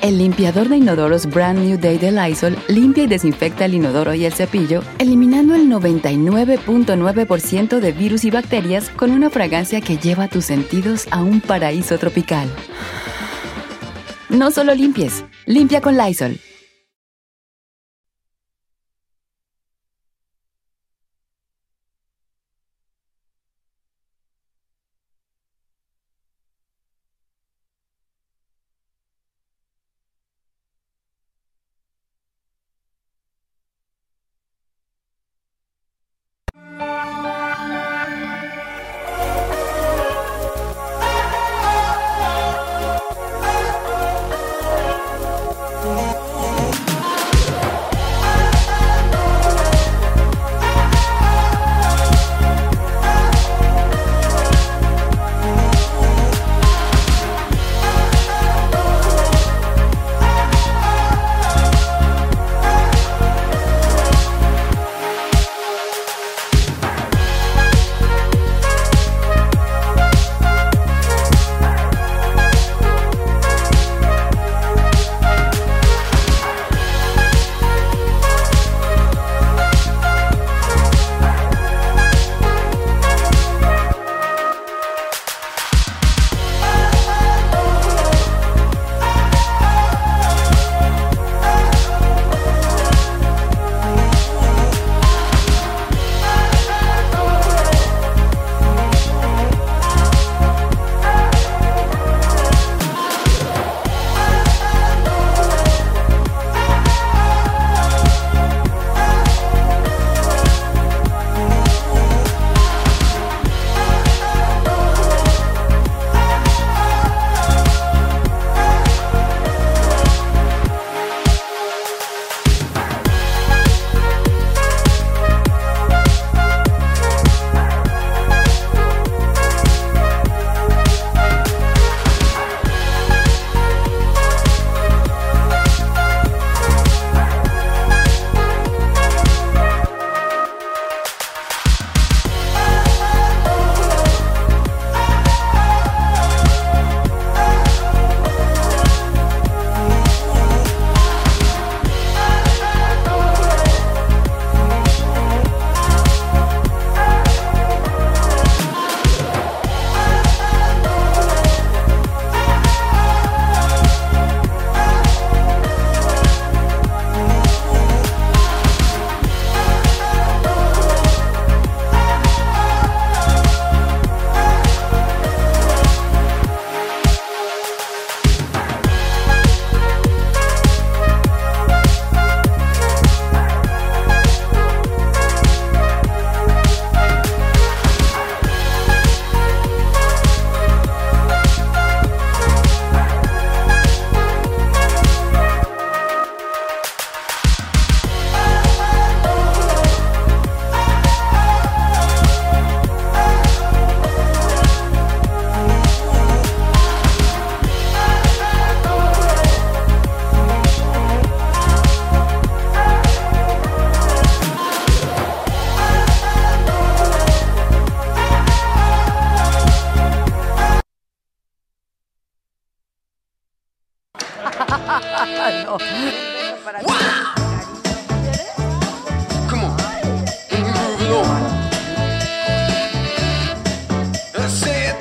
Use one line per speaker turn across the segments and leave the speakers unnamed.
El limpiador de inodoros Brand New Day de Lysol limpia y desinfecta el inodoro y el cepillo, eliminando el 99.9% de virus y bacterias con una fragancia que lleva tus sentidos a un paraíso tropical. No solo limpies, limpia con Lysol.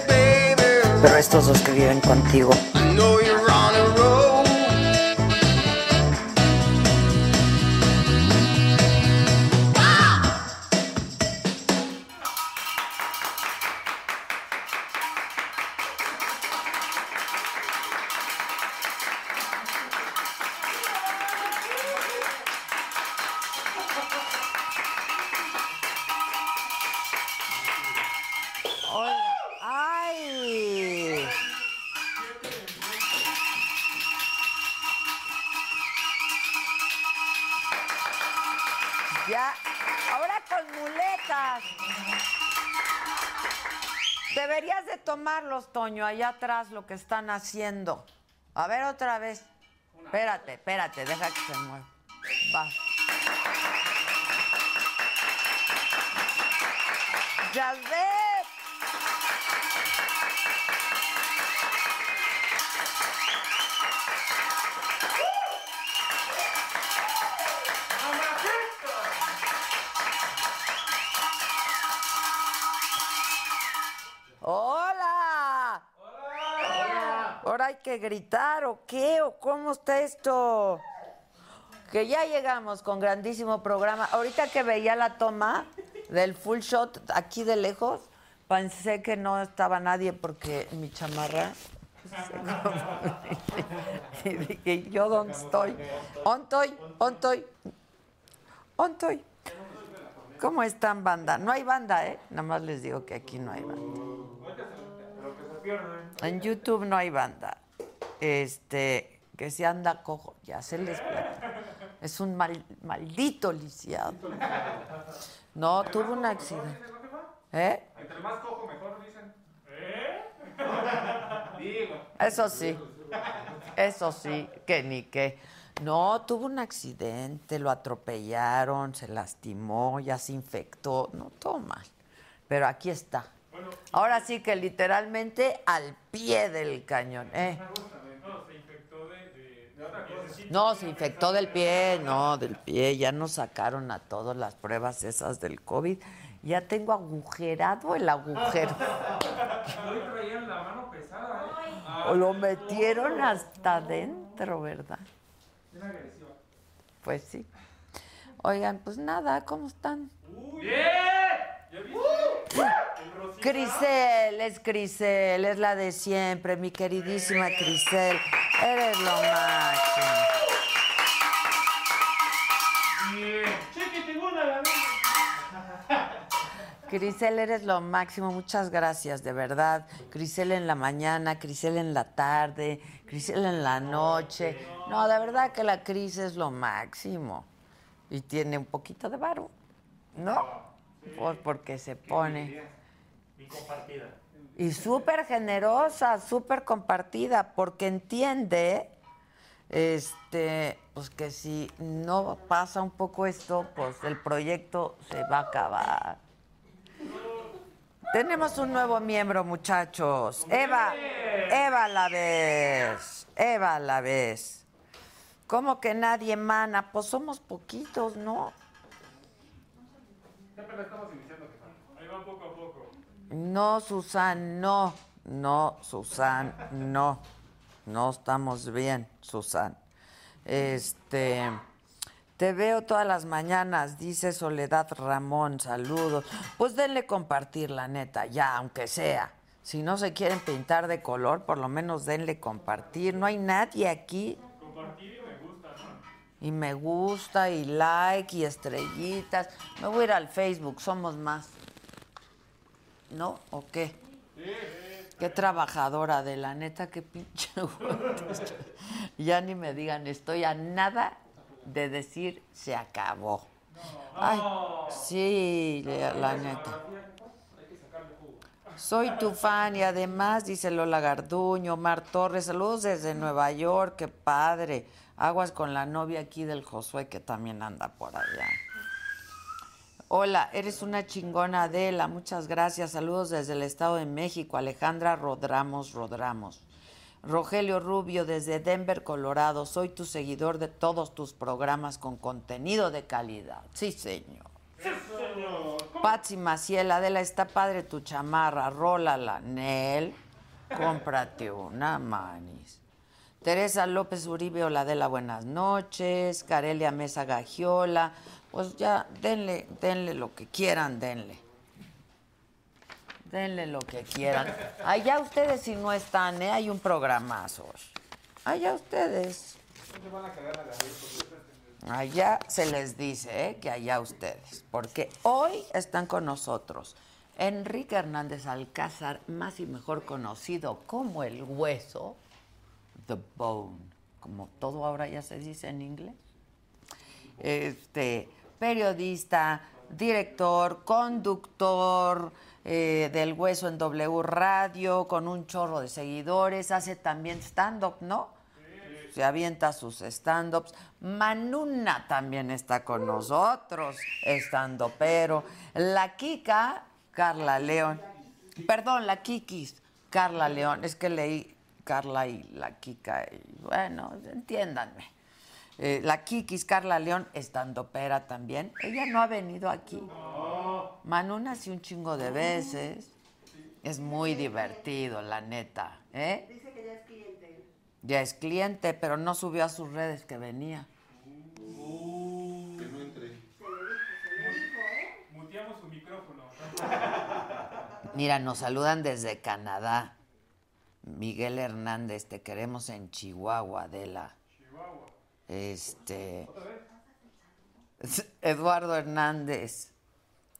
Pero estos dos que viven contigo.
Ya, ahora con muletas. Deberías de tomarlos, Toño, allá atrás lo que están haciendo. A ver otra vez. Espérate, espérate, deja que se mueva. Va. Ya ves. ¡Hola! ¡Hola! ¿Ahora hay que gritar o qué? ¿O cómo está esto? Que ya llegamos con grandísimo programa. Ahorita que veía la toma del full shot aquí de lejos, pensé que no estaba nadie porque mi chamarra... y dije, ¿yo dónde estoy? ¿Dónde estoy? ¿Dónde estoy? ¿Dónde estoy? ¿Cómo están, banda? No hay banda, ¿eh? Nada más les digo que aquí no hay banda. En YouTube no hay banda. Este, que se anda cojo, ya se les plata. Es un mal- maldito lisiado. No, tuvo un accidente. ¿Eh?
Entre más cojo, mejor dicen. ¿Eh? Digo.
Eso sí, eso sí, que ni qué. No, tuvo un accidente, lo atropellaron, se lastimó, ya se infectó, no, todo mal. Pero aquí está. Ahora sí que literalmente al pie del cañón. ¿eh?
No, se infectó de, de, de otra cosa.
No, se infectó del pie, no, del pie. Ya nos sacaron a todas las pruebas esas del COVID. Ya tengo agujerado el agujero.
Hoy traían la mano pesada, ¿eh? Ah,
Lo metieron hasta adentro, ¿verdad?
bien agresiva.
Pues sí. Oigan, pues nada, ¿cómo están?
¡Bien! ¿Ya viste? El rocío.
Crisel, es Crisel, es la de siempre, mi queridísima Crisel. Eres lo máximo.
Bien. Chiquitiguna la mano.
Crisel, eres lo máximo. Muchas gracias, de verdad. Crisel en la mañana, Crisel en la tarde, Crisel en la noche. No, de verdad que la Cris es lo máximo. Y tiene un poquito de varo, ¿no? Pues porque se pone.
Mi compartida.
Y súper generosa, súper compartida, porque entiende, este, pues que si no pasa un poco esto, pues el proyecto se va a acabar. Tenemos un nuevo miembro, muchachos. Eva, Eva la vez, Eva la vez. ¿Cómo que nadie mana? Pues somos poquitos, ¿no?
Ahí va poco a poco.
No, Susan, no. No, Susan, no. No estamos bien, Susan. Este. Te veo todas las mañanas, dice Soledad Ramón. Saludos. Pues denle compartir, la neta, ya, aunque sea. Si no se quieren pintar de color, por lo menos denle compartir. No hay nadie aquí.
Compartir y me gusta, ¿no?
Y me gusta, y like, y estrellitas. Me voy a ir al Facebook, somos más. ¿No? ¿O qué? Qué trabajadora de la neta, qué pinche. guante estoy. ya ni me digan, estoy a nada de decir se acabó. Ay, sí, la, la neta. Soy tu fan y además, dice Lola Garduño, Mar Torres, saludos desde Nueva York, qué padre. Aguas con la novia aquí del Josué que también anda por allá. Hola, eres una chingona Adela, muchas gracias. Saludos desde el Estado de México, Alejandra Rodramos Rodramos. Rogelio Rubio desde Denver, Colorado. Soy tu seguidor de todos tus programas con contenido de calidad. Sí, señor. Patsy Maciel, Adela, está padre tu chamarra, rólala, Nel, cómprate una, manis. Teresa López Uribe, hola Adela, buenas noches. Carelia Mesa Gagiola, pues ya, denle, denle lo que quieran, denle. Denle lo que quieran. Allá ustedes si no están, ¿eh? hay un programazo. Allá ustedes. Allá se les dice ¿eh? que allá ustedes, porque hoy están con nosotros Enrique Hernández Alcázar, más y mejor conocido como el hueso, the bone, como todo ahora ya se dice en inglés. Este, periodista, director, conductor eh, del Hueso en W Radio, con un chorro de seguidores, hace también stand-up, ¿no? Se avienta sus stand-ups. Manuna también está con nosotros, stand pero La Kika, Carla León. Perdón, la Kikis, Carla León. Es que leí Carla y la Kika. y bueno, entiéndanme. Eh, la Kikis, Carla León, estando pera también. Ella no ha venido aquí. Manuna sí un chingo de veces. Es muy divertido, la neta. ¿eh? Dice que ya es cliente. Ya es cliente, pero no subió a sus redes que venía.
Muteamos su micrófono.
Mira, nos saludan desde Canadá. Miguel Hernández, te queremos en Chihuahua, Adela. Este. Eduardo Hernández,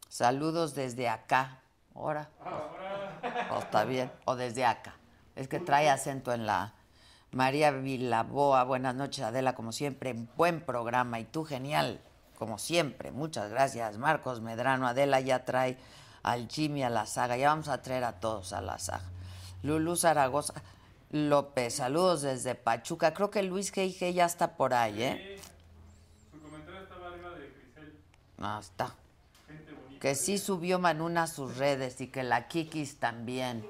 saludos desde acá. Ahora. O está bien. O desde acá. Es que trae acento en la. María Vilaboa, buenas noches, Adela, como siempre, buen programa. Y tú, genial, como siempre. Muchas gracias, Marcos Medrano. Adela ya trae al Jimmy a la saga. Ya vamos a traer a todos a la saga. Lulú Zaragoza López, saludos desde Pachuca. Creo que Luis G.I.G. ya está por ahí, ¿eh?
Su comentario estaba arriba de Grisel.
Ah, está. Que sí subió Manuna a sus redes y que la Kikis también.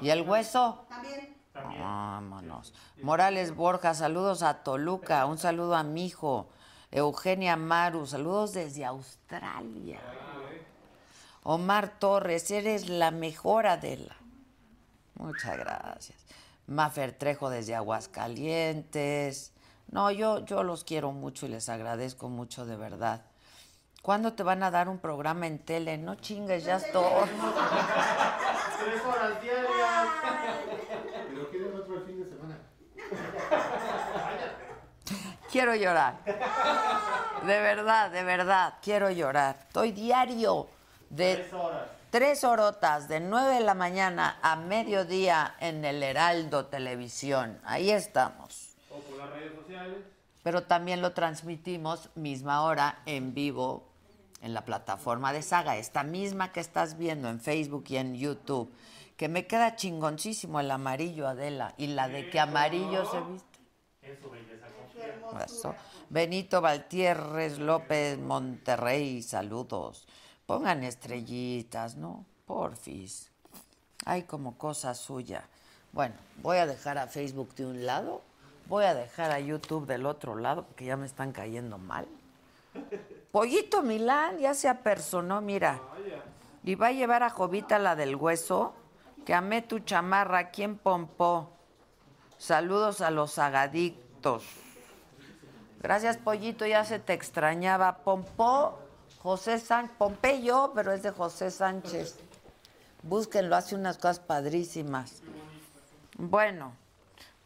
¿Y el hueso? También. Vámonos. Morales Borja, saludos a Toluca, un saludo a mi hijo. Eugenia Maru, saludos desde Australia. Omar Torres, eres la mejor Adela. Muchas gracias. Mafer Trejo desde Aguascalientes. No, yo, yo los quiero mucho y les agradezco mucho de verdad. ¿Cuándo te van a dar un programa en tele? No chingues, ya estoy.
Tres horas diarias. Pero quieren otro el fin de semana.
Quiero llorar. De verdad, de verdad, quiero llorar. Estoy diario de
Tres horas.
Tres horotas de 9 de la mañana a mediodía en el Heraldo Televisión. Ahí estamos.
O por las redes sociales.
Pero también lo transmitimos misma hora en vivo en la plataforma de Saga, esta misma que estás viendo en Facebook y en YouTube, que me queda chingoncísimo el amarillo, Adela, y la de que amarillo se viste. Eso. Benito Valtierres López Monterrey, saludos. Pongan estrellitas, ¿no? Porfis. Ay, como cosa suya. Bueno, voy a dejar a Facebook de un lado, voy a dejar a YouTube del otro lado, porque ya me están cayendo mal. Pollito Milán ya se apersonó, mira. Y va a llevar a Jovita la del hueso, que amé tu chamarra, ¿quién pompó? Saludos a los agadictos. Gracias, Pollito, ya se te extrañaba. Pompó, José Sánchez, Pompeyo, pero es de José Sánchez. Búsquenlo, hace unas cosas padrísimas. Bueno,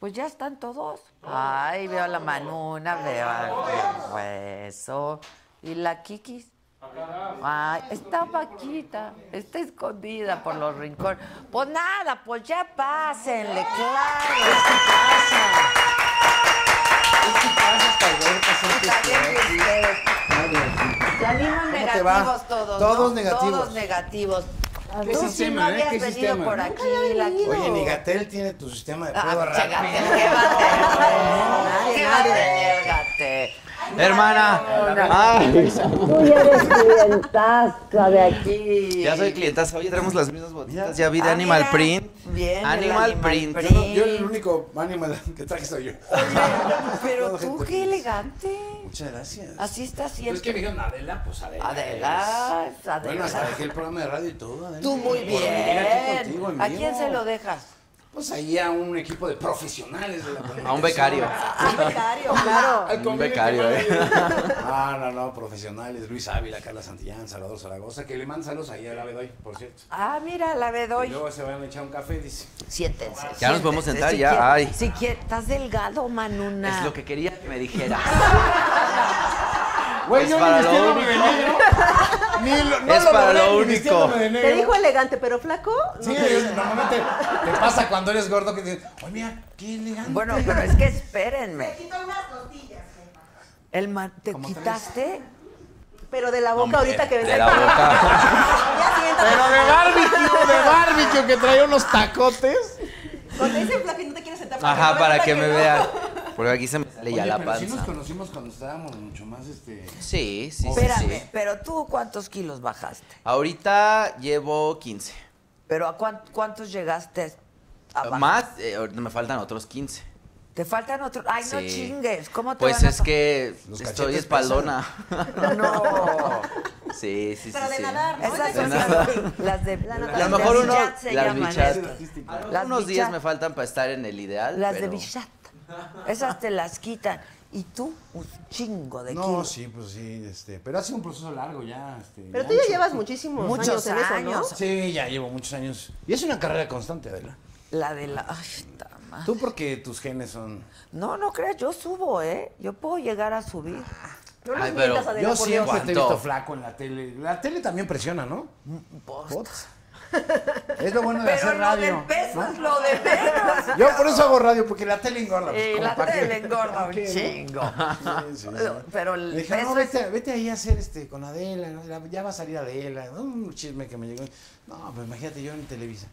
pues ya están todos. Ay, veo a la Manuna, veo al hueso. ¿Y la Kikis? Ay, está vaquita, está escondida por los rincones. Pues nada, pues ya pásenle, claro. Pásenle.
Es que pasa hasta el ver
Está
pacientes.
bien que ustedes Salimos
¿Cómo te va?
negativos todos.
Todos
¿no?
negativos.
Todos negativos.
¿Qué
Tú sí no
sistema, eh?
habías
¿Qué
venido
sistema?
por aquí, la
Oye, ni Gatel tiene tu sistema de
Ah,
prueba
pinche
rápida.
Gatel, ¿qué va a tener? ¿Qué va a tener, Gatel?
Hermana, Ah,
Ya eres clientaza de aquí.
ya soy clientaza. Oye, traemos las mismas botitas. Ya vi de
Ah,
Animal
mira.
Print.
Bien, el
Animal,
Animal
Print.
Print.
Yo, yo el único animal que traje soy yo.
Pero
Toda
tú,
gente
qué
feliz.
elegante.
Muchas gracias.
Así está
Pues
siempre.
es que me dijeron Adela, pues Adela.
Adela,
es-
Adela.
Bueno, hasta dejé el programa de radio y todo. Adela.
Tú muy
Por venir aquí
bien.
contigo, en
¿A
vivo.
quién se lo dejas?
Pues ahí a un equipo de profesionales de la comunicación.
A un becario.
Ah,
Al becario, Ah, claro.
Al
Un
convenio
becario,
que
eh.
van a ir. No, no, no, profesionales. Luis Ávila, Carla Santillán, Salvador Zaragoza, que le mandan saludos ahí a la Bedoy, por cierto.
Ah, mira, la
Y
Bedoy.
luego se van a echar un café, dice.
Siéntense.
Ya nos podemos
siéntense,
sentar,
si
ya,
quiere-
ay.
Si quieres, estás delgado, Manuna.
Es lo que quería que me dijera.
Güey,
Es
yo
para
ni
lo
vistiéndome de
único.
negro. Ni lo, no
Es
lo
para
logré
lo
ni
único.
vistiéndome de
Te
negro.
dijo elegante, pero flaco.
Sí, es- normalmente te pasa cuando eres gordo que dices, oye, mira, qué elegante.
Bueno, pero es que espérenme. El man, ¿Te
Como
quitaste?
Pero de la boca
Hombre,
ahorita que venga.
de la boca.
Ya siéntate.
Pero de barbecue, de barbecue, que traía unos tacotes.
Cuando dicen flaquito no te quieres sentar. porque
Ajá,
no
para
resulta
que me
no.
vean. Porque aquí se me sale
Oye,
ya la
pero sí nos
panza.
conocimos cuando estábamos mucho más este.
Sí, sí, sí,
Espérame,
sí.
pero tú cuántos kilos bajaste?
Ahorita llevo 15.
Pero a cuán- cuántos llegaste a bajar?
Más, eh, ahorita me faltan otros 15.
Te faltan otros. Ay, no
Sí.
chingues. ¿Cómo te
Pues
van a
es
fa-
que
Los
estoy
cachetes
espaldona.
No.
Sí, sí, sí.
Pero de
sí.
nadar, ¿no?
Esas
De
son
nada.
las de, las de-
La
A
natación.
lo mejor
Las
uno.
bichat se
Las
llaman.
bichas.
Las
Unos días
bichat.
me faltan para estar en el ideal.
Las de
pero-
Bichat. Esas te las quitan. Y tú, un chingo de
No,
kilos.
sí, pues sí, este. Pero ha sido un proceso largo ya. Este,
Pero
ya
tú ya
mucho.
llevas muchísimos
Muchos
años, en eso,
años.
¿no?
Sí, ya llevo muchos años. Y es una carrera constante, Adela.
La de la. Ay, ta madre.
Tú porque tus genes son.
No, no creas, yo subo, ¿eh? Yo puedo llegar a subir.
No nos
Ay, pero
mientas, Adela,
Yo
por
siempre
Dios.
te he
¿Cuánto?
visto flaco en la tele. La tele también presiona, ¿no?
Mm, Post.
Es lo bueno de
Pero
hacer
lo
radio.
del peso es lo de menos.
Yo por eso hago radio, porque la tele engorda. pues,
Y
¿cómo
Eh, la
para qué?
tele engorda un
¿Para qué, no?
chingo.
Sí, sí, sí.
Pero el
Me dijeron,
peso
no,
es-
vete, vete ahí a hacer este con Adela, ¿no? La- ya va a salir Adela, ¿no? un chisme que me llegó. No, pues imagínate yo en Televisa.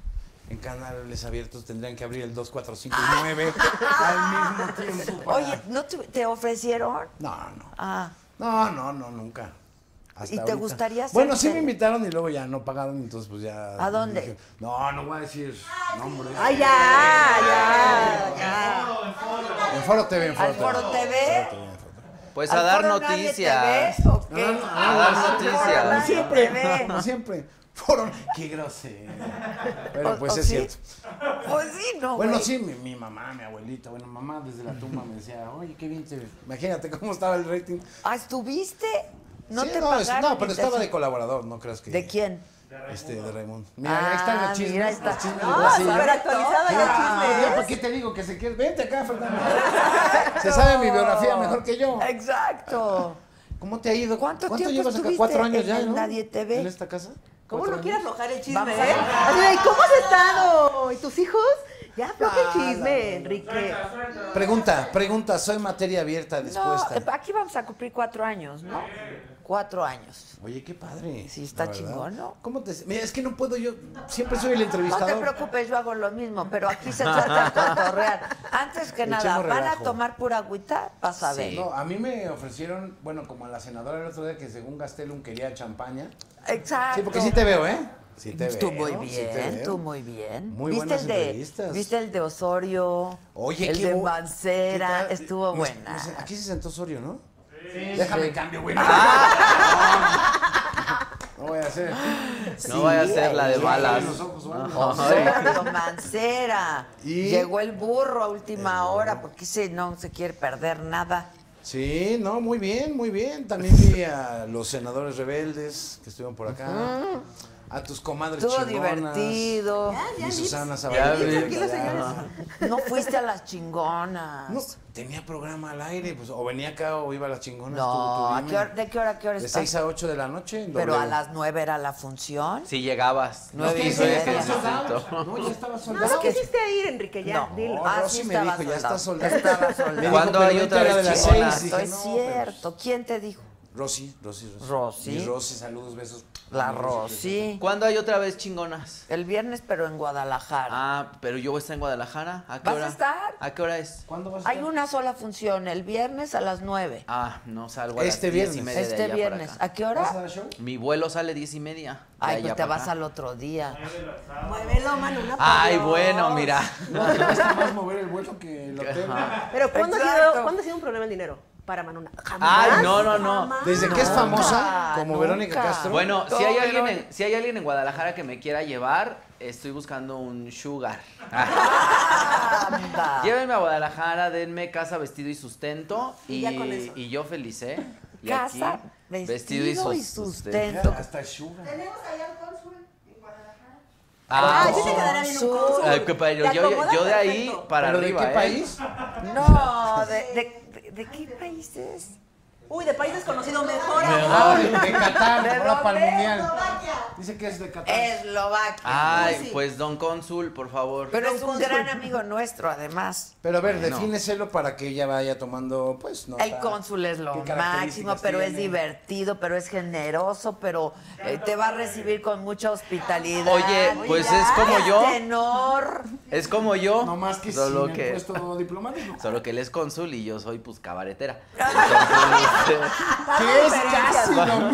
En canales abiertos tendrían que abrir el 2, 4, 5 y 9 al mismo tiempo. para-
Oye, ¿no te, te ofrecieron?
No, no.
Ah,
No, no, no, nunca. Hasta
¿Y te
ahorita.
gustaría ser
Bueno, sí
tele?
me invitaron y luego ya no pagaron, entonces pues ya.
¿A dónde?
dije, no, no voy a decir nombre.
Ay, ya, ya, ya.
En Foro TV, en Foro
¿Al Foro TV?
En Foro en Foro TV.
Pues a dar
¿Al foro nadie te
noticias.
ve, o qué?
No, no, no,
A dar
no,
noticias.
Como
Nadie
siempre,
te ve.
como siempre. Fueron, qué grosero. Pero
¿O-
pues
o
es
sí?
cierto.
Pues sí, no.
Bueno,
güey.
sí, mi, mi mamá, mi abuelita, bueno, mamá desde la tumba me decía, oye, qué bien te ves". Imagínate cómo estaba el rating.
Ah, ¿estuviste? No
Sí,
te
no, es-
pagaron.
no,
ni
pero
te
estaba
su-
de colaborador, no creas que.
¿De quién?
Este, de Raimundo.
Ah,
Mira, ahí están los chismes.
mira, ahí está.
los chismes de
No,
Brasil.
súper
actualizada
Ah,
ya chismes.
ya, ¿Para qué te digo que se quiere? Vente acá, Fernando. Se sabe mi biografía mejor que yo.
Exacto.
¿Cómo te ha ido?
¿Cuánto tiempo
llevas acá?
estuviste
¿Cuatro años
en
ya,
el
no?
Nadie te ve?
¿En esta casa?
¿Cómo
¿Cuatro
no quieres
años?
aflojar el chisme,
Vamos a
eh? Así de, ¿Cómo has estado? ¿Y tus hijos? Ya afloja el chisme, Enrique.
Suelta, suelta.
Pregunta, pregunta, soy materia abierta
No,
dispuesta.
eh, aquí vamos a cumplir cuatro años, ¿no? Cuatro años.
Oye, qué padre.
Sí, está
la verdad.
chingón, ¿no?
¿Cómo te.? Mira, es que no puedo yo. Siempre soy el
No te
entrevistador.
preocupes, yo hago lo mismo, pero aquí se trata de cotorrear. Antes que
Echemos
nada, ¿van a
relajo.
tomar pura agüita? Vas a
Sí.
ver.
No, a mí me ofrecieron, bueno, como a la senadora el otro día que según Gastelum quería champaña.
Exacto.
Sí, porque sí te veo, ¿eh? Sí te
Tú
veo,
muy
sí te
bien,
veo.
tú muy bien.
Muy
¿Viste
buenas
el de,
entrevistas.
Viste el de Osorio,
Oye,
el
qué
de
bu-
Mancera,
¿qué tal?
estuvo
Nos-
buena.
nos- aquí se sentó Osorio, ¿no? Sí. Déjame cambio, güey. No, no voy a hacer.
No vaya a ser la de
Sí,
balas.
los ojos, vamos.
Osorio, Mancera,
Y-
llegó el burro a última hora porque ese no se quiere perder nada.
Sí, no, muy bien, muy bien. También vi a los senadores rebeldes que estuvieron por acá. A tus comadres
Ah. Estuvo
chingonas.
divertido.
Y Susana
Ya
Zabaleta.
vi.
Tranquilo, señores.
No fuiste a las chingonas.
No, tenía programa al aire, pues o venía acá o iba a las chingonas.
No,
tú- tú
¿a
dime.
qué hora- ¿de qué hora a qué hora
De
estás?
6 a 8 de la noche. en
Pero a
W.
las nueve era la función.
Si llegabas.
Nueve y
y
media.
media.
No, ya estaba
No,
soldado.
no quisiste ir, Enrique, ya,
No.
dilo.
Ah,
Ah,
sí
sí me
estaba
dijo, ya está
soldado.
soldado.
Estaba
Me dijo,
¿Cuándo
pero
hay
ahorita
otra
era
vez
de las
chingona?
seis.
Esto
Dije,
es
no, pero-
cierto. ¿Quién te dijo?
Rosy, Rosy, Rosy.
Rosy.
Mi Rosy, saludos, besos.
La
Mi besos.
Rosy.
¿Cuándo hay otra vez chingonas?
El viernes, pero en Guadalajara.
Ah, pero yo voy a estar en Guadalajara. ¿A qué
¿Vas a
hora?
estar?
¿A qué hora es?
¿Cuándo vas a
Hay
estar?
una sola función, el viernes a las nueve.
Ah, no salgo a
Este
las diez y
viernes.
media de
Este
allá para
viernes.
acá.
¿A qué
¿Vas a
hora?
dar show?
Mi vuelo sale diez y media. de
Ay,
allá
pues te
para
vas
acá.
al otro día.
Muévelo, Manu, una por
Ay,
Dios.
bueno, mira.
No, te cuesta más mover el vuelo que el hotel.
Pero ¿cuándo ha,
Exacto.
sido, ¿cuándo ha sido un problema el dinero para Manuna? Jamás.
Ay, no, no, no.
Desde que es famosa,
Nunca,
como
nunca.
Verónica Castro.
Bueno, si hay,
Todo
alguien
Verón.
en, si hay alguien en Guadalajara que me quiera llevar, estoy buscando un sugar.
Anda.
Llévenme a Guadalajara, denme casa, vestido y sustento. Y,
Y ya con eso.
y yo feliz, ¿eh? Y
Casa,
aquí,
vestido,
sus-
y
Ya,
sustento.
Hasta Sugar.
Ah,
Ah, yo te quedaría bien un
Sur.
cónsul.
eh, que pa-
Te
yo, yo-
acomodas
yo de ahí
perfecto.
para ¿eh?
¿Pero
arriba.
¿De qué
¿eh?
país?
No, de, de- de- ¿de qué países?
Uy, de país desconocido, mejor
Ah,
aún.
de, de Qatar,
De
ahora para el mundial.
Eslovaquia.
Dice que es de Qatar.
Eslovaquia.
sí.
Ay, pues don Cónsul, por favor.
Pero es un
Cónsul.
gran amigo nuestro, además.
Pero a ver,
Bueno.
defíneselo para que ella vaya tomando, pues, no.
El cónsul es lo máximo, pero es divertido, pero es generoso, pero eh, te va a recibir con mucha hospitalidad.
Oye, pues es como yo.
Tenor.
Es como yo.
No más que
solo
sin
que
el puesto diplomático.
Solo que él es cónsul y yo soy pues cabaretera. Entonces,
Que es casi lo mismo.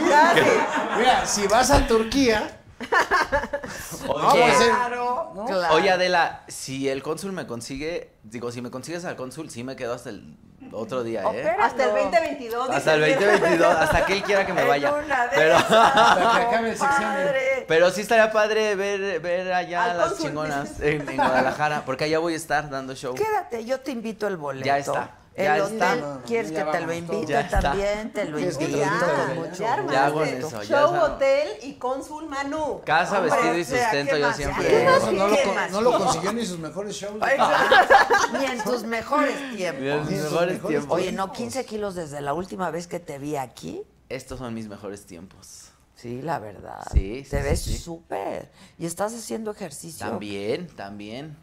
Mira, si vas a Turquía,
este,
no,
oye,
pues, eh,
Claro,
¿no?
claro.
oye, Adela, si el cónsul me consigue, digo, si me consigues al cónsul, sí me quedo hasta el otro día, ¿eh?
Opera.
Hasta el 2022.
Hasta el
dice que-
2022, hasta que él quiera que me
En
vaya.
una de
Pero,
hasta que acabe el sexenio.
Padre.
pero sí estaría padre ver, ver allá
Al
a las
cónsul.
chingonas en, en Guadalajara, porque allá voy a estar dando show.
Quédate, yo te invito el boleto.
Ya está, ya
el
está.
hotel,
No, no, no,
¿quieres
ya
que te lo
vamos todos.
invite
Ya está.
también? Te lo
¿Quieres que
invito
Uy,
te
ya,
invito
con
de-
mucho
ya
gusto.
armaste.
con eso, ya
Show,
se armó.
hotel y cónsul Manu.
Casa,
Hombre,
vestido y
o sea,
sustento,
¿qué
yo
más?
siempre.
¿Qué
Por eso
más?
no lo,
¿Qué
con-
más?
no lo consiguió ni sus mejores shows.
Exacto. Ni en tus mejores tiempos.
Mis
Esos
mejores
mejores
tiempos.
Oye, no, 15 kilos desde la última vez que te vi aquí.
Estos son mis mejores tiempos.
Sí, la verdad.
Sí, sí,
Te
sí,
ves
sí.
súper. Y estás haciendo ejercicio.
También, también.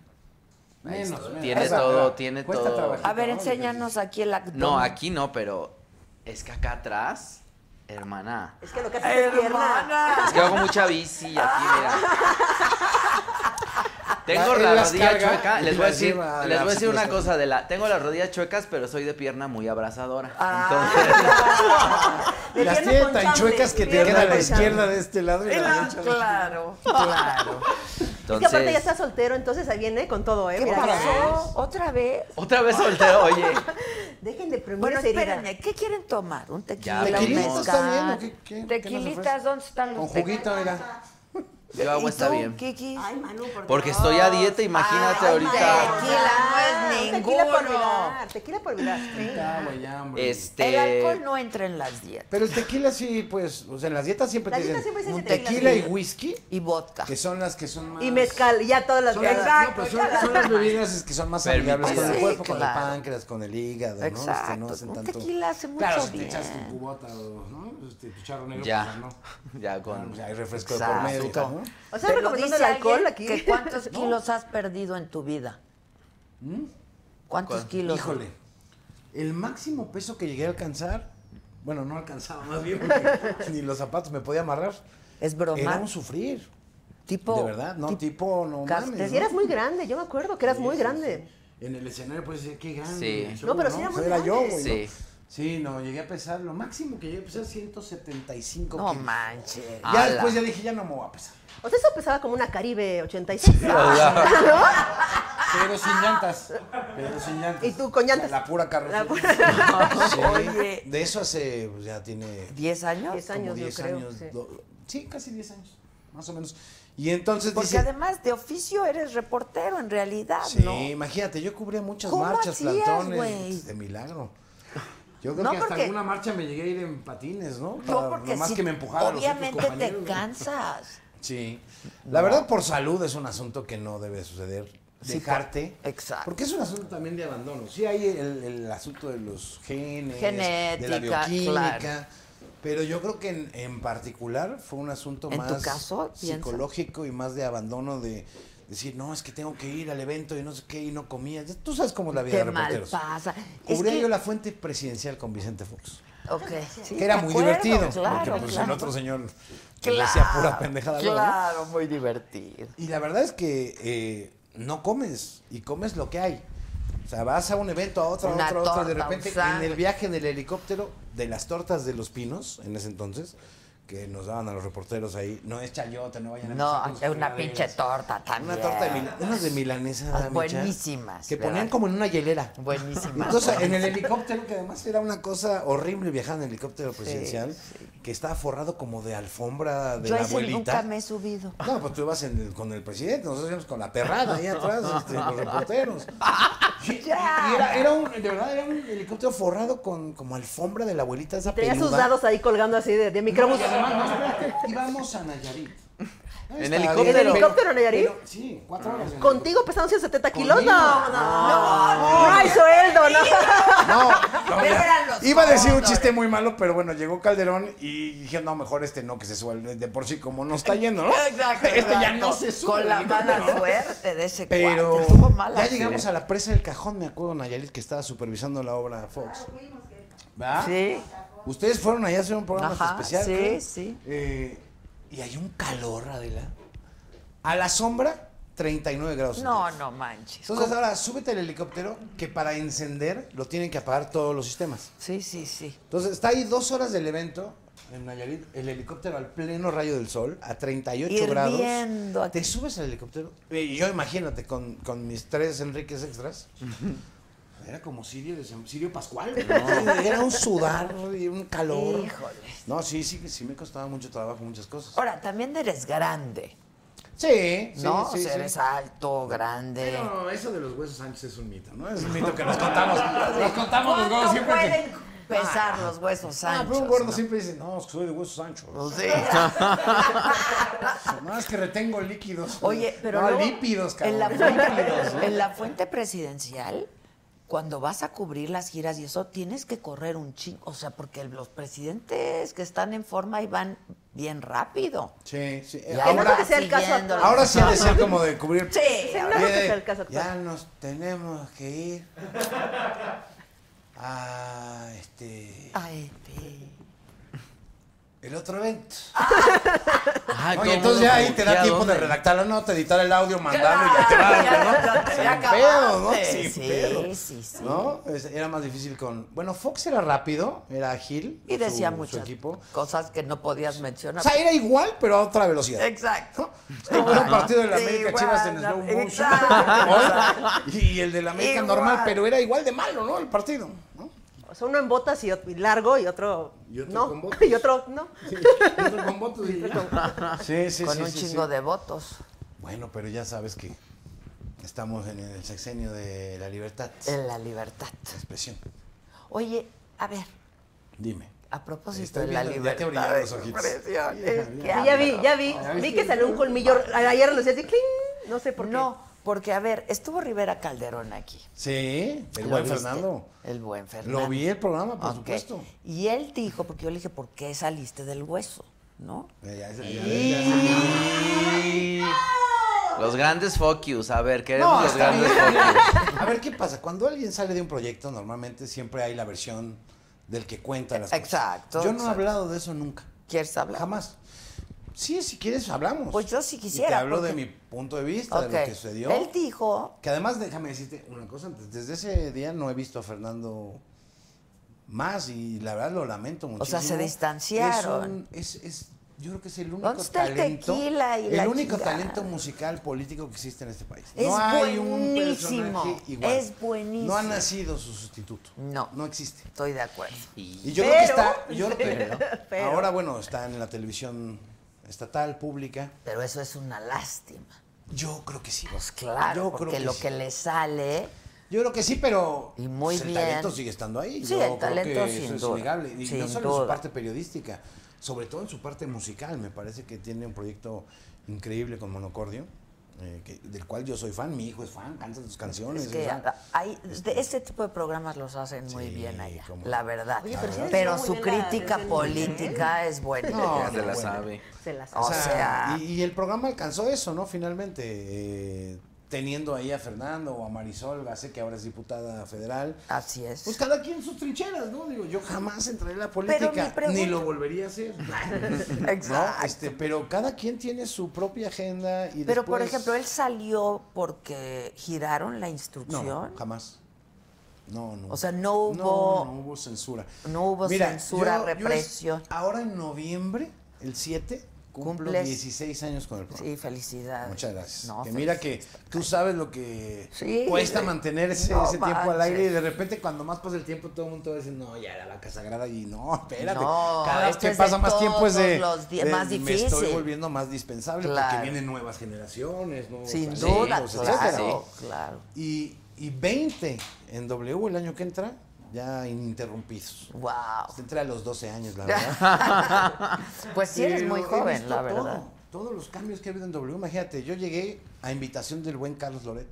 Ahí
Menos,
está.
menos.
Tiene
Esa,
todo,
pero
tiene
cuesta
todo.
trabajar.
A ver, enséñanos aquí el acto.
No, aquí no, pero es que acá atrás, hermana.
Es que lo que hace es pierna.
Es
Hermana.
que hago mucha bici y aquí, mira. Tengo
Ah, él
la
las
rodilla
carga
chueca.
y
Les voy a
las
decir,
lleva a
les
la
voy a decir una
ciclista.
cosa de la. Tengo las rodillas chuecas, pero soy de pierna muy abrazadora.
Ah,
Entonces,
De
Las
pierna
tiene
con
tan
chambre,
chuecas que te
pierna
queda a la
con
izquierda de este lado y la
claro,
derecha.
Ah, claro, claro.
Es que aparte ya
entonces
está soltero, entonces ahí viene con todo, ¿eh?
¿Qué
Mira,
pasó? ¿Otra vez?
otra vez soltero, oye.
Dejen de premiar
Bueno,
esa herida.
espérenme, ¿qué quieren tomar? ¿Un tequila?
Ya,
¿Un
¿tequilita
mezcal?
está bien o qué- qué- qué nos
¿Tequilitas?
ofreces?
¿Dónde están
Con
los tequilas?
juguito, mira.
Yo hago está bien.
Kiki?
Ay, Manu, por
Porque
favor.
estoy a dieta, imagínate
Ay,
ahorita.
Tequila no es
Tequila por
ninguno.
mirar, tequila por mirar.
Ya, güey, ya, hombre.
Este.
El alcohol no entra en las dietas.
Pero el tequila sí, pues, o sea, en las dietas siempre
Las
te
dietas
dicen
siempre dicen
un
tequila,
tequila
sí.
y whisky,
Y vodka.
que son las que son más...
Y mezcal, y ya todas las
Son las,
Exacto.
no, pero son, son las bebidas que son más saludables
Permitidas.
con el
Sí,
cuerpo, con el
claro.
páncreas, con el hígado, ¿no? Este,
Exacto.
no hacen
Un
tanto-
tequila hace mucho
Claro, si te
bien.
echas tu cubota o, ¿no? Este, tu charro negro,
Ya,
pues,
ya
no. Claro,
con.
pues, hay refresco de por medio.
Exacto.
¿no?
O
Te
sea,
lo
recomendando
dice
el alcohol
alguien
aquí.
que ¿Cuántos kilos has perdido en tu vida? ¿Cuántos
¿Cuál?
kilos?
¿Mm? Híjole, el máximo peso que llegué a alcanzar, bueno, no alcanzaba más bien, porque ni los zapatos me podía amarrar,
Es broma.
era un sufrir.
tipo.
de verdad, no, tipo, no
cas-
mames.
te-
Si eras muy grande, yo me acuerdo que eras muy grande.
En el escenario puedes decir, qué grande.
Sí.
el show,
No, pero sí era muy
era yo,
grande.
güey.
Sí.
¿no? Sí, no, llegué a pesar, lo máximo que llegué a pesar 175
No
kilos.
manches.
Ya
Ala.
después ya dije, ya no me voy a pesar.
O sea, eso pesaba como una Caribe 86.
Pero sin llantas. Pero sin llantas.
Y tú con llantas.
La pura carrocería.
La pura-
Sí,
Oye.
De eso hace, pues, ya tiene
¿Diez años?
Diez
como
años, yo
10
creo,
años.
sí.
do- sí, casi 10 años, más o menos. Y entonces
Porque
dice,
además de oficio eres reportero en realidad,
Sí,
¿no?
imagínate, yo cubría muchas
¿Cómo
marchas,
hacías,
plantones, pues,
güey?
de milagro. Yo creo
No,
que hasta
porque-
alguna marcha me llegué a ir en patines, ¿no?
No, porque
más
sí,
que me empujaba los
obviamente
otros
te
compañeros.
cansas.
Sí. La verdad, por salud es un asunto que no debe suceder.
Sí,
Dejarte.
por- exacto.
Porque es un asunto también de abandono. Sí, hay el, el asunto de los genes, de
Genética,
la bioquímica.
claro.
Pero yo creo que en, en particular fue un asunto
¿En tu
más
caso, piensas?
psicológico y más de abandono de decir, no, es que tengo que ir al evento y no sé qué, y no comía. Ya Tú sabes cómo es la vida
Qué
de
mal
reporteros.
pasa. Es
Cubría
que-
yo la fuente presidencial con Vicente Fox.
Ok. sí,
que era
me
muy
acuerdo,
divertido.
Claro,
porque pues
claro.
el otro señor que
Claro,
decía pura pendejada. luego, ¿no?
Claro, muy divertido.
Y la verdad es que eh, no comes y comes lo que hay. O sea, vas a un evento, a otro, a
Una
otro, a otro. y de
torta, un
repente, en
sándwich.
el viaje en el helicóptero de las tortas de los pinos, en ese entonces, que nos daban a los reporteros ahí, no es chayote, no vayan a
No,
empezar con sus
es una
chingaderas.
pinche torta también.
Una torta de milanesa. Unas de milanesa.
Ah,
¿verdad, Micha?
buenísimas,
Que ponían
¿verdad?
como en una hielera.
Buenísimas.
Entonces, en el helicóptero, que además era una cosa horrible viajar en el helicóptero presidencial, que estaba forrado como de alfombra de
Yo a
la
ese
abuelita.
nunca me he subido.
No, pues tú vas en el- con el presidente, nosotros íbamos con la perrada ahí atrás, este, los reporteros. Y, y era, era un, de verdad, era un helicóptero forrado con como alfombra de la abuelita esa
Tenía sus
peluda.
dados ahí colgando así de, de microbús.
Y además, no, espérate, íbamos a Nayarit.
En
está
helicóptero.
bien,
En
helicóptero,
pero-
Nayarit.
pero- Sí, cuatro horas. en
Contigo pesaron 170 kilos.
Conmigo.
No, no, no. No hay sueldo, no.
No,
Pero eran los eh.
iba a decir un
cóndores.
chiste muy malo, pero bueno, llegó Calderón y dije, no, mejor este no, que se suele de por sí como nos está yendo, ¿no?
Exacto,
este ya
exacto.
no se sube.
Con la
¿no?
mala suerte de ese
Pero
cuate. Estuvo mala
ya llegamos a la presa del cajón, me acuerdo, Nayarit, que estaba supervisando la obra Fox. ¿Verdad?
Sí.
Ustedes fueron allá a hacer un programa
Ajá,
especial.
sí,
creo.
sí.
Eh, y hay un calor, Adela. A la sombra, 39 grados.
No,
centígrados.
no manches.
Entonces ahora súbete al helicóptero que para encender lo tienen que apagar todos los sistemas.
Sí, sí, sí.
Entonces, está ahí dos horas del evento en Nayarit, el helicóptero al pleno rayo del sol, a 38
Hirviendo
grados.
aquí.
Te subes al helicóptero. Y yo imagínate, con, con mis tres Enriques extras. Era como Sirio, de Sem- Sirio Pascual. ¿no? Era un sudar y un calor.
Híjole.
No, sí, sí, sí me costaba mucho trabajo muchas cosas.
Ahora, también eres grande,
Pues, Sí, sí,
¿no?
sí,
o sea,
sí.
eres alto, grande.
No, eso de los huesos anchos es un mito, ¿no?
Es un mito que nos contamos. Nos contamos los gordos
¿Cuánto
siempre. que-
pueden pesar los huesos
Ah,
anchos?
pero un gordo
no?
siempre dice, no, es que soy de huesos anchos.
Pues sí.
No, es que retengo líquidos.
Oye, pero
No,
luego,
lípidos, cabrón.
En la, fuente,
Lípidos, ¿eh? ¿no?
en la fuente presidencial, cuando vas a cubrir las giras y eso, tienes que correr un chingo. O sea, porque los presidentes que están en forma y van bien rápido.
Sí, sí.
Y
Que no es lo
Ahora,
que sea el caso
siguiéndolo.
ahora sí ha de ser como de cubrir.
Sí,
Sí, no
Oye,
es lo que sea el caso
ya
actual.
nos tenemos que ir a este
Ay, te-
el otro evento.
Ah,
Oye,
¿cómo
entonces
no?
ya ahí te
¿Y
da
a
tiempo de
dónde?
redactar la nota, editar el audio, mandarlo y ya te vas,
Ya,
¿no?
ya, ya,
Sin
ya
pedo, ¿no?
acabaste.
Sin
Sí,
pedo.
sí, sí.
¿No? Es- Era más difícil con. Bueno, Fox era rápido, era ágil.
Y decía
su- Su
muchas
equipo.
cosas que no podías
O
mencionar.
sea, era igual, pero a otra velocidad.
Exacto.
Es como ver un partido de la
Sí,
América
igual,
Chivas en slow motion.
exacto.
¿no? Y el de la América
Igual.
normal, pero era igual de malo, ¿no? El partido. ¿no?
O sea, uno en botas y, ot- y largo y otro.
Y otro
no.
con botas.
Y otro, no.
Otro con votos y ya.
Sí, sí,
Con un chingo de votos.
Bueno, pero ya sabes que estamos en el sexenio de la libertad de
En la libertad.
expresión.
Oye, a ver,
Dime.
a propósito
Estoy
de la
viendo, ya
libertad.
te
de
brillaron los ojitos.
expresión, es que
Sí, ya vi,
hablo.
ya vi. Vi que salió un colmillo. Ayer lo hacía así, cling. No sé por qué.
No, porque a ver, estuvo Rivera Calderón aquí.
Sí, el
¿Lo
buen
viste?
Fernando.
El buen Fernando.
Lo vi el programa, por
Ok.
supuesto.
Y él dijo, porque yo le dije, ¿por qué saliste del hueso? ¿No?
Ya, ya, ya, ya,
Los grandes fuck yous. A ver,
ya.
queremos
No,
los
está
grandes fuck
bien.
yous.
A ver, ¿qué pasa? Cuando alguien sale de un proyecto, normalmente siempre hay la versión del que cuenta las cosas.
Exacto,
Yo no he
exacto.
hablado de eso nunca.
¿Quieres hablar?
Jamás. Sí, si quieres hablamos.
Pues yo sí
Y te
quisiera,
hablo de
porque-
mi punto de vista, de
Ok.
lo que sucedió.
Él dijo,
Que además déjame decirte una cosa antes. Desde ese día no he visto a Fernando más y la verdad lo lamento
sea,
muchísimo.
se
Es un-
distanciaron.
Es, es- yo creo que es el único
¿Dónde está el
talento,
tequila y
el
la
único
chingada?
talento musical político que existe en este país.
Es
no hay un
buenísimo,
personaje igual.
es buenísimo.
No ha nacido su sustituto.
No.
No existe.
estoy de acuerdo.
Y yo creo que está. yo creo que- Ahora, bueno, está en la televisión estatal, pública.
Pero eso es una lástima.
Yo creo que sí.
Pues claro,
Yo creo
porque
que
lo
sí.
que le sale,
Yo creo que sí, pero
Y muy
pues, el
bien.
talento sigue estando ahí.
Sí,
Yo
el
creo
talento
que
sin
eso es
duda,
innegable. Y no
sin
solo en
duda.
su parte periodística, sobre todo en su parte musical. Me parece que tiene un proyecto increíble con Monocordio, eh, que- del cual yo soy fan. Mi hijo es fan, canta sus canciones.
es que
o sea,
hay, de este tipo de programas los hacen muy
Sí,
bien allá,
cómo
la
no.
verdad.
Oye,
pero
pero sí les quedó muy
su
bien la
crítica
versión
política es buena.
¿eh? No,
Se la
bueno.
sabe.
Se las
o sea-
y, y el programa alcanzó eso, ¿no? Finalmente, eh, teniendo ahí a Fernando o a Marisol Gacé, que ahora es diputada federal.
Así es.
Pues cada quien sus trincheras, ¿no? Digo, yo jamás entraré en la
mi
política, ni
pregunta-
lo volvería a hacer.
Exacto.
¿no? Este, pero cada quien tiene su propia agenda y
Pero, por
después-
ejemplo, él salió porque giraron la instrucción.
No, jamás. No, no.
O sea, no
No,
hubo-
No, hubo censura.
no hubo censura, represión.
ahora en noviembre, el 7, cumplo
Cumples-
16 años con el programa.
Sí, felicidades.
Muchas gracias.
No,
que mira que
felicidades.
tú sabes lo que
Sí,
cuesta
sí.
mantener ese,
No
ese tiempo al aire y
manches.
de repente cuando más pasa el tiempo todo el mundo va a decir, no, ya era vaca sagrada y no, espérate.
No,
Cada vez
esto
que
es de
pasa más tiempo es de,
todos los días,
de-
más
Me estoy
difícil.
volviendo más dispensable
Claro.
porque vienen nuevas generaciones, nuevos
Sin
talentos,
duda,
etcétera.
claro, claro.
Y, y 20 en W el año que entra, ya ininterrumpidos.
Wow.
Entré a los 12 años, la verdad.
Pues sí, eres
Pero
muy
he
joven,
visto
la
todo,
verdad.
Todo, todos los cambios que ha habido en W, imagínate, yo llegué a invitación del buen Carlos Loret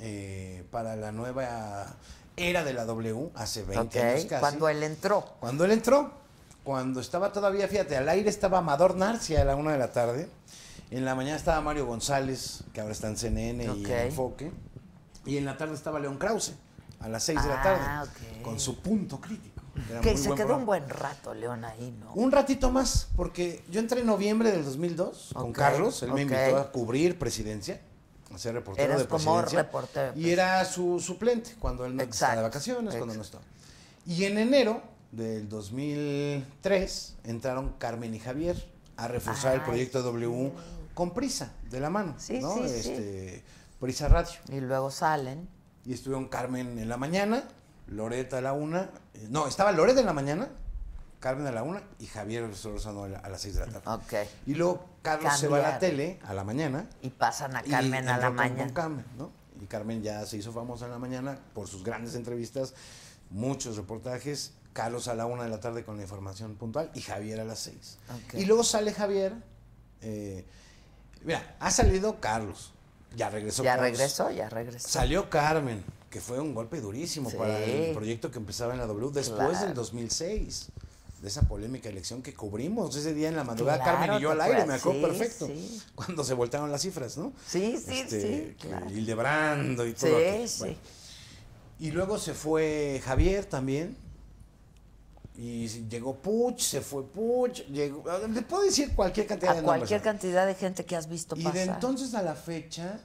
eh, para la nueva era de la W hace 20 años
Ok,
casi.
cuando él entró.
Cuando él entró, cuando estaba todavía, fíjate, al aire estaba Amador Narcia a la una de la tarde. En la mañana estaba Mario González, que ahora está en CNN y
Ok.
en Enfoque. Y en la tarde estaba León Krause, a las seis de la
Ah,
tarde,
ok.
con su punto crítico. que era
Que
muy
se
buen
quedó
programa.
un buen rato, León, ahí, ¿no?
Un ratito más, porque yo entré en noviembre del 2002 con
Ok,
Carlos. Él me
ok.
invitó a cubrir presidencia, a ser reportero
Eras
de
como
presidencia.
reportero de
y era su suplente cuando él no estaba de
Exacto,
vacaciones, cuando no
exacto.
estaba. Y en enero del 2003 entraron Carmen y Javier a reforzar el
Ay,
proyecto W con Prisa, de la mano.
Sí,
¿no?
sí, sí.
este, Prisa Radio.
Y luego salen.
Y estuvieron Carmen en la mañana, Loreta a la una. eh, No, estaba Loreta en la mañana, Carmen a la una y Javier Solórzano a la- a las seis de la tarde.
Ok.
Y luego Carlos se va a la
Cambiaron.
tele a la mañana.
Y pasan a
y
Carmen a
entró
la
con-
mañana.
Con Carmen, ¿no? Y Carmen ya se hizo famosa en la mañana por sus grandes entrevistas, muchos reportajes. Carlos a la una de la tarde con la información puntual y Javier a las seis.
Ok.
Y luego sale Javier. eh, mira, ha salido Carlos. Ya regresó
Ya
Carlos.
regresó, ya regresó.
Salió Carmen, que fue un golpe durísimo
Sí.
para el proyecto que empezaba en la W después
Claro.
del 2006, de esa polémica elección que cubrimos ese día en la madrugada,
Claro,
Carmen y yo
¿te
al aire, me
acuerdas?
acuerdo
Sí,
perfecto,
sí.
cuando se voltaron las cifras, ¿no?
Sí, sí,
Este,
sí.
que
claro.
Hildebrando y todo. aquello.
Sí, sí.
Bueno, y luego se fue Javier también. Y llegó Puch, se fue Puch, llegó. Le puedo decir cualquier cantidad
A
de nombres.
cualquier cantidad de gente que has visto
Y
pasar.
de entonces a la fecha,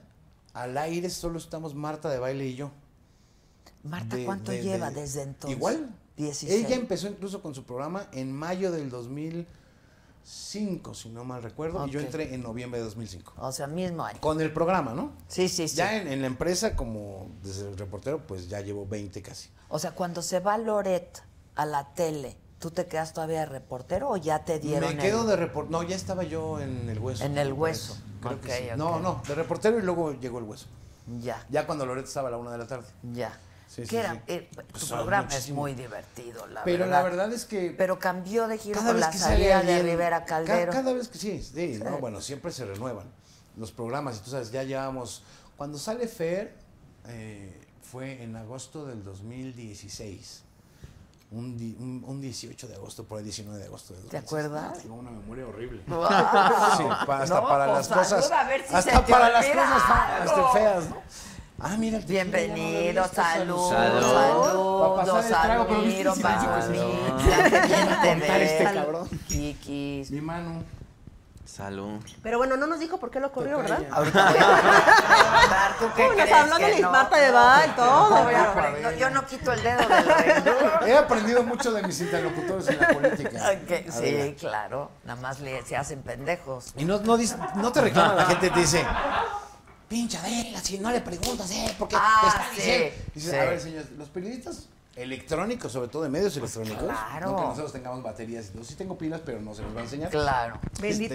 al aire solo estamos Marta de baile y yo.
Marta,
De-
¿cuánto
de- de-
lleva desde entonces?
Igual.
16.
Ella empezó incluso con su programa en mayo del 2005, si no mal recuerdo, y yo
Ok.
entré en noviembre de 2005.
O sea, mismo año.
Con el programa, ¿no?
Sí, sí, sí.
Ya en, en la empresa, como desde el reportero, pues ya llevo 20 casi.
O sea, cuando se va Loret a la tele, ¿tú te quedas todavía de reportero o ya te dieron
Me quedo
el-
de reportero. No, ya estaba yo en el hueso.
En el
me
hueso.
parece. Creo que
Ok,
sí.
ok.
No, no, de reportero y luego llegó el hueso.
Ya,
Ya cuando Loreto estaba a la una de la tarde.
ya.
Sí,
que
sí,
era,
sí.
eh,
Pues,
tu
ah,
programa es
muchísimo.
muy divertido, la
Pero
verdad.
la verdad es que.
Pero cambió de giro
Cada
con
vez
la
que sale
salida de
alguien-
Rivera
ca-
Caldero.
Cada vez que sí, sí, no, bueno, siempre se renuevan los programas. Y tú sabes, ya llevamos. Cuando sale Fer, eh, fue en agosto del 2016. Un, di- un, un 18 de agosto, por el 19 de agosto. del
¿Te
2016.
acuerdas?
Tengo una memoria horrible.
Wow.
Sí, pa- hasta
No,
para
pues,
las cosas.
saluda a ver si
hasta
se te
para las
olvida
cosas fa-
algo.
hasta feas, ¿no? Ah, mira, el tequila,
Bienvenido,
no lo había visto,
salud,
Salud.
salud,
Pa' pasar el trago, pero viste
salud,
el silencio que se
salud.
hizo.
Ya que bien te
Contar este
ves.
cabrón.
Kikis.
Mi mano.
Salud.
Pero bueno, no nos dijo por qué lo corrió, ¿verdad?
Tocaya.
Ahorita voy a preguntar, ¿tú qué
Uy, nos
crees
habló
que
de la
no?
Marta de Baile, todo.
Voy a pre- no, yo no quito el dedo del renglón.
He aprendido mucho de mis interlocutores en la política.
Ok, Sí,
Adela.
claro. Nada más le, se hacen pendejos.
Y no, no, dis- no te reclama la gente, te dice, pincha Adela, si no le preguntas, ¿eh? Porque
Ah,
te está
sí,
diciendo. Y dices,
sí.
a ver, señores, los periodistas electrónicos, sobre todo de medios electrónicos,
Pues claro.
no que nosotros tengamos baterías. Yo sí tengo pilas, pero no se los va a enseñar.
Claro.
Bendito.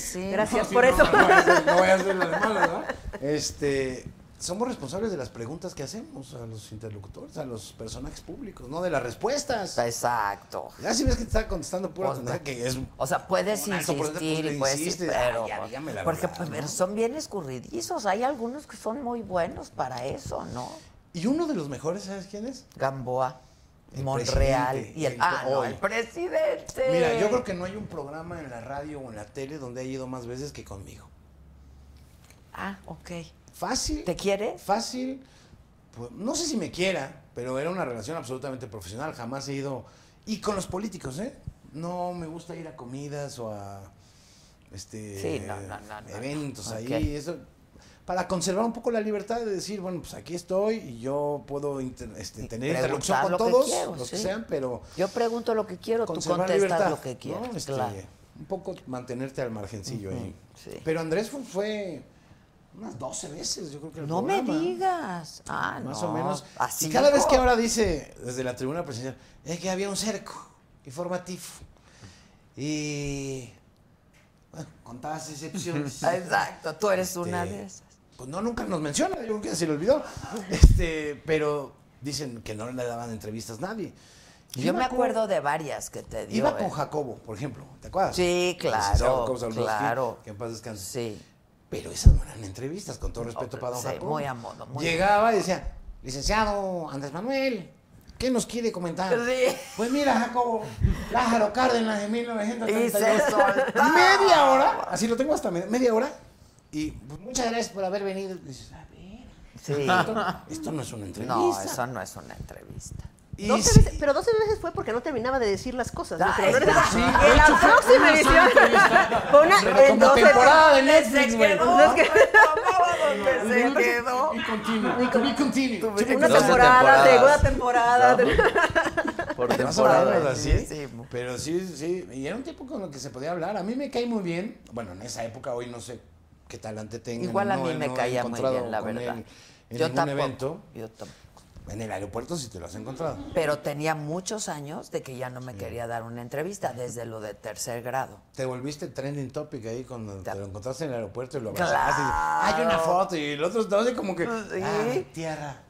Sí, sí.
Gracias
Sí,
por
no,
eso.
No, voy a hacer- no voy a hacer las malas, ¿no? Este, somos responsables de las preguntas que hacemos a los interlocutores, a los personajes públicos, no de las respuestas.
Exacto.
Ya si ves que te está contestando pura
Pues,
tontería, que es
O sea, puedes
Un alto porcentaje,
insistir
pues,
y
le
puedes
insistes.
pero
Ay, ya, dígame la
porque
verdad,
pues,
¿no?
pero son bien escurridizos. Hay algunos que son muy buenos para eso, ¿no?
Y uno de los mejores, ¿sabes quién es?
Gamboa,
El
Monreal
presidente,
y el,
el-
ah, no,
hoy.
el presidente.
Mira, yo creo que no hay un programa en la radio o en la tele donde haya ido más veces que conmigo.
ah, ok.
Fácil.
¿Te quiere?
Fácil. pues, no sé si me quiera, pero era una relación absolutamente profesional. Jamás he ido. Y con los políticos, ¿eh? No me gusta ir a comidas o a este
Sí, no, no, no, no,
eventos
no.
ahí.
Ok.
Eso, para conservar un poco la libertad de decir, bueno, pues aquí estoy y yo puedo inter- este,
Y
tener
preguntar
interrupción con
lo que
todos,
quiero,
los que
sí.
sean, pero
Yo pregunto lo que quiero, tú
conservar
contestas
libertad,
lo que quieras.
¿no? Este,
claro.
Un poco mantenerte al margencillo ahí.
sí.
Pero Andrés fue, fue unas 12 veces, yo creo que el
No me
programa.
digas. Ah,
Más
no.
o menos.
Así.
y cada vez que ahora dice desde la tribuna presidencial, es que había un cerco informativo. Y. Bueno, contabas excepciones.
Exacto, tú eres una
Este,
de esas.
Pues no, nunca nos menciona, yo creo que se le olvidó. Este, pero dicen que no le daban entrevistas a nadie.
Yo me acuerdo de varias que te dio.
Iba
eh.
con Jacobo, por ejemplo, ¿te acuerdas?
Sí, claro,
Jacobo Zabludowski,
claro.
Que en paz descanse.
Sí.
Pero esas no eran entrevistas, con todo respeto para don
sí,
Jacobo.
muy a modo, muy
Llegaba y decía, licenciado Andrés Manuel, ¿qué nos quiere comentar?
Sí.
Pues mira, Jacobo, Lázaro Cárdenas de
Y
1932.
se soltaba.
media hora, así lo tengo hasta media, media hora. Y pues, muchas gracias por haber venido. Y dices, a ver,
Sí.
esto no es una entrevista.
No, eso no es una entrevista.
Y
Doce
sí-
veces- pero 12 veces fue porque no terminaba de decir las cosas. ¿no?
Ah,
Pero no
es-
era-
sí,
en
de
la
hecho, fue
próxima
una sola
edición. Fue una-
Pero
en
como
12
temporada de
Se
Netflix, güey.
quedó,
¿no?
donde se quedó.
Y continuo, y continuo.
Una
Doce
temporada,
temporadas.
de una temporada. de-
Por
Más o menos
temporada.
así.
Sí, sí.
Pero sí, sí. Y era un tiempo con el que se podía hablar. A mí me cae muy bien. Bueno, en esa época, hoy no sé qué talante tenga.
Igual a
No, eh,
mí
no
me
he
caía muy
encontrado
bien, la
con
verdad.
él En
Yo
ningún
tampoco.
evento.
Yo tampoco.
En el aeropuerto sí te lo has encontrado.
Pero tenía muchos años de que ya no me quería dar una entrevista desde lo de tercer grado.
Te volviste trending topic ahí cuando
Ya.
te lo encontraste en el aeropuerto y lo
Claro. Pues
abrazaste. y dices, Hay una foto y el otro estaba así como que.
Sí.
"Ah, tierra,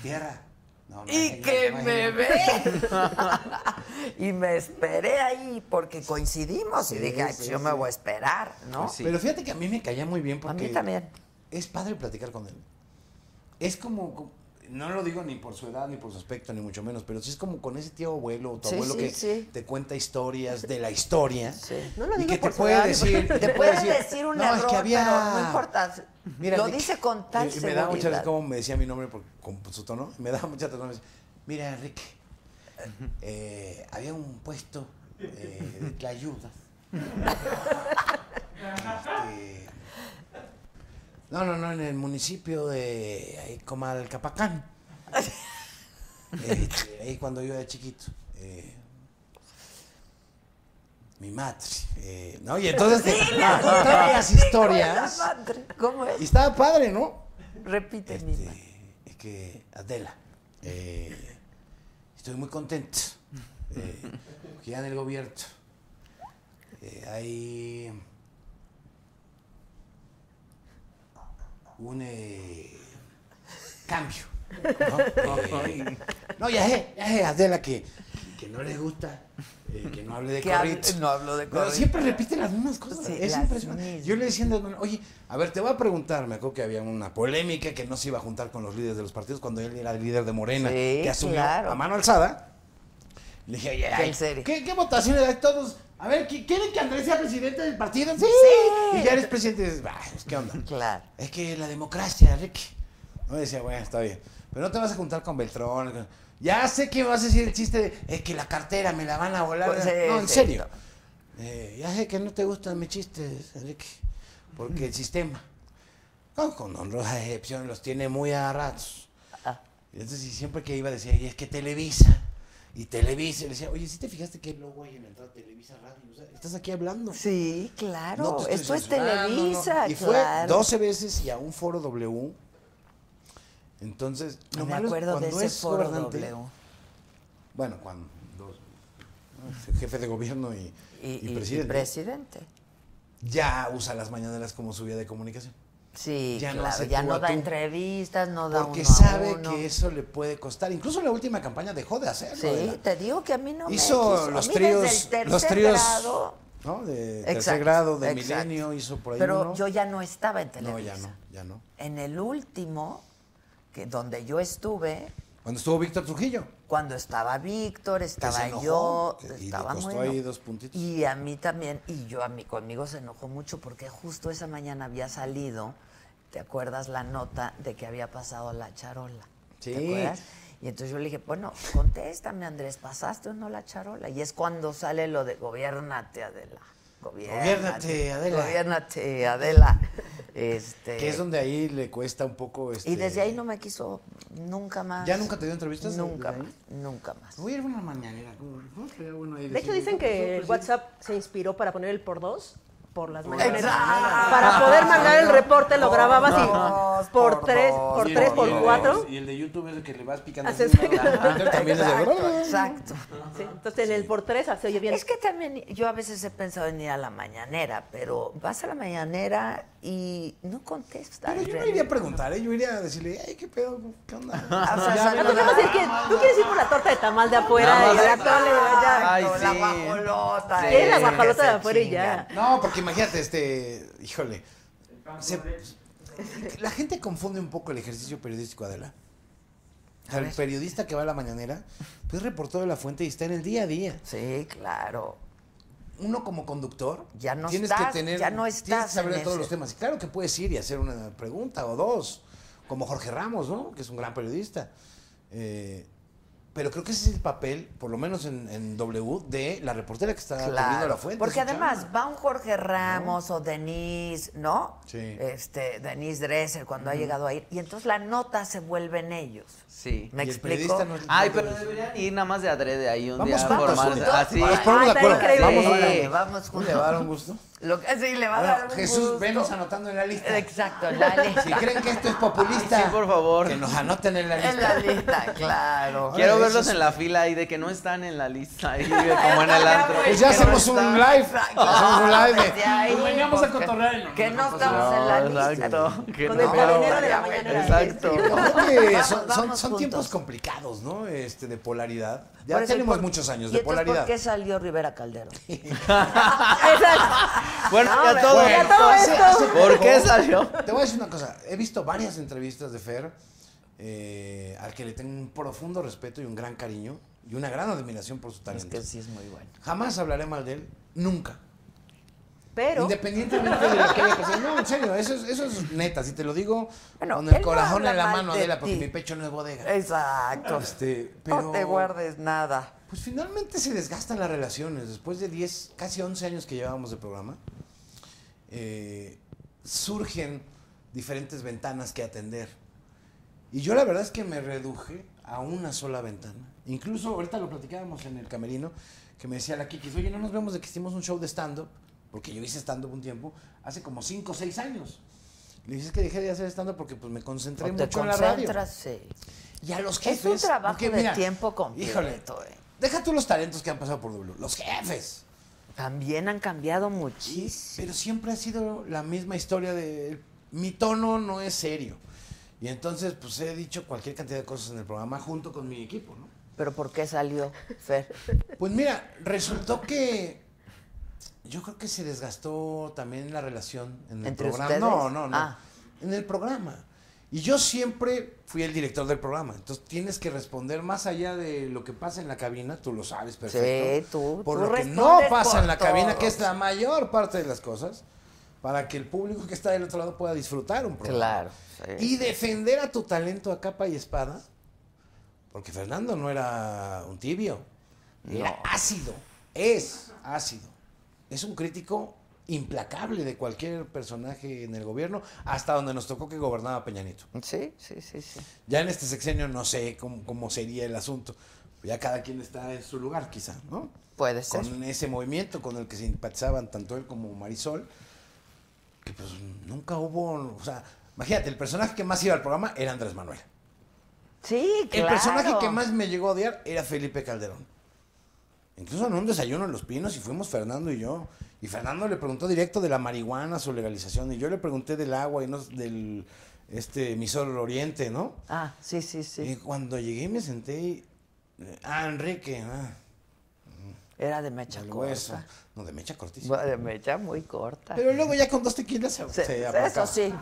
tierra. No, no,
Y
no,
que
no, no,
me
no".
ve. y me esperé ahí porque coincidimos y dije, "Ay, pues yo me voy a esperar, ¿no?
Pues sí.
Pero fíjate que a mí me caía muy bien porque.
A mí también.
Es padre platicar con él. Es como. como- No lo digo ni por su edad, ni por su aspecto, ni mucho menos, pero sí es como con ese tío abuelo o tu
Sí,
abuelo
sí,
que
sí.
te cuenta historias de la historia.
No lo
y
digo
que
por
te
su
puede
edad, ni por-
decir.
Te
puede
pueden decir un
"No, es
error,
que había-
pero no importa. lo
de-
dice con tal
y- y me daba mucha
seguridad.
risa como me decía mi nombre por- con su tono. Me daba mucha risa. me decía, Mira, Enrique, eh, había un puesto eh, de tlayudas. Este, no, no, no, en el municipio de ahí, Comalcapacán. Este, ahí cuando yo era chiquito. eh, mi madre. eh, ¿no? Y entonces te ah, contaba las historias.
Hijo de la madre, ¿Cómo
Y
es?
estaba padre, ¿no?
Repite, mi
Este,
madre.
es que, Adela, eh, estoy muy contento. eh, que ya en el gobierno eh, hay un eh, cambio. ¿no? Eh, no, ya sé, ya sé, Adela, que, que no le gusta eh, que no hable de
Que hable-
corritos.
no hablo de
Pero
corritos.
siempre repite las mismas cosas.
Sí,
es
las
impresionante.
mismas.
Yo le decía, a Andrés Manuel, oye, a ver, te voy a preguntar, me acuerdo que había una polémica que no se iba a juntar con los líderes de los partidos cuando él era el líder de Morena,
Sí,
que asumió
claro.
a mano alzada. Le dije, oye, ay,
en serio.
¿qué, ¿qué votaciones hay todos? A ver, ¿qui- ¿quieren que Andrés sea presidente del partido? Sí. Y ya eres presidente. Y dices, "Bah, pues, ¿qué onda?
Claro.
Es que la democracia, Ricky. No decía, bueno, está bien. Pero no te vas a juntar con Beltrón. con- Ya sé que vas a decir el chiste de, es que la cartera me la van a volar.
Pues, eh,
no, en
sí,
serio. Eh, ya sé que no te gustan mis chistes, Enrique, porque el sistema, con, con honrosas excepciones, los tiene muy a ratos.
Ah.
Entonces, y siempre que iba decía, y es que Televisa, y Televisa, y le decía, oye, ¿sí te fijaste que el logo ahí en la entrada de Televisa Radio? O sea, estás aquí hablando.
Sí, claro.
No te estoy
Esto es
censurando,
Televisa,
no. Y fue
claro.
12 veces y a un foro W. Entonces,
No me
malo es
acuerdo de
cuando
ese
es
foro
gobernante-
W.
Bueno, cuando dos, jefe de gobierno y,
Y,
y
y- y
presidente,
presidente.
ya usa las mañaneras como su vía de comunicación.
Sí,
Ya no
claro.
hace
ya
tú
no
a
da
tú.
entrevistas, no da
Porque
uno a
sabe
uno.
que eso le puede costar. Incluso la última campaña dejó de hacerlo.
Sí,
Adela.
te digo que a mí no me
hizo
quiso.
los
A mí desde el
tríos,
tercer
los tríos,
grado-
¿no? De tercer
Exacto,
grado, de
exacto.
milenio, hizo por ahí
Pero
uno.
yo ya no estaba en
no,
Televisa.
ya no, ya no.
En el último, que donde yo estuve,
Cuando estuvo Víctor Trujillo.
cuando estaba Víctor, estaba
enojó,
yo,
que- y le
estaba
costó
muy
ahí
eno-
dos puntitos.
Y a mí también, y yo a mí conmigo se enojó mucho porque justo esa mañana había salido, ¿te acuerdas la nota de que había pasado la charola? ¿Te
Sí.
acuerdas? Y entonces yo le dije, bueno, contéstame Andrés, ¿pasaste o no la charola? Y es cuando sale lo de gobiernate, Adela.
Gobiérnate, Adela.
Gobiernate, Adela. Este,
Que es donde ahí le cuesta un poco este.
y desde ahí no me quiso nunca más.
¿Ya nunca te dio entrevistas desde
Nunca
ahí?
más, nunca más.
Voy a ir a una mañanera. ¿cómo? ¿Cómo estaría bueno ahí
De hecho,
decirle,
dicen que el
"Pues sí".
WhatsApp se inspiró para poner el por dos. por las mañaneras.
Exacto.
Para poder mandar el reporte lo grababas y
dos,
por,
por
tres,
dos,
por
Y el-
tres,
y
por
el de-
cuatro.
Y el de YouTube es el que le vas picando.
Haces-
así, ¿no? La- también es de-
Exacto, exacto.
Sí, Entonces en el por tres se oye bien.
Es que también yo a veces he pensado en ir a la mañanera, pero vas a la mañanera y no contestas.
Pero yo no
René.
iría a preguntar, ¿eh? yo iría a decirle, ay, qué pedo, qué onda.
O sea,
Ya,
saluda.
mira,
Vamos a decir que tú quieres ir por la torta de tamal de afuera
Nada
y
más
la
eso.
tole, ya.
Ay,
La
sí.
guajolota.
Sí.
esa
Es la
que
guajolota de
se
afuera y ya.
chinga.
No, porque imagínate, este, híjole, se- la gente confunde un poco el ejercicio periodístico, Adela. O sea, el periodista que va a la mañanera, pues es reportero de la fuente y está en el día a día.
Sí, claro.
Uno como conductor,
Ya no
tienes
estás,
que tener,
ya no
tienes
estás
que saber
en
de todos
ese.
los temas. Y claro que puedes ir y hacer una pregunta o dos, como Jorge Ramos, ¿no? Que es un gran periodista. Eh, pero creo que ese es el papel, por lo menos en, en W, de la reportera que está cubriendo
Ah, Claro,
la fuente.
porque
es su
además
chamba.
va un Jorge Ramos o Denise, ¿no?
Sí.
Este, Denise Dresser cuando ha llegado a ir. Y entonces la nota se vuelve en ellos.
Sí.
¿Me
Y el
explico?
periodista no es-
Ay, pero deberían ir nada más de adrede ahí un
Vamos
día Ah, a
juntos,
formarse.
juntos.
Así.
Nos ponemos de
Ay, está
acuerdo.
increíble.
Vamos
Sí.
órale.
Órale, vamos
¿Le
juntos.
va a dar un gusto?
Lo que, sí, le va a
Bueno,
dar un
Jesús,
gusto.
venos anotando en la lista.
Exacto, en la lista.
Si creen que esto es populista,
Ay, sí, por favor.
que nos anoten en la lista.
En la lista, claro.
Ahora,
Quiero
eso
verlos
es-
en la fila ahí de que no están en la lista ahí, como en el antro.
Pues ya
Que no
hacemos un
están.
live. Hacemos un live. de-
veníamos a cotorrear. Que no estamos en la
No,
lista.
Exacto. que
Con
no.
el cadenero de la
Ya, güey,
mañana.
Exacto.
Oye,
Vamos,
son, son-
vamos
son
juntos.
tiempos complicados, ¿no? Este, de polaridad. Ya
Por eso, ¿y
tenemos
por-
muchos años
¿y
de
entonces
polaridad.
¿Por qué salió Rivera Calderón?
Exacto.
Bueno,
No,
ya
hombre,
todo.
ya todo
hace-
esto.
hace
¿Por
poco-
qué salió?
Te voy a decir una cosa. He visto varias entrevistas de Fer, eh, al que le tengo un profundo respeto y un gran cariño y una gran admiración por su
Es
talento.
que sí es muy bueno.
Jamás hablaré mal de él, nunca.
Pero
Independientemente de lo que haya pasado. No, en serio, eso es, eso es neta. Si te lo digo
Bueno,
con
él
el
no
corazón
habla
en la
mal
mano,
de
Adela, porque
ti.
mi pecho no es bodega.
Exacto.
Este, pero,
No te guardes nada.
Pues finalmente se desgastan las relaciones. Después de 10, casi 11 años que llevábamos de programa, eh, surgen diferentes ventanas que atender. Y yo la verdad es que me reduje a una sola ventana. Incluso ahorita lo platicábamos en el camerino, que me decía la Kikis, oye, no nos vemos de que hicimos un show de stand-up, porque yo hice stand-up un tiempo, hace como 5 o 6 años. Le dije, es que dejé de hacer stand-up porque pues me concentré
O te
mucho en la radio.
concentras, sí.
Y a los
Es
jefes.
un trabajo
porque,
de tiempo completo, eh.
Deja tú los talentos que han pasado por W. Los jefes.
También han cambiado muchísimo.
Pero siempre ha sido la misma historia de mi tono no es serio. Y entonces, pues he dicho cualquier cantidad de cosas en el programa junto con mi equipo, ¿no?
Pero ¿por qué salió Fer?
Pues mira, resultó que yo creo que se desgastó también la relación en el
¿Entre
programa.
ustedes?
No, no, no.
Ah.
En el programa. Y yo siempre fui el director del programa. Entonces tienes que responder más allá de lo que pasa en la cabina, tú lo sabes perfecto.
Sí, tú-
Por
tú
lo que no
respondes
pasa
por
en la cabina, que
todos.
es la mayor parte de las cosas, para que el público que está del otro lado pueda disfrutar un programa.
Claro.
Y defender a tu talento a capa y espada, porque Fernando no era un tibio, era ácido, es ácido. Es un crítico implacable de cualquier personaje en el gobierno, hasta donde nos tocó que gobernaba Peñanito.
Sí, sí, sí, sí.
Ya en este sexenio no sé cómo, cómo sería el asunto. Ya cada quien está en su lugar, quizá, ¿no?
Puede ser.
Con ese movimiento con el que simpatizaban tanto él como Marisol, que pues nunca hubo. O sea, imagínate, el personaje que más iba al programa era Andrés Manuel.
Sí,
El
claro.
personaje que más me llegó a odiar era Felipe Calderón. Incluso en un desayuno en Los Pinos y fuimos Fernando y yo. Y Fernando le preguntó directo de la marihuana, su legalización. Y yo le pregunté del agua y no del este emisor Oriente, ¿no?
Ah, sí, sí,
Y
sí.
cuando llegué me senté y... eh, Ah, Enrique, ah,
Era de mecha
del hueso.
corta.
No, de mecha cortísima.
Bueno, De mecha muy corta.
Pero luego ya con dos tequilas se,
Sí,
se
eso
aplacaba.
sí.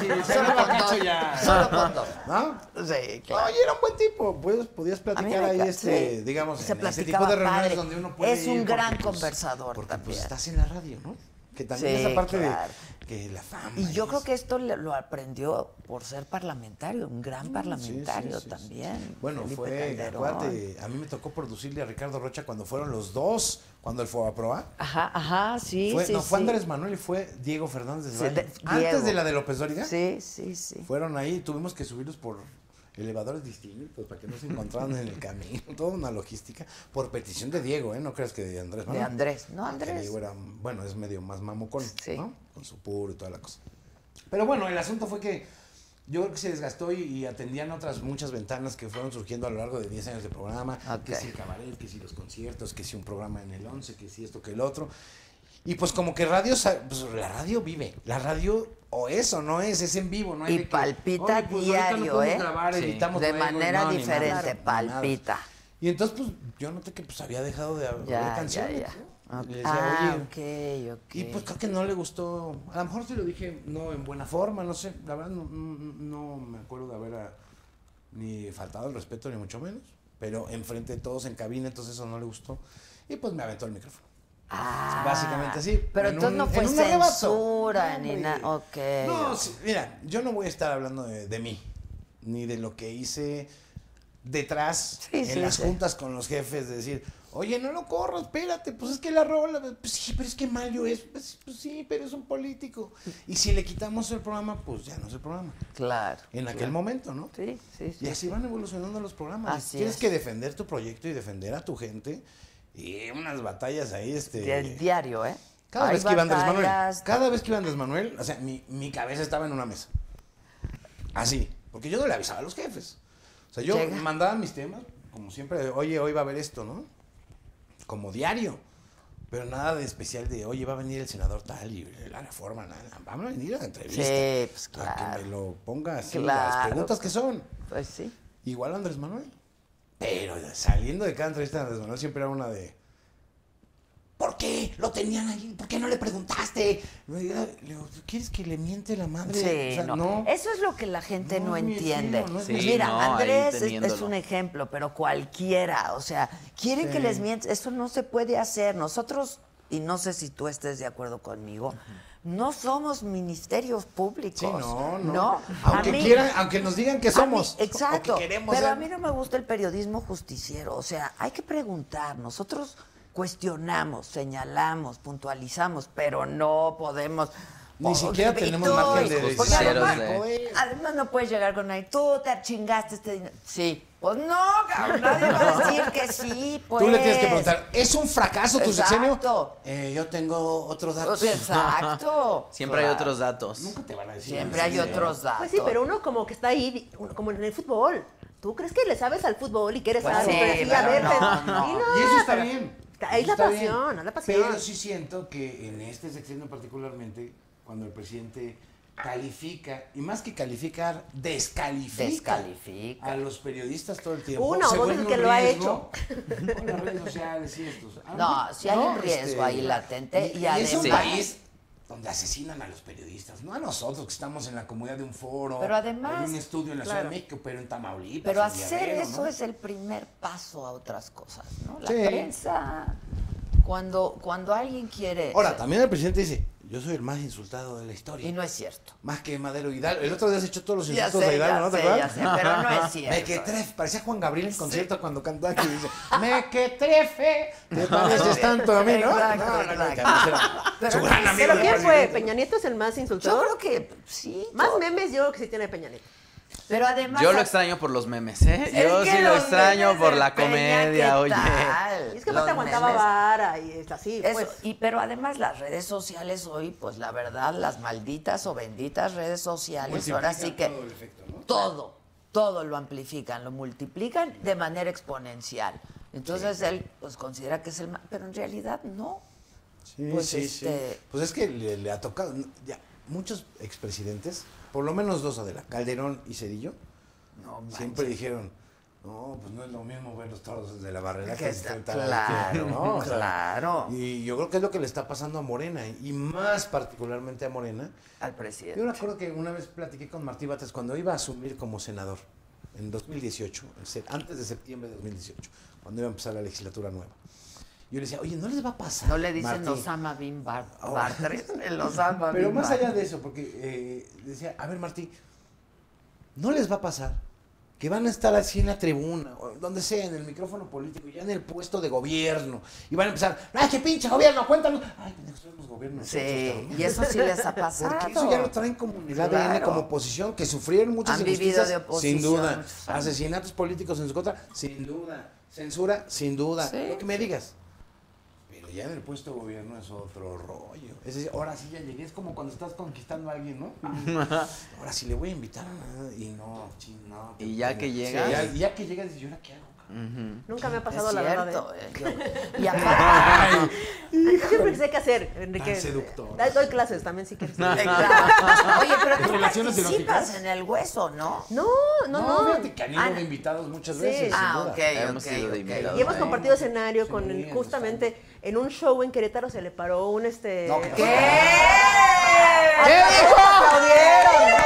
sí, se aplacaba ya.
Solo con dos.
¿No?
Sí, claro.
Oye, era un buen tipo, pues podías platicar
me
ahí,
ca-
este,
sí.
digamos,
Se
en ese tipo
platicaba
de reuniones
padre.
donde uno puede
Es un
ir porque,
gran
pues,
conversador
porque,
también.
pues estás en la radio, ¿no? Que también
Sí,
esa parte
claro.
de que la fama.
Y yo
eso.
creo que esto le- lo aprendió por ser parlamentario, un gran
Sí, sí,
parlamentario
sí, sí.
también.
Bueno,
Felipe
fue,
Calderón.
acuérdate, a mí me tocó producirle a Ricardo Rocha cuando fueron los dos, cuando él fue a probar.
Ajá, ajá, sí,
Fue-
sí,
no, fue
sí.
Andrés Manuel y fue Diego Fernández de
Sí,
Valle.
de-
Antes
Diego.
de la de López Dóriga.
Sí, sí, sí.
Fueron ahí y tuvimos que subirlos por elevadores distintos para que no se encontraran en el camino. Toda una logística por petición de Diego, ¿eh? No creas que de Andrés.
De
Manuel.
Andrés, ¿no,
Porque
Andrés?
Diego era, bueno, es medio más mamucón,
Sí.
¿no? Con su puro y toda la cosa. Pero bueno, el asunto fue que yo creo que se desgastó y, y atendían otras muchas ventanas que fueron surgiendo a lo largo de 10 años de programa. Que
Ok.
si el cabaret, que si los conciertos, que si un programa en el 11, que si esto, que el otro. Y pues como que radio, sa- pues la radio vive. La radio o es o no es, es en vivo, no hay
Y
de que,
palpita
"Oye, pues, ahorita no
diario,
podemos
¿eh?
grabar,
Sí.
editamos
De
luego", y
manera
no, ni nada,
diferente,
ni nada.
palpita.
Y entonces pues yo noté que pues había dejado de haber
Ya, ya,
canciones.
ya.
¿no? Y le decía,
Ah,
"Oye,
ok, ok.
y pues creo que no le gustó. A lo mejor sí lo dije no en buena forma, no sé. La verdad no, no- no me acuerdo de haber ah, ni faltado el respeto, ni mucho menos. Pero enfrente de todos en cabina, entonces eso no le gustó. Y pues me aventó el micrófono.
Ah,
Básicamente así.
Pero
en
entonces
un-
no
en
fue
un arrebato.
censura
No,
ni
hombre.
nada. Ok.
No, sí, mira, yo no voy a estar hablando de, de mí, ni de lo que hice detrás
Sí,
en
sí,
las
sí.
juntas con los jefes, de decir, oye, no lo corro, espérate, pues es que la rola, pues sí, pero es que Mario es, pues, pues sí, pero es un político. Y si le quitamos el programa, pues ya no es el programa.
Claro.
En aquel
claro.
momento, ¿no?
Sí, sí, sí.
Y este así van evolucionando los programas.
Así
Tienes
es.
que defender tu proyecto y defender a tu gente. Y unas batallas ahí, este.
Del diario, ¿eh?
Cada
Hay
vez que iba Andrés Manuel,
batallas.
cada vez que iba Andrés Manuel, o sea, mi, mi cabeza estaba en una mesa. Así, porque yo no le avisaba a los jefes. O sea, yo
Llega.
mandaba mis temas, como siempre, oye, hoy va a haber esto, ¿no? Como diario. Pero nada de especial de, oye, va a venir el senador tal y la reforma, nada. Van a venir a la entrevista.
Sí, pues,
A
claro.
que me lo ponga así, las
Claro.
preguntas que son.
Pues sí.
Igual Andrés Manuel. Pero saliendo de cada entrevista de Andrés Manuel siempre era una de. ¿Por qué lo tenían ahí? ¿Por qué no le preguntaste? Le digo, ¿quieres que le miente la madre?
Sí,
O sea,
no. Eso es lo que la gente no,
No, mi
entiende.
estilo, no es
mi estilo.
Mira,
Sí, no, ahí
Andrés es- es,
teniéndolo.
un ejemplo, pero cualquiera, o sea, quieren que
Sí.
les mientas, eso no se puede hacer. Nosotros, y no sé si tú estés de acuerdo conmigo, no somos ministerios públicos.
Sí, no, no.
A
Aunque,
mí-
quieran, aunque nos digan que
a
somos.
mí- exacto.
o que queremos
pero
ser.
a mí no me gusta el periodismo justiciero. O sea, hay que preguntar. Nosotros cuestionamos, señalamos, puntualizamos, pero no podemos.
Ni siquiera
Y
tenemos
tú, pues,
margen de
porque
decisión. Pues,
además-
de-
Además, no puedes llegar con ahí, tú te chingaste este dinero. Sí. Pues no, cabrón, nadie va a decir que sí, pues.
Tú le tienes que preguntar, ¿es un fracaso tu
Exacto.
sexenio? Eh, yo tengo otros
O
datos.
sea, pues. Exacto.
Siempre hay
Claro.
otros datos.
Nunca te van a decir.
Siempre hay otros datos.
Pues sí, pero uno como que está ahí, uno como en el fútbol. ¿Tú crees que le sabes al fútbol y que eres
Pues
algo?
sí,
pero sí,
pero
a ver,
no,
pero-
no.
sí,
Y eso está
pero-
bien.
Ahí es la
Está bien.
pasión, es la pasión.
Pero sí siento que en este sexenio particularmente, cuando el presidente califica, y más que calificar, descalifica,
Descalifica.
a los periodistas todo el tiempo.
Una o
se
dos
vuelve
veces que
un
lo ha
riesgo Con las redes sociales y estos. Ah, A lo
No,
mejor-
sí hay un riesgo ahí latente y
este, es un
además-
país donde asesinan a los periodistas, no a nosotros que estamos en la comunidad de un foro,
Pero además,
en un estudio en la
claro.
Ciudad de México, pero en Tamaulipas.
Pero
en
hacer
Guerrero,
eso
¿no?
es el primer paso a otras cosas, ¿no? La
Sí.
prensa. Cuando, cuando alguien quiere.
Ahora, también el presidente dice, yo soy el más insultado de la historia.
Y no es cierto.
Más que Madero Hidalgo. El otro día has hecho todos los
Ya
insultos
sé,
de Hidalgo, ¿no?
ya
¿Te
sé, ya
acuerdas? Ah,
sé, pero no es
Me que
cierto.
tref, parecía Juan Gabriel en concierto cuando cantaba que dice, me que trefe, te pareces tanto a mí, ¿no?
Exacto,
No, no, no,
exacto.
que no, Su gran amigo.
¿Pero
del
quién fue?
presidente.
¿Peña Nieto es el más
Yo
insultador?
creo que sí.
Más
yo-
memes yo creo que sí tiene Peña Nieto.
Pero además.
Yo lo extraño por los memes, ¿eh?
Es
Yo
que
sí lo
los
extraño
memes
por
de
la
Peña,
comedia,
¿qué
oye.
tal?
Y es que
Los
aparte aguantaba
memes.
vara y es así,
Eso,
pues.
y, pero además las redes sociales hoy, pues la verdad, las malditas o benditas redes sociales, ahora sí que todo, todo, lo amplifican, lo multiplican de manera exponencial. Entonces él pues considera que es el más, pero en realidad no.
Sí,
Pues,
sí,
este-
sí. Pues es que le, le ha tocado. n- Ya, muchos expresidentes, por lo menos dos Adela, Calderón y Cedillo, siempre dijeron. No, pues no es lo mismo ver los toros desde la barrera
Que
que desde
está-
el taladro,
claro,
¿no? O sea,
claro.
Y yo creo que es lo que le está pasando a Morena, y más particularmente a Morena.
Al
Yo
presidente.
recuerdo que una vez platiqué con Martí Bates cuando iba a asumir como senador, en 2018, en sep- antes de septiembre de 2018, cuando iba a empezar la legislatura nueva. Yo le decía, oye, ¿no les va a pasar?
No le dicen
Martí?"
Osama Bin Bar-
Oh.
Bartres, el Osama
Pero
Bin
más
Bar-
allá de eso, porque eh, decía, a ver, Martí, ¿no les va a pasar que van a estar así en la tribuna, o donde sea, en el micrófono político, ya en el puesto de gobierno, y van a empezar, ¡ay, qué pinche gobierno! ¡Cuéntanos! ¡Ay, pendejos, son los gobiernos!
Sí, y eso sí les ha pasado.
Porque eso ya lo traen como en el ADN,
Claro.
como oposición, que sufrieron muchas
Han vivido
injusticias,
de oposición,
sin duda.
sí.
Asesinatos políticos en su contra, sin duda. Censura, sin duda.
Sí.
Lo que me digas. Pero ya en el puesto de gobierno es otro rollo. Es decir, ahora sí ya llegué. Es como cuando estás conquistando a alguien, ¿no? ahora sí le voy a invitar a- Y no, ching, no.
Y ya que
Sí,
llegas.
ya- y ya que llegas, dices, ¿y ahora qué hago? cabrón?"
Nunca me ha
Es
pasado la
cierto,
verdad. ¿eh?
eh, yo- Y aparte,
Ay, yo siempre sé qué hacer, Enrique.
Tan seductor.
Da- Doy clases también si quieres.
Exacto. Oye, pero tú
Relaciones
participas
eróticas.
en el hueso, ¿no?
No, no,
No,
no.
fíjate que han ido
Ah,
de invitados muchas
Sí.
veces. sin
Ah,
duda.
ok,
Hemos
ok,
sido de
ok.
invitados.
Y hemos
Sí.
compartido escenario con
Sí,
el-
en los
justamente en un show en Querétaro se le paró un este.
No,
¿Qué? Eh,
¿Qué dijo?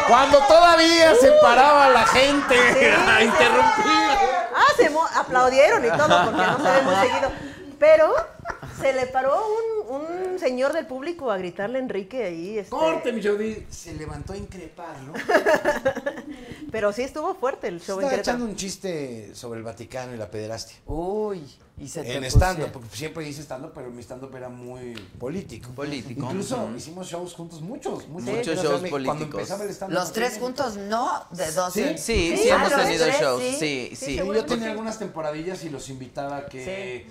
Cuando todavía se paraba la gente a interrumpir.
Ah, se mo- aplaudieron y todo porque no se ven muy seguido. Pero se le paró un, un señor del público a gritarle a Enrique ahí. este,
Corte, mi Jordi. Se levantó a increpar, ¿no?
Pero sí estuvo fuerte el show en
Estaba echando
Querétaro.
un chiste sobre el Vaticano y la pederastia.
Uy, y se te pusieron-
En stand-up, porque siempre hice stand-up, pero mi stand-up era muy político.
Político.
Incluso
Ujú.
hicimos shows juntos, muchos, muchos.
Muchos
O sea,
shows
me- Cuando
políticos.
empezaba el stand-up.
Los tres juntos, no, de dos.
Sí,
en-
Sí, sí,
Sí,
hemos
claro,
tenido
tres,
shows.
sí.
Sí, sí.
Sí, yo tenía algunas temporadillas y los invitaba a que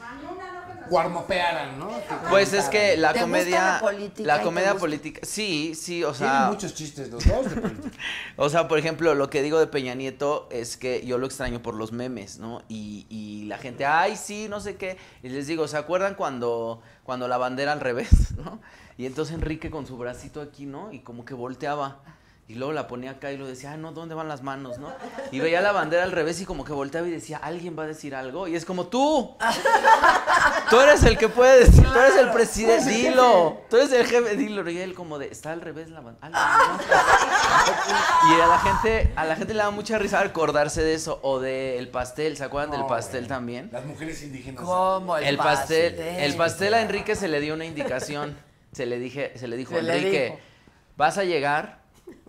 guarmopearan, ¿no? Que
Pues es que la
¿Te gusta
comedia.
la política y
la
te
comedia
gusta?
política. Sí, sí, o sea.
Tienen muchos chistes los dos de política.
O sea, por ejemplo, lo que digo de Peña Nieto es que yo lo extraño por los memes, ¿no? Y, y la gente, ay, sí, no sé qué. Y les digo, ¿se acuerdan cuando, cuando la bandera al revés, ¿no? Y entonces Enrique con su bracito aquí, ¿no? Y como que volteaba. Y luego la ponía acá y lo decía, ah, no, ¿dónde van las manos, no? Y veía la bandera al revés y como que volteaba y decía, alguien va a decir algo. Y es como, tú. Tú eres el que puede decir, tú eres el presidente, dilo. Tú eres el jefe, dilo. Y él como de, está al revés la bandera. Y a la gente, a la gente le da mucha risa acordarse de eso o del pastel, ¿se acuerdan del
No,
pastel
güey.
también?
¿eh? Las mujeres indígenas.
¿Cómo?
El pastel, el pastel a Enrique se le dio una indicación. Se le dije, se le dijo,
Se le
Enrique,
dijo.
vas a llegar,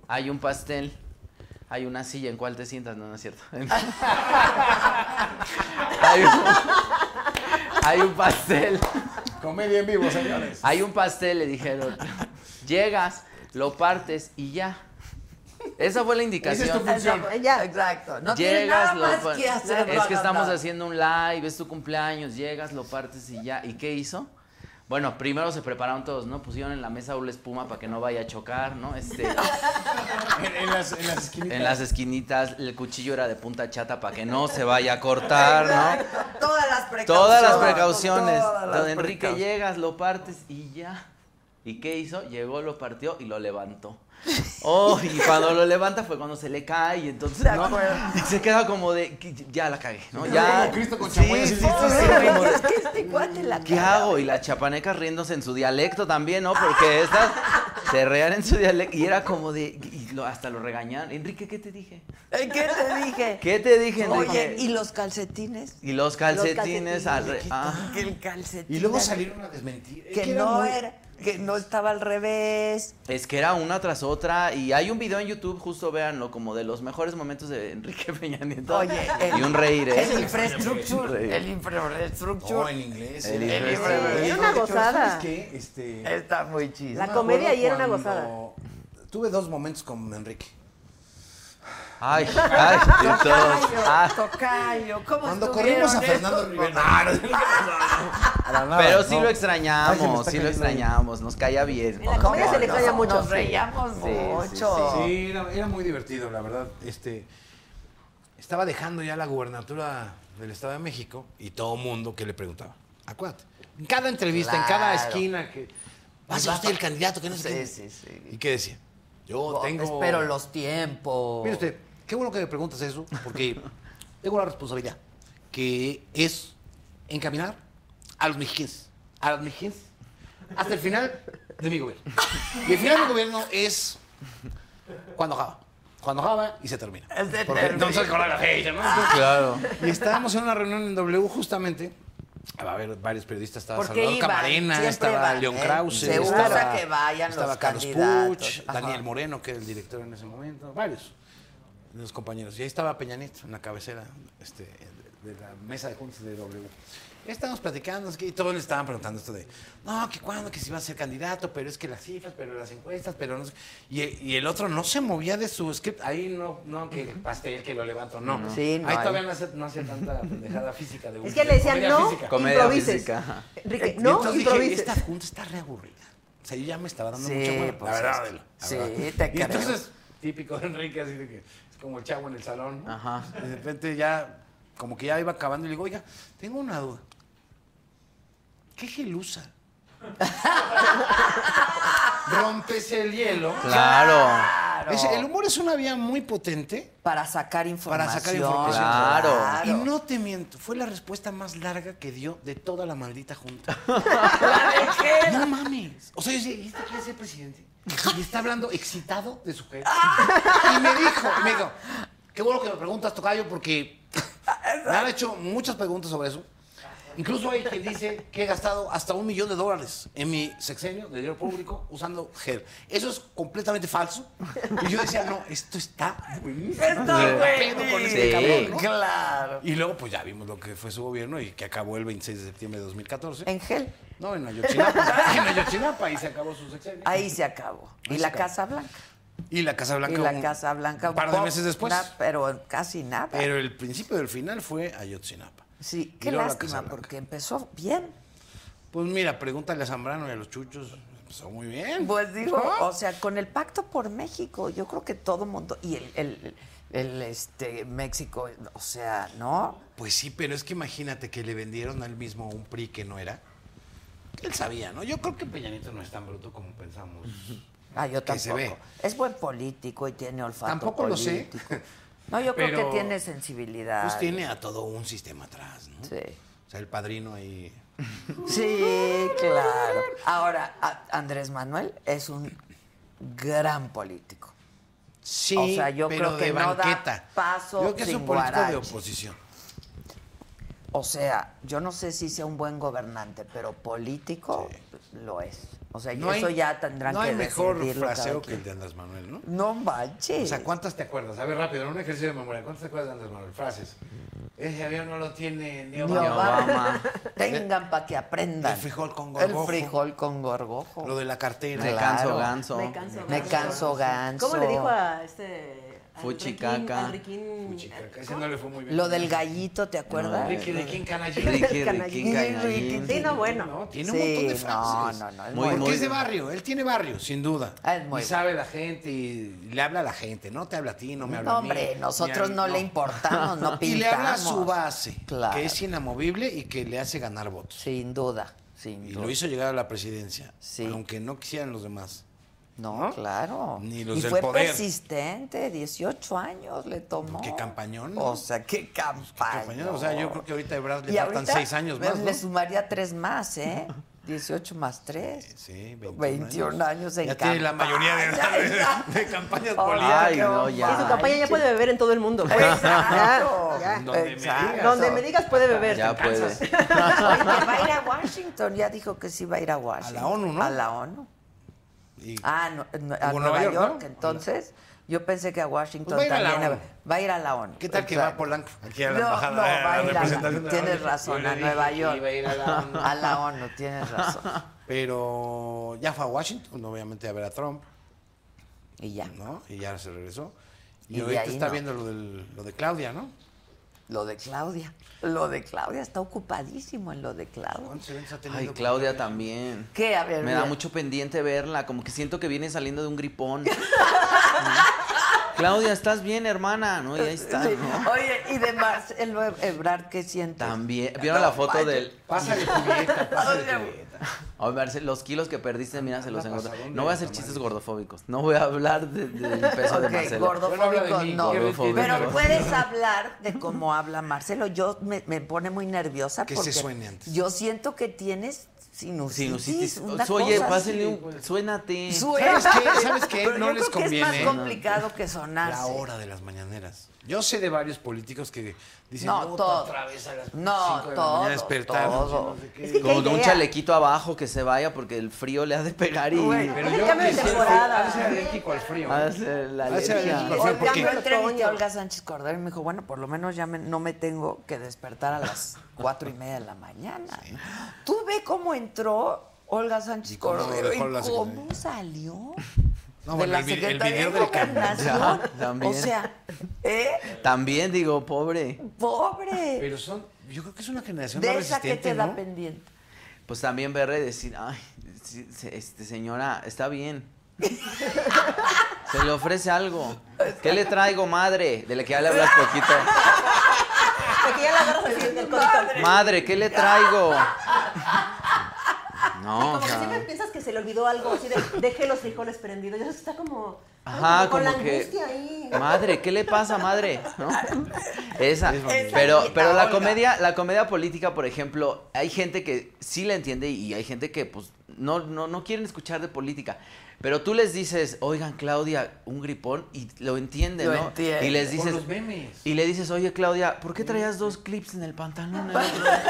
hay un pastel, hay una silla, ¿en cuál te sientas? No, no es cierto. hay, un, hay un pastel.
Comedia en vivo, señores.
Hay un pastel, le dijeron. Llegas, lo partes y ya. Esa fue la
Esa es tu
indicación.
función.
Ya, exacto. No tiene nada
Llegas, lo
más
pa-
que hacer.
Es que
no hagas
estamos
nada.
haciendo un live, es tu cumpleaños, llegas, lo partes y ya. ¿Y qué hizo? Bueno, primero se prepararon todos, ¿no? Pusieron en la mesa una espuma para que no vaya a chocar, ¿no? Este,
En, en las, en las esquinitas.
en las esquinitas el cuchillo era de punta chata para que no se vaya a cortar, ¿no?
Todas las precauciones.
Todas las precauciones.
Todas las
Don Enrique
precauciones.
llegas, lo partes y ya. ¿Y qué hizo? Llegó, lo partió y lo levantó. Oh, y cuando lo levanta fue cuando se le cae y entonces
De
¿no?
acuerdo.
Y se queda como de que ya la cagué, ¿no?
Es
Ya
como Cristo con
Sí,
chamuy, así,
sí, sí, sí,
Pero
como de,
es que este cuate la
¿Qué
caga.
hago? Y las chapanecas riéndose en su dialecto también, ¿no? Porque estas se reían en su dialecto y era como de y lo- hasta lo regañaban. Enrique, ¿qué te dije?
Ay, ¿Qué te dije?
¿Qué te dije, Enrique?
Oye, ¿y los calcetines?
Y los calcetines,
calcetines,
al re- ah.
Que el calcetín.
Y luego
era-
salieron a desmentir. Es
Que
era
no
muy-
era, que no estaba al revés.
Es que era una tras otra y hay un video en YouTube, justo véanlo, como de los mejores momentos de Enrique Peña Nieto.
Oye,
y un reír, ¿eh?
El infrastructure.
Reír.
El infrastructure.
No, en inglés.
El
en
inglés.
inglés.
Era
Oye,
una
de hecho,
gozada.
¿Sabes qué? Este,
Está muy chido.
La
me
comedia
acuerdo
ahí era una
cuando- Tuve dos momentos con Enrique.
Ay, ay, y todos. Ah,
Tocayo, ¿cómo
Cuando
estuvieron eh?
corrimos a Fernando
estos?
Rivera.
pero sí lo
Ay, se me
extrañamos,
está
sí
cayendo
lo
bien.
extrañamos, nos caía bien.
En la comedia se le
¿Cómo
extraña
no?
mucho.
Nos reíamos mucho.
Sí, era, era muy divertido, la verdad. Este, estaba dejando ya la gubernatura del Estado de México y todo mundo que le preguntaba. Acuérdate. En cada entrevista, en cada
Claro.
esquina que. Va a ser usted el candidato, que no sé qué.
Sí, sí, sí.
¿Y qué decía? Yo
Oh,
tengo.
Espero los tiempos.
Mire usted, qué bueno que me preguntas eso, porque tengo la responsabilidad que es encaminar a los mexicanos, a los mexicanos, hasta el final de mi gobierno. Y el final de mi gobierno es cuando acaba. Cuando acaba y se termina.
Se
Porque
termina. Ah.
no se acuerda la fecha, ¿no? Entonces,
Claro.
y estábamos en una reunión en W justamente. Va a haber varios periodistas. Estaba
Porque
Salvador
iban,
Camarena,
siempre
estaba
van,
León
¿eh?
Krause.
Se usa
estaba,
que vayan los
estaba Carlos
candidatos.
Puch,
Ajá.
Daniel Moreno, que era el director en ese momento. Varios. de los compañeros. Y ahí estaba Peña Nieto, en la cabecera este, de de la mesa de juntas de W. Ya estábamos platicando, es que- y todos le estaban preguntando esto de, no, que cuándo, que si va a ser candidato, pero es que las cifras, pero las encuestas, pero no sé. Y, y el otro no se movía de su script. Ahí no, no, que pastel, que lo levanto, no.
Sí, no
Ahí
hay.
todavía no hace, no hace tanta pendejada física de
Es que le decían,
comedia
no,
física".
Comedia
improvises.
física.
Enrique,
Eh, Y
no,
entonces
improvises.
dije, esta junta está re aburrida. O sea, yo ya me estaba dando
Sí,
mucha hueva,
pues,
la verdad.
es que-
la
sí,
verdad.
te
Y
creo.
entonces, típico de Enrique, así de que es como el chavo en el salón. ¿no?
Ajá.
De repente ya, como que ya iba acabando y le digo, oiga, tengo una duda. ¿Qué gel usa? Rompes el hielo.
Claro.
Es- el humor es una vía muy potente
Para sacar información.
para sacar información.
Claro.
Y no te miento, fue la respuesta más larga que dio de toda la maldita junta. No mames. O sea, yo decía, ¿y este quiere ser presidente? Y está hablando excitado de su jefe. Y me dijo, y me dijo, qué bueno que me preguntas, Tocayo, porque me han hecho muchas preguntas sobre eso. Incluso hay quien dice que he gastado hasta un millón de dólares en mi sexenio de dinero público usando gel. Eso es completamente falso. Y yo decía, no, esto está buenísimo.
Está
¿Qué pedo con este
Sí.
cabrón, no?
Eh, Claro.
Y luego, pues ya vimos lo que fue su gobierno y que acabó el 26 de septiembre de 2014.
En gel.
No, en Ayotzinapa. en Ayotzinapa y se acabó su sexenio.
Ahí se acabó. Y
Ahí se
la
acabó.
Casa Blanca.
Y la Casa Blanca.
y la
un-
Casa Blanca.
Un par de
poco,
meses después.
na- pero casi nada.
Pero el principio del final fue Ayotzinapa.
sí,
Y
qué
luego la Casa
lástima,
Blanca.
porque empezó bien.
Pues mira, pregúntale a Zambrano y a los chuchos. Empezó muy bien.
Pues digo,
¿No?
o sea, con el pacto por México, yo creo que todo mundo. Y el, el, el, este, México, o sea, ¿no?
Pues sí, pero es que imagínate que le vendieron al mismo un PRI que no era. Él sabía, ¿no? Yo creo que Peña Nieto no es tan bruto como pensamos.
Ah, yo
Que se
tampoco.
ve.
Es buen político y tiene olfato.
Tampoco lo sé.
político. No, yo creo
Pero-
que tiene sensibilidad.
Pues tiene a todo un sistema atrás, ¿no?
Sí.
O sea, el padrino ahí.
Sí, claro. Ahora, a- Andrés Manuel es un gran político.
Sí,
O sea, yo
pero
creo que
de
no da
banqueta.
paso
yo creo que es
sin
un político de
guarache.
oposición.
O sea, yo no sé si sea un buen gobernante, pero político lo es. O sea, y
No hay-
eso ya tendrán
no
que
hay mejor
decidirlo cada
fraseo que
quien.
el de Andrés Manuel, ¿no?
No manches.
O sea, ¿cuántas te acuerdas? A ver, rápido, en un ejercicio de memoria. ¿Cuántas te acuerdas de Andrés Manuel? Frases. Ese avión no lo tiene ni
Ni
Obama.
Obama.
Obama.
Tengan para que aprendan.
El frijol con gorgojo.
El frijol con gorgojo.
Lo de la cartera.
Me
Claro.
canso ganso.
Me canso.
Me canso ganso.
¿Cómo le dijo a este... al
Fuchicaca.
Riquín- al Riquín-
Puchica, ese no le fue muy bien.
Lo del gallito, ¿te acuerdas?
Ricky, ¿de quién canallín?
Ricky, Ricky,
Canallín.
Canallín.
Sí, no, bueno.
No, tiene
Sí,
un montón de
no,
frases.
no, no. es
Muy,
bueno.
Porque es de barrio, él tiene barrio, sin duda.
Ah, es muy
y sabe la gente y le habla a la gente, no te habla a ti, no me habla
No,
a mí. ni
hombre,
a
nosotros
mí,
no, le importamos, no pintamos.
Y le habla a su base,
Claro.
que es inamovible y que le hace ganar votos.
Sin duda, sin
Y
duda.
lo hizo llegar a la presidencia,
Sí.
aunque no quisieran los demás.
No, claro.
Ni los
y
del
fue
poder.
persistente, 18 años le tomó.
Qué campañón, ¿no?
O sea, qué campaña.
Compañero, o sea, yo creo que ahorita a Ebrard le
Y
faltan
ahorita
seis años
me-
más.
Le
¿no?
sumaría tres más, ¿eh? 18 más 3.
Sí, 21,
21 años en
Ya tiene la mayoría de,
campaña,
de- de campañas
Ay,
políticas.
Ay, no,
Y su
ya.
campaña ya puede beber en todo el mundo.
Exacto.
Ya,
Donde me
exacto.
ya. Donde me digas puede beber.
Ya puede.
Oye, que va a ir a Washington, ya dijo que sí va a ir a Washington.
ONU, ¿no?
A la ONU.
Y-
Ah, no, no, a
Como
Nueva
Nueva
York,
York, ¿no?
entonces. Yo pensé que a Washington
Pues va a ir a la
también
ONU.
va a ir a la ONU.
¿Qué tal que va
exacto.
a Polanco? Aquí a la
no,
embajada.
no,
a la
va a ir a la,
representación de la
Tienes
ONU. Yo
razón,
le
a
dije
Nueva
que
York.
iba a ir a la ONU.
A la ONU, tienes razón.
Pero ya fue a Washington, obviamente a ver a Trump,
Y ya,
¿no? Y ya se regresó.
Y
Y,
de
ahorita
ahí
está
no.
viendo lo, del- lo de Claudia, ¿no?
lo de Claudia. Lo de Claudia, está ocupadísimo en lo de Claudia.
¿Cuántos eventos ha tenido?
Ay,
con
Claudia también.
¿Qué? A ver,
Me da
mira.
mucho pendiente verla, como que siento que viene saliendo de un gripón. ¿No? Claudia, ¿estás bien, hermana? No, y ahí está.
Sí.
¿no?
Oye, y de Marcelo Ebrard, ¿qué sientes?
También. ¿Vieron la foto
vaya.
del.
Pasa de Julieta, pasa de Julieta.
Ay, Marcel, los kilos que perdiste, mira, se los
Anda
encontré.
pasadón
No
de
voy a hacer
tamales.
chistes gordofóbicos. No voy a hablar de- del peso de
Ok,
Marcelo.
gordofóbico
Bueno, habla de mí,
no.
gordofóbico.
Pero
Gordofóbico.
puedes hablar de cómo habla Marcelo. Yo me, me pone muy nerviosa
Que se
porque
suene antes.
yo siento que tienes sinusitis.
Sinusitis.
una
Oye,
cosa
pásenle
así.
un. Suénate.
Suena.
¿Sabes qué? ¿Sabes qué?
Pero
no
yo
les
creo que
conviene
es más complicado que sonarse.
la hora de las mañaneras. Yo sé de varios políticos que dicen,
No,
no,
todo.
otra vez a las
No,
cinco de la
todo,
mañana despertarnos", y
todo.
no sé qué.
Es que qué
Con un
idea.
chalequito abajo que que se vaya porque el frío le ha de pegar y.
Güey,
Pero
Es
yo
cambio de
quisiera-
temporada.
ha de ser alérgico al frío.
Ah,
ha de ser la
Ha de ser
alergia.
alérgico al frío,
Oiga,
porque-
yo entré en
Otoño.
Olga Sánchez Cordero y me dijo, bueno, por lo menos ya me- no me tengo que despertar a las cuatro y media de la mañana. Tú ve cómo entró Olga Sánchez
Y cómo
Cordero y
dejó la
cómo
secretaría.
salió
No,
de
bueno,
la
el vi- el
Secretaría
video
de
del camión.
Gobernación.
Ya, también.
O sea, ¿eh?
También digo, pobre.
Pobre.
Pero son, yo creo que es una generación
De
más
esa que
resistente,
te da
¿no?
pendiente.
Pues también verle y decir, ay, sí, se- este, señora, está bien. Se le ofrece algo. ¿Qué le traigo, madre? De la que ya le hablas poquito.
Porque ya la agarras así del control.
Madre, ¿qué le traigo? No,
Como
o
que
sea,
siempre piensas que se le olvidó algo, así de dejé los frijoles prendidos. Ya está como.
Ajá,
con la
como que-
angustia ahí.
Madre, ¿qué le pasa, madre? ¿No? Esa.
bonito.
Pero,
Esa
pero la
Olga.
comedia, la comedia política, por ejemplo, hay gente que sí la entiende y hay gente que pues no, no, no quieren escuchar de política. Pero tú les dices, oigan, Claudia, un gripón, y lo entienden,
Lo
¿no?
entiende.
Y les
Por
dices.
los memes.
Y le dices, oye, Claudia, ¿por qué traías dos clips en el pantalón? el otro día?"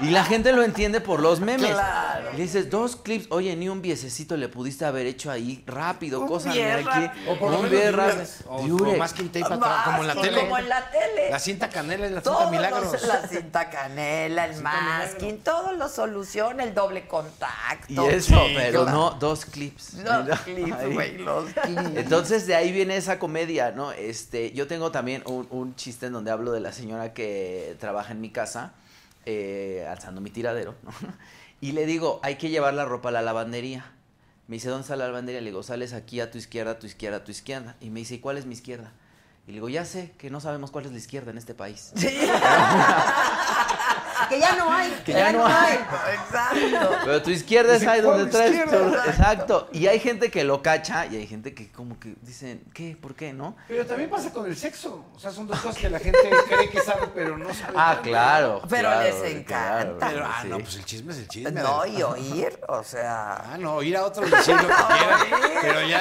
Y la gente lo entiende por los memes.
Claro.
Y Le dices, dos clips, oye, ni un viececito le pudiste haber hecho ahí rápido,
Un
cosas
pie
de aquí.
rápido.
O por lo
un
menos
pie
Durex,
rápido.
o- o
Durex.
masking tape atrás,
Más
como en la
que
tele.
Ah, Como en la tele.
La cinta canela y la cinta
Todos
milagros.
los- la cinta canela, el masking, todo lo soluciona, el doble
Y
contacto.
eso,
Sí,
pero
claro.
no dos clips.
Los
Mira,
clips,
ahí.
güey, los clips.
Entonces de ahí viene esa comedia, ¿no? Este, yo tengo también un, un chiste en donde hablo de la señora que trabaja en mi casa, eh, alzando mi tiradero, ¿no? Y le digo, hay que llevar la ropa a la lavandería. Me dice, ¿dónde está la lavandería? Le digo, sales aquí a tu izquierda, a tu izquierda, a tu izquierda. Y me dice, ¿y cuál es mi izquierda? Y le digo, ya sé que no sabemos cuál es la izquierda en este país.
Que ya no hay.
Que ya no hay.
Exacto.
Pero tu izquierda es
Dice,
ahí
¿cuál
donde traes
izquierda?
tu- Exacto. Y hay gente que lo cacha y hay gente que como que dicen, ¿qué? ¿Por qué? ¿No?
Pero también pasa con el sexo. O sea, son dos cosas que la gente cree que sabe, pero no sabe.
Ah, claro.
Pero
claro,
les
claro,
encanta.
Pero, ah,
sí.
no, pues el chisme es el chisme.
No,
Adela.
y oír, o sea.
Ah, no, ir a otro y decir lo que quieras. Pero ya,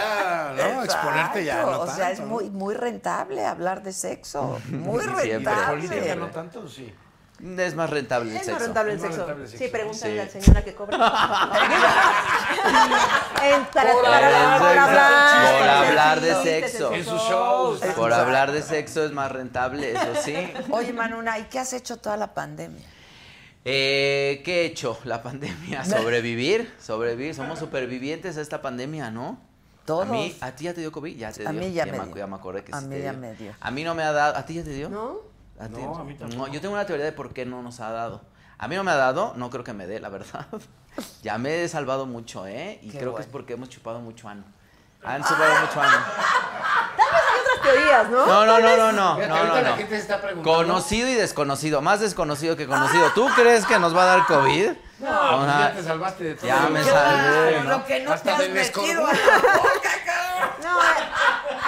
Ah, ¿no?
exacto,
Exponerte ya, no
O sea, es
tanto,
muy, muy rentable hablar de sexo. Muy
Siempre.
¿no? Y de
rentable.
política no tanto, sí.
Es más rentable el
Es
sexo.
más rentable el
Es más
sexo.
rentable el
Sí,
sexo.
pregúntale
Sí.
a la señora que cobra. En- para-
Por
para-
hablar
por
de
hablar
sexo. Por
de
hablar de
sexo.
sexo.
En sus shows.
Por hablar de sexo es más rentable, eso sí.
Oye, Manuna, ¿y qué has hecho toda la pandemia?
Eh, ¿Qué he hecho? La pandemia. Sobrevivir. Sobrevivir. Somos supervivientes a esta pandemia, ¿no?
Todos.
A mí, a ti ya te dio COVID, ya te
A
dio.
mí ya me
me,
dio.
ya me acordé que
A
sí
mí
te
ya
dio.
me dio.
A mí no me ha dado. ¿A ti ya te dio?
¿No?
¿A ti?
No, a mí tampoco.
No, yo tengo una teoría de por qué no nos ha dado. A mí no me ha dado, no creo que me dé, la verdad. ya me he salvado mucho, ¿eh? Y
Qué
creo que
bueno.
es porque hemos chupado mucho ano.
Ah.
Han chupado mucho ano.
Otras teorías, ¿no?
No, no, no, no, no,
Fíjate,
no,
ahorita
no,
la
no.
gente se está preguntando.
Conocido y desconocido, más desconocido que conocido. ¿Tú crees que nos va a dar COVID?
No, pues
Ajá.
ya te salvaste de todo.
Ya me
Qué
salvé,
bárbaro,
¿no?
Lo que no
Hasta
te has
del
metido
escorbuto.
a la boca, cabrón.
No,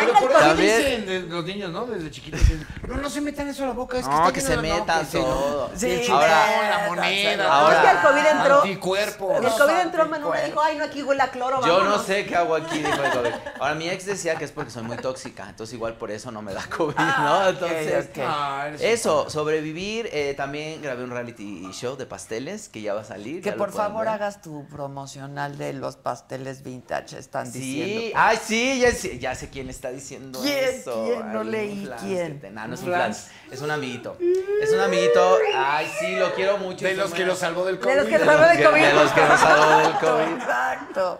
Pero por eso
También-
dicen de- los niños, ¿no? Desde chiquitos dicen, no, no se metan eso a la boca, es que
No,
está
que
lleno
se
de- no,
metan
que se- no".
todo.
Y el
Sí,
chupón,
ahora-
la moneda.
Ahora-
Es que el COVID entró-
Anticuerpos.
el COVID entró, Manuna dijo, ay, no, aquí huele a cloro,
Yo no
vámonos".
sé qué hago aquí, dijo el COVID. Ahora, mi ex decía que es porque soy muy tóxica, entonces igual por eso no me da COVID, ¿no? Entonces,
ok.
Ah, eres un
eso, sobrevivir. eh, también grabé un reality show de pasteles que ya va a salir.
Que
ya lo
por
pueden
favor
¿eh?
ver.
hagas tu promocional de los pasteles vintage, están
Sí,
diciendo.
ay, sí, ya, sé- ya sé quién está diciendo
¿Quién?
eso.
¿Quién? No
Hay un
leí,
flans
¿quién?
que te- nah, no es
¿Un
un plan,
flans?
es un amiguito. Es un amiguito, ay, sí, lo quiero mucho.
De
y
los
se
que
me-
lo salvó del COVID.
De los que
de
salvó del
que-
COVID.
de los que nos salvó del COVID.
Exacto.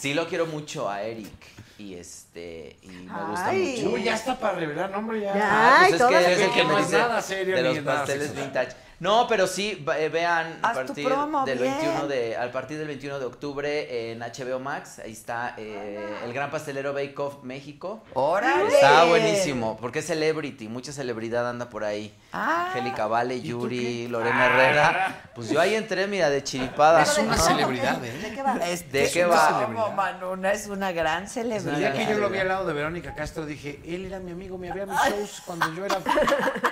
Sí, lo quiero mucho a Eric. Y este, y me gusta
Ay.
mucho.
Uy, ya está para revelar nombre ya.
Ya.
Ah,
Ay,
pues
todas
es que
las
es el que
cosas.
me
No es
dice
nada serio
de
ni
los
es nada
pasteles
sexual.
vintage. No, pero sí, va- eh, vean a
Haz tu
partir
promo,
del
bien.
21 de al partir del 21 de octubre en HBO Max, ahí está eh, el Gran Pastelero Bake Off México.
Órale.
Está buenísimo, porque es celebrity, mucha celebridad anda por ahí.
Ah.
Angélica Vale,
tú
Yuri,
qué? Ah.
Lorena Herrera. Pues yo ahí entré, mira, de chiripada.
Es una
¿no?
celebridad, ¿eh?
¿De qué va?
Este,
¿De qué
no,
va?
como Manuna es una gran celebridad.
El día que yo lo vi al lado de Verónica Castro, dije, él era mi amigo, me había mis shows cuando yo era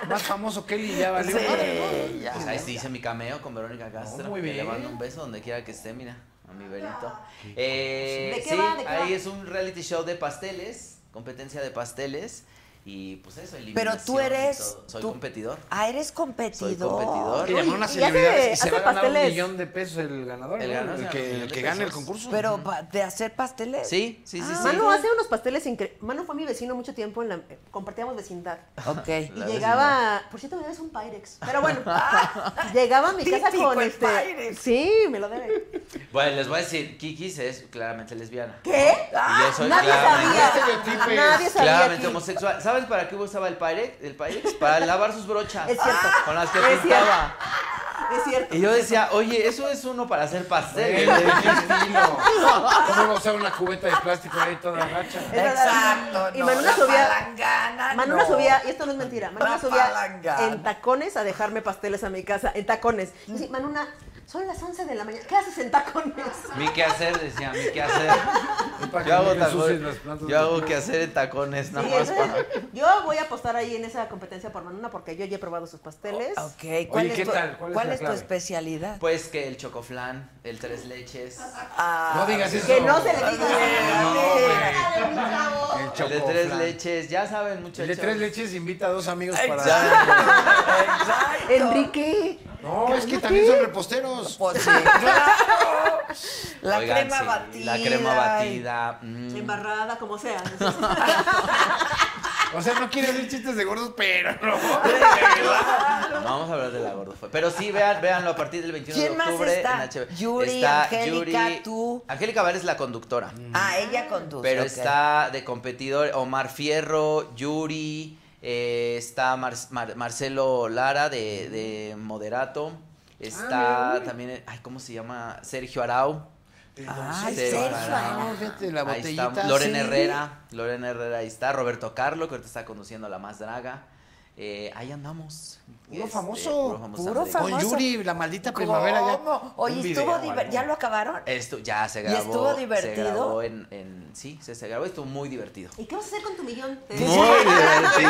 más famoso que él y ya valió. madre,
Sí, ya.
Pues ahí sí hice mi cameo con Verónica Castro.
Oh, muy
que Le
bien.
mando un beso donde quiera que esté, mira, a mi Berito. Eh,
¿De qué
sí,
va? ¿De qué
ahí
va?
es un reality show de pasteles, competencia de pasteles. Y pues eso,
Pero tú
eliminación y
eres.
todo. Soy
tú-
competidor.
Ah, eres competidor.
Soy competidor.
Y llamó una
y
celebridad
hace-
y se
hace
va a ganar un
pasteles.
millón de pesos el ganador.
El
¿no?
ganador
El
se
que,
gana un
el
millón
que
de
gane el
pesos.
concurso.
Pero pa- de hacer
Eh,
pasteles.
Sí, sí, sí, sí.
Mano hace unos pasteles increíbles. Mano fue mi vecino mucho tiempo, en la... eh, compartíamos vecindad.
Ok.
Y llegaba, por cierto, me debes un Pyrex. Pero bueno, llegaba a mi casa
Típico
con
el
este.
Pyrex.
Sí, me lo debe.
Bueno, les voy a decir, Kikis es claramente lesbiana.
¿Qué?
Ah,
Y yo soy
Nadie
claramente-
sabía. Nadie sabía.
Claramente
aquí.
homosexual. ¿Sabes para qué usaba el Pyrex? El Pyrex para lavar sus brochas.
Es cierto.
Con las que
Es cierto.
pintaba.
Es cierto.
Y yo decía, oye, eso es uno para hacer
Eh,
pastel.
qué estilo. ¿Cómo va a usar una cubeta de plástico ahí toda racha?
Es verdad.
Exacto.
Y
no,
Manuela
la
subía.
palangana,
Manuela
no.
subía, y esto no es mentira, Manuela
La
subía
palangana.
en tacones a dejarme pasteles a mi casa, en tacones. Y sí, Manuela, son las 11 de la mañana, ¿qué haces en tacones?
Mi qué hacer, decía, mi qué hacer.
para que
Yo
no
hago
te ensucies las plantas
tacones. Yo
de
hago
tu-
que hacer en tacones, nada
Sí,
más
entonces,
para.
yo voy a apostar ahí en esa competencia por Manuela porque yo ya he probado sus pasteles.
Oh, Ok, ¿cuál
Oye,
es
¿qué
tu,
tal? ¿Cuál es la
es tu
clave?
especialidad?
Pues que el chocoflan, el tres leches.
Ah,
No digas eso.
Que no se le diga.
No, güey. El
El de tres
chocoflan.
leches, ya saben,
El
muchachos.
de tres leches invita a dos amigos para.
Ya.
Exacto.
Enrique.
No, es que también son reposteros.
Pues sí, claro. La
Oigan,
crema
sí,
batida.
La crema batida. mm.
Embarrada, como sea.
O sea, no quiere hacer chistes de gordos, pero no.
No vamos a hablar de la gordofobia. Pero sí, vean, véanlo a partir del 21
¿Quién
de
más
octubre
está?
en HBO.
Yuri,
está
Angélica, tú.
Angélica Vara es la conductora.
Mm.
Ah, ella conduce.
Pero
ok.
está de competidor Omar Fierro, Yuri, eh, está Mar- Mar- Marcelo Lara de, de Moderato.
Ah,
Está también, ay, ¿cómo se llama? Sergio Arau.
Ay,
Sergio
Sergio
Arau.
Arau,
fíjate, la
Ahí está
botellita,
Loren
sí.
Herrera. Loren Herrera ahí está. Roberto Carlo, que ahorita está conduciendo La Más Draga. Eh, ahí andamos.
Puro
Este,
famoso.
Puro
de-
famoso.
Con Yuri, la maldita primavera ya.
¿Cómo?
Un
Oye,
video
estuvo
o
divertido.
algo.
¿Ya lo acabaron?
Esto ya se
¿Y
grabó.
estuvo
se
divertido?
grabó en, en- sí, se, se grabó y estuvo muy divertido.
¿Y qué vas a hacer con tu millón? Te-
Muy divertido.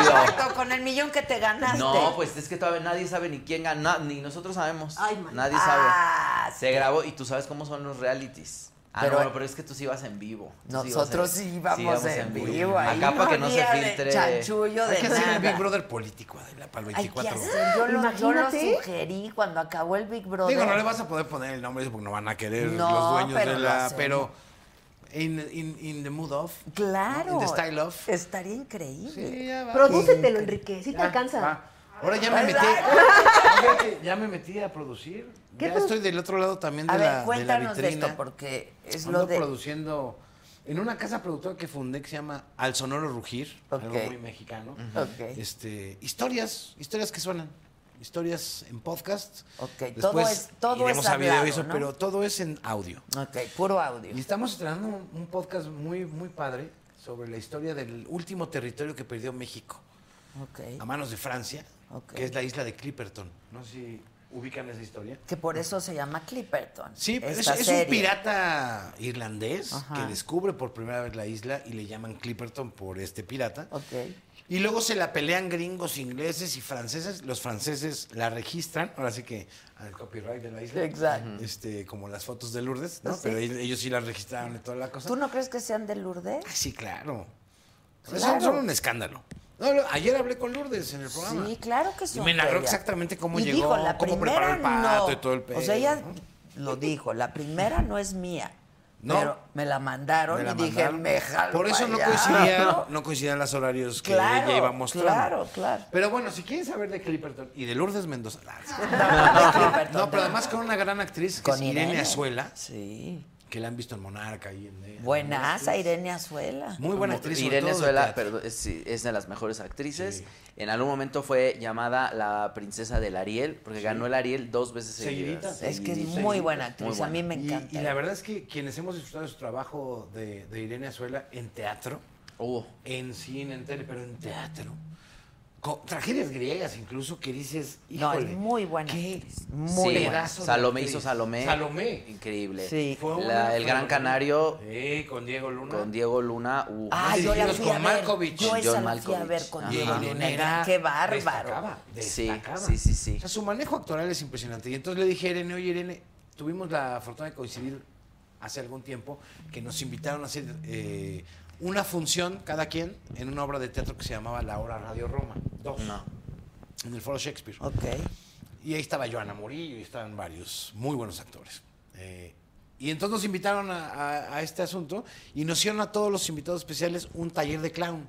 Exacto, con el millón que te ganaste.
No, pues es que todavía nadie sabe ni quién gana, ni nosotros sabemos.
Ay, man.
nadie
Ah,
sabe. Se grabó y tú sabes cómo son los realities. Ah,
Pero-
no, no, pero es que tú sí ibas en vivo. Tú sí ibas
Nosotros sí íbamos en vivo. ahí
Acá para que no se
había de
filtre.
Chanchullo de
Hay que hacer el
nada.
Big Brother político, Adela, para el
Hay que
24.
hacer, yo, lo, yo lo
Imagínate.
sugerí cuando acabó el Big Brother.
Digo, no le vas a poder poner el nombre porque no van a querer
No,
los dueños
pero
de
lo
la.
hacemos.
Pero. In, in, in the mood of.
Claro.
In the style of.
Estaría increíble.
Sí, ya va.
Prodúcetelo, Enrique, si te
Ya,
alcanza.
va. Ahora ya
Pues,
me metí. Fíjate, Ya me metí a producir.
¿Qué
Ya
produ-
estoy del otro lado también de
A
la,
ver,
de la
cuéntanos de
vitrina.
esto, porque es
Ando
lo de...
produciendo en una casa productora que fundé que se llama Al Sonoro Rugir,
Ok.
algo muy mexicano.
Ok.
Este, historias, historias que suenan, historias en podcast.
Ok, todo
Después
es- todo es
iremos
hablado,
a video y eso,
¿no?
pero todo es en audio.
Ok, puro audio.
Y estamos estrenando un, un podcast muy muy padre sobre la historia del último territorio que perdió México a
Ok.
manos de Francia,
Ok.
que es la isla de Clipperton. No sé si ubican esa historia.
Que por eso se llama Clipperton.
Sí, pero es,
esta
es un
serie.
pirata irlandés
Ajá.
que descubre por primera vez la isla y le llaman Clipperton por este pirata.
Ok.
Y luego se la pelean gringos, ingleses y franceses. Los franceses la registran, ahora sí que al copyright de la isla.
Exacto.
Este, como las fotos de Lourdes, ¿no?
Sí.
Pero ellos ellos sí la registraron y toda la cosa.
¿Tú no crees que sean de Lourdes?
Ay, Ah, sí, claro. Pero
Claro.
Son, son un escándalo. No, no, ayer hablé con Lourdes en el programa.
Sí, claro que
Y
son
me
de
narró
ella.
exactamente cómo
y
llegó,
dijo, la
cómo
primera
preparó el pato
no.
y todo el
O sea, ella
pedo,
lo dijo, la primera no es mía.
No.
Pero me la mandaron
Me la
y dije,
mandaron.
me jalo
Por eso
pa'
no
allá,
coincidían,
¿no?
no coincidían los horarios que
Claro,
ella iba mostrando.
claro, claro.
Pero bueno, si quieren saber de Clipperton y de Lourdes Mendoza. ah, sí.
Clipperton,
no, pero además con una gran actriz que
Con
es Irene
Irene.
Azuela,
Sí.
que la han visto en Monarca y en.
Buenaza, Irene Azuela.
Muy buena actriz. sobre
Irene
todo de
Suela
teatro.
perdón, es, sí, es de las mejores actrices. En algún momento fue llamada la princesa del Ariel, porque ganó el Ariel dos veces
Seguidita.
seguidas.
Es que es
Seguidita.
muy buena actriz,
Muy
a mí me
Y-
encanta.
Y, la verdad es que quienes hemos disfrutado de su trabajo de, de Irene Azuela en teatro,
Uh,
en cine, en tele, pero en teatro. con tragedias griegas incluso que dices,
No, es
híjole,
muy buena
qué
actriz, muy
sí.
buena.
pedazo de
Salomé
actriz.
hizo Salomé.
Salomé.
Increíble.
Sí.
Fue una
La- el Gran
fenomenal.
Canario
Sí, con Diego Luna.
con Diego Luna. uh,
Ah, yo la
Dirigidos
fui
con
a ver.
Malkovich.
Yo
Con
esa
John
la fui a ver
Malkovich.
con
Ajá.
Diego
Ajá.
Luna. era- Qué bárbaro.
Destacaba,
Sí,
destacaba.
sí, sí, sí.
O sea, su manejo actoral es impresionante. Y entonces le dije a Irene, oye Irene, tuvimos la fortuna de coincidir hace algún tiempo que nos invitaron a hacer eh, una función cada quien en una obra de teatro que se llamaba La Hora Radio Roma, dos,
No.
en el Foro Shakespeare.
Ok.
Y ahí estaba Joana Murillo y estaban varios muy buenos actores. Eh, y entonces nos invitaron a, a- a este asunto y nos hicieron a todos los invitados especiales un taller de clown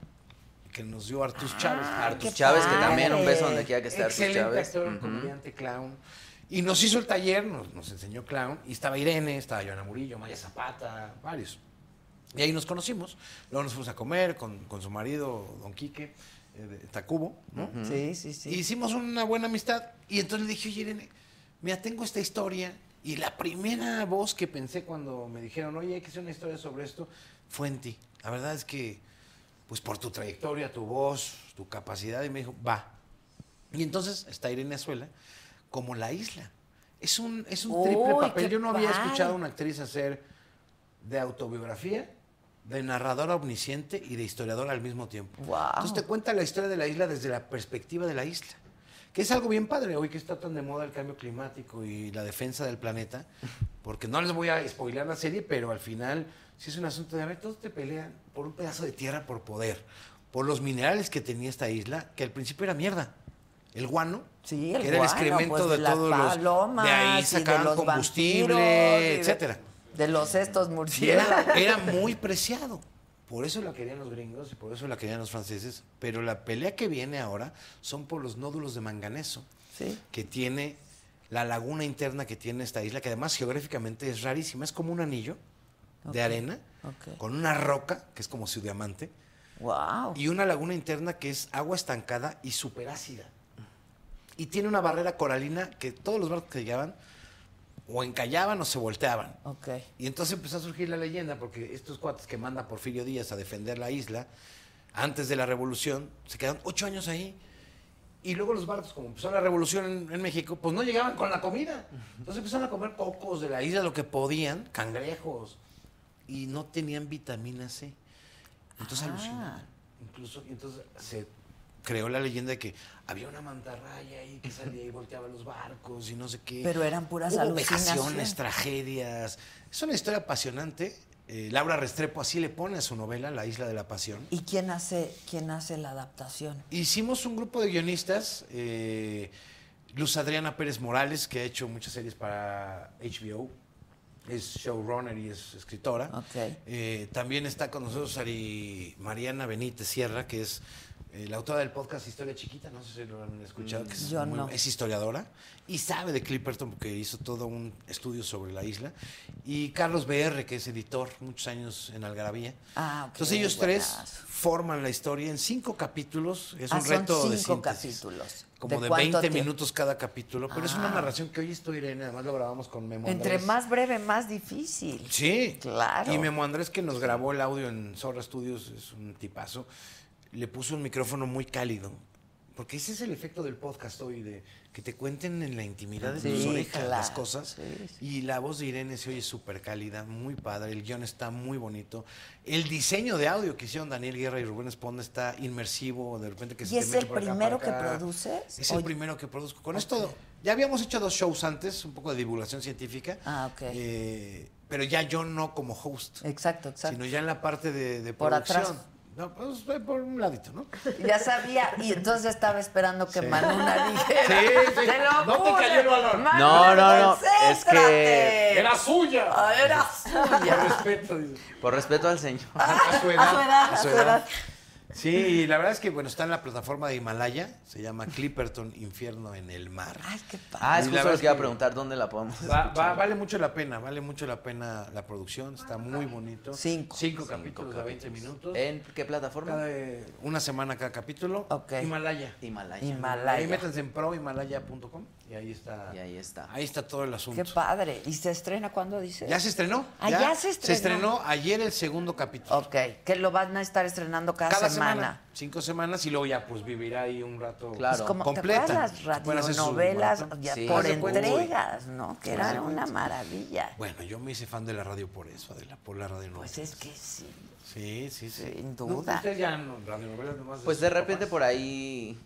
que nos dio Artus Chávez.
Artus Chávez, que Ah, también un beso
padre.
donde quiera que esté Artus
Excelente
Chávez.
actor,
Ujú.
comediante, clown. Y nos hizo el taller, nos, nos enseñó clown. Y estaba Irene, estaba Joana Murillo, Maya Zapata, varios. Y ahí nos conocimos. Luego nos fuimos a comer con, con su marido, don Quique, eh, de Tacubo, ¿no?
Sí, sí, sí.
E Hicimos una buena amistad. Y entonces le dije, oye, Irene, mira, tengo esta historia. Y la primera voz que pensé cuando me dijeron, oye, hay que hacer una historia sobre esto, fue en ti. La verdad es que, pues por tu trayectoria, tu voz, tu capacidad. Y me dijo, va. Y entonces está Irene Azuela como la isla. Es un, es un triple
¡Uy,
papel.
qué
Yo no había
padre!
escuchado a una actriz hacer de autobiografía, de narradora omnisciente y de historiadora al mismo tiempo.
¡Guau!
Entonces te cuenta la historia de la isla desde la perspectiva de la isla, que es algo bien padre hoy que está tan de moda el cambio climático y la defensa del planeta, porque no les voy a spoilear la serie, pero al final sí es un asunto de, a ver, todos te pelean por un pedazo de tierra por poder, por los minerales que tenía esta isla, que al principio era mierda. El guano,
Sí, el
que era el
guano,
excremento
pues,
de,
las
todos los...
palomas
de
y
ahí
de
sacaban
los
combustible,
vampiros y de-
etcétera.
De los estos
Y era,
murciélagos.
era muy preciado. Por eso la querían los gringos y por eso la querían los franceses. Pero la pelea que viene ahora son por los nódulos de manganeso
Sí.
que tiene la laguna interna que tiene esta isla, que además geográficamente es rarísima. Es como un anillo de arena
ok.
con una roca, que es como su diamante,
Wow.
y una laguna interna que es agua estancada y superácida. Y tiene una barrera coralina que todos los barcos que llegaban o encallaban o se volteaban.
Ok.
Y entonces empezó a surgir la leyenda, porque estos cuates que manda Porfirio Díaz a defender la isla, antes de la revolución, se quedaron ocho años ahí. Y luego los barcos, como empezó la revolución en, en México, pues no llegaban con la comida. Entonces empezaron a comer cocos de la isla, lo que podían, cangrejos. Y no tenían vitamina C. Entonces
Ah.
alucinaban. Incluso, y entonces se creó la leyenda de que había una mantarraya ahí que salía y volteaba los barcos y no sé qué.
Pero eran puras
Hubo
alucinaciones.
vejaciones, tragedias. Es una historia apasionante. Eh, Laura Restrepo así le pone a su novela La Isla de la Pasión.
¿Y quién hace, quién hace la adaptación?
Hicimos un grupo de guionistas, eh, Luz Adriana Pérez Morales, que ha hecho muchas series para HBO, es showrunner y es escritora.
Ok.
Eh, también está con nosotros Ari Mariana Benítez Sierra, que es eh, la autora del podcast Historia Chiquita, no sé si lo han escuchado, que es,
Yo
muy-
no.
es historiadora y sabe de Clipperton porque hizo todo un estudio sobre la isla. Y Carlos BR, que es editor, muchos años en Algarabía.
Ah, ok,
Entonces ellos tres
buenazo.
forman la historia en cinco capítulos. Es
Ah,
un
son
reto de
cinco
síntesis.
capítulos.
Como
¿De
de,
cuánto
20
tiempo?
minutos cada capítulo. Pero es una
Ah.
narración que hoy estoy Irene, además lo grabamos con Memo
Entre
Andrés.
más breve, más difícil.
Sí.
Claro.
Y Memo Andrés, que nos grabó el audio en Zorra Studios, es un tipazo, le puso un micrófono muy cálido. Porque ese es el efecto del podcast hoy, de que te cuenten en la intimidad de
Sí,
tus orejas las
claro,
cosas.
sí, sí.
Y la voz de Irene se oye súper cálida, muy padre, el guión está muy bonito. El diseño de audio que hicieron Daniel Guerra y Rubén Esponda está inmersivo, de repente que se
¿Y
te
es
mete
el
por acá, por
primero que
acá.
produces?
Es el
Oye.
primero que produzco. Con esto, ya habíamos hecho dos shows antes, un poco de divulgación científica.
Ah, ok.
Eh, pero ya yo no como host,
Exacto, exacto.
sino ya en la parte de, de
Por
producción.
atrás.
No, pues, eh, por un ladito, ¿no?
Ya sabía, y entonces estaba esperando que
Sí.
Manuna dijera.
Sí, sí.
"Te lo
No te
juro,
cayó el balón".
Manuna,
No, no, no, es que-
concéntrate".
¡Era suya!
Ah, era suya.
Por respeto, dice.
Por respeto al señor.
A, a su edad.
a su edad, a su edad.
Sí, y la verdad es que, bueno, está en la plataforma de Himalaya, se llama Clipperton Infierno en el Mar.
Ay, qué padre.
Ah, es
Y la
justo
verdad
lo que iba a
que-
preguntar, ¿dónde la podemos?
Va- va- vale mucho la pena, vale mucho la pena la producción, está muy bonito.
Cinco. Eh.
Cinco capítulos de 20 minutos.
¿En qué plataforma?
Cada, eh, una semana cada capítulo.
Ok.
Himalaya.
Himalaya.
Himalaya.
Ahí métanse en prohimalaya.com y ahí está.
Y ahí está.
Ahí está todo el asunto.
Qué padre. ¿Y se estrena cuándo dices?
ya se estrenó.
Ah, ya se estrenó.
ayer el segundo capítulo.
Ok, que lo van a estar estrenando cada,
Cada
semana.
semana. Cinco semanas y luego ya pues vivirá ahí un rato.
Claro.
Es Pues como
Completa.
¿te acuerdas las
Pueden hacer su
radionovelas
maratón.
ya
Sí.
por
Hace
cuenta.
entregas, ¿no? Que
Hace
era una
cuenta.
maravilla.
Bueno, yo me hice fan de la radio por eso, Adela, por la radio
Pues es que sí,
Sí, sí, sí.
sin
No,
duda.
ustedes ya no, radionovelas nomás
Pues
sus
de repente
papás.
por ahí,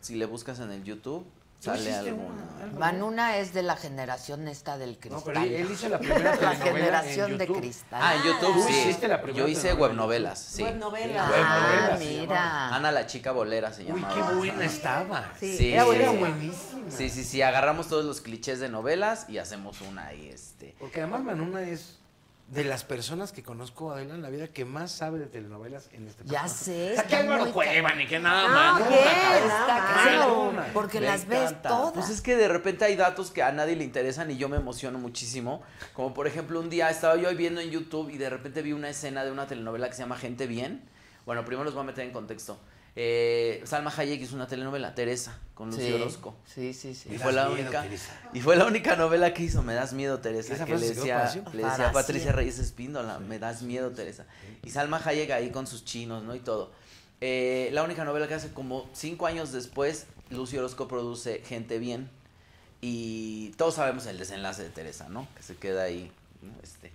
si le buscas en el YouTube, Sale
hiciste
alguna.
una-
Manuna es de la generación esta del
No,
cristal.
pero él, él hizo la primera
la
telenovela en
generación de
YouTube.
cristal.
Ah, en YouTube
¿Tú
sí.
hiciste la primera
Yo hice
telenovela?
webnovelas, sí.
novela.
Ah,
Webnovelas, se
mira.
Ana la chica bolera se
Uy,
llamaba.
qué buena estaba.
Sí,
Sí,
era
sí,
buenísima.
sí.
buenísima.
Sí, sí, sí, agarramos todos los clichés de novelas y hacemos una ahí, este.
Porque además Manuna es de las personas que conozco Adela en la vida que más sabe de telenovelas en este país.
Ya sé.
O sea, que
está
Álvaro
muy Ah,
Cueva ni que nada
No,
más.
¿qué?
Está
Nada
Ay,
más.
claro,
Manuna.
porque
Me
las
encanta.
ves todas.
Pues es que de repente hay datos que a nadie le interesan y yo me emociono muchísimo. Como por ejemplo, un día estaba yo viendo en YouTube y de repente vi una escena de una telenovela que se llama Gente Bien. Bueno, primero los voy a meter en contexto. Eh, Salma Hayek hizo una telenovela, Teresa, con Lucio Orozco.
sí, sí, sí.
Me
Y fue,
das
la
miedo,
única,
Teresa.
y fue la única novela que hizo Me das miedo, Teresa,
Esa
que
frase se
le
quedó
decía,
para siempre.
le decía
Para
a Patricia
siempre.
Reyes Espíndola, Me das miedo, Teresa. Y Salma Hayek ahí con sus chinos, ¿no? Y todo. Eh, la única novela que hace como cinco años después, Lucio Orozco produce Gente Bien. Y todos sabemos el desenlace de Teresa, ¿no? Que se queda ahí, ¿no? Este,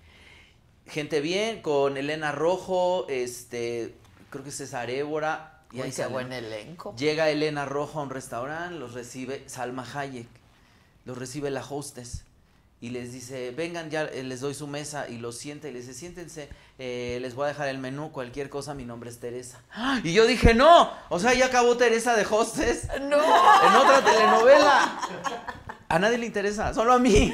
Gente Bien con Elena Rojo, este, creo que César Évora. Y
Uy,
ahí
qué
sale,
buen
¿no?
elenco.
Llega Elena Rojo a un restaurante, los recibe Salma Hayek, los recibe la hostess y les dice, vengan, ya eh, les doy su mesa y los sienta y les dice, siéntense, eh, les voy a dejar el menú, cualquier cosa, mi nombre es Teresa. ¡Ah! Y yo dije, no, o sea, ya acabó Teresa de hostess
No.
en otra telenovela. A nadie le interesa, solo a mí.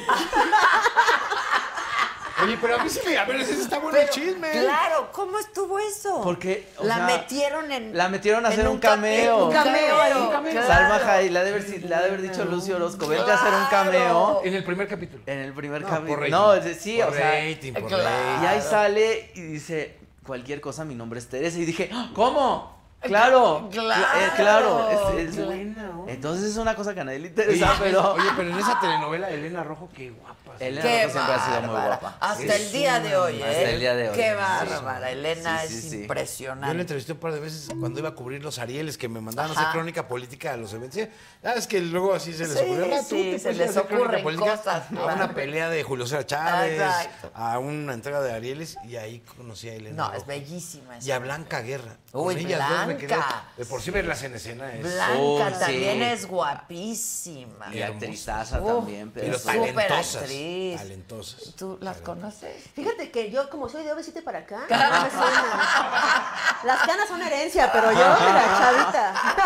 Oye, pero a mí sí me a ver, ese está bueno el chisme.
Claro, ¿cómo estuvo eso?
Porque o
la
sea,
metieron en.
la metieron a
en
hacer un
ca-
cameo.
Un cameo.
Claro,
ahí.
un cameo.
Salma Hayek, le ha de haber, si- le ha de haber dicho Lucio Orozco, vente a hacer un cameo.
En el primer capítulo.
En el primer
No,
camino.
por rating.
No, es decir, sí,
Por
o sea.
rating, por
Y ahí sale y dice, cualquier cosa, mi nombre es Teresa. Y dije, ¡Ah! ¿cómo? Claro,
Claro,
cl- eh, claro. Es, es-
claro.
Entonces es una cosa que a nadie le
Oye,
interesa, pero.
Oye, pero en esa telenovela, Elena Rojo, qué guapa.
Elena
Qué
Rojo siempre ha sido muy
bárbara.
guapa.
Hasta
Es
el día de hoy, ¿eh?
Hasta el día de hoy.
Qué
Sí.
bárbara. Elena
Sí, sí,
es
sí.
Yo la
impresionante.
entrevisté un par de veces cuando iba a cubrir los Arieles que me mandaban a
Ajá.
hacer crónica política a los eventos. Ya es que luego así se les
Sí,
ocurrió. "Ah, tú
sí,
te
se
puedes ir a
les
hacer crónica
ocurren
política
cosas,
A
claro. Ah,
una pelea de Julio César Chávez,
Exacto.
a una entrega de Arieles y ahí conocí a Elena.
No,
Rojo.
es bellísima. esa.
Y a Blanca Guerra.
Uy,
Con ellas dos me quedé-
Blanca.
de por sí verlas en escena es...
Blanca
Oh,
también
sí.
es guapísima.
Y actrizaza
Uf,
también, pero.
Pero
súper
talentosas.
actriz.
Talentosas.
¿Tú las conoces?
Fíjate que yo, como soy de OV7 para acá, no me suena. Las canas son herencia, pero yo, mira, chavita.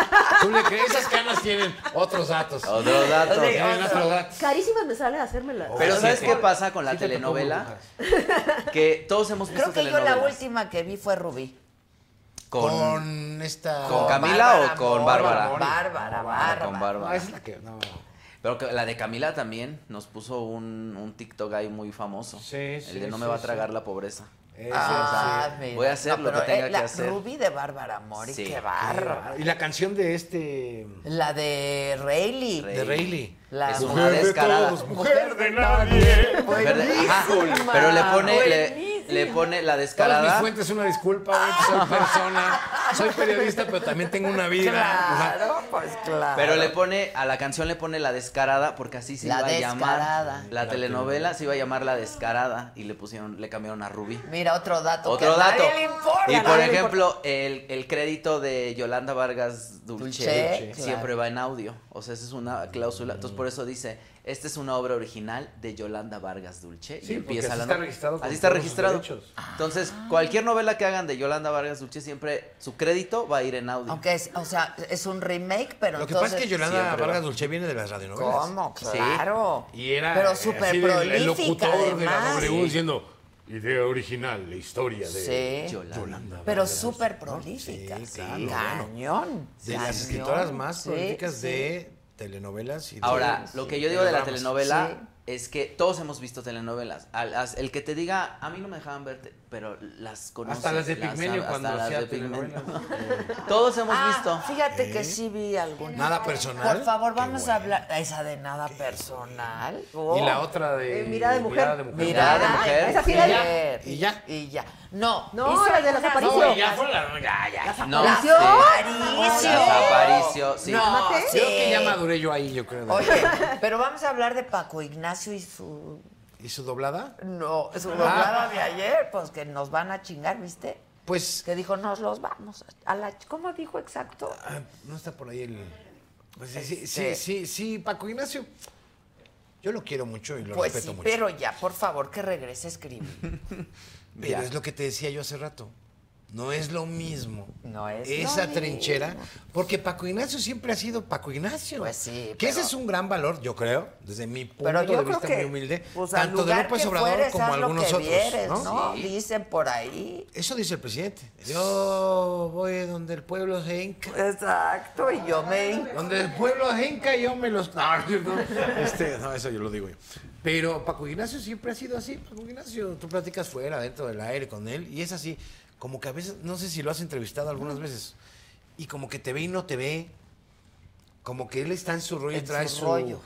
¿Tú le crees? Esas canas tienen otros datos.
Otros datos.
Tienen otros datos.
Carísimas me sale hacérmelas.
Pero
Sí,
¿sabes
sí.
qué pasa con la
Sí te tocó
telenovela?
burbujas.
Que todos hemos visto
Creo que yo la
telenovelas.
última que vi fue Rubí.
Con.
Con esta...
¿Con Camila o con Bárbara? Ah,
Mori. Bárbara, Bárbara.
Con
No,
Bárbara.
esa es la que... No.
Pero que la de Camila también nos puso un, un TikTok ahí muy famoso.
Sí, sí,
El de no me
sí,
va a tragar
sí.
la pobreza.
Esa, sí.
Ah, mira.
Voy a hacer lo
pero,
que tenga
eh, la
que hacer.
Rubí de Bárbara Mori,
Sí.
qué
Qué
bárbara.
Y la canción de este...
La de Rayleigh.
Rayleigh.
De Rayleigh.
La
es
mujer
una
de
descarada.
mujer de nadie.
Mujer de- ajá,
Buenísima.
pero le pone, le, le pone la
Todas mis
descarada.
fuentes, una disculpa, güey, pues soy persona, soy periodista, pero también tengo una vida. O sea,
Claro, pues claro.
Pero le pone, a la canción le pone la descarada porque así se
La
iba a
descarada.
llamar. La telenovela se iba a llamar La Descarada y le pusieron, le cambiaron a Rubí.
Mira, otro dato. que
Otro
a
dato.
nadie le importa,
y
a
por
nadie le
ejemplo, el, el crédito de Yolanda Vargas Dulce,
Dulce, Dulce.
siempre
claro.
va en audio. O sea, esa es una cláusula. Entonces, por eso dice, esta es una obra original de Yolanda Vargas Dulce.
Sí,
y
porque
empieza
así
la
está
no-
registrado con
Así está
todos sus
registrado.
derechos.
Entonces,
Ah.
cualquier novela que hagan de Yolanda Vargas Dulce, siempre su crédito va a ir en audio.
Aunque es, o sea, es un remake, pero
Lo que
entonces...
pasa es que Yolanda
siempre va.
Vargas Dulce viene de las radionovelas.
¿Cómo?
Sí.
Claro.
Y era
Pero
eh,
súper
así del-
prolífica,
el locutor de la
además.
W diciendo idea original, la historia de
Sí.
Yolanda.
Yolanda.
Pero
Vargas Dulce",
súper
¿no?
prolífica.
Sí, claro, bueno.
Cañón.
De las
cañón.
escritoras más
Sí,
prolíficas
sí.
de telenovelas y de-
Ahora, lo que yo digo de la
programas.
telenovela es que todos hemos visto telenovelas. Al- as- el que te diga, a mí no me dejaban ver, te- pero las conoces.
Hasta las de Pigmenio
hasta
cuando
las
hacía
de Pigmenio.
telenovelas.
Todos hemos
Ah,
visto.
Fíjate que sí vi alguna.
Nada personal.
Por favor,
Qué
vamos a
bueno.
hablar. Esa de nada personal. Oh.
Y la otra de
Eh, Mirada de Mujer.
Mirada de
Mirada de
mujer.
mujer.
Esa sí la vi.
¿Y ya?
Y ya. No.
No,
hizo
la de
algunas-
las Aparicio.
No,
fue la. Ya, ya.
No,
¿Aparicio?
sí.
Aparicio.
Las Aparicio, sí.
No,
Mate.
sí.
Creo que ya maduré yo ahí, yo creo.
Oye, pero vamos a hablar de Paco Ignacio y su
¿Y su doblada?
no, su
Ah.
doblada de ayer, pues que nos van a chingar, ¿viste?
Pues
Que dijo, nos los vamos a la ch-". ¿Cómo dijo exacto?
Ah, no está por ahí el. Pues sí, sí,
Este-
sí, sí, sí, Paco Ignacio. Yo lo quiero mucho y lo
Pues
respeto
sí,
mucho.
pero ya, por favor, que regrese a escribir.
Pero
Ya.
es lo que te decía yo hace rato. No es lo mismo.
No es lo
Esa
mismo.
trinchera. Porque Paco Ignacio siempre ha sido Paco Ignacio.
Pues sí,
Que ese
pero-
es un gran valor, yo creo, desde mi punto
Pero yo
de
creo
vista
que
muy humilde.
pues, al
tanto de
lugar
López
que
Obrador
fueres,
como
haz lo
algunos
que
otros.
vieres,
¿no?
¿no? Dicen por ahí.
Eso dice el presidente. Yo voy donde el pueblo se hinca.
Exacto, y yo me...
Donde el pueblo se hinca, yo me los. No, no, este, no, eso yo lo digo yo. Pero Paco Ignacio siempre ha sido así. Paco Ignacio, tú platicas fuera, dentro del aire con él, y es así. Como que a veces, no sé si lo has entrevistado algunas
Mm.
veces, y como que te ve y no te ve. Como que él está en su rollo y
En
trae
su
su.
rollo.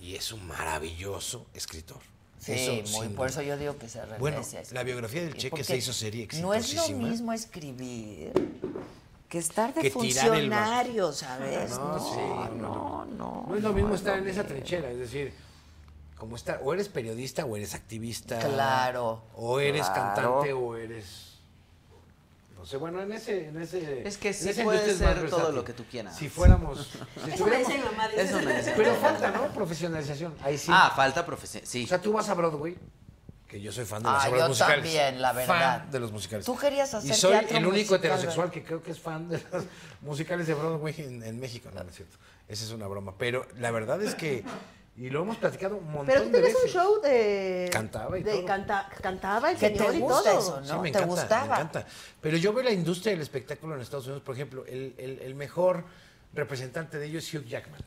Y es un maravilloso escritor.
Sí,
Eso
muy,
sin
por
duda.
eso yo digo que se regrese.
Bueno,
a escribir.
la biografía del Che que
Porque
se hizo serie
No es lo
exitosísima.
mismo escribir que estar de
Que tirar el bastón.
funcionario, ¿sabes? No,
No, sí, no,
no, no,
no. No es lo mismo estar en esa trinchera, es decir, como estar, o eres periodista o eres activista.
Claro,
O eres
claro.
cantante o eres. No sé, bueno, en ese. En ese
Es que
en
sí
esa
puede
industria es más
ser todo
versátil.
lo que tú quieras.
Si fuéramos. Si
Eso me
tuviéramos-
dice mi mamá. dice.
Eso me dice.
pero falta, ¿no? Profesionalización. Ahí sí.
Ah, falta profesión. Sí.
o sea, tú vas a Broadway. Que yo soy fan de las
Ah,
obras
yo
musicales.
también, la verdad.
Fan de los musicales.
Tú querías
Y
hacer
soy
teatro
el único
musical, eh?
heterosexual que creo que es fan de los musicales de Broadway en, en México. No, no es cierto. Esa es una broma. Pero la verdad es que. Y lo hemos platicado un montón
Pero tú
de
tenías
veces.
un show de.
Cantaba y
de
todo.
canta- cantaba el
Que te
señor y
gusta
todo.
eso, ¿no?
Sí, me
¿Te
encanta,
gustaba?
Me encanta. Pero yo veo la industria del espectáculo en Estados Unidos, por ejemplo, el, el- el mejor representante de ellos es Hugh Jackman,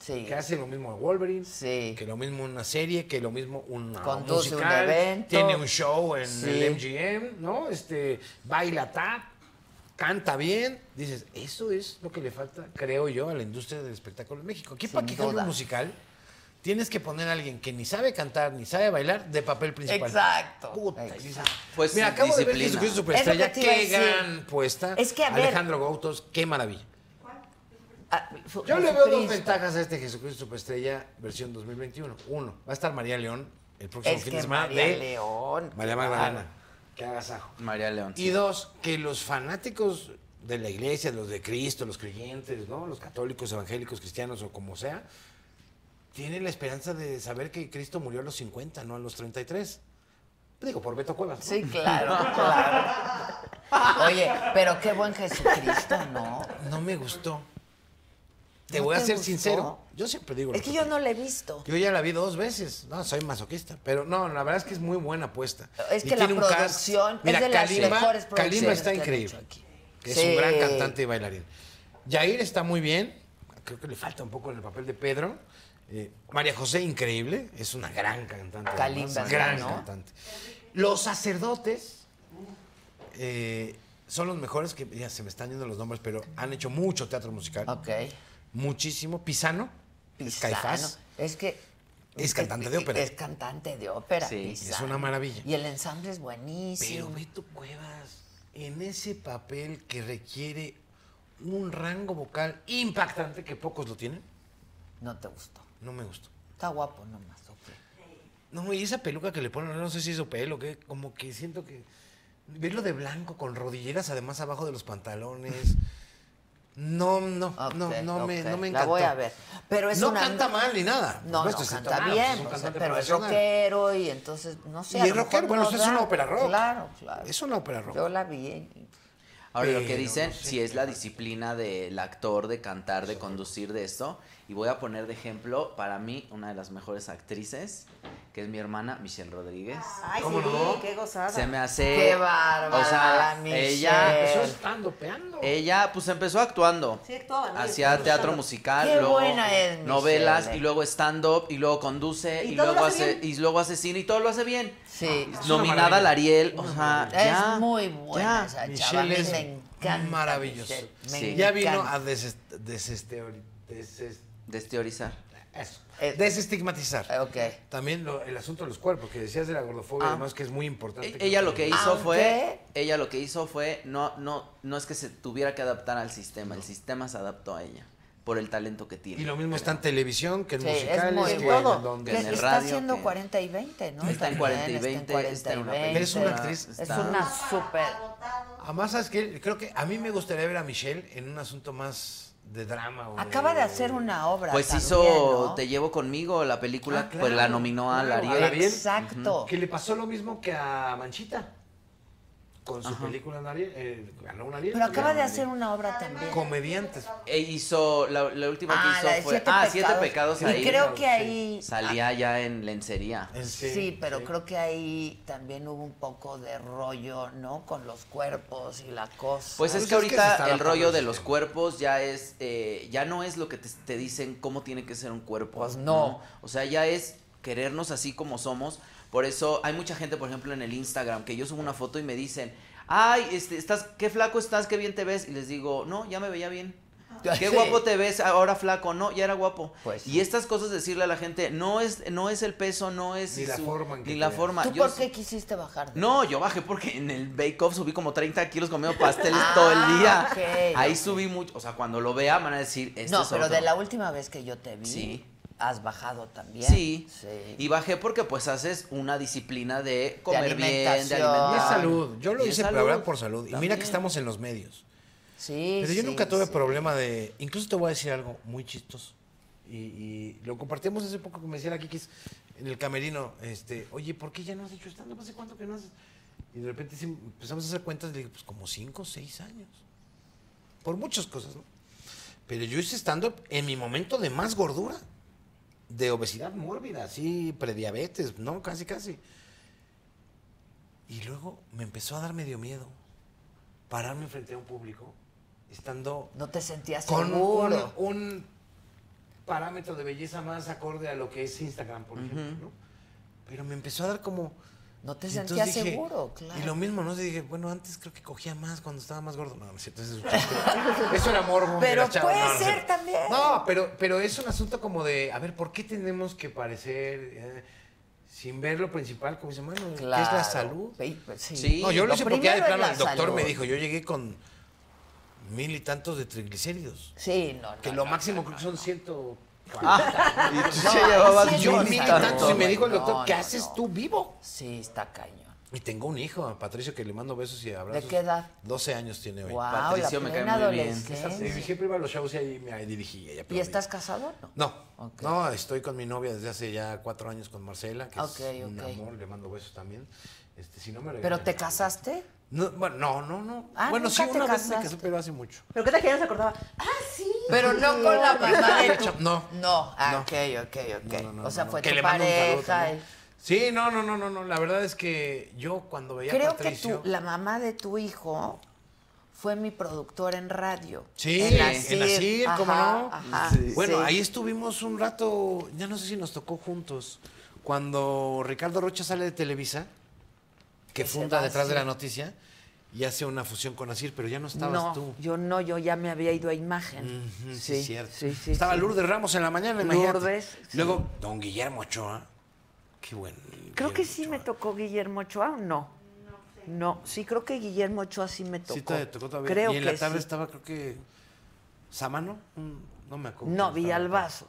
Sí. Ah,
que hace lo mismo en Wolverine,
Sí.
que lo mismo en una serie, que lo mismo una,
Conduce un
musical,
evento.
tiene un show en
Sí.
el MGM, ¿no? Este, baila tap, canta bien. Dices, eso es lo que le falta, creo yo, a la industria del espectáculo en México. Aquí para
Sin
que jale
duda.
un musical tienes que poner a alguien que ni sabe cantar, ni sabe bailar, de papel principal.
Exacto.
Puta,
Exacto.
dices,
Pues
Mira,
sí,
acabo de ver
disciplina.
Jesucristo
Es
Superestrella.
lo que te iba a
Qué
decir.
gran puesta.
Es que, a ver-
Alejandro Gautos, qué maravilla.
Ah,
Yo le veo dos
Jesucristo.
ventajas a este Jesucristo Superestrella versión 2021. Uno, va a estar María León el próximo
Es
fin de
que
semana
María
de
León.
María Magdalena. Que agasajo.
María León.
Y dos, que los fanáticos de la iglesia, los de Cristo, los creyentes, ¿no? Los católicos, evangélicos, cristianos o como sea, tienen la esperanza de saber que Cristo murió a los 50, no a los 33. Digo, por Beto Cuevas. ¿no?
Sí, claro, claro. Oye, pero qué buen Jesucristo, ¿no?
No me gustó. Te
¿No
voy a
te
ser
gustó?
sincero. Yo siempre digo. lo
Es que yo
pienso.
no la he visto.
Yo ya la vi dos veces. No, soy masoquista. Pero no, la verdad es que es muy buena apuesta.
Es
Y
que la
tiene un cast.
producción es
Mira,
de las
Kalimba-
mejores
Kalimba
producciones
está
que han
increíble.
hecho aquí.
que es
Sí.
un gran cantante y bailarín. Yair está muy bien. Creo que le falta un poco en el papel de Pedro. Eh, María José, increíble. Es una gran cantante. además,
Kalimba,
gran
¿no?
cantante. Los sacerdotes eh, son los mejores que ya se me están yendo los nombres, pero han hecho mucho teatro musical.
Ok.
Muchísimo. Pisano, es
Ah. Pisano.
Caifás.
Es que.
Es cantante de ópera.
Es cantante de ópera.
Sí,
Pisano.
es una maravilla.
Y el ensamble es buenísimo.
Pero Beto Cuevas, en ese papel que requiere un rango vocal impactante que pocos lo tienen,
No te gustó.
no me gustó.
Está guapo nomás, ok.
No, y esa peluca que le ponen, no sé si es su pelo, que como que siento que. Verlo de blanco, con rodilleras además abajo de los pantalones. No, no,
Ok,
no, no,
ok.
me, no me
La
encantó.
voy a ver. Pero es
no
una-
canta mal ni nada. por
No, no,
supuesto, es
canta
cantante,
bien,
es un
o sea,
cantante
pero es
profesional.
rockero y entonces, no sé.
Y
a
es
lo mejor
rockero, bueno,
no
eso es
da.
una ópera rock.
Claro, claro.
Es una ópera rock.
Yo la vi.
Ahora lo que
Pero
dicen,
no sé
si es
qué
la
más.
disciplina del actor, de cantar, de conducir, de esto. Y voy a poner de ejemplo, para mí, una de las mejores actrices, que es mi hermana Michelle Rodríguez.
Ah,
Ay,
¿Cómo
sí,
no?
qué gozada.
Se me hace.
Qué bárbara,
O sea,
la Michelle.
ella,
Eso es estando, peando.
ella, pues empezó actuando.
Sí, actuaba, ¿no?
Hacía
Estaba
teatro
actuando.
musical,
Qué
luego
buena es Michelle.
novelas y luego stand up y luego conduce
Y
y,
todo
luego
lo hace
hace
bien.
y luego hace cine y todo lo hace bien.
Sí.
Es Nominada al
maravilla.
Ariel, o sea,
Es
ya,
muy buena
ya.
esa chava. A mí
Michelle es
me encanta.
maravilloso.
Michelle, me
Sí.
Ya vino
encanta.
a desest- desesteori- deses-
Desteorizar.
eso,
Eh,
desestigmatizar.
eh, ok.
También lo- el asunto de los cuerpos, que decías de la gordofobia,
Ah.
además que es muy importante.
E- Ella lo que hizo
Aunque-
fue, ella lo que hizo fue, no, no, no es que se tuviera que adaptar al sistema, el sistema se adaptó a ella por el talento que tiene.
Y lo mismo está en televisión, que en
Sí,
musicales,
es muy
que
todo.
en donde-
Que
en el
está
radio,
haciendo
que-
40 y 20, ¿no?
Está en
También
40
está
y
en
20, está en una
40 y
película,
Es una actriz.
Es una súper.
Además, ¿sabes qué? Creo que a mí me gustaría ver a Michelle en un asunto más de drama. o
Acaba de hacer una obra.
Pues
también,
hizo
¿no?
Te llevo conmigo, la película,
Ah, claro,
pues la nominó al
claro,
Ariel.
al Ariel.
Exacto.
Que le pasó lo mismo que a Manchita. Con su
Ajá.
película Ariel, eh, ganó un Ariel.
Pero acaba
Ganó
de
un
hacer una obra también.
Ariel. Comediantes.
E hizo, la, la última
Ah,
que hizo
la de
fue.
Siete
ah,
Pecados.
Siete Pecados
Y
ahí.
creo que
Sí.
ahí-
Salía ya en lencería.
Sí, pero creo que ahí también hubo un poco de rollo, ¿no? Con los cuerpos y la cosa.
Pues es que ahorita el rollo de los cuerpos ya es, eh, ya no es lo que te, te dicen cómo tiene que ser un cuerpo.
Pues no.
O sea, ya es querernos así como somos. Por eso hay mucha gente, por ejemplo, en el Instagram, que yo subo una foto y me dicen, ay, este, estás, qué flaco estás, qué bien te ves. Y les digo, no, ya me veía bien. Qué
Sí.
guapo te ves, ahora flaco, no, ya era guapo.
Pues sí.
y estas cosas decirle a la gente, no es, no es el peso, no es
Ni la forma en que
ni
te
la
veas.
forma.
¿Tú
Yo
por
sí-
qué quisiste bajar? de-
no, yo bajé porque en el Bake Off subí como 30 kilos comiendo pasteles todo el día.
Ah, ok,
Ahí
ok.
subí mucho. O sea, cuando lo vea van a decir, este
no,
es
pero
otro".
de la última vez que yo te vi,
Sí.
has bajado también.
Sí.
Sí.
Y bajé porque pues haces una disciplina de comer bien, de
alimentación.
Y
alimentar.
es salud. Yo lo
Y es
hice, pero
salud.
ahora por salud. Y mira que
También.
estamos en los medios.
Sí,
Pero yo
sí,
nunca tuve
sí.
problema de. Incluso te voy a decir algo muy chistoso. Y, y lo compartimos hace poco que me decía la Kikis en el camerino. Este, Oye, ¿por qué ya no has hecho stand ¿Hace cuánto que no haces? Y de repente sí empezamos a hacer cuentas. Le dije, pues como cinco o seis años. Por muchas cosas, ¿no? Pero yo hice stand-up en mi momento de más gordura. De obesidad mórbida, así, prediabetes, ¿no? Casi, casi. Y luego me empezó a dar medio miedo pararme frente a un público estando
No te sentías
con un,
seguro.
un parámetro de belleza más acorde a lo que es Instagram, por ejemplo. ¿no? Pero me empezó a dar como...
No te
y
sentías
entonces dije-
seguro, claro.
Y lo mismo, ¿no? Dije, bueno, antes creo que cogía más cuando estaba más gordo. No, no es cierto, ese es un chiste. Eso era morbo. de
Pero
la chava.
puede
No, no es
ser
cierto.
también.
No, pero, pero es un asunto como de, a ver, ¿por qué tenemos que parecer... eh, sin ver lo principal, como dice Manuel, que es la
Claro.
salud.
Sí, pues sí.
Sí.
No, yo lo
Lo
hice porque ya
primero
de
es
plano
la
el doctor
salud.
me dijo, yo llegué con mil y tantos de triglicéridos.
Sí, no, no,
Que lo
no,
máximo
no,
creo que
no.
son ciento...
Ah, y tú
No,
se llevabas
sí,
Y yo
no,
mil
mil y
no,
tantos
no,
y me dijo el
no,
doctor, ¿qué
no,
haces
no.
tú vivo?
Sí, está cañón.
Y tengo un hijo, a Patricio, que le mando besos y abrazos.
qué edad?
12 años tiene hoy.
Wow,
Patricio
la
me cae
plena
muy bien.
Sí,
adolescencia.
siempre iba a los shows y ahí me dirigía. ya, pero
¿Y
ahorita-
estás casado?
No,
Ok.
no, estoy con mi novia desde hace ya cuatro años con Marcela, que
Ok,
es un
ok.
amor, le mando besos también. Este, si no me
¿Pero
regaña.
te casaste?
No, bueno, no, no, no.
Ah,
bueno, sí,
¿nunca te
una vez me
casaste?
casé, pero hace mucho.
Pero qué tal que ya no se acordaba. Ah, sí.
Pero no con la mamá de tu...
No.
No, ah,
No.
ok, ok, ok.
No, no, no,
o sea,
no, no.
fue
Que
tu
le mando un saludo
pareja.
también.
y-
Sí, no, no, no, no, no. La verdad es que yo cuando veía a
Creo que
Patricio.
tú, la mamá de tu hijo fue mi productora en radio.
Sí,
en la
en la
CIR,
CIR,
ajá,
¿cómo no?
ajá,
Bueno,
sí.
ahí estuvimos un rato, ya no sé si nos tocó juntos, cuando Ricardo Rocha sale de Televisa, que
Que se
funda
va,
detrás de
sí.
la noticia, y hace una fusión con Asir, pero ya no estabas
No,
tú.
yo no, yo ya me había ido a imagen.
Ujú, sí,
sí,
es cierto.
sí, sí,
Estaba
sí.
Lourdes Ramos en la mañana, imagínate.
Lourdes, sí.
Luego, don Guillermo Ochoa. Qué bueno.
Creo que sí me
tocó.
tocó Guillermo Ochoa, ¿o no? No, sí, creo que Guillermo Ochoa sí me tocó.
Sí, te tocó todavía.
Creo
y en
que
la tarde
sí.
estaba, creo que. ¿Samano? Mm, No me acuerdo.
No,
quién estaba.
Villalbazo.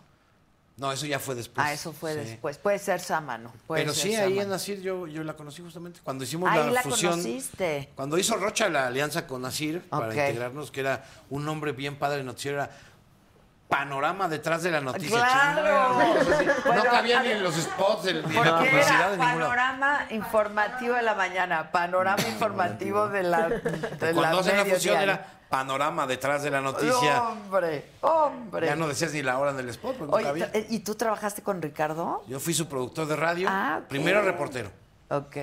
No, eso ya fue después.
ah, eso fue
Pues, Sí.
después. Puede ser Sámano. puede
Pero
ser
sí, ahí en
Sámano.
Nasir yo, yo la conocí justamente. Cuando hicimos
Ahí
la,
la
fusión.
conociste.
Cuando hizo Rocha la alianza con Nasir para
Ok.
integrarnos, que era un hombre bien padre de noticiero, era panorama detrás de la noticia.
¡Claro!
chingada, o sea, sí,
Bueno,
no cabía
a
ni
ver,
en los spots, del- ni en pues la
Porque
publicidad
era
de ninguna.
panorama informativo de la mañana, panorama informativo de la. De
Cuando hacen la fusión
mediodía.
era panorama detrás de la noticia.
Hombre, hombre.
Ya no decías ni la hora del spot, porque no
Oye,
cabía.
¿y tú trabajaste con Ricardo?
Yo fui su productor de radio,
Ah, ok.
primero reportero.
Ok.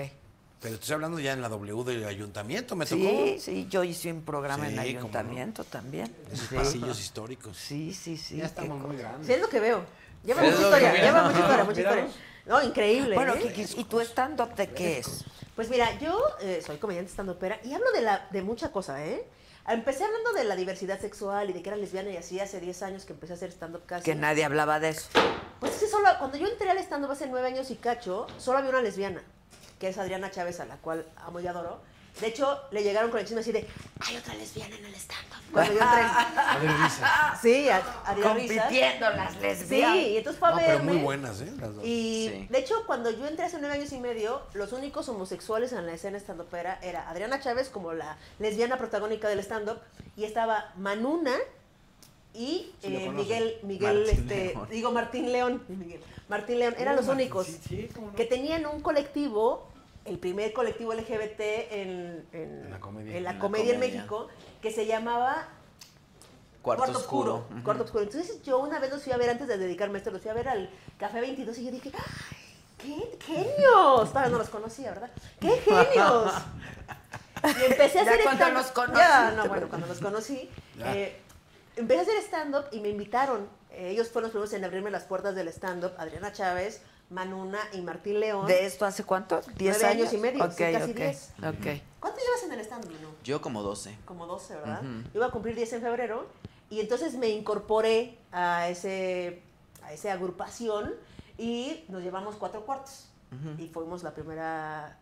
Pero estoy hablando ya en la W del ayuntamiento, me tocó.
Sí, sí, yo hice un programa
Sí,
en
cómo no.
ayuntamiento también.
Esos
Sí.
pasillos históricos.
Sí, sí, sí.
ya
qué
estamos
cosa.
muy grandes.
Sí, es lo que veo. Lleva
Es
mucha
lo que
historia,
veo.
lleva mucha historia, mucha historia. No, increíble.
Bueno,
¿eh?
Kiki, ¿y tú estando de qué es?
Pues mira, yo eh, soy comediante estando opera y hablo de, la, de mucha cosa, ¿eh? Empecé hablando de la diversidad sexual y de que era lesbiana y así hace 10 años que empecé a hacer stand-up casi.
Que nadie hablaba de eso.
Pues es que solo, cuando yo entré al stand-up hace nueve años y cacho, solo había una lesbiana, que es Adriana Chávez, a la cual amo y adoro. De hecho, le llegaron con el chisme así de, hay otra lesbiana en el stand-up. Cuando yo entré.
A ver, risas.
Sí, a, a Dios risas.
Compitiendo las lesbianas.
Sí, y entonces fue a
No, pero
verme.
muy buenas, ¿eh? Las dos.
Y
Sí.
de hecho, cuando yo entré hace nueve años y medio, los únicos homosexuales en la escena stand-upera era Adriana Chávez como la lesbiana protagónica del stand-up y estaba Manuna y
Sí, lo
eh,
conoces.
Miguel, Miguel,
Martín
este,
León.
digo Martín León, Miguel, Martín León, eran
Uh,
los
Martín,
únicos
sí, sí, cómo no.
que tenían un colectivo, el primer colectivo LGBT en, en-
En la comedia.
en la
En la
comedia en
comedia.
México, que se llamaba
Cuarto, oscuro. Ujú.
Cuarto oscuro. Entonces yo una vez los fui a ver antes de dedicarme a esto, los fui a ver al Café 22 y yo dije, ¡ay, qué genios! Para no los conocía, ¿verdad? ¡Qué genios! Y empecé a
Ya
hacer
cuando
stand-up-
los conocí,
Ya, no,
te
bueno, cuando los conocí. eh, empecé a hacer stand-up y me invitaron. Eh, ellos fueron los primeros en abrirme las puertas del stand-up. Adriana Chávez, Manuna y Martín León.
¿De esto hace cuánto? ¿Diez
Nueve
años?
años y medio,
Ok,
sí, casi
ok,
diez.
ok.
¿Cuánto llevas en el stand-up, Manu?
Yo como 12.
como 12, ¿verdad?
Ujú.
Yo iba a cumplir 10 en febrero y entonces me incorporé a ese a esa agrupación y nos llevamos cuatro cuartos y fuimos la primera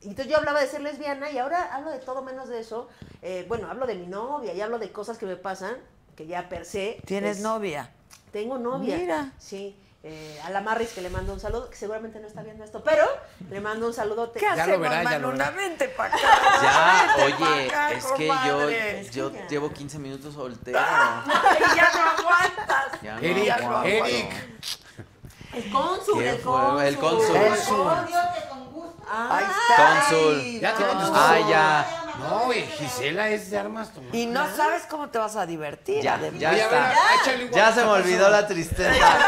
y entonces yo hablaba de ser lesbiana y ahora hablo de todo menos de eso. Eh, bueno, hablo de mi novia y hablo de cosas que me pasan, que ya per se.
¿Tienes
es-
novia?
Tengo novia.
Mira.
Sí. eh, a la Marris que le mando un saludo, que seguramente no está viendo esto, pero le mando un saludote.
¿Qué
lo
hacemos,
verá, ya lo
Manu? Una
verá.
vente para acá.
Ya,
vente pa'
oye,
acá,
es que
comadre.
Es que
yo,
ya.
yo llevo 15 minutos soltero.
Y ya no aguantas.
Ya no
Eric,
aguanto.
Eric.
El cónsul,
¿Qué
el
fue?
cónsul.
El cónsul.
El cónsul. Ahí está.
Cónsul.
Ya te vamos.
Ay, ya.
No, güey, Gisela es de armas tomar.
Y no sabes cómo te vas a divertir.
Ya,
además.
ya
Oye, a ver,
está.
a- échale un
Ya
WhatsApp
se me
a
olvidó
Sandra.
la tristeza.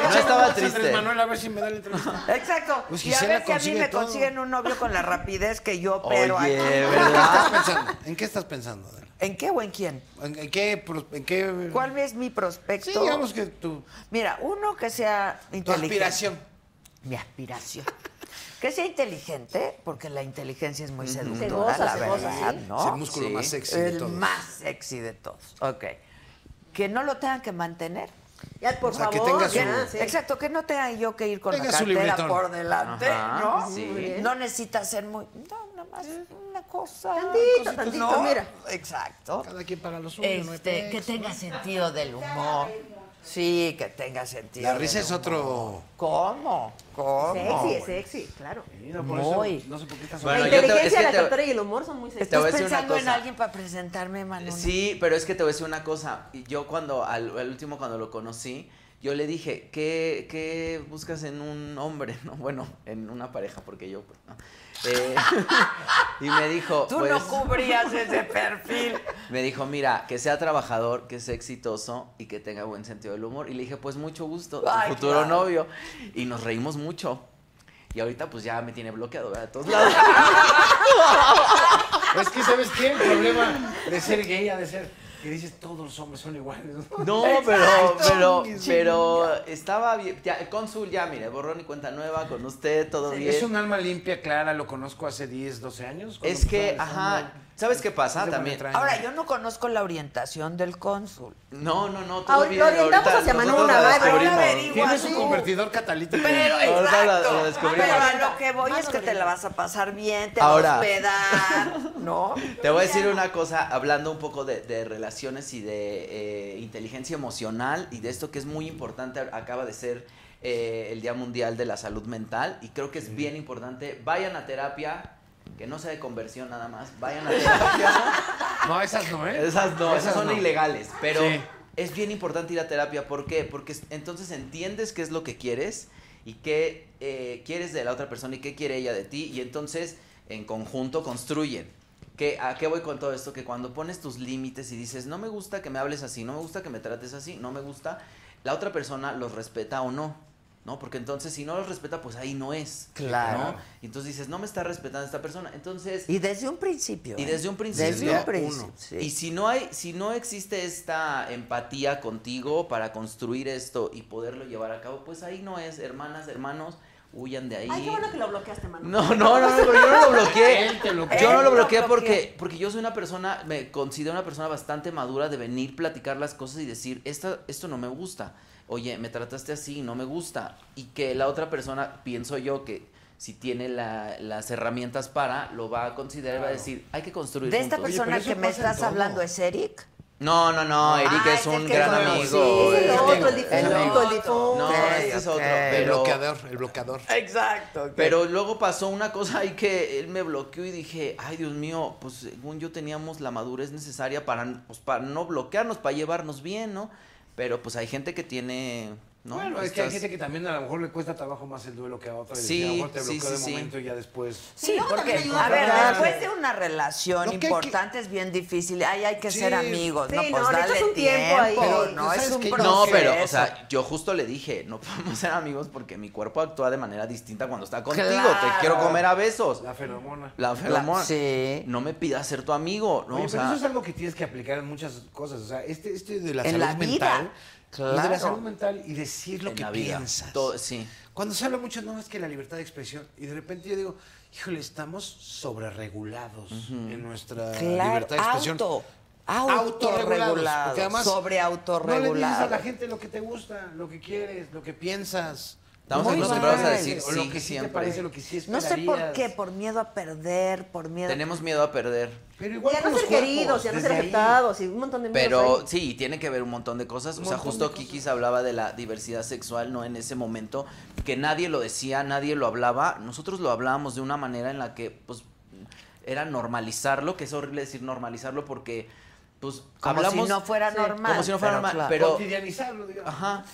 No estaba triste.
Andrés Manuel, a ver si me da la entrevista.
Exacto.
Pues
y a
Gisela
ver si a mí
consigue
me
todo.
consiguen un novio con la rapidez que yo
Oye,
pero aquí.
¿verdad?
Pensando, ¿En qué estás pensando? Adela?
¿En qué o en quién?
¿En, en qué? pros- ¿En qué?
¿Cuál es mi prospecto?
Sí, digamos que tu,
Mira, uno que sea
tu
inteligente.
aspiración.
Mi aspiración. Que sea inteligente, porque la inteligencia es muy seductora,
goza,
la
se
verdad,
goza, sí.
Es el
Ah, ¿no?
músculo
Sí.
más sexy de
El
todos.
más sexy de todos. Ok. Que no lo tengan que mantener.
Ya, por
O sea, que
favor.
tenga su-
ya, sí.
Exacto, que no tenga yo que ir con
Tenga
la
su
cartera
libretón.
por delante,
Ajá,
¿no?
sí.
Muy bien.
No necesita ser muy. No, nada más una cosa.
Tantito,
cosita,
tantito, mira.
Exacto.
Cada quien paga lo suyo. no hay
Este, que
pex.
tenga sentido del humor. Sí, que tenga sentido.
La
del
risa es
humor.
otro.
¿Cómo? ¿Cómo?
Sexy,
güey?
es sexy, claro.
Muy.
No sé por qué estás
Bueno,
la
yo te-
inteligencia,
es que
la
te-
cultura y el humor son muy sexy.
Te voy a
¿Estás
decir una
pensando en
cosa.
alguien para presentarme, Manu?
Sí, pero es que te voy a decir una cosa. Y Yo cuando, al, al último cuando lo conocí, yo le dije, ¿qué, qué buscas en un hombre? No, bueno, en una pareja, porque yo, pues, no. Eh, y me dijo,
Tú
pues,
no cubrías ese perfil.
me dijo, mira, que sea trabajador, que sea exitoso y que tenga buen sentido del humor. Y le dije, pues mucho gusto, tu
Ay,
futuro
claro.
novio. Y nos reímos mucho. Y ahorita pues ya me tiene bloqueado ¿verdad? de todos lados.
Es que, ¿sabes qué? El problema de ser gay ha de ser que dices todos los hombres son iguales. ¿no?
No, pero, pero, pero estaba bien. Ya, el cónsul ya, mire, borrón y cuenta nueva con usted, todo bien.
Es un alma limpia, clara, lo conozco hace 10, 12 años. cuando
Es que,
empezaba
ajá,
estando-
¿sabes qué
Es
pasa
de buena
también?
traña.
Ahora, yo no conozco la orientación del cónsul.
No, no, no,
Ahora,
todo
lo
bien.
orientamos
ahorita
hacia
nosotros
Manuna,
la
va, pero
descubrimos.
ahora averigua.
Tienes un
Guasú.
convertidor catalítico.
Pero
Ahorita lo-
exacto.
lo descubrimos.
Pero a lo que voy es que te la vas a pasar bien, te vas a
Ahora.
hospedar, ¿no?
Te voy a decir una cosa, hablando un poco de, de relaciones y de eh, inteligencia emocional y de esto que es muy importante, acaba de ser eh, el Día Mundial de la Salud Mental y creo que es bien importante, vayan a terapia, que no sea de conversión nada más, vayan a terapia.
No, esas no, ¿eh?
Esas no, esas son
no.
ilegales, pero
Sí.
es bien importante ir a terapia. ¿Por qué? Porque es- entonces entiendes qué es lo que quieres y qué eh, quieres de la otra persona y qué quiere ella de ti y entonces en conjunto construyen. ¿Qué, ¿A qué voy con todo esto? Que cuando pones tus límites y dices, no me gusta que me hables así, no me gusta que me trates así, no me gusta, la otra persona los respeta o no. ¿No? Porque entonces si no los respeta, pues ahí no es.
Claro.
¿no? Y entonces dices, no me está respetando esta persona. Entonces,
Y desde un principio.
y
¿eh?
desde un principio.
Desde un principio.
uno.
sí.
Y si no hay, si no existe esta empatía contigo para construir esto y poderlo llevar a cabo, pues ahí no es, hermanas, hermanos, huyan de ahí.
Ay, qué bueno que lo bloqueaste, Manu.
No, no, no, no, pero yo no lo bloqueé.
Él te lo-
Yo no
Él lo
lo bloqueé
bloqueó.
porque, porque yo soy una persona, me considero una persona bastante madura de venir, platicar las cosas y decir, Esta, esto no me gusta. Oye, me trataste así, no me gusta. Y que la otra persona, pienso yo, que si tiene la- las herramientas para, lo va a considerar y va a decir, hay que construir
De esta
juntos".
persona que me estás hablando es Eric.
No, no, no, Eric
Ah,
es
ese
un
que
gran
conocí.
amigo.
Sí,
es-
el otro, el
difunto, el difunto.
No,
Ok,
este es otro.
ok.
El
Pero,
bloqueador, el bloqueador.
Exacto. ok.
pero luego pasó una cosa ahí que él me bloqueó y dije, ay Dios mío, pues según yo teníamos la madurez necesaria para, pues, para no bloquearnos, para llevarnos bien, ¿no? Pero pues hay gente que tiene... ¿no?
Bueno, es que hay
Estas-
gente que también a lo mejor le cuesta trabajo más el duelo que a otra. y
Sí,
a lo mejor te
sí,
bloqueó
sí,
de
sí.
momento y ya después.
Sí,
luego
porque,
también ayuda
a
a
ver,
trabajar.
después de una relación
Lo que hay que-
importante es bien difícil. Ay, hay que ser amigos.
Sí,
no, pues
no, necesitas
dale
un tiempo
tiempo.
ahí. Pero,
no,
¿sabes
es un
qué?
proceso.
No, pero, o sea, yo justo le dije, no podemos ser amigos porque mi cuerpo actúa de manera distinta cuando está contigo.
Claro.
Te quiero comer a besos.
La feromona.
La feromona.
sí.
No me pidas ser tu amigo. No,
Oye,
o
pero
sea,
eso es algo que tienes que aplicar en muchas cosas. O sea, este, este de la
En
salud
la vida,
mental. lo De
claro.
la salud mental y decir lo
en
que
la vida.
piensas.
Todo- sí.
Cuando se habla mucho, no, es que la libertad de expresión. Y de repente yo digo, híjole, estamos sobreregulados en nuestra
claro,
libertad de expresión.
auto.
Autorregulados, porque
Autorregulado.
además
Sobre
No le dices a la
autorregulado.
gente lo que te gusta, lo que quieres, lo que piensas.
Estamos
Muy
acostumbrados a
mal.
decir
o lo
sí
que sí
siempre.
te parece, lo que sí
No sé por
esperarías.
qué, por miedo a perder, por miedo.
Tenemos miedo a perder.
Pero
Y a
con
no
los
ser
cuerpos,
queridos, y a no ser
desde ahí.
aceptados, y un montón de miedos
Pero
ahí.
sí, tiene que ver un montón de cosas. O sea,
montón
justo
de
Kikis hablaba de la diversidad sexual, ¿no? En ese momento, que nadie lo decía, nadie lo hablaba. Nosotros lo hablábamos de una manera en la que, pues, era normalizarlo, que es horrible decir normalizarlo porque, pues,
Como
hablamos...
si no fuera
Sí,
normal.
Como si no fuera
pero
normal.
claro.
Pero,
Cotidianizarlo, digamos.
ajá,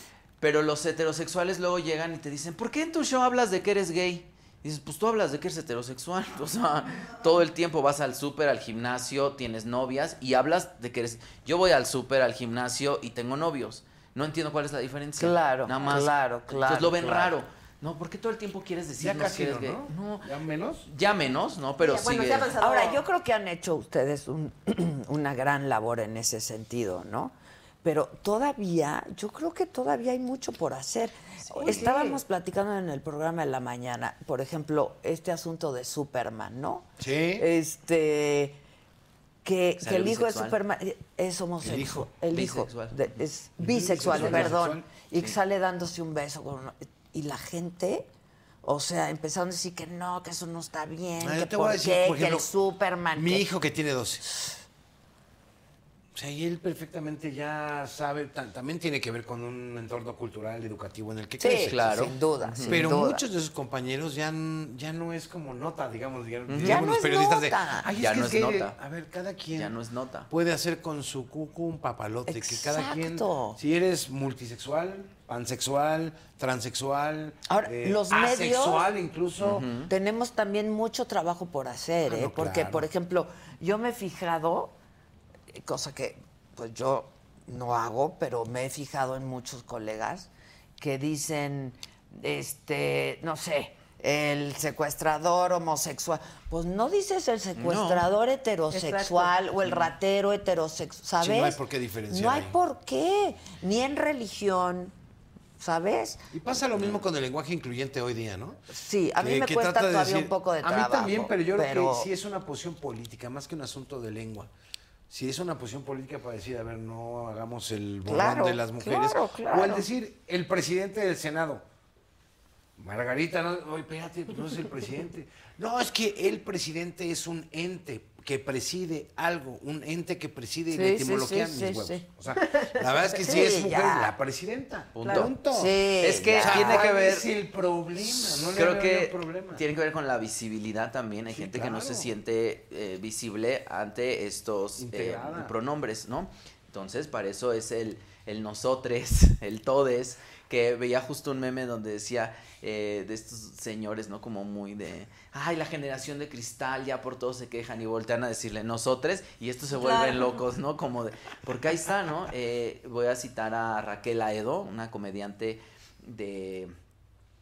pero los heterosexuales luego llegan y te dicen, ¿por qué en tu show hablas de que eres gay? Y dices, pues tú hablas de que eres heterosexual. O sea, todo el tiempo vas al súper, al gimnasio, tienes novias y hablas de que eres... Yo voy al súper, al gimnasio y tengo novios. No entiendo cuál es la diferencia.
Claro,
Nada más.
claro,
Entonces lo ven
claro, claro.
raro. No, ¿por qué todo el tiempo quieres
Ya
decirnos
casi
que eres
no,
gay?
¿no? Ya menos.
Ya menos, ¿no? Pero
Ya, bueno,
sigue...
ya avanzado.
Ahora, yo creo que han hecho ustedes un- una gran labor en ese sentido, ¿no? Pero todavía, yo creo que todavía hay mucho por hacer. Estábamos platicando en el programa de la mañana, por ejemplo, este asunto de Superman, ¿no?
Sí.
Eh, Este que,
Salió
que el hijo de
bisexual.
Superman es homosexual. El hijo.
Bisexual.
de- es bisexual,
Bisexual.
perdón. Y que
Sí.
sale dándose un beso con una- y la gente o sea, empezaron a decir que no, que eso no está bien,
Ah, yo
que
te
por
voy a decir,
qué,
por
que el
ejemplo,
Superman.
Mi
que-
hijo que tiene 12. O sea, y él perfectamente ya sabe, ta- también tiene que ver con un entorno cultural, educativo en el que
Sí,
crece.
claro. sin duda, sin
Pero
duda.
muchos de sus compañeros ya, n- ya no es como nota, digamos, ya,
Ya no
los
es
periodistas
nota.
de. "Ay,
Ya
que
no es
gay".
nota.
A ver, cada quien.
Ya no es nota.
Puede hacer con su cucu un papalote. Que cada quien.
Exacto.
Si eres multisexual, pansexual, transexual, eh,
Ahora, los medios-
asexual incluso.
Tenemos también mucho trabajo por hacer,
Ah,
¿eh?
no,
porque,
claro.
por ejemplo, yo me he fijado, eh, cosa que pues yo no hago, pero me he fijado en muchos colegas que dicen, este, no sé, el secuestrador homosexual. Pues no dices el secuestrador heterosexual o el ratero heterosexual, ¿sabes?
Sí, no hay por qué diferenciar
No hay
ahí.
por qué, ni en religión, ¿sabes?
Y pasa lo mismo con el lenguaje incluyente hoy día, ¿no?
Sí, a mí
Que-
me
que
cuesta
trata de
todavía
decir-
un poco de
A
trabajo.
mí también, pero yo creo que sí es una posición política, más que un asunto de lengua. Si es una posición política para decir, a ver, no hagamos el borrón
Claro,
de las mujeres.
claro, claro.
O al decir, el presidente del Senado. Margarita, no, oye, espérate, no es el presidente. No, es que el presidente es un ente que preside algo, un ente que preside y
Sí,
le
sí,
etimoloquean
sí,
mis
sí,
huevos.
sí.
O sea, la verdad es que sí,
Sí,
es mujer,
ya.
la presidenta.
Punto.
Punto.
Sí,
Es que
ya.
tiene que
¿Cuál
ver.
es el problema? No le
creo
veo
que
yo problema.
tiene que ver con la visibilidad también. Hay
Sí,
gente que no se
claro.
siente eh, visible ante estos eh,
Integrada.
pronombres, ¿no? Entonces, para eso es el, el nosotres, el todes, que veía justo un meme donde decía eh, de estos señores, ¿no? Como muy de, ay, la generación de cristal, ya por todos se quejan y voltean a decirle nosotres, y estos se vuelven locos, ¿no? Como de, porque ahí está, ¿no? Eh, voy a citar a Raquel Aedo, una comediante de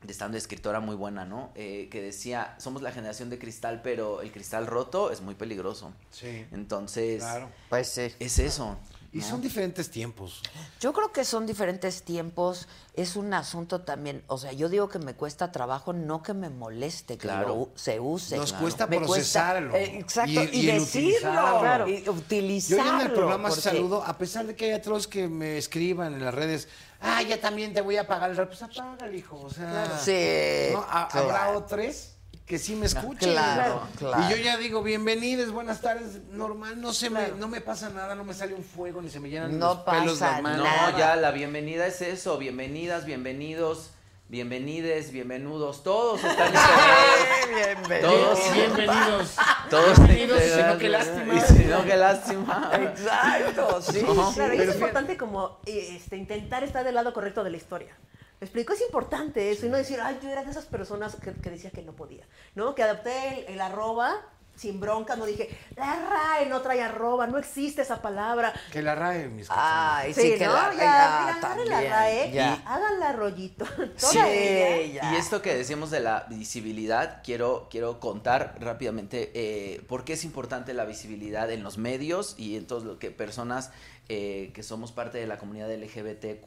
de stand escritora muy buena, ¿no? Eh, que decía, somos la generación de cristal, pero el cristal roto es muy peligroso.
Sí.
Entonces,
Claro.
Pues sí.
es eso.
Y son diferentes tiempos.
Yo creo que son diferentes tiempos, es un asunto también, o sea, yo digo que me cuesta trabajo, no que me moleste que
Claro.
lo u- se use.
Nos
Claro.
cuesta
Me cuesta,
procesarlo.
eh, exacto,
Y-
y,
y el
decirlo,
utilizarlo. Claro.
y
Yo
utilizarlo.
ya en el programa
porque-
saludo, a pesar de que hay otros que me escriban en las redes, ah, ya también te voy a pagar el rap. Pues apágale, hijo. O sea,
Claro. Sí,
¿no? Ha-
claro.
habrá otros que sí me escuchen.
Claro, claro.
Y yo ya digo, bienvenidos, buenas tardes, normal, no se me, no me pasa nada, no me sale un fuego, ni se me llenan
No
los pelos de
pasa
la mano.
nada.
No,
No, ya la bienvenida es eso. Bienvenidas, bienvenidos, bienvenides, bienvenudos. Todos están integrados. Todos.
Bienvenidos.
Todos
Bienvenidos,
integrados,
sino que lástima.
Y si no, qué lástima.
Exacto, sí.
No,
Claro,
pero
y es
fíjate.
importante como eh, este, intentar estar del lado correcto de la historia. ¿Me explico? Es importante eso y no decir, ay, yo era de esas personas que, que decía que no podía, ¿no? Que adopté el, el arroba sin bronca, no dije, la RAE no trae arroba, no existe esa palabra.
Que la RAE, mis
Ay, sí, que
¿no?
la, ya,
ya, mira, agarren
también,
la RAE,
ya.
háganla rollito.
Sí,
Toda ella.
ya.
Y esto que decíamos de la visibilidad, quiero, quiero contar rápidamente eh, por qué es importante la visibilidad en los medios y entonces lo que personas eh, que somos parte de la comunidad LGBTQ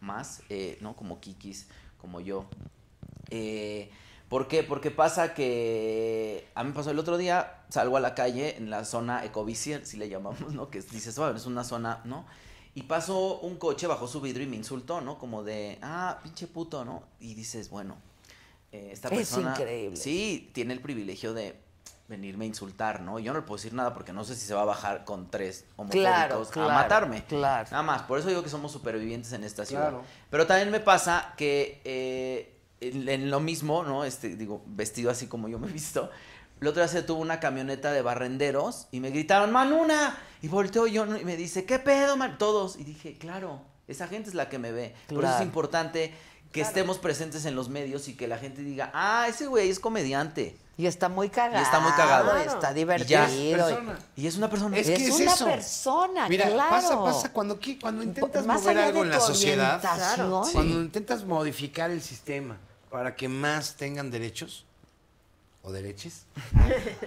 más, eh, ¿no? Como Kikis, como yo. Eh, ¿Por qué? Porque pasa que a mí me pasó el otro día, salgo a la calle en la zona Ecobici, si le llamamos, ¿no? Que dices, bueno, es una zona, ¿no? Y pasó un coche, bajó su vidrio y me insultó, ¿no? Como de, ah, pinche puto, ¿no? Y dices, bueno, eh, esta
Es
persona...
increíble.
Sí, tiene el privilegio de venirme a insultar, ¿no? Yo no le puedo decir nada porque no sé si se va a bajar con tres homofóbicos
Claro, claro,
a matarme.
claro.
Nada más, por eso digo que somos supervivientes en esta ciudad.
Claro.
Pero también me pasa que eh, en, en lo mismo, ¿no? Este, digo, vestido así como yo me he visto. El otro día se tuvo una camioneta de barrenderos y me gritaron, ¡Manuna! Y volteo yo ¿no? y me dice, ¿qué pedo, man? Todos. Y dije, claro, esa gente es la que me ve. Por eso es
Claro.
importante que estemos presentes en los medios y que la gente diga, ah, ese güey es comediante.
Y está muy cagado.
Y está muy cagado.
Está
Y ya.
divertido.
Es
persona.
Y es una persona.
Es
Es,
que es
una
eso.
persona,
Mira,
claro.
pasa, pasa. Cuando, qui- cuando intentas
más
mover
allá
algo
de
en la
tu
sociedad,
orientación.
Sí. cuando intentas modificar el sistema para que más tengan derechos o dereches,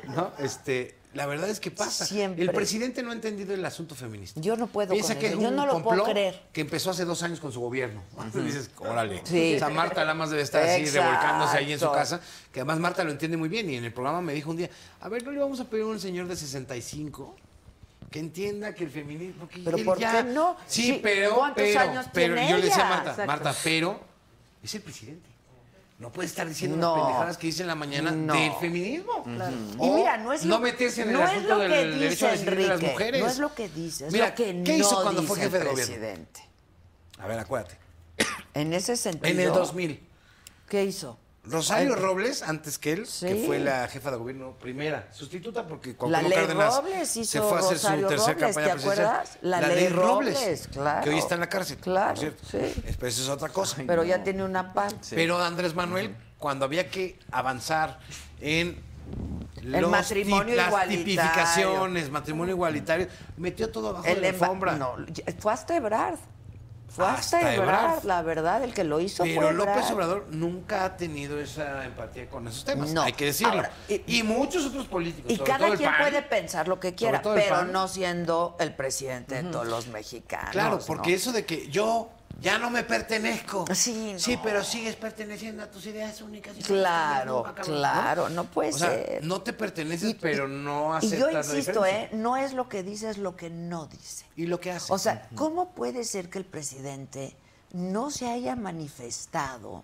¿no? Este, la verdad es que pasa.
Siempre.
El presidente no ha entendido el asunto feminista.
Yo no puedo
Piensa
con
que
eso,
es
yo
un
no lo puedo
complot
creer.
Que empezó hace dos años con su gobierno. Dices, órale.
Sí.
O sea, Marta Lamas debe estar así
Exacto.
revolcándose ahí en su casa. Que además Marta lo entiende muy bien. Y en el programa me dijo un día, a ver, ¿no le vamos a pedir a un señor de 65? Que entienda que el feminismo... porque
Pero
él
¿por
ya-
qué no?
Sí,
Sí,
pero...
¿cuántos
pero,
años
pero,
tiene
Yo le decía a
ella?
Marta,
Exacto.
Marta, pero es el presidente. No puede estar diciendo
No.
las pendejadas que dice en la mañana
No.
del feminismo.
Y mira, no es lo,
meterse en
no
el
es
asunto
lo
del
que
derecho a
dice
decidir de las
Enrique,
mujeres.
No es lo que dice, es
Mira,
lo que
¿qué
no
hizo cuando fue
dice
jefe
el
de gobierno?
presidente.
A ver, acuérdate.
En ese sentido.
En el 2000.
¿Qué hizo?
Rosario
Ay.
Robles, antes que él,
Sí.
que fue la jefa de gobierno primera, sustituta porque
La
Cuauhtémoc
ley
Cárdenas
Robles hizo
se fue a hacer
Rosario
su tercera
Robles,
campaña
¿te
presidencial.
acuerdas? La ley Robles, claro.
que hoy está en la cárcel,
Claro,
por cierto.
sí.
Es- Pero eso es otra cosa.
Pero ya tiene una paz.
Pero Andrés Manuel, cuando había que avanzar en
El matrimonio
las
igualitario.
tipificaciones, matrimonio igualitario, metió todo abajo de la
emba-
alfombra.
No, fue hasta Ebrard. Fue hasta,
Hasta
Ebrard,
Ebrard.
la verdad, el que lo hizo fue
Pero
Ebrard.
López Obrador nunca ha tenido esa empatía con esos temas,
No.
hay que decirlo.
Ahora,
y, muchos otros políticos.
Y
sobre
cada
todo el
quien
PAN.
puede pensar lo que quiera,
todo el
pero
PAN.
no siendo el presidente de todos los mexicanos.
Claro, porque
¿no?
eso de que yo ya no me pertenezco.
Sí, no.
sí, pero sigues perteneciendo a tus ideas únicas. y
Claro,
no, cabrón,
claro, no puede
O sea,
ser.
no te perteneces,
Y-
pero
y-
no
Y
aceptas
yo
la
insisto,
diferencia.
¿eh? No es lo que dice, es lo que no dice.
Y lo que haces.
O sea, ¿cómo puede ser que el presidente no se haya manifestado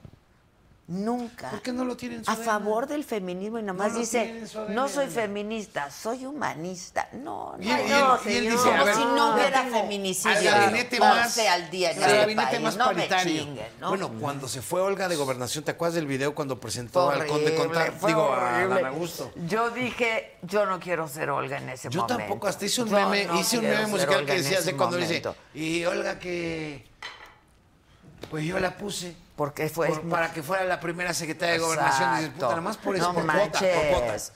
nunca
¿Por qué no lo tiene en su
a
ADN?
favor del feminismo y nada
No
más
lo tiene
dice,
en su ADN.
no soy feminista, soy humanista? No, no,
Y él- y él-
no,
y él
señor.
dice, a
como
ver,
si
yo
no hubiera
tengo
feminicidio.
al gabinete más,
once al día en
al
este
gabinete
país.
más
no
paritario.
Me chinguen, ¿no?
Bueno, cuando se fue Olga de Gobernación, ¿te acuerdas del video cuando presentó
Fue
al Conde Contar?
horrible, fue
Digo, a
horrible.
Dan Augusto.
Yo dije, ¿eh? yo no quiero ser Olga en ese
Yo
momento.
tampoco, hasta hice un
Yo
meme,
no
hice un
quiero
meme
ser
musical
Olga
que
en
decía
ese
de cuando dice,
momento.
y Olga que pues yo la puse
Porque fue...
por- para que fuera la primera secretaria de gobernación, dices, puta,
Pues Exacto.
nada más por eso,
No
por cuota, por cuota.
manches.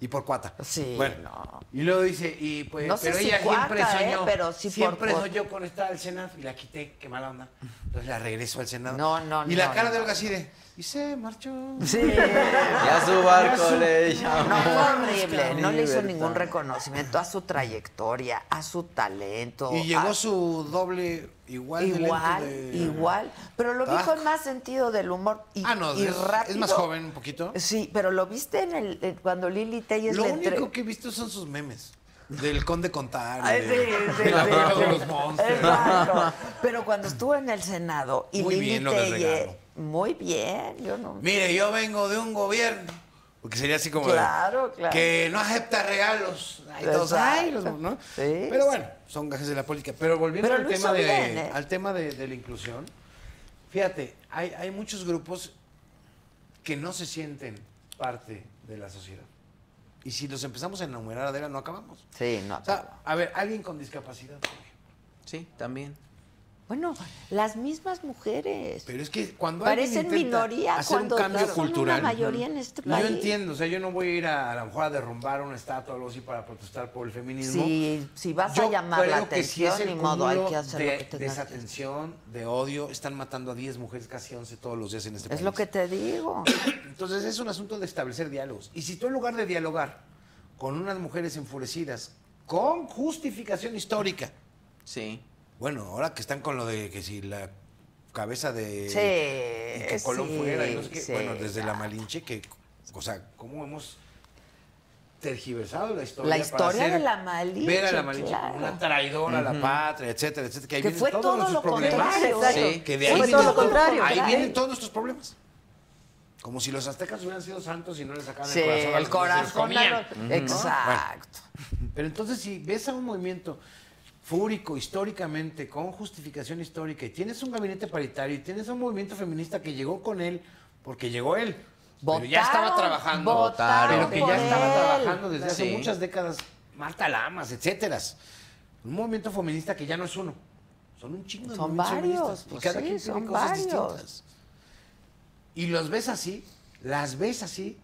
Y por cuata.
Sí,
bueno,
no.
Y luego dice, y pues,
No sé
pero
si
ella
cuata,
siempre
¿eh?
soñó,
pero sí por
siempre
cuota.
soñó con estar al Senado y la quité, qué mala onda. Entonces la regreso al Senado.
No, no,
Y la
no,
cara
no.
de Olga así de, y se marchó.
Sí.
Ya su barco le llamó.
No, fue horrible. No le hizo
Libertad.
ningún reconocimiento a su trayectoria, a su talento.
Y llegó
a-
su doble igual. de lento
Ah. Igual,
de-
igual. Pero lo vi
Tac.
con más sentido del humor y,
Ah, no,
y
es,
rápido.
es más joven un poquito.
Sí, pero lo viste en el en- cuando Lili Telles
Lo
le
único
entre-
que he visto son sus memes. Del Conde Contar.
Ay,
y
sí,
de-
sí,
de la
sí,
cueva
sí.
de los monstruos.
Exacto. Pero cuando estuvo en el Senado y
Muy
Lili
bien lo del
Telles,
regalo.
muy bien, yo no.
Mire, yo vengo de un gobierno. Porque sería así como. de,
Claro, claro.
Que no acepta regalos. Ay, todos,
Exacto.
ay, los- ¿no?
Sí,
Pero bueno,
sí.
son gajes de la política. Pero volviendo
Pero
al,
lo hizo
tema de,
bien, ¿eh?
al tema de, de la inclusión, fíjate, hay, hay muchos grupos que no se sienten parte de la sociedad. Y si los empezamos a enumerar, Adela, no acabamos.
Sí, no.
O sea, a ver, alguien con discapacidad, por ejemplo.
Sí, también.
Bueno, las mismas mujeres.
Pero es que cuando
Parecen
alguien intenta
minoría
hacer
cuando
un cambio
son
cultural,
una mayoría en este
yo
país.
entiendo, o sea, yo no voy a ir a, a lo mejor a derrumbar una estatua o algo así para protestar por el feminismo.
Si, si vas
Yo
a llamar la
creo que sí
atención,
es el
ni modo, hay
cúmulo
que hacer
de
lo que tengas que hacer.
desatención, de odio, están matando a 10 mujeres, casi 11 todos los días en este país.
Es lo que te digo.
Entonces es un asunto de establecer diálogos. Y si tú en lugar de dialogar con unas mujeres enfurecidas, con justificación histórica,
Sí.
bueno, ahora que están con lo de que si la cabeza de
Sí,
y que Colón
sí,
fuera y no sé qué.
sí,
bueno, desde la
ya.
Malinche que o sea, cómo hemos tergiversado la historia
La
para
historia
hacer-
de la Malinche,
ver a la Malinche como
claro.
una traidora a la patria, etcétera, etcétera, que ahí
Que
vienen
fue
todos
todo
nuestros
lo
problemas.
contrario.
Exacto.
Que de
Sí,
ahí
fue
vienen
todo lo
todos-
contrario,
Ahí
claro.
vienen todos nuestros problemas. Como si los aztecas hubieran sido santos y no les sacaban
Sí,
el corazón. a los
el
que se los
corazón. a
comían.
los- Exacto.
Pero entonces, si ves a un movimiento fúrico históricamente, con justificación histórica, y tienes un gabinete paritario, y tienes un movimiento feminista que llegó con él, porque llegó él, pero ya estaba
Votaron,
trabajando,
votaron
pero que ya
por
estaba
él.
trabajando desde hace
Sí.
muchas décadas, Marta Lamas, etcétera. Un movimiento feminista que ya no es uno, son un chingo de
Son
movimientos
varios,
feministas, y
pues
cada
sí,
quien tiene
son
cosas
varios.
distintas. Y los ves así, las ves así,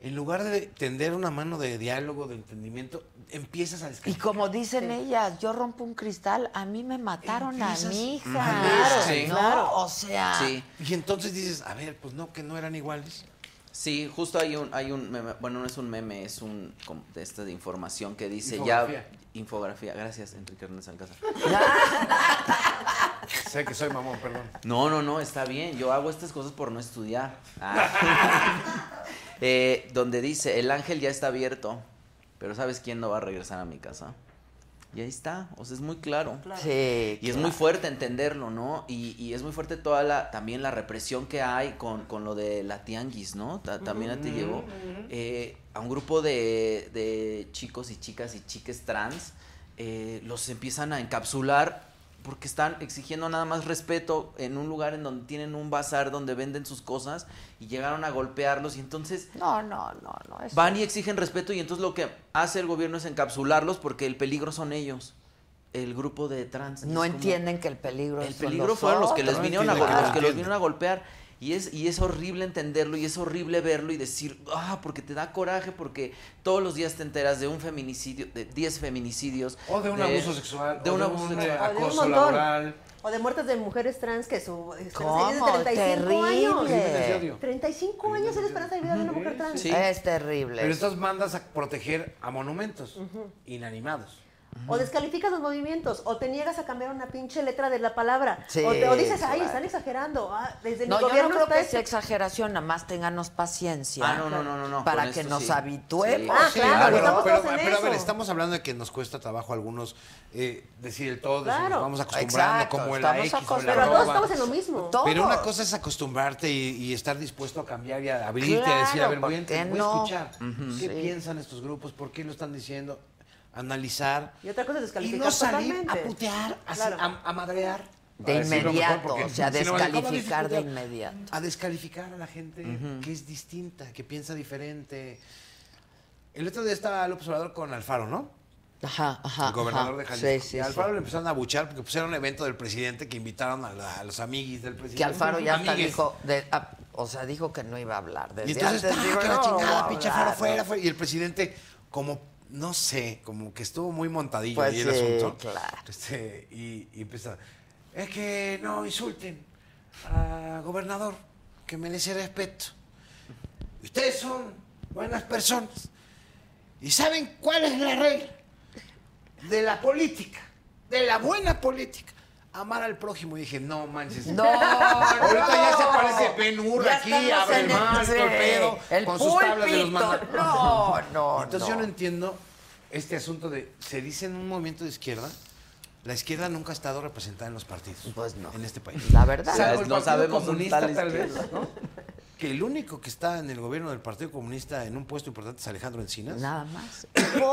en lugar de tender una mano de diálogo, de entendimiento, empiezas a
Y
descalificar.
como dicen ellas, yo rompo un cristal, a mí me mataron a
Empiezas-
mi hija.
Claro,
Sí.
¿no?
claro.
O sea,
Sí.
Y entonces dices, a ver, pues no, que no eran iguales.
Sí, justo hay un, hay un meme, bueno, no es un meme, es un como de esta de información que dice
Infografía.
ya infografía. Gracias, Enrique Hernández Alcázar.
Sé que soy mamón, perdón.
No, no, no, está bien. Yo hago estas cosas por no estudiar. Ah. Eh, donde dice, el ángel ya está abierto, pero ¿sabes quién no va a regresar a mi casa? Y ahí está, o sea, es muy claro.
sí,
Y es muy fuerte entenderlo, ¿no? Y, y es muy fuerte toda la, también la represión que hay con, con lo de la tianguis, ¿no? Ta- también a ti llegó. Eh, a un grupo de, de chicos y chicas y chiques trans eh, los empiezan a encapsular porque están exigiendo nada más respeto en un lugar en donde tienen un bazar donde venden sus cosas y llegaron a golpearlos y entonces
No, no, no, no. es-
van y exigen respeto y entonces lo que hace el gobierno es encapsularlos porque el peligro son ellos, el grupo de trans. Y es
no
como-
entienden que el peligro
El
son
peligro fueron los que les
otros.
vinieron a
entienden que no
golpear, los que los
entienden.
vinieron a golpear y es y es horrible entenderlo y es horrible verlo y decir, ah, porque te da coraje porque todos los días te enteras de un feminicidio, de 10 feminicidios
O de un abuso sexual,
de
o
un
de
abuso
un,
sexual.
eh,
O de un
acoso
montón.
laboral.
O de muertes de mujeres trans que su esperanza de
¿Cómo?
vida es de 35
Terrible.
años.
Crímenes de odio.
35 años es la esperanza de vida de una mujer trans.
Sí.
Es terrible.
Pero estos mandas a proteger a monumentos inanimados.
O descalificas los movimientos, o te niegas a cambiar una pinche letra de la palabra.
Sí,
o, te- o dices, ay,
claro.
están exagerando. ah, desde
No,
mi
yo
gobierno
no creo
está
que
esto".
sea exageración, nada más ténganos paciencia.
Ah, no, no, no, no, no,
Para
con
que
esto
nos
sí.
habituemos.
Sí. Ah, claro,
pero,
estamos
pero-
todos en
pero a ver,
eso.
estamos hablando de que nos cuesta trabajo a algunos eh, decir el todo,
Claro.
nos vamos acostumbrando
Exacto,
como el la
estamos
X o la
acostumbrados.
Pero todos
arroba.
estamos en lo mismo.
Todos.
Pero una cosa es acostumbrarte y, y estar dispuesto a cambiar y a abrirte, a decir, a
Claro,
ver, voy a,
¿por
ent-
qué
voy a
no?
escuchar qué piensan estos grupos, por qué lo están diciendo, analizar.
Y otra cosa es
Y
descalificar
no salir
totalmente.
a putear, así,
Claro.
a, a madrear.
De
a decirlo mejor,
inmediato,
porque
o sea,
si no van a- ¿cómo
descalificar de
disfrutar?
inmediato.
a descalificar a la gente que es distinta, que piensa diferente. El otro día estaba el observador con Alfaro, ¿no?
Ajá, ajá.
el gobernador
ajá.
de Jalisco.
Sí, sí,
y a
sí.
Alfaro le empezaron a abuchar porque pusieron un evento del presidente que invitaron a, la- a los amiguis del presidente.
Que Alfaro ya hasta
Amigues.
dijo, de- ah, o sea, dijo que no iba a hablar. Desde
Y entonces,
antes
"Ah,
digo,
que la
no, voy a
chingada, pinche Alfaro,
hablar,
fuera,
¿no?
fuera. Y el presidente, como, no sé, como que estuvo muy montadillo
Pues
ahí el
sí,
asunto.
claro.
Este, y, y empieza, es que no insulten al gobernador, que merece respeto. Ustedes son buenas personas. ¿Y saben cuál es la regla de la política? De la buena política. Amar al prójimo. Y dije, no manches.
No,
Ahorita
no.
ya se parece Ben Hur
Ya
aquí,
estamos
abre el
en el-
mar, todo el
sí,
pedo,
el
con sus tablas de los
pulpito.
mandatos.
No, no,
Entonces
no.
yo no entiendo este asunto de. Se dice en un movimiento de izquierda. La izquierda nunca ha estado representada en los partidos. En este país.
La verdad.
Salvo el
Pues, No
Partido
sabemos un
Comunista,
tal
tal vez,
izquierda.
¿no? Que el único que está en el gobierno del Partido Comunista en un puesto importante es Alejandro Encinas.
Nada más.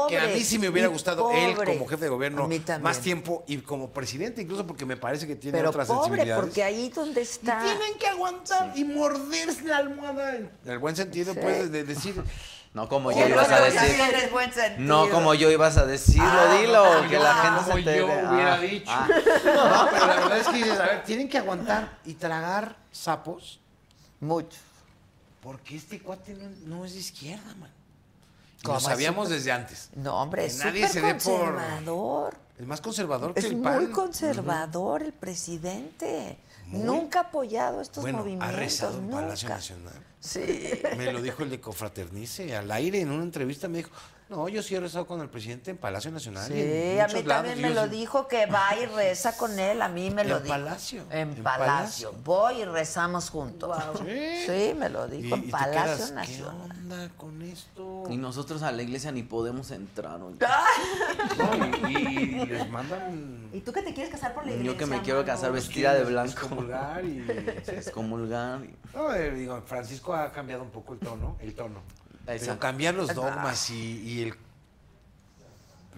Que a mí sí me hubiera gustado él
pobre.
como jefe de
A
gobierno
mí también.
más tiempo y como presidente, incluso porque me parece que tiene
Pero
otras
pobre,
sensibilidades.
porque ahí donde está.
Tienen que aguantar y morderse la almohada. En el buen sentido,
Sí.
pues, de decir.
No como
Oye,
yo ibas a
luego ya
decir.
tienes buen sentido.
No como yo ibas a decirlo,
Ah,
dilo,
no,
que
no,
la gente se
como yo
entere. Ah,
hubiera dicho. No, pero la verdad es que dices, a ver, tienen que aguantar y tragar sapos
Mucho.
porque este cuate no, no es de izquierda, man. Y
¿Cómo
Lo
es
sabíamos
súper-
desde antes.
No, hombre,
Que
es
nadie
súper
se dé por-
conservador.
Es más conservador que
Es
el
muy
PAN.
conservador el presidente.
Muy.
Nunca ha apoyado estos
Bueno,
movimientos.
ha rezado en
nunca.
Palacio Nacional.
Sí.
Me lo dijo el de Confraternice al aire en una entrevista. Me dijo, no, yo sí he rezado con el presidente en Palacio Nacional. y en
Sí, a mí
muchos lados".
también
Y
me
yo
lo
así,
dijo que va y reza con él, a mí me
En
lo dijo.
Palacio,
En,
en
Palacio.
Palacio.
Voy y rezamos juntos. Sí. me lo
Y-
dijo
y
en
te
Palacio
quedas,
Nacional.
¿Qué onda con esto?
Y nosotros a la iglesia ni podemos entrar. oye.
No, y, y les mandan
¿Y tú que te quieres casar por la iglesia?
Yo que me quiero
mano?
casar vestida de
es-
blanco.
excomulgar y
Excomulgar. y-
No, eh, digo, Francisco ha cambiado un poco el tono, el tono. Pero
Exacto.
cambiar los dogmas y, y el,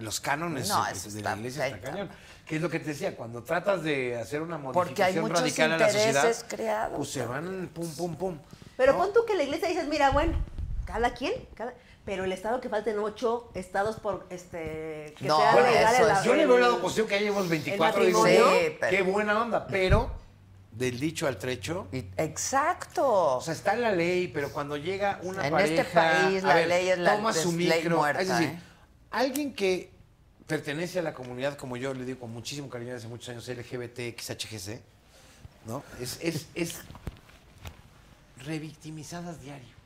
los cánones
No,
de-
eso
de
está-
la iglesia está
está-
cañón. Que es lo que te decía, cuando tratas de hacer una
Porque hay
modificación
muchos
radical a la sociedad,
intereses creados
pues se van pum, pum, pum.
Pero
¿no?
pon tú que la iglesia dices, mira, bueno, cada quien, cada... pero el estado que falten ocho estados por este que
No,
sea
bueno,
legal
eso
el-
es-
Yo le veo el lado
el-
positivo que ya llevamos 24 y digo,
matrimonio.
Sí, pero-
qué buena onda, pero del dicho al trecho,
Y- Exacto.
O sea, está la ley, pero cuando llega una
En
pareja...
este país la
a ver,
ley es la-
toma su
es ley
micro,
muerta,
Es decir,
¿eh?
alguien que pertenece a la comunidad, como yo le digo con muchísimo cariño desde hace muchos años, LGBT, XHGC, ¿no? Es, es, es revictimizadas diario.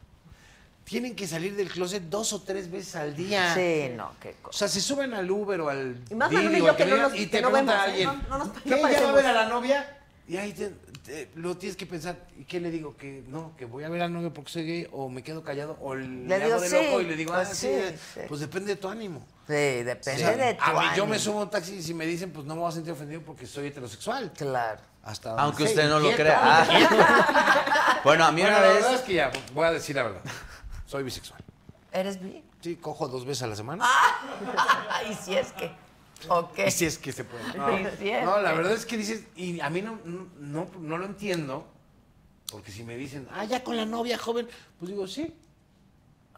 Tienen que salir del closet dos o tres veces al día.
sí, no, qué
O
cosa.
sea, se suben al Uber o al
Y más
Didi
Manuel y
o
yo
al que
que no
venga
nos-
y
que
te
no
pregunta a
vemos, ¿eh?
alguien,
No- no nos- no
¿qué? ¿Ya va a
parecemos.
ver a la novia? Y ahí te- te- lo tienes que pensar. ¿Y qué le digo? Que no, que voy a ver a la novia porque soy gay o me quedo callado o le,
digo
hago de
sí,
loco y le digo, ah,
pues
sí,
sí, sí.
Pues depende de tu ánimo.
Sí, depende
O sea,
de tu
a mí yo me
ánimo.
subo a un taxi y si me dicen, pues no me voy a sentir ofendido porque soy heterosexual.
Claro.
Hasta donde
Aunque
sé,
usted no lo
inquieto.
crea. Ah. Bueno, a mí
Bueno,
una
la verdad es
vez.
que ya, voy a decir la verdad. Soy bisexual.
¿Eres bien?
Sí, cojo dos veces a la semana.
Ay, si es que. Ok.
Y si es que se puede. No,
Sí, sí es
No, la
que-
verdad es que dices, y a mí no, no, no, no lo entiendo, porque si me dicen, ah, ya con la novia joven, pues digo, sí.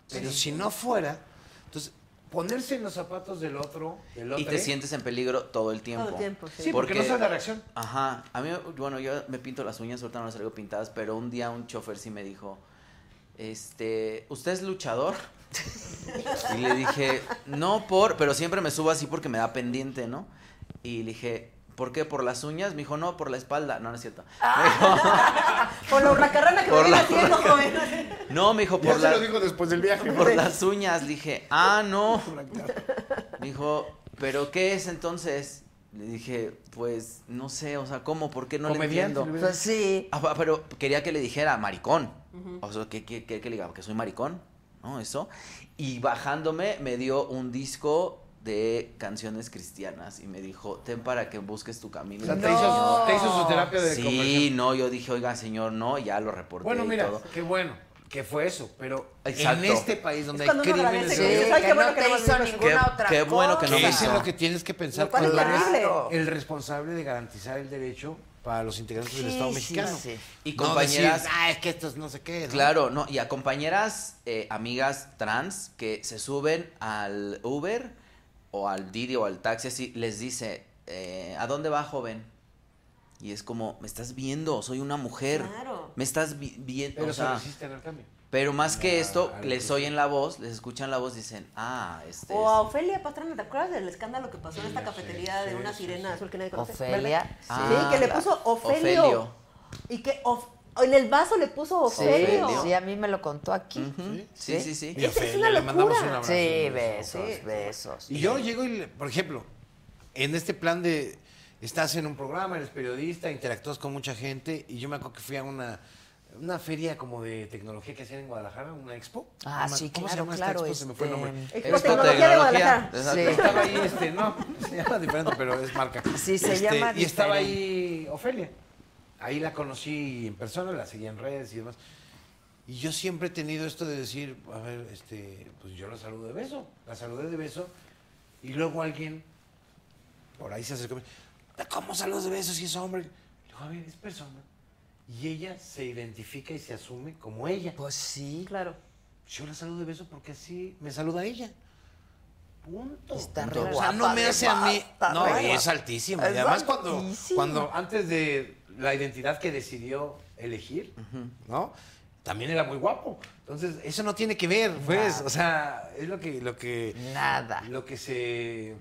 Pero si no fuera, entonces ponerse en los zapatos del otro, del otro. ¿eh?
Y te sientes en peligro todo el tiempo.
Todo el tiempo, sí.
Sí, porque, no sabes la reacción.
Ajá. A mí, bueno, yo me pinto las uñas, ahorita no las traigo pintadas, pero un día un chofer sí me dijo, este, ¿usted es luchador? Y le dije, no por, pero siempre me subo así porque me da pendiente, ¿no? Y le dije, ¿por qué? ¿Por las uñas? Me dijo, no, por la espalda. No, no es cierto.
Ah,
Me
Por la hurracarrana que
Por
me viene
la
haciendo, joven.
dijo, no, me dijo, por la...
digo después del viaje.
por las uñas. Le dije, ah, no. Me dijo, ¿pero qué es entonces? Le dije, pues, no sé, o sea, ¿cómo? ¿Por qué no le
Comediante,
entiendo?
le
Pues sí.
Ah, pa- pero quería que le dijera maricón. O sea, que, que, que- que le diga que soy maricón, ¿no? Eso. Y bajándome me dio un disco de canciones cristianas y me dijo, ten para que busques tu camino.
O sea, te, hizo, te hizo su terapia de
Sí,
conversión.
no, yo dije, oiga, señor, no, ya lo reporté
Bueno,
y
mira,
todo.
qué bueno que fue eso, pero
Exacto.
en este país donde
Es
hay
cuando uno
crímenes...
agradece
Sí,
de odio,
Ay,
que
qué bueno
no
que
te
no
hizo
volvimos.
ninguna
Qué-
otra
qué bueno que
Que
no me
cosa.
hizo.
eso es lo que tienes que pensar
Lo cual es
cuando eres
terrible.
el responsable de garantizar el derecho para los integrantes del
Sí,
Estado
sí,
mexicano.
sí.
Y
No
compañeras-
decir, ah, es que estos no sé qué. ¿no?".
Claro, no, y a compañeras, eh, amigas trans que se suben al Uber o al Didi o al taxi, así les dice, eh, ¿a dónde va, joven? Y es como, me estás viendo, soy una mujer.
Claro.
Me estás viendo,
Pero
o sea,
soliciten el cambio.
Pero más que esto, les oyen la voz, les escuchan la voz, dicen, ah, este.
O a Ofelia Pastrana, ¿te acuerdas del escándalo que pasó en esta cafetería de una sirena azul que nadie conoce?
Ofelia.
¿Verdad? Sí,
Ah,
que le
claro.
puso Ofelio.
Ofelio.
Y que of- en el vaso le puso Ofelio.
Sí, a mí me lo contó aquí.
Sí, sí, sí.
Esa es una
le mandamos un
locura.
abrazo.
Sí, besos,
Sí.
besos.
Y yo llego y, le- por ejemplo, en este plan de estás en un programa, eres periodista, interactúas con mucha gente y yo me acuerdo que fui a una una feria como de tecnología que hacían en Guadalajara, una expo.
Ah,
No me-
sí,
¿cómo
claro,
se llama esta
claro,
expo? Se me fue el
este,
nombre.
Expo
Expo
Tecnología de
Tecnología.
Guadalajara.
Exacto.
Sí.
Estaba ahí, este, no, se llama diferente, pero es marca.
Sí, se
Este,
llama
Y estaba
diferente.
ahí Ofelia. Ahí la conocí en persona, la seguí en redes y demás. Y yo siempre he tenido esto de decir, a ver, este, pues yo la saludo de beso, la saludé de beso, y luego alguien por ahí se acercó y me dijo, ¿cómo saludos de beso si es hombre? Le digo, a ver, es persona. Y ella se identifica y se asume como ella.
Pues sí.
Claro.
Yo la saludo de beso porque así me saluda ella. Punto.
Está
Punto.
re
O sea, no
guapa,
me
de
hace a mí.
guapa,
No,
re
y es
guapa.
altísima.
Es
y además cuando,
altísima.
cuando antes de la identidad que decidió elegir, ¿no? También era muy guapo. Entonces, eso no tiene que ver, pues. O sea, es lo que, lo que.
Nada.
Lo que se.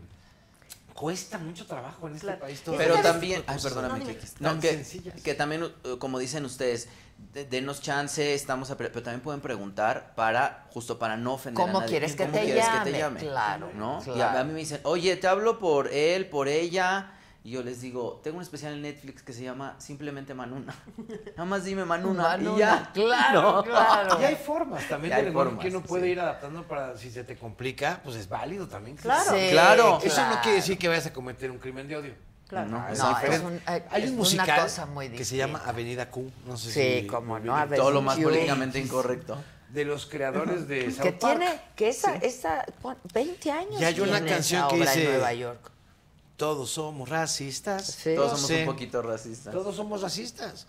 Cuesta mucho trabajo en este
Claro.
país
Pero
todavía.
Pero
¿sabes?
también, ay, perdóname,
No,
que,
dime.
no,
Tan
que,
sencillas.
que también, uh, como dicen ustedes, de- denos chance, estamos, a pre- pero también pueden preguntar para, justo para no ofender a
¿Cómo
nadie.
quieres que te llame? Claro,
¿no? Y
claro.
a, a mí me dicen, oye, te hablo por él, por ella, y yo les digo, tengo un especial en Netflix que se llama simplemente Manuna. Nada más dime Manuna, y ya.
Claro, claro.
Y hay formas también
Ya
de
hay
lenguaje
formas,
que uno puede
sí.
ir adaptando para si se te complica, pues es válido también.
Claro.
Sí,
Claro.
Eso no quiere decir que vayas a cometer un crimen de odio. Ah,
Claro.
No,
Es
No, es
diferente.
un- eh,
hay
es
un
una
musical
cosa muy
que se
distinta.
llama Avenida Q, no sé si
Sí, cómo no. A ver,
Todo lo más
yo-
políticamente incorrecto.
de los creadores de South
Que
Park.
tiene, que esa, esa, ¿cuán- 20 años.
Y hay una
tiene
canción
esa
que
obra en
dice-
Nueva York.
Todos somos racistas.
Sí.
Todos somos un
sé.
poquito racistas.
Todos somos racistas.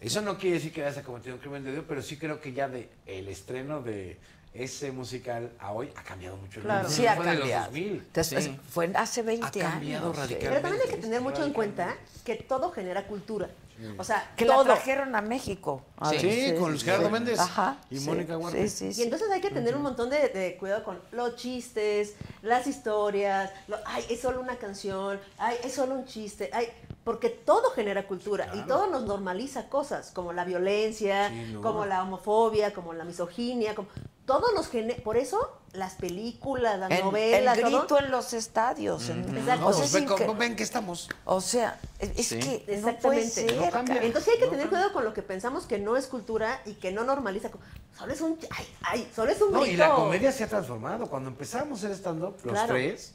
Eso no quiere decir que vayas a cometer un crimen de odio, pero sí creo que ya de el estreno de ese musical a hoy ha cambiado mucho. el
Claro.
mundo.
Sí, ha
Fue de los
cambiado.
2000.
Te- es- Fue hace 20
Ha cambiado
años. sí.
radicalmente.
Pero también hay que tener mucho en cuenta que todo genera cultura. O sea,
Que la
todo.
trajeron a México.
Sí, con Luis Gerardo Méndez
Ajá.
y
sí,
Mónica Huerta.
Sí, sí,
Y
sí.
entonces hay que tener un montón de, de cuidado con los chistes, las historias, lo- ay, es solo una canción, ay, es solo un chiste, ay, porque todo genera cultura y todo nos normaliza cosas, como la violencia,
Sí, no.
como la homofobia, como la misoginia, como todo nos genera, por eso las películas, las
En-
novelas,
el grito
todo,
en los estadios. en-
Exacto.
O
No,
sea,
pues
es
ven,
incre-
cómo- ven que estamos.
o sea, es es
Sí.
que no puede
Exactamente.
ser,
No cambia.
cara.
Entonces hay que tener cuidado con lo que pensamos que no es cultura y que no normaliza. co- Solo es un, ch- ay, ay, solo es un
No,
grito.
y la comedia se ha transformado. Cuando empezamos el stand-up, los
Claro.
tres,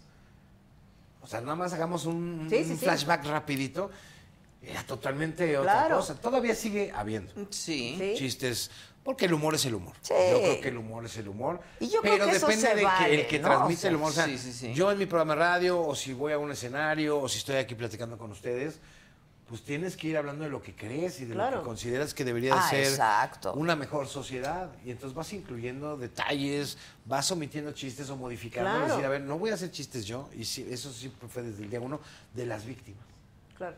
o sea, nada más hagamos un,
Sí, sí,
un
sí.
flashback rapidito, era totalmente otra
Claro.
cosa. Todavía sigue habiendo
Sí.
Sí.
chistes, porque el humor es el humor.
Sí.
Yo creo que el humor es el humor.
Y yo creo
pero
que eso
depende
se
de que
vale,
el que
¿no?
transmite
O sea,
el humor. O sea,
sí, sí, sí.
Yo en mi programa de radio, o si voy a un escenario, o si estoy aquí platicando con ustedes, pues tienes que ir hablando de lo que crees y de lo
Claro.
que consideras que debería de
Ah,
ser
exacto.
una mejor sociedad. Y entonces vas incluyendo detalles, vas omitiendo chistes o modificando.
Claro.
y Decir, a ver, no voy a hacer chistes yo. Y sí, eso siempre fue desde el día uno de las víctimas.
Claro.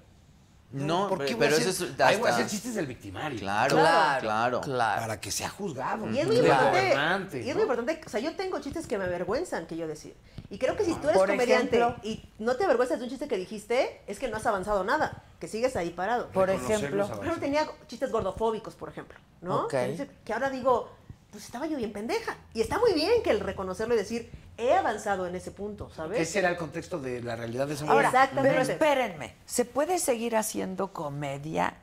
No,
¿por
pe-
qué voy a
pero
hacer-
eso es.
Ahí voy a
hasta-
hacer chistes del victimario.
Claro,
Claro,
claro.
Para que sea juzgado.
Y es muy
del
importante.
gobernante,
Y es
¿no?
muy importante. O sea, yo tengo chistes que me avergüenzan que yo decir. Y creo que si tú eres
Por
comediante
ejemplo.
y no te avergüenzas de un chiste que dijiste, es que no has avanzado nada, que sigues ahí parado.
Por
Reconocer los
ejemplo,
avances.
Pero tenía chistes gordofóbicos, por ejemplo, ¿no?
Ok.
Que, que ahora digo, pues estaba yo bien pendeja. Y está muy bien que el reconocerlo y decir, he avanzado en ese punto, ¿sabes?
Ese era el contexto de la realidad de ese
Ahora,
momento.
Exactamente.
pero espérenme, ¿se puede seguir haciendo comedia?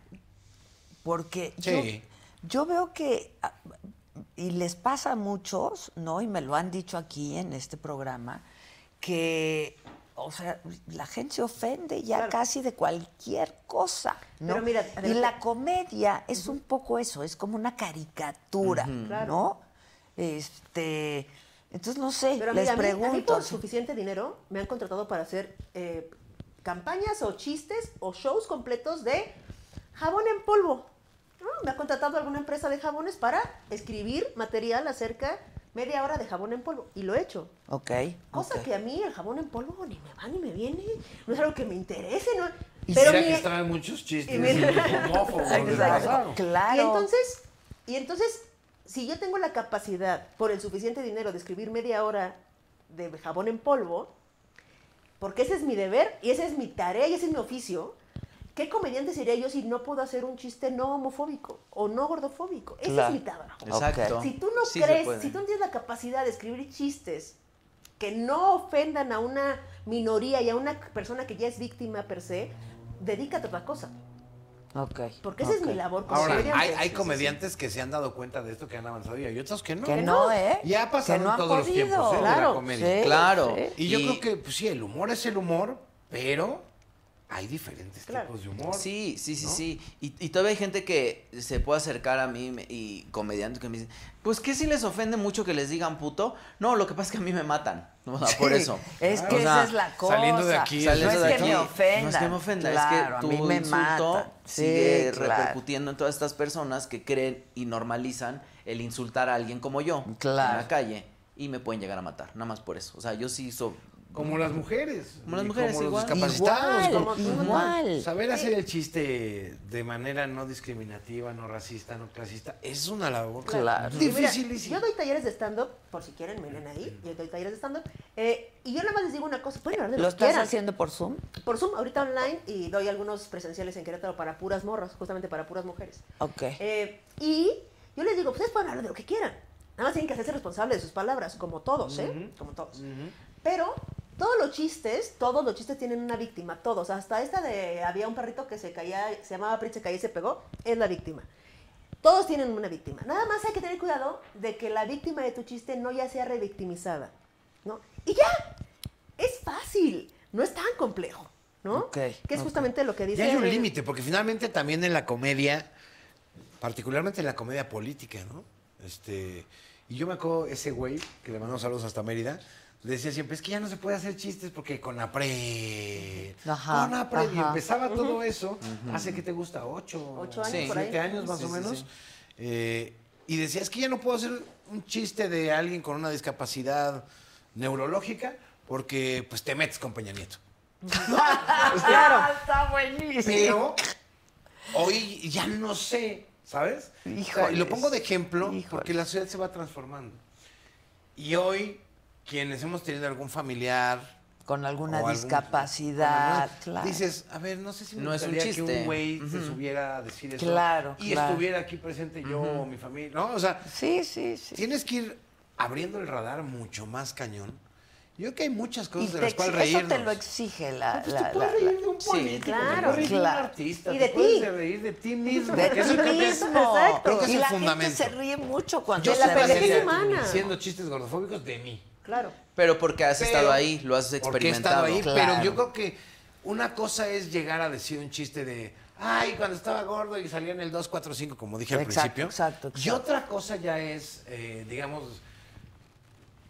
Porque yo-
Sí.
yo, veo que, ah, y les pasa a muchos, ¿no? Y me lo han dicho aquí en este programa, que, o sea, la gente se ofende ya
Claro.
casi de cualquier cosa, ¿no?
Pero mira, eh,
y
adelante.
la comedia es un poco eso, es como una caricatura,
Claro.
¿no? Este, entonces, no sé,
Pero
Eh, les
mira, a mí- a mí
pregunto.
por suficiente dinero me han contratado para hacer eh, campañas o chistes o shows completos de jabón en polvo. Ah, Me ha contratado alguna empresa de jabones para escribir material acerca media hora de jabón en polvo. Y lo he hecho.
ok.
Cosa
ok.
que a mí el jabón en polvo ni me va ni me viene. No es algo que me interese. No.
Y
Pero
mira
mi-
que estaban muchos chistes
y mira-
homófobos.
Exacto,
¿verdad?
Claro.
y entonces, y entonces si yo tengo la capacidad, por el suficiente dinero, de escribir media hora de jabón en polvo, porque ese es mi deber y esa es mi tarea y ese es mi oficio, ¿qué comediante sería yo si no puedo hacer un chiste no homofóbico o no gordofóbico? Ese
Claro.
es mi trabajo.
Exacto.
Si tú no
Sí se
crees,
puede.
si tú no tienes la capacidad de escribir chistes que no ofendan a una minoría y a una persona que ya es víctima per se, dedícate a otra cosa.
Ok.
Porque esa es mi labor como
Ahora,
comediante.
hay, hay
Sí, sí,
comediantes que se han dado cuenta de esto, que han avanzado y hay otros que no.
Que no, ¿eh?
Ya ha pasado
Que no
en
han
todos los
podido.
tiempos, ¿eh? de la
Claro,
comedia.
sí, Claro. sí.
Y yo
Y-
creo que, pues sí, el humor es el humor, pero hay diferentes tipos de humor.
Sí, sí, sí, sí. Y, y todavía hay gente que se puede acercar a mí me- y comediantes que me dicen, pues que si les ofende mucho que les digan puto. No, lo que pasa es que a mí me matan. O sea, por
Sí,
eso.
Es
O
que esa
sea,
es la cosa.
Saliendo de aquí. saliendo
no
de
es que
aquí,
me ofenda.
No es que me ofenda,
Claro,
es
a
que
mí
tu
me
insulto
matan. Sí,
sigue
claro.
repercutiendo en todas estas personas que creen y normalizan el insultar a alguien como yo en la calle y me pueden llegar a matar, nada más por eso. O sea, yo sí so
Como las mujeres.
Como las
y
mujeres,
como
igual.
Los discapacitados.
Igual,
como-
igual.
Saber hacer el chiste de manera no discriminativa, no racista, no clasista, es una labor
Y mira,
difícil.
yo doy talleres de stand-up, por si quieren, miren ahí. Yo doy talleres de stand-up. eh, y yo nada más les digo una cosa. Pueden hablar de
¿Lo
que
estás
quieran.
haciendo por Zoom?
Por Zoom, ahorita online, y doy algunos presenciales en Querétaro para puras morras, justamente para puras mujeres.
Ok.
Eh, y yo les digo, ustedes pueden hablar de lo que quieran. Nada más tienen que hacerse responsables de sus palabras, como todos, ¿eh? Como todos. Pero todos los chistes, todos los chistes tienen una víctima, todos. Hasta esta de había un perrito que se caía, se llamaba Prit, se caía y se pegó, es la víctima. Todos tienen una víctima. Nada más hay que tener cuidado de que la víctima de tu chiste no ya sea revictimizada, ¿no? Y ya, es fácil, no es tan complejo, ¿no?
Ok,
Que es
ok.
justamente lo que dice...
Ya hay un
el-
límite, porque finalmente también en la comedia, particularmente en la comedia política, ¿no? Este, y yo me acuerdo ese güey que le mandó saludos hasta Mérida, decía siempre, es que ya no se puede hacer chistes porque con apre,
Ajá,
con apre, y
ajá.
empezaba todo
Ujú.
eso, hace que te gusta ocho,
Ocho años, Sí. por ahí.
siete años más
Sí,
o
sí,
menos.
sí.
Eh, y decía, es que ya no puedo hacer un chiste de alguien con una discapacidad neurológica porque pues te metes con Peña Nieto.
Claro.
Está buenísimo. Pero hoy ya no sé, ¿sabes?
Híjoles.
Y lo pongo de ejemplo porque la sociedad se va transformando. Y hoy, quienes hemos tenido algún familiar.
Con alguna
o algún-
discapacidad,
con
claro.
Dices, a ver, no sé si me
No es un
gustaría que
chiste.
un güey se
Ujú.
subiera a decir eso.
Claro,
Y
claro.
estuviera aquí presente yo o mi familia. No, o sea.
Sí, sí, sí.
Tienes que ir abriendo el radar mucho más cañón. Yo creo que hay muchas
Y
cosas de
te
las cuales
exi- eso te
reírnos.
lo exige la...
Pues
la-
te puedes
la- la-
reír de un
Sí,
político, te
claro,
puedes reír de un
claro.
artista,
Y
te
de
puedes
ti.
reír de ti mismo.
De
que
ti
eso creo que es-
mismo.
Creo que es
y
el
la gente
fundamento.
se ríe mucho cuando
Yo
se
siempre
ríe.
hacía
humana.
Haciendo chistes gordofóbicos de mí.
Claro.
Pero porque has
Pero-
estado ahí, lo has
Porque he estado
experimentado.
ahí, pero
Claro.
yo creo que una cosa es llegar a decir un chiste de, ay, cuando estaba gordo y salía en el 245, como dije al
Exacto,
principio.
exacto,
Y
exacto.
otra cosa ya es, eh, digamos,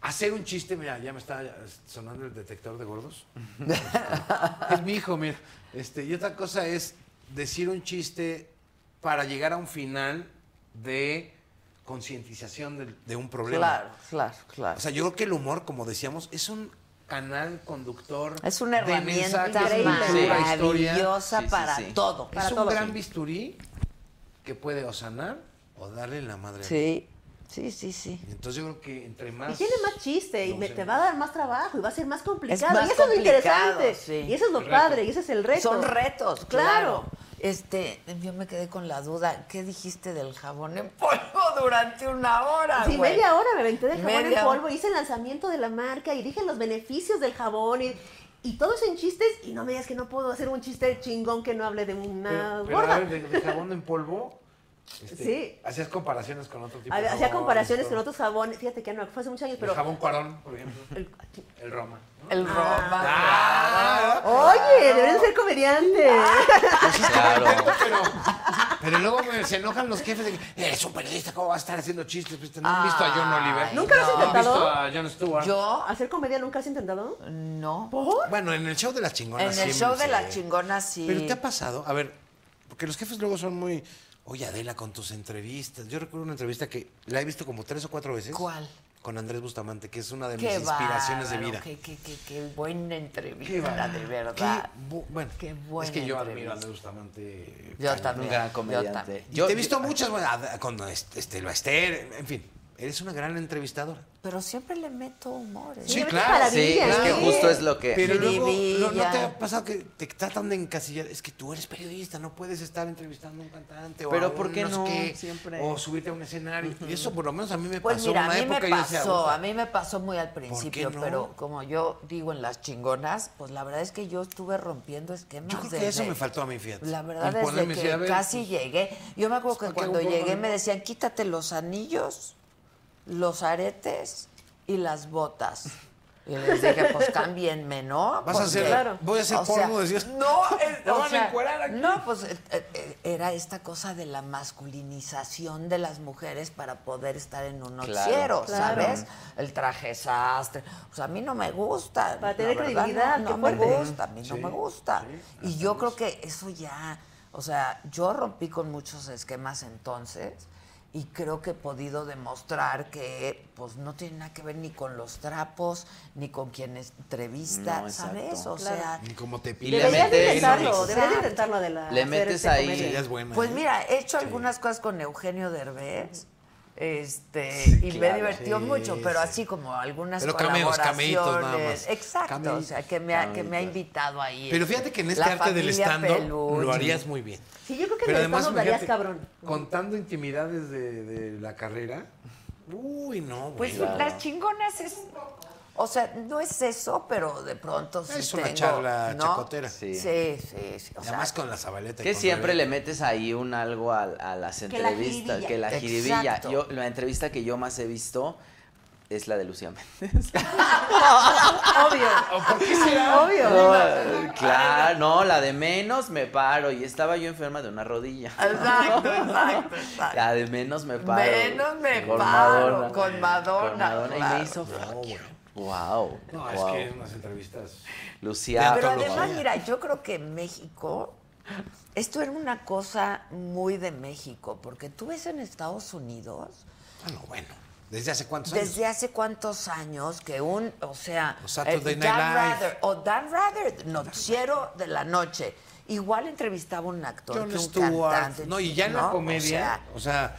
hacer un chiste, mira, ya me está eh, sonando el detector de gordos. Este, es mi hijo, mira. Este, y otra cosa es decir un chiste para llegar a un final de concientización del- de, un problema.
Claro, claro, claro.
O sea, yo creo que el humor, como decíamos, es un canal conductor.
Es una
de
herramienta
mensajes, cultura, historia.
maravillosa
Sí, sí,
para
sí.
todo.
Es
para
un
todo.
gran bisturí que puede o sanar o darle la madre. a
Sí, sí, sí, sí.
alguien. Entonces yo creo que entre
Y
más.
tiene más chiste y
No
me-
sé.
te va a dar más trabajo y va a ser más complicado.
más
y eso es lo
complicado,
interesante.
sí.
Y eso es lo
El reto.
padre, y ese es el reto.
Son retos,
claro.
claro. Este, yo me quedé con la duda, ¿qué dijiste del jabón en polvo durante una hora?
Sí,
güey?
media hora me aventé del jabón
Media
en polvo,
hora.
hice el lanzamiento de la marca y dije los beneficios del jabón y, y todo eso en chistes. Y no me digas que no puedo hacer un chiste chingón que no hable de una
Pero, pero, a
gorda.
ver, de, de jabón en polvo. este,
Sí.
Hacías comparaciones con otro tipo de
Hacía
jabón,
comparaciones
esto.
con otros jabones, fíjate que no, fue hace muchos años, pero...
El jabón cuarón, por ejemplo.
El,
Roma.
El Roma.
Ah, Oye, deberían ser comediantes.
Pero luego me- se enojan los jefes de que eres un periodista, ¿cómo vas a estar haciendo chistes? Pues, ¿No han visto a John Oliver?
¿Nunca lo has
¿No han
intentado?
visto a John Stewart?
Yo,
¿Hacer comedia nunca has intentado?
no.
Bueno, en el show de las
En
chingonas.
el
sí,
show de
sí.
la chingona sí.
Pero ¿te ha pasado? A ver, porque los jefes luego son muy. Oye, Adela, con tus entrevistas. Yo recuerdo una entrevista que la he visto como tres o cuatro veces.
¿Cuál?
con Andrés Bustamante, que es una de mis
Qué
inspiraciones de
bárbaro,
vida.
Qué, qué, qué, qué buena entrevista,
bárbaro.
de verdad.
Qué bu- bueno,
qué buena
es que yo
entrevista.
admiro a Andrés Bustamante.
Yo también,
gran
yo
comediante.
también.
Y
Yo-
te he visto
yo-
muchas, bueno, a- con este, Estela Ester, en fin, eres una gran entrevistadora.
Pero siempre le meto humor. ¿eh?
Sí, claro.
Sí, es que justo es lo que...
Pero luego, ¿no, no te
Jiribilla.
ha pasado que te tratan de encasillar? Es que tú eres periodista, no puedes estar entrevistando a un cantante
Pero
o a
¿por
un
qué no?
qué,
Siempre.
O subirte a un escenario. Y eso por lo menos a mí me
Pues
pasó
mira, a
una
mí
época
me
y yo decía,
pasó,
"Puta".
a mí me pasó muy al principio,
no?
pero como yo digo en las chingonas, pues la verdad es que yo estuve rompiendo esquemas.
Yo creo que
desde-
eso me faltó a mí, fíjate.
La verdad
El
es
ponerme
que
así, a ver,
casi llegué. Yo me acuerdo que
¿para qué hago
cuando
un
llegué
programa?
me decían, quítate los anillos, los aretes y las botas. Y les dije, pues cámbienme, ¿no?
Vas a hacer- voy a hacer
o sea,
porno", decías.
No, eh,
Me
o
van a
sea,
encuerar aquí.
no, pues eh, eh, era esta cosa de la masculinización de las mujeres para poder estar en un
Claro,
noticiero,
claro.
¿sabes? El traje sastre. O sea, a mí no me gusta.
Para
la
tener
verdad,
credibilidad,
no,
qué
no me
fuerte.
gusta, a mí no me gusta. y yo creo que eso ya, o sea, yo rompí con muchos esquemas entonces y creo que he podido demostrar que pues no tiene nada que ver ni con los trapos, ni con quien entrevista,
No, exacto.
¿sabes? O
Claro.
sea,
Ni como te
le
piden.
Deberías de Ah.
metes-
intentarlo,
Exacto.
deberías de intentarlo, Adela.
Le
hacer
metes
este
ahí-
comedia.
Ella es buena.
pues
¿eh?
mira, he hecho algunas cosas con Eugenio Derbez. Este, y
claro.
me divertió
Sí,
mucho, pero
sí.
así como algunas
Pero cameos,
colaboraciones.
cameitos nada más.
Exacto, o
Cameitos,
sea, que me, ha, que me ha
cameitos.
invitado ahí.
Pero fíjate que en este
La
arte del
familia
stand
Peluche.
lo harías muy bien.
Sí, yo creo que en el stand-up darías
fíjate,
cabrón.
Contando intimidades de, de la carrera. Uy, no,
Pues
güey.
las chingonas es. O sea, no es eso, pero de pronto sí
Ah, Es una
tengo,
charla
¿no?
chacotera.
Sí,
Sí.
sí, sí. sí, O sea,
Además con la Zabaleta. y
Que
con
siempre le
Rebeca.
metes ahí un algo a, a las
Que la
entrevistas,
jiribilla.
que la
Exacto.
jiribilla. Yo, la entrevista que yo más he visto es la de Lucía Méndez.
Obvio.
¿Por qué será?
Obvio.
No, claro, no, la de menos me paro. Y estaba yo enferma de una rodilla.
Exacto, exacto, exacto.
La de menos me paro.
Menos me paro, con Madonna,
Con Madonna. Y
claro.
me hizo
No, güey.
Wow.
No, es que unas entrevistas.
Lucía.
Pero
Ah, Todos los
además,
días.
mira, yo creo que en México, esto era una cosa muy de México, porque tú ves en Estados Unidos,
Bueno, bueno. ¿Desde hace cuántos años?
desde hace cuántos años, que un, o sea,
O Saturday
eh,
Night
Dan
Live.
Rather, o Dan Rather, noticiero de la noche. Igual entrevistaba un actor,
John
que un
Stewart.
cantante.
No, y ya en la comedia, o sea,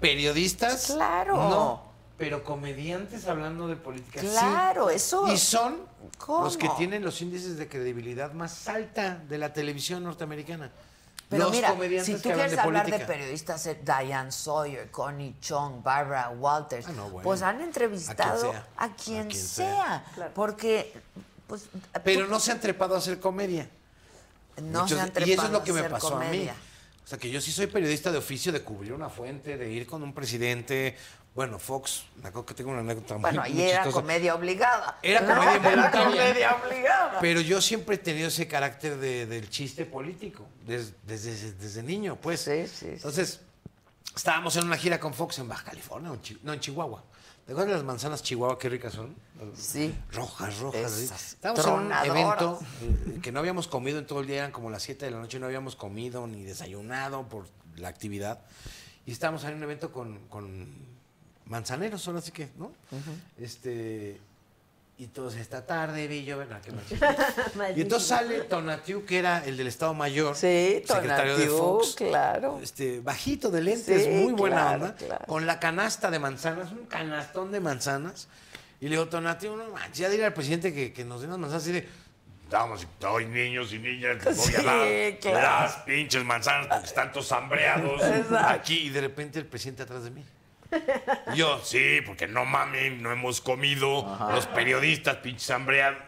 periodistas.
Claro.
No, pero comediantes hablando de política. sí.
Claro, eso-
Y son
¿Cómo?
los que tienen los índices de credibilidad más alta de la televisión norteamericana.
Pero
los
mira,
comediantes
si tú
que hablan
quieres
de
hablar
política.
de periodistas, eh, Diane Sawyer, Connie Chung, Barbara Walters,
Ah, no, bueno.
pues han
A quien
entrevistado
sea.
a quien,
A quien
sea,
sea.
Claro.
porque pues
Pero
tú-
no se han trepado a hacer comedia.
no
Muchos-
se han
Y eso es
trepado
lo
a
que me
hacer
pasó
comedia.
a mí. O sea, que yo sí soy periodista de oficio, de cubrir una fuente, de ir con un presidente. Bueno, Fox, me acuerdo que tengo una anécdota muy-
Bueno,
muy,
ahí era
chistosa.
comedia obligada.
Era
¿no?
comedia
Era
voluntaria.
comedia obligada.
Pero yo siempre he tenido ese carácter de- del chiste político, des- desde, desde, niño, pues.
Sí, sí, sí.
Entonces, estábamos en una gira con Fox en Baja California, o en Chi- no, en Chihuahua. ¿Te acuerdas de las manzanas Chihuahua? Qué ricas son.
Sí.
Rojas, rojas. así.
Esas
Estábamos en un
tronadoras.
evento eh, que no habíamos comido en todo el día, eran como las 7 de la noche, no habíamos comido ni desayunado por la actividad. Y estábamos en un evento con, con manzaneros, ahora sí que, ¿no? Este. Y todos, esta tarde vi yo, ven a qué manchita. Y entonces sale Tonatiu, que era el del Estado Mayor,
Sí,
secretario de
Tonatiu,
Fox.
claro.
Este, bajito de lentes,
Sí,
muy buena
claro,
onda.
claro.
Con la canasta de manzanas, un canastón de manzanas. Y le digo, Tonatiu, no manches, ya dile al presidente que, que nos den las manzanas. Y le
Estamos, hoy niños y niñas, les voy
Sí,
a dar
claro.
las pinches manzanas porque están todos hambreados.
aquí, y de repente el presidente atrás de mí.
Y Yo, sí, porque no mamen, no hemos comido. Los periodistas, pinches hambreados.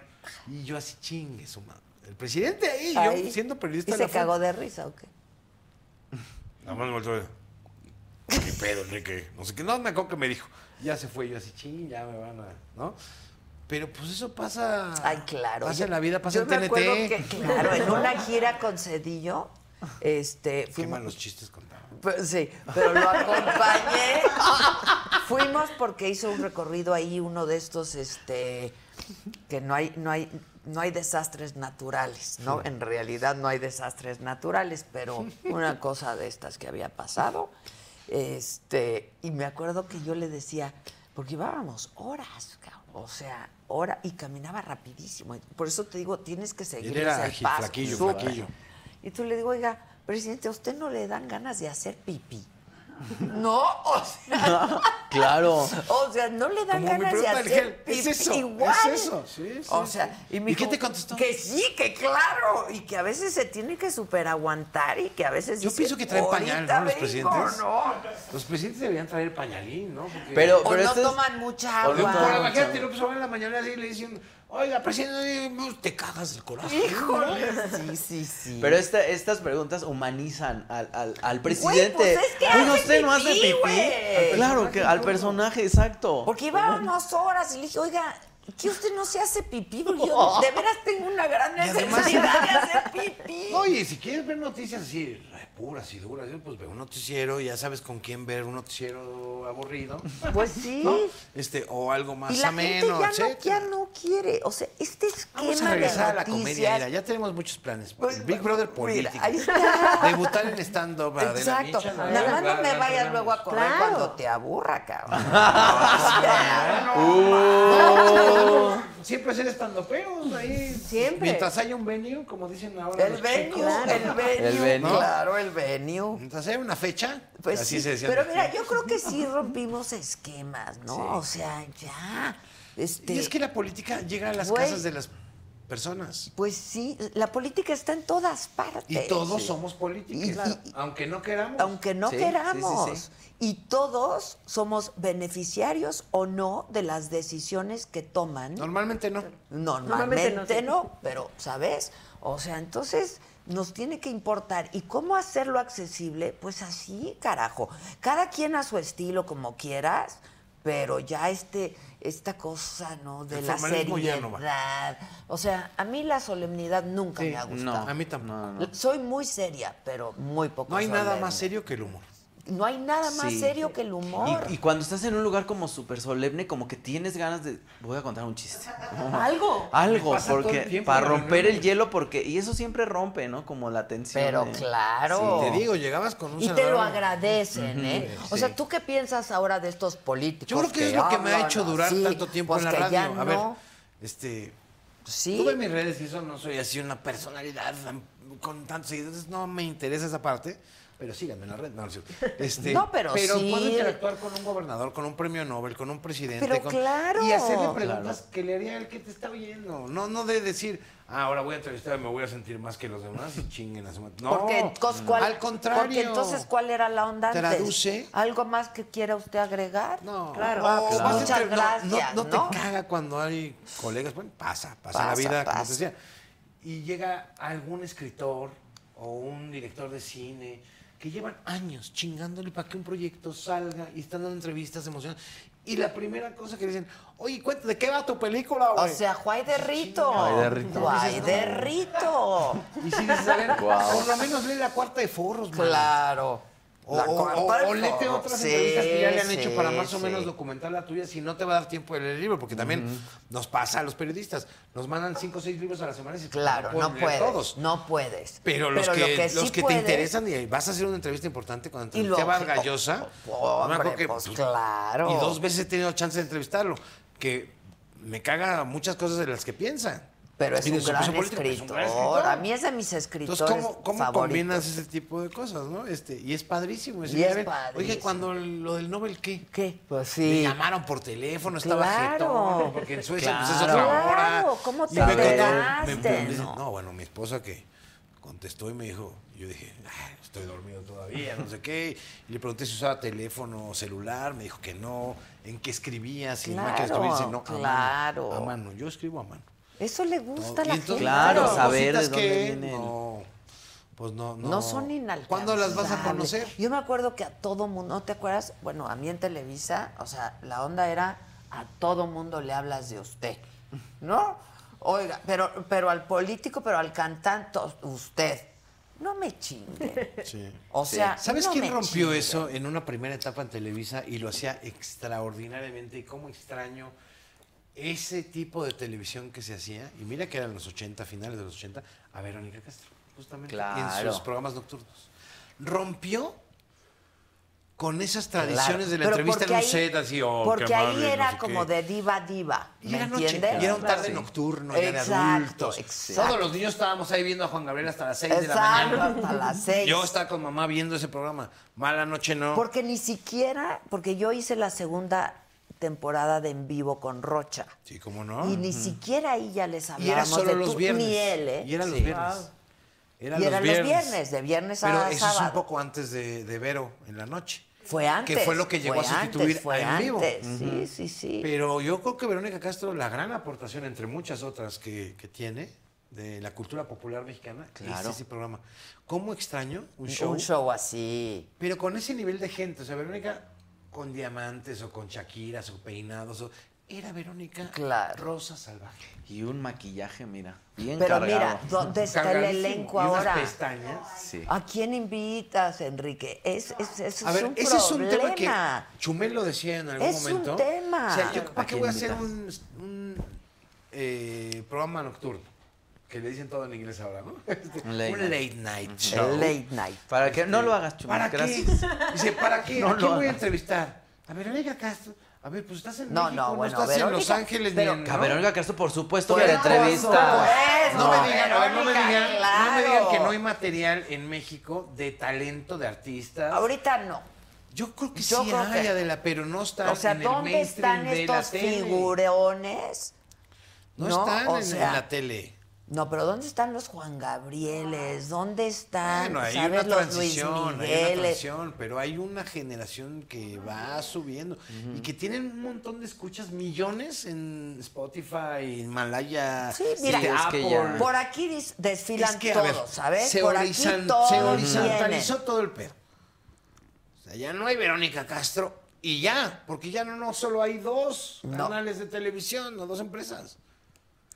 Y yo así, chingue su madre. El presidente ahí,
Ahí.
yo siendo periodista.
¿Y
de la
se cagó
Fox.
de risa o qué?
Nada más me volteó y, ¿Qué pedo, Enrique? No sé qué. No, me acuerdo que me dijo.
Ya se fue, yo así, ching, ya me van a. ¿No? Pero pues eso pasa.
Ay, claro.
Pasa
Yo-
en la vida, pasa
yo
en
me
TNT.
acuerdo que, claro, en una gira con Cedillo, este,
Qué
fuimos,
malos chistes contaba.
Pero- sí, pero lo acompañé. Fuimos porque hizo un recorrido ahí, uno de estos, este, que no hay, no hay, no hay desastres naturales, ¿no? En realidad no hay desastres naturales, pero una cosa de estas que había pasado. Este, y me acuerdo que yo le decía, Porque íbamos horas, cabrón. O sea, hora y caminaba rapidísimo. Por eso te digo, tienes que seguir el
era ágil,
paso.
flaquillo,
súper.
flaquillo.
Y tú le digo, oiga, presidente, ¿a usted no le dan ganas de hacer pipí? no, o sea,
Claro.
o sea, no le dan
Como mi
ganas de
pregunta,
hacer
Ángel, ¿es
pipí
eso?
igual.
¿Es eso? Sí, sí,
o
sí.
sea, y, me
¿Y qué
dijo
te contestó?
Que sí, que claro, y que a veces se tiene que superaguantar y que a veces
Yo
dice,
pienso que traen pañal,
"Ahorita
¿no? Los
vengo",
presidentes.
No,
Los presidentes deberían traer pañalín, ¿no? Porque-
Pero-
O no
esto este es-
toman mucha
o no
agua.
Por la imagínate, López Obrador en la mañana así le dicen, oiga, presidente, te cagas el corazón.
Híjole. Sí, sí, sí.
Pero esta- estas preguntas humanizan al, al- al presidente.
Güey, pues es que
Oiga,
hace
usted no hace
pipí,
pipí.
güey.
Claro, que al personaje, exacto.
Porque llevábamos horas y le dije, oiga, ¿qué usted no se hace pipí? Porque yo de veras tengo una gran
además-
necesidad de hacer pipí.
Oye, si quieres ver noticias así, puras y duras, pues ve un noticiero, ya sabes con quién ver un noticiero aburrido.
Pues sí.
¿no? Este, o algo más
Y la gente
ameno,
ya no,
etcétera.
ya no quiere. O sea, este esquema
Vamos a regresar a la
de noticias.
comedia, mira, ya tenemos muchos planes.
Pues,
Big Brother político.
mira, ahí está.
Debutar en stand-up. Adela
Exacto.
Micha,
Nada más
Adela,
no
Adela,
me
Adela,
vayas
Adela.
luego a correr
Claro.
cuando te aburra, cabrón. O sea, Uh.
Siempre ser stand-uperos ahí.
Siempre.
Mientras haya un venue, como dicen ahora.
el
los
venue,
chicos.
el venue.
El venue.
Claro, el venue.
Mientras haya una fecha,
Pues
así
sí,
se decía.
pero mira, yo creo que sí rompimos esquemas, ¿no? O sea, ya. Este,
Y es que la política llega a las
Güey.
casas de las personas.
Pues sí, la política está en todas partes.
Y todos
Sí.
somos políticos.
Y- Claro. y-
aunque no queramos.
Aunque no
Sí, sí, sí,
queramos.
sí.
Y todos somos beneficiarios o no de las decisiones que toman.
Normalmente no.
Normalmente,
Normalmente
no, pero, ¿sabes? O sea, entonces nos tiene que importar. ¿Y cómo hacerlo accesible? Pues así, carajo. Cada quien a su estilo, como quieras, pero ya este, esta cosa, ¿no? De
El
la
formalismo ya no va.
seriedad. O sea, a mí la solemnidad nunca
Sí,
me ha
no.
gustado.
A mí tampoco. No,
Soy muy seria, pero muy poco
hay nada
solemne.
más serio que el humor.
No hay nada más
Sí.
serio que el humor.
Y, y cuando estás en un lugar como súper solemne, como que tienes ganas de. Voy a contar un chiste.
Algo.
Algo,
Me pasa todo el
porque
tiempo en
para
las
romper el
reuniones.
hielo, porque. Y eso siempre rompe, ¿no? Como la tensión.
Pero
de-
claro.
Te digo, llegabas con un
Y te lo
celular.
agradecen, ¿eh? O sea, ¿tú qué piensas ahora de estos políticos?
Yo creo que es lo que me ha
hablan
hecho durar
así?
tanto tiempo
Pues
en la
que ya
radio. A ver,
no.
este.
Sí.
Tuve mis redes y eso no soy así una personalidad tan- con tantos seguidores. No me interesa esa parte. Pero síganme en la red. No, no es cierto. Este,
No, pero sí.
puedo interactuar con un gobernador, con un premio Nobel, con un presidente.
Pero
con-
claro.
Y hacerle preguntas que le haría el que te está oyendo. No, no de decir, "Ah, ahora voy a entrevistar y me voy a sentir más que los demás y chinguen a su madre". No.
Porque, cos- ¿cuál-
Al contrario.
Porque entonces, ¿cuál era la onda antes?
Traduce.
¿Algo más que quiera usted agregar?
No,
Claro.
no,
Pues
vas a
Muchas
entre- no,
gracias, ¿no?
No, no te caga cuando hay colegas. Bueno, pasa, pasa, en
Pasa,
la vida, como
pasa.
te decía. Y llega algún escritor o un director de cine que llevan años chingándole para que un proyecto salga y están dando entrevistas emocionantes. Y la primera cosa que dicen, oye, cuéntame, ¿de qué va tu película,
O
güey?
sea, Juay de Rito.
Juay de Rito.
Juay de Rito.
y si dices, a ver,
Guau.
por lo menos lee la cuarta de forros, man".
Claro.
O,
La
o-
cuarta
o- o
del
lete
foro.
otras
Sí,
entrevistas que ya le han hecho para
sí,
más o
sí.
menos documentar la tuya, si no te va a dar tiempo de leer el libro, porque también nos pasa a los periodistas, nos mandan cinco o seis libros a la semana y dices,
Claro,
puedo
no
leer
puedes.
todos.
No puedes.
Pero los
lo
que, los
sí
que
puedes-
te interesan y vas a hacer una entrevista importante con
Y
Antonio
lo
Vargas Llosa,
Oh, oh,
me acuerdo
hombre, pues, claro.
Y dos veces he tenido chance de entrevistarlo, que me caga muchas cosas de las que piensa.
Pero es
Y de
un,
su
gran
peso político, pero es un
escritor.
gran escritor.
A mí es de mis escritores
Entonces, ¿cómo, cómo
favoritos.
combinas ese tipo de cosas, no? Este, y es padrísimo.
Y
a
es
ver,
padrísimo.
Oye, cuando lo del Nobel, ¿qué?
¿Qué? Pues
Le
sí.
llamaron por teléfono, estaba
Claro.
jetón, porque en Suecia pues, es
Claro.
otra hora.
Claro, ¿cómo te
Y me contó-
enteraste,
me- me dice,
no?
no. bueno, mi esposa que contestó y me dijo, yo dije, "Ay, estoy dormido todavía, no sé qué. Y le pregunté si usaba teléfono o celular, me dijo que no, en qué escribía, si en máquina de escribir, si no, a mano,
Claro.
a mano, yo escribo a mano.
Eso le
No,
gusta a
y
la
entonces,
gente. Pues,
Claro,
cositas
saber de dónde
que
viene el-
No, pues no, no.
No, son inalcanzables.
¿Cuándo las vas a conocer?
Yo me acuerdo que a todo mundo, ¿no te acuerdas? Bueno, a mí en Televisa, o sea, la onda era a todo mundo le hablas de usted, ¿no? Oiga, pero, pero al político, pero al cantante, usted. No me chingue.
Sí.
O sea,
¿Sabes
no
quién
me
rompió
chingue.
eso en una primera etapa en Televisa y lo hacía extraordinariamente? Y cómo extraño ese tipo de televisión que se hacía, y mira que eran los 80, finales de los 80, a Verónica Castro, justamente, en
Claro.
sus programas nocturnos. Rompió con esas tradiciones de la
Pero
entrevista en
porque
un
ahí-
set así, oh,
Porque
qué
ahí
amable, no
era
sé
como
qué.
de diva a diva.
Y
¿Me
era noche,
entiendes?
y era un tarde
Sí.
nocturno, ya de
Exacto,
adultos.
exacto.
Todos los niños estábamos ahí viendo a Juan Gabriel hasta las 6 de la
Exacto,
mañana.
hasta las seis.
Yo estaba con mamá viendo ese programa. Mala noche no.
Porque ni siquiera, porque yo hice la segunda temporada de En Vivo con Rocha.
Sí, cómo no.
Y ni
Ujú.
siquiera ahí ya les hablábamos
Y era solo
de
los
tú,
viernes.
Ni él, ¿eh?
Y era los
Sí.
viernes.
Y eran los viernes, de viernes a
Pero eso es un
sábado.
poco antes de, de Vero, en la noche.
Fue antes,
Que fue lo que llegó
fue
a sustituir
antes, fue
a en vivo.
antes, sí, sí, sí.
Pero yo creo que Verónica Castro, la gran aportación, entre muchas otras que, que tiene, de la cultura popular mexicana, es
Claro.
ese programa. ¿Cómo extraño un
Un
show?
show así.
Pero con ese nivel de gente, o sea, Verónica con diamantes o con Shakiras o peinados, o- era Verónica Rosa Salvaje.
Y un maquillaje, mira, bien
Pero
cargado.
mira, ¿dónde está el
Cargadísimo.
elenco
Y unas
ahora?
pestañas.
Sí.
¿A quién invitas, Enrique? Es, es, es,
A
es
ver,
un
ese
problema.
es un tema que Chumel lo decía en algún
Es un
momento.
tema.
O sea, yo
¿A
para qué
quién
voy a hacer un, un, eh, programa nocturno. Que le dicen todo en inglés ahora, ¿no? Este,
Un late
un
night.
late night
Ujú.
show.
El late night.
Para que no lo hagas, Chumel,
Este, ¿Para qué?
gracias.
Dice, ¿para qué?
No
¿A
lo
quién voy a
hagas.
entrevistar? A Verónica Castro. A ver, pues estás en
No,
México,
no,
no,
bueno,
estás en Los
Verónica,
Ángeles
pero-
ni en...
A
¿no?
Verónica Castro, por supuesto, que
Por
la
supuesto.
entrevista.
No me digan, a ver, no me
Verónica,
digan, no me digan
claro.
que no hay material en México de talento de artistas.
Ahorita no.
Yo creo que
Yo
sí
creo
hay,
que-
Adela, pero no está
O sea,
en el
¿dónde
mainstream
están
de la
estos
tele.
figurones?
No,
No,
están
o
en- en,
sea,
la tele.
No, pero ¿dónde están los Juan Gabrieles? ¿Dónde están,
Bueno, hay
sabes,
una
los Luis
transición, hay una
Migueles?
transición, pero hay una generación que va subiendo y que tienen un montón de escuchas, millones en Spotify, Himalaya,
Sí,
este,
mira,
es que ya-
Apple.
por aquí dis- desfilan
Es que, a
todos,
ver,
¿sabes?
Se,
por
horizon-
aquí todos
se horizontalizó
vienen.
todo el pedo. O sea, ya no hay Verónica Castro y ya, porque ya no, no solo hay dos canales de televisión, no dos empresas.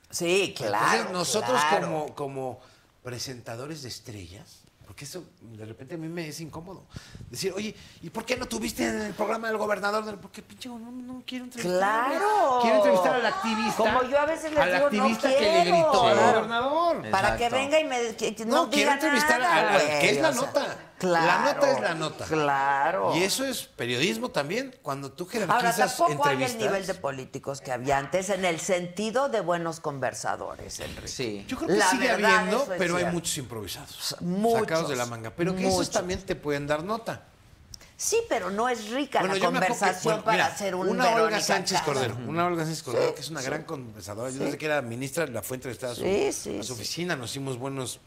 Sí, claro.
Entonces, nosotros
claro.
como, como presentadores de estrellas, porque eso de repente a mí me es incómodo. Decir, oye, ¿y por qué no tuviste en el programa del gobernador? del-?" Porque pinche, no, no quiero entrevistar.
Claro.
Quiero entrevistar al activista.
Como yo a veces les
al
digo, no
activista que le
quiero.
gritó al
Claro.
gobernador.
Para
Exacto.
que venga y me. que- que
No,
no,
quiero
diga
entrevistar
nada,
al- al- que es
güey,
la
o sea,
nota.
claro.
La nota es la nota.
Claro.
Y eso es periodismo también. Cuando tú
Ahora,
jerarquizas
tampoco hay el
entrevistas.
nivel de políticos que había antes en el sentido de buenos conversadores, Enrique.
Sí.
Yo creo que
La
sigue
verdad,
habiendo,
eso es
pero hay
cierto.
muchos improvisados.
Muchos,
sacados de la manga. Pero que
muchos.
esos también te pueden dar nota.
Sí, pero no es rica la
yo me acuerdo que-
conversación
bueno,
para
mira,
hacer un
Una
Verónica
Olga Sánchez
Castro.
Cordero. Una Olga Sánchez Cordero, que es una gran conversadora. Yo desde que era ministra la fue entrevistada a su,
Sí, sí,
a su
sí.
oficina. Nos hicimos buenos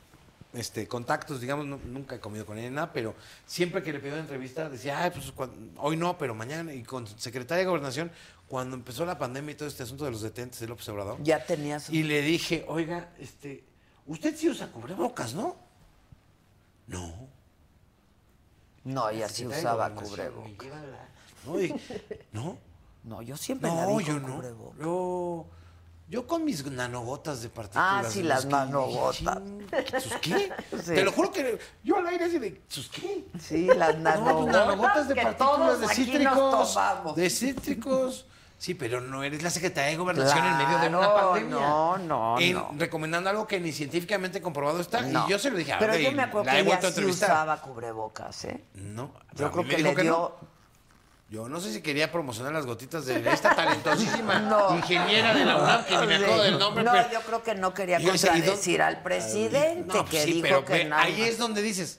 este, contactos, digamos. nu- nunca he comido con ella nada, pero siempre que le pedí una entrevista decía, ay, pues cuan- hoy no, pero mañana. Y con secretaria de Gobernación, cuando empezó la pandemia y todo este asunto de los detentes de López Obrador.
Ya tenías.
Y le dije, oiga, este, usted sí usa cubrebocas, ¿no? No.
No, y así
Secretaria de
usaba
Gobernación,
cubrebocas.
me lleva la- No, y- ¿no?
No, yo siempre la
No,
vi
yo
con
no.
cubrebocas.
Yo, yo con mis nanogotas de partículas.
Ah, sí,
de
las
los que
nanogotas.
dije, "Ching, ¿Sus qué?
Sí.
Te lo juro que yo al aire así de, ¿sus qué?
Sí, las
No, pues,
nanogotas,
nanogotas de
que
partículas
todos
de
aquí nos
cítricos.
tomamos.
De cítricos. Sí, pero no eres la secretaria de Gobernación en medio de una
Claro,
pandemia.
no, no,
En-
no.
Recomendando algo que ni científicamente comprobado está.
No.
Y yo se lo dije a
Pero
Olga
yo
y
me acuerdo
la
que
he
ella
vuelto a
sí
entrevistar.
usaba cubrebocas, ¿eh?
No, a
Yo creo
mí me
que
dijo
le
no.
dio...
Yo no sé si quería promocionar las gotitas de esta talentosísima
No.
ingeniera de la UNAM, que ni me acuerdo del nombre,
No,
pero...
yo creo que no quería
Yo sé, ¿y dónde-
contradecir al presidente
No, pues
que
sí,
dijo
pero
que
ve,
nada
ahí
más.
es donde dices,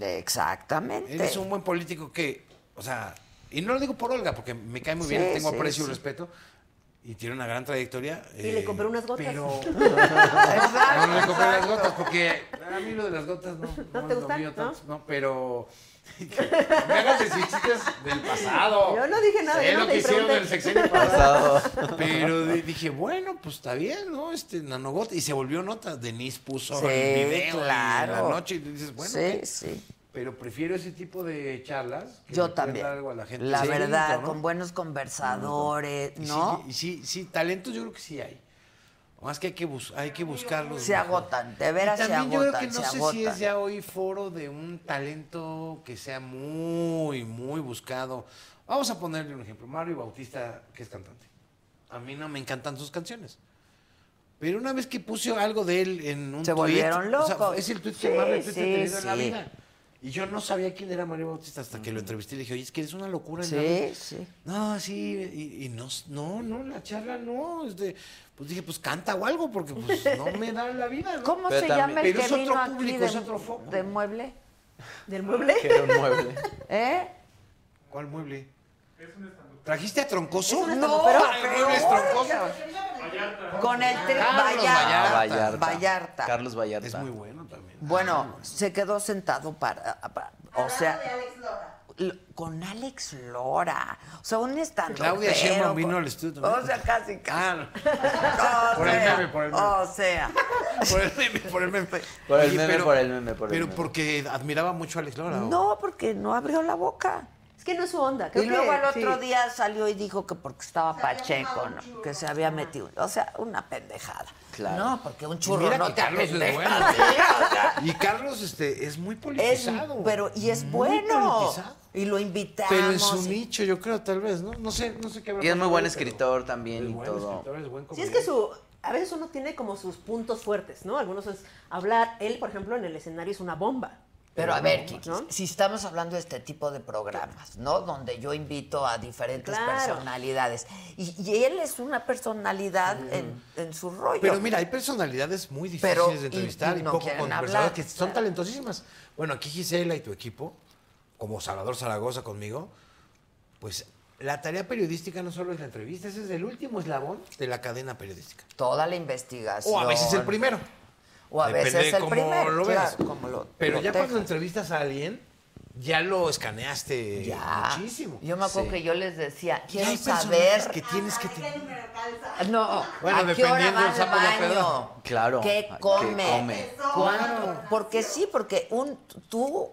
Exactamente.
eres un buen político que, o sea, y no lo digo por Olga, porque me cae muy
Sí,
bien, tengo
sí,
aprecio y
sí.
respeto, y tiene una gran trayectoria. eh,
Y le compré unas gotas.
Pero
Exacto,
no le compré las
exacto.
gotas, porque a mí lo de las gotas no, no,
te
es lo
gustan?
mío
¿No?
tanto, ¿no? pero... Me hagas decir chistes del pasado.
Yo no dije nada,
Sé
yo no
lo
te
que hicieron
pregunté.
del sexenio
Pasado.
Pero di- dije, bueno, pues está bien, ¿no? Este nanogota. Y se volvió nota. Denise puso
Sí,
el video
claro.
en la noche. Y dices, bueno,
sí,
¿qué?
sí.
pero prefiero ese tipo de charlas. que le
Yo
pueden
también.
dar algo a la gente.
La
distinto,
verdad,
¿no?
con buenos conversadores,
Y sí,
¿no?
Y sí, sí, talentos yo creo que sí hay. Más que hay que, bus- hay que buscarlos.
Se
mejor.
agotan, de
Y
veras se
también yo creo que
agotan,
no
se
sé si
agotan.
es ya hoy foro de un talento que sea muy, muy buscado. Vamos a ponerle un ejemplo. Mario Bautista, que es cantante. A mí no me encantan sus canciones. Pero una vez que puse algo de él en un
Se
tuit,
volvieron
o sea,
locos.
es el tweet
Sí,
que más retweets he
sí,
tenido en la
sí.
vida. Y yo no sabía quién era Mario Bautista hasta que lo entrevisté y le dije, oye, es que eres una locura.
Sí,
¿no?
sí.
No, sí, y, y no, no, no, la charla no. este, pues dije, pues canta o algo, porque pues no me da la vida. ¿no?
¿Cómo
Pero
se
también-
llama el
Pero
que
es otro
vino aquí
público,
de,
es otro foco.
de mueble?
¿Del mueble?
Que era un mueble.
¿Eh?
¿Cuál mueble? ¿Trajiste a Troncoso?
Es un
no,
estandopero,
al
pero-
mueble es Troncoso.
Con el tri-
Carlos
Vallarta.
Ah,
Vallarta.
Carlos Vallarta.
Es muy bueno también.
Bueno, se quedó sentado para, para- o sea, l- con Alex Lora. O sea, un estando.
Claudia Sheinbaum vino al estudio también. Ah,
O sea, casi casi. O
Por el
sea,
meme, por el meme.
O sea,
Por el meme, por el meme.
Por el
Oye,
meme,
pero-
por el meme, por el
Pero
meme.
porque admiraba mucho a Alex Lora. ¿o?
no, porque no abrió la boca.
Es que no es su onda. Creo
y luego
que,
al
sí.
otro día salió y dijo que porque estaba Pacheco, ¿no? que se había metido. O sea, una pendejada.
Claro.
No, porque un
Y
churro
mira
no
que
te
Carlos es
apendeja.
bueno. ¿eh?
Sí, o sea,
Y Carlos este, es muy
es-
politizado.
pero y es
Muy
bueno.
politizado.
Y lo invitamos.
Pero en su
y-
nicho, yo creo, tal vez, ¿no? No sé, no sé qué habrá
Y es muy
pasado,
buen
pero-
escritor también
Es
y
buen
todo.
escritor, es buen
Sí, es que
comediante.
su, a veces uno tiene como sus puntos fuertes, ¿no? Algunos es hablar. Él, por ejemplo, en el escenario es una bomba.
Pero a ver, Kiki,
¿no?
si estamos hablando de este tipo de programas, ¿no? Donde yo invito a diferentes
Claro.
personalidades. Y, y él es una personalidad en, en su rollo.
Pero mira, hay personalidades muy difíciles
Pero, y-
de entrevistar
y
y,
no
poco
quieren
conversadas
hablar,
que son
claro.
talentosísimas. Bueno, aquí Gisela y tu equipo, como Salvador Zaragoza conmigo, pues la tarea periodística no solo es la entrevista, ese es el último eslabón de la cadena periodística.
Toda la investigación.
O a veces el primero.
O a
Depende
veces
de
el
cómo
primero.
lo veas.
claro, como lo-
Pero
lo
ya cuando
tejas.
entrevistas a alguien, ya lo escaneaste
Ya.
muchísimo.
Yo me acuerdo
Sí.
que yo les decía,
Y
quiero
hay personajes
saber.
que tienes que tener.
No,
Bueno,
¿a qué hora
dependiendo
va
del
al
sapo de
baño?
pedo.
Claro,
¿Qué
¿qué
come?
come?
¿Cuánto? Porque sí, porque un tú,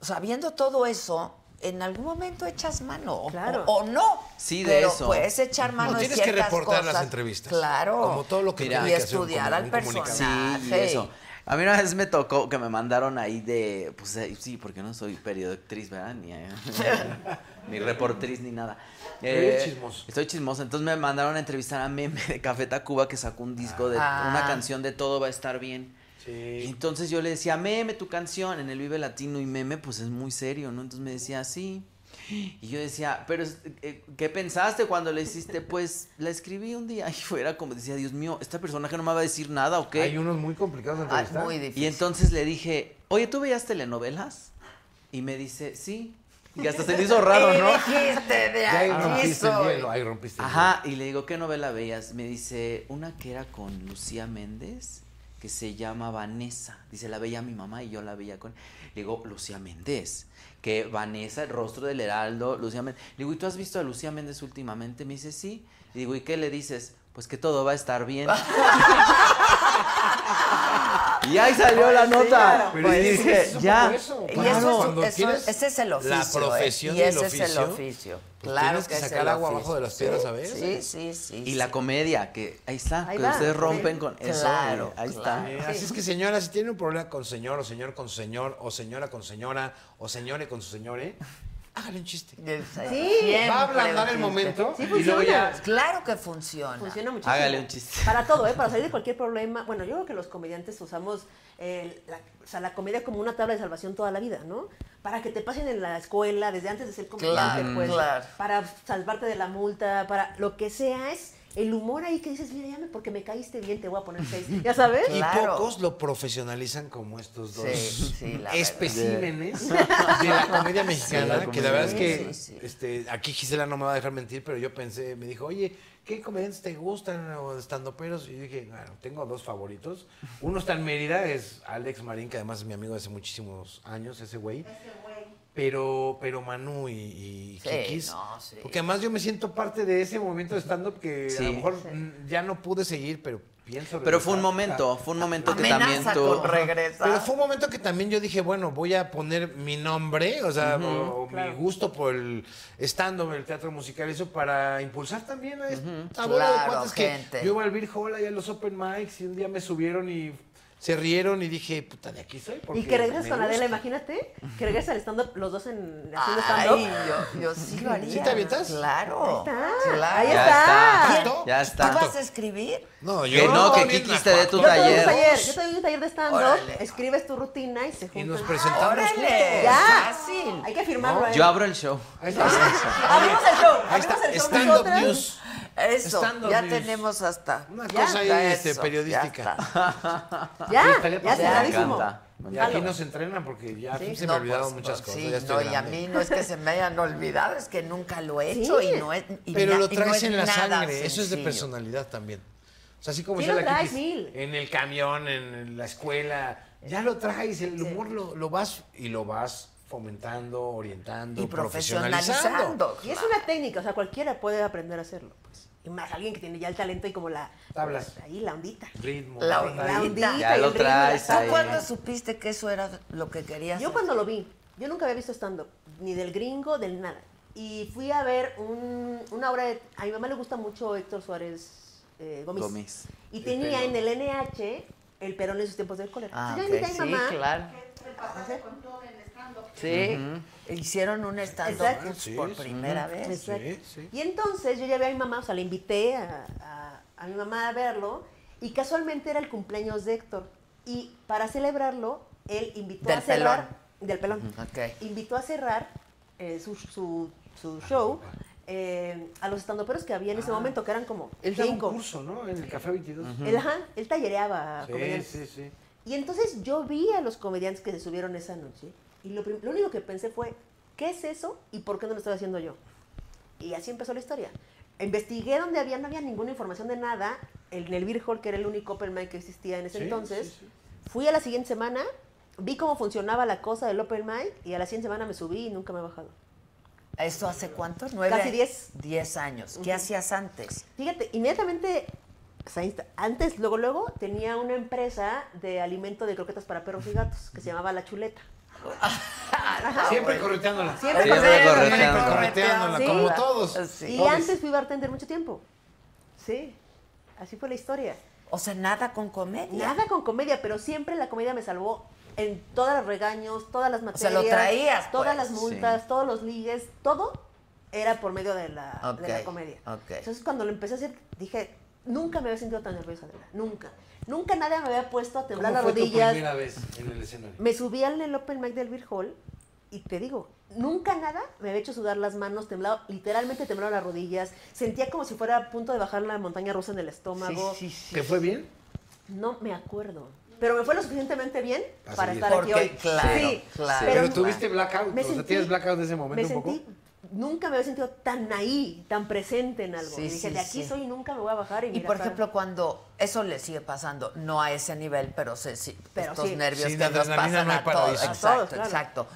sabiendo todo eso, en algún momento echas mano. o-
Claro.
O, no.
Sí, de
pero
eso.
Puedes echar mano
No,
en
tienes que
ciertas
reportar las
cosas.
entrevistas.
Claro.
Como todo lo que
Y
tiene que hacer un
estudiar
comu-
al
un comunicador.
Sí,
personaje.
y eso. A mí una vez me tocó que me mandaron ahí de, pues eh, sí, porque no soy periodictriz, ¿verdad? Ni, eh, ni reportriz ni nada. Eh,
Eres chismoso.
Estoy chismoso. Entonces me mandaron a entrevistar a Meme de Café Tacuba que sacó un disco de
Ah.
una canción de Todo va a estar bien. Y
Sí.
entonces yo le decía, Meme, tu canción en el Vive Latino y Meme, pues es muy serio, ¿no? Entonces me decía, sí. Y yo decía, pero es- eh, ¿qué pensaste cuando le hiciste? Pues la escribí un día y fuera como decía, Dios mío, esta persona que no me va a decir nada o qué.
Hay unos muy complicados de
Ah,
entrevistar.
muy difícil.
Y entonces le dije, oye, ¿tú veías telenovelas? Y me dice, sí. Y hasta se le hizo raro,
Y
¿no?
dijiste de
Ya ahí
aquí
rompiste el
soy.
hielo, ahí rompiste el
Ajá, y le digo, ¿qué novela veías? Me dice, una que era con Lucía Méndez, que se llama Vanessa. Dice, la veía mi mamá y yo la veía con... Le digo, Lucía Méndez, que Vanessa, el rostro del heraldo, Lucía Méndez. Le digo, ¿y tú has visto a Lucía Méndez últimamente? Me dice, sí. Le digo, ¿y qué le dices? Pues que todo va a estar bien. y ahí salió la nota.
Pero
y
es-
dije,
Pues,
es un poco
ya.
eso.
Y
Claro.
eso
Cuando
es, eso-
tienes
ese es el
la
oficio. ¿eh?
profesión
y
del
ese es el
oficio,
oficio.
pues
claro
tienes que
es el
sacar agua
oficio.
abajo de las piedras a
Sí,
veces.
Sí, sí, sí.
Y la comedia, que ahí está,
Ahí
que
va,
ustedes
sí.
rompen con eso.
Claro,
ahí
claro.
Eh,
está.
Así es que señora, si tiene un problema con señor o señor con señor o señora con señora o señore con su señore, hágale un chiste. Va a ablandar el momento
Sí,
y luego ya
funciona.
Claro que funciona.
Funciona muchísimo.
Hágale un chiste.
Para todo, ¿eh? Para salir de cualquier problema. Bueno, yo creo que los comediantes usamos eh, la, o sea, la comedia como una tabla de salvación toda la vida, ¿no? Para que te pasen en la escuela, desde antes de ser comediante,
Claro,
pues,
claro.
Para salvarte de la multa, para lo que sea, es el humor ahí que dices, mira, llame porque me caíste bien, te voy a poner seis. ¿Ya sabes?
Y
Claro.
pocos lo profesionalizan como estos dos
Sí, sí, la verdad.
especímenes de la comedia mexicana.
Sí, la
que la verdad es
comedia.
que
Sí, sí.
este, aquí Gisela no me va a dejar mentir, pero yo pensé, me dijo, oye, ¿qué comediantes te gustan o estandoperos? Y yo dije, bueno, tengo dos favoritos. Uno está en Mérida, es Alex Marín, que además es mi amigo de hace muchísimos años, ese güey. Pero, pero Manu y, y
Sí,
Kikis,
no, sí.
porque además yo me siento parte de ese movimiento de stand-up que a
Sí.
lo mejor mm, ya no pude seguir, pero pienso.
Pero fue un
regresar.
momento, fue un momento que
Amenaza
también tú...
con regresar.
Pero fue un momento que también yo dije, bueno, voy a poner mi nombre, o sea, o- o mi gusto por el stand-up, el teatro musical, eso para impulsar también a esta bola de
Claro,
cuates que
gente.
yo iba al Beer Hall y a los Open Mics y un día me subieron y se rieron y dije, puta, de aquí soy.
Y
porque
que regresas
me
con Adela,
gusta.
imagínate, que regresas al stand-up, los dos en, haciendo stand-up.
Ay, yo, yo sí lo haría.
¿Sí te avientas?
Claro.
Ahí está.
claro.
Ahí está.
¿Quién?
Ya está.
¿Tú vas a escribir?
No, yo
Que no, que
ni en
Kiki
la
te dé tu
cuarta.
Yo te doy
taller.
un taller, yo te doy un taller de
Órale.
stand-up, escribes tu rutina y se
Y
juntan.
nos presentamos.
¡Órale!
¡Ya!
¡Fácil!
Hay que firmarlo. ¿eh?
Yo abro el show.
Ahí está.
Abrimos el show,
Ahí está.
abrimos el show
Stand up
nosotras.
news.
Eso,
Stand-up
ya
news.
tenemos hasta.
Una
ya
cosa ahí,
está
este,
eso,
periodística.
ya está.
Ya, ya
pasando.
está
Me encanta.
Y aquí nos entrenan porque ya
Sí,
se
no,
me olvidaron
pues,
muchas cosas.
Sí,
ya
no,
estoy
y a
grande.
mí no es que se me hayan olvidado, es que nunca lo he hecho y no es. y
Pero
na-
lo
y no
traes
es
en la
nada
sangre, eso es de
sencillo.
personalidad también. O sea, así como
Sí
sea
lo
la
traes,
Kikis,
mil.
en el camión, en la escuela, ya lo traes, el humor lo, lo vas y lo vas fomentando, orientando,
Y
profesionalizando.
profesionalizando.
Y es una técnica, o sea, cualquiera puede aprender a hacerlo, pues. Y más alguien que tiene ya el talento y como la pues,
Tablas.
ahí la ondita.
Ritmo.
La
ritmo.
La ondita
Ya
y
lo
el ritmo y la
traes
¿Tú
ahí.
cosa.
cuándo supiste que eso era lo que querías?
Yo
hacer?
cuando lo vi, yo nunca había visto stand-up, ni del gringo, del nada. Y fui a ver un- una obra de... A mi mamá le gusta mucho Héctor Suárez eh, Gómez.
Gómez.
Y tenía en el NH el Perón en sus tiempos del cólera.
Ah,
Entonces
ok,
yo invité a mi
sí,
mamá.
claro. Sí, hicieron un
Exacto.
stand-up
Sí,
por
sí.
primera vez.
Exacto.
Sí, sí.
Y entonces yo ya vi a mi mamá, o sea, le invité a, a- a mi mamá a verlo y casualmente era el cumpleaños de Héctor. Y para celebrarlo, él invitó
Del
a cerrar... Del pelón.
Ok.
Invitó a cerrar eh, su, su- su show eh, a los estandoperos que había en ese momento, que eran como
Ah. Él daba un
cinco.
curso, ¿no? En el Café 22.
Él, ajá, él tallereaba
Sí,
comediantes.
sí, sí.
Y entonces yo vi a los comediantes que se subieron esa noche y lo, prim- lo único que pensé fue, ¿qué es eso y por qué no lo estoy haciendo yo? Y así empezó la historia. Investigué donde había, no había ninguna información de nada, en el Beer Hall, que era el único open mic que existía en ese
Sí,
entonces.
sí, sí.
Fui a la siguiente semana, vi cómo funcionaba la cosa del open mic y a la siguiente semana me subí y nunca me he bajado.
¿Esto hace cuántos? ¿Nueve?
Casi diez.
Diez años. ¿Qué hacías antes?
Fíjate, inmediatamente, o sea, insta- antes, luego, luego, tenía una empresa de alimento de croquetas para perros y gatos que se llamaba La Chuleta.
Ah,
Siempre correteándola.
Siempre
Sí, correteándola.
Siempre
correteándola.
correteándola,
Sí.
como todos.
Sí.
Y
Todos.
antes fui bartender mucho tiempo. Sí, así fue la historia.
O sea, nada con comedia.
Nada con comedia, pero siempre la comedia me salvó en todos los regaños, todas las
sea,
materias.
lo traías,
Todas
pues.
las multas, todos los ligues, todo era por medio de la, de la
Ok,
comedia.
ok.
Entonces, cuando lo empecé a hacer, dije, nunca me había sentido tan nerviosa, Adela, nunca. Nunca nadie me había puesto a temblar
¿Cómo fue
las
tu
rodillas.
primera vez en el escenario?
Me subí al el open mic del Beer Hall y te digo, nunca nada me había hecho sudar las manos, temblado, literalmente temblaron las rodillas, sentía como si fuera a punto de bajar la montaña rusa en el estómago.
¿Te fue bien?
No me acuerdo. Pero me fue lo suficientemente bien
Para
para
seguir.
estar aquí
Porque,
hoy.
claro,
Sí,
claro.
Pero,
Pero-
tuviste blackout, o sea, tienes blackout de ese momento
me
un poco.
sentí, nunca me había sentido tan ahí, tan presente en algo.
Sí,
Y dije,
sí,
de aquí
sí.
soy y nunca me voy a bajar. Y,
Y
mira,
por
acá.
ejemplo, cuando eso le sigue pasando, no a ese nivel, pero se, sí,
Pero
estos
sí.
nervios
Sin
que nos
adrenalina
pasan
no hay
a todos.
paraíso.
A
Exacto,
todos, claro.
exacto.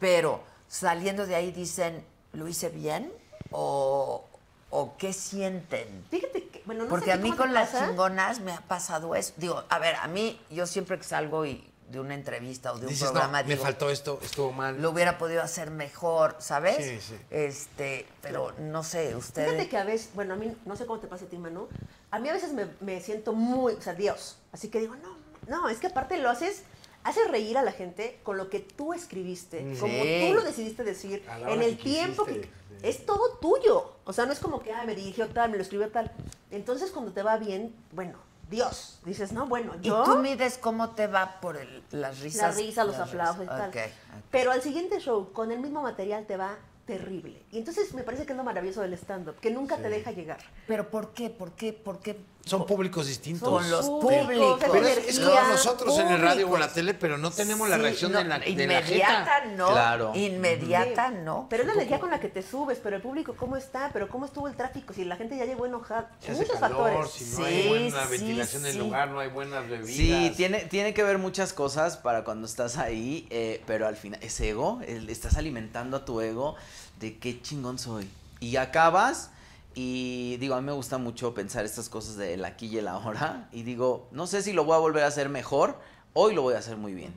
Pero saliendo de ahí dicen, ¿lo hice bien? ¿O, o qué sienten?
Fíjate que, bueno, no sé
Porque
ti
a mí
cómo te
con las
pasa.
chingonas me ha pasado eso. Digo, a ver, a mí, yo siempre que salgo y de una entrevista o de un
Dices, no,
programa,
me
digo,
faltó esto, estuvo mal.
lo hubiera podido hacer mejor, ¿sabes?
Sí, sí.
Este, pero no sé, ustedes.
Fíjate que a veces, bueno, a mí no sé cómo te pasa a ti, Manu. A mí a veces me, me siento muy, o sea, Dios. Así que digo, no, no, es que aparte lo haces, haces reír a la gente con lo que tú escribiste, como tú lo decidiste decir,
Mm. A la hora
en el
que
tiempo que.
quisiste, sí.
Es todo tuyo. O sea, no es como que, ah, me dirigió tal, me lo escribió tal. Entonces, cuando te va bien, bueno, Dios. Dices, no, bueno,
¿Y
yo.
tú mides cómo te va por el- las
la
risas?
risa, los
Las
aplausos y
risas.
tal.
Ok, ok.
Pero al siguiente show, con el mismo material, te va terrible. Y entonces me parece que es lo maravilloso del stand-up, que nunca te deja llegar.
¿Pero por qué? ¿Por qué? ¿Por qué?
Son públicos distintos.
Con los
públicos,
públicos.
es
Pero es, es como
energía,
nosotros en el radio o la
públicos.
tele, pero no tenemos la
Sí,
reacción
no,
de la de la
Inmediata
jeta.
no.
Claro.
Inmediata
Sí.
no.
Pero es la energía con la que te subes, pero el público cómo está, pero cómo estuvo el tráfico, si la gente ya llegó enojada.
Si hace
Muchos
calor,
factores.
Si no hay
Sí,
buena
sí,
ventilación del
sí.
lugar, no hay buenas bebidas.
Sí, tiene, tiene que ver muchas cosas para cuando estás ahí, eh, pero al final es ego, el- estás alimentando a tu ego de qué chingón soy. Y acabas y digo, a mí me gusta mucho pensar estas cosas del aquí y el ahora y digo, no sé si lo voy a volver a hacer mejor, hoy lo voy a hacer muy bien.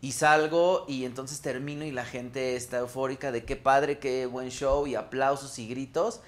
Y salgo y entonces termino y la gente está eufórica de qué padre, qué buen show y aplausos y gritos.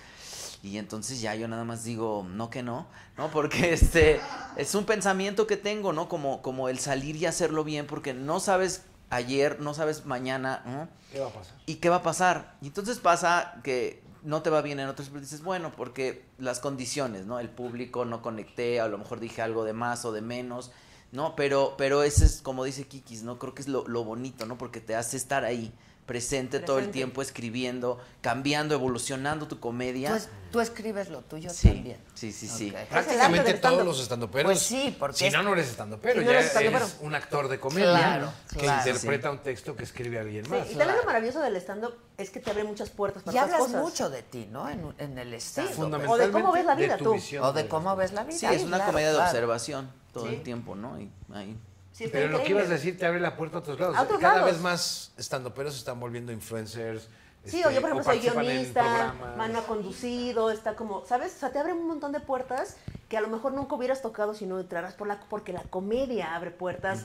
Y entonces ya yo nada más digo, no que no, ¿no? Porque este, es un pensamiento que tengo, ¿no? Como, como el salir y hacerlo bien, porque no sabes ayer, no sabes mañana, ¿no?
¿Qué va a pasar?
¿Y qué va a pasar? Y entonces pasa que no te va bien en otros, pero dices, bueno, porque las condiciones, ¿no? El público no conecté, a lo mejor dije algo de más o de menos, ¿no? Pero, pero ese es, como dice Kikis, ¿no? Creo que es lo, lo bonito, ¿no? Porque te hace estar ahí, presente, todo el
Presente.
tiempo, escribiendo, cambiando, evolucionando tu comedia.
Tú, es- tú escribes lo tuyo
sí,
también.
sí, sí,
Ok. Es
sí.
el arte
Prácticamente
del
todos
stand-up.
los estandoperos.
Pues sí, porque
Si
es-
no, no eres estandopero.
Si no
ya
eres
eres
estandopero.
un actor de comedia
Claro,
que
claro.
interpreta un texto que escribe alguien
Sí,
más.
y también lo maravilloso del stand-up es que te abre muchas puertas para
Y
otras
hablas
cosas.
mucho de ti, ¿no? En, en el estado.
O de cómo ves la vida tú.
O de cómo ves la vida.
Sí, es una
claro,
comedia de
claro.
observación todo
Sí.
el tiempo, ¿no? Y ahí.
Sí, está
Pero lo que
increíble.
ibas a decir te abre la puerta a otros lados.
A otros
Cada
lados.
vez más estandoperos se están volviendo influencers.
Sí,
este,
o yo por ejemplo soy
participan en
guionista,
programas.
mano ha conducido, está como, ¿sabes? O sea, te abre un montón de puertas que a lo mejor nunca hubieras tocado si no entraras por la, porque la comedia abre puertas,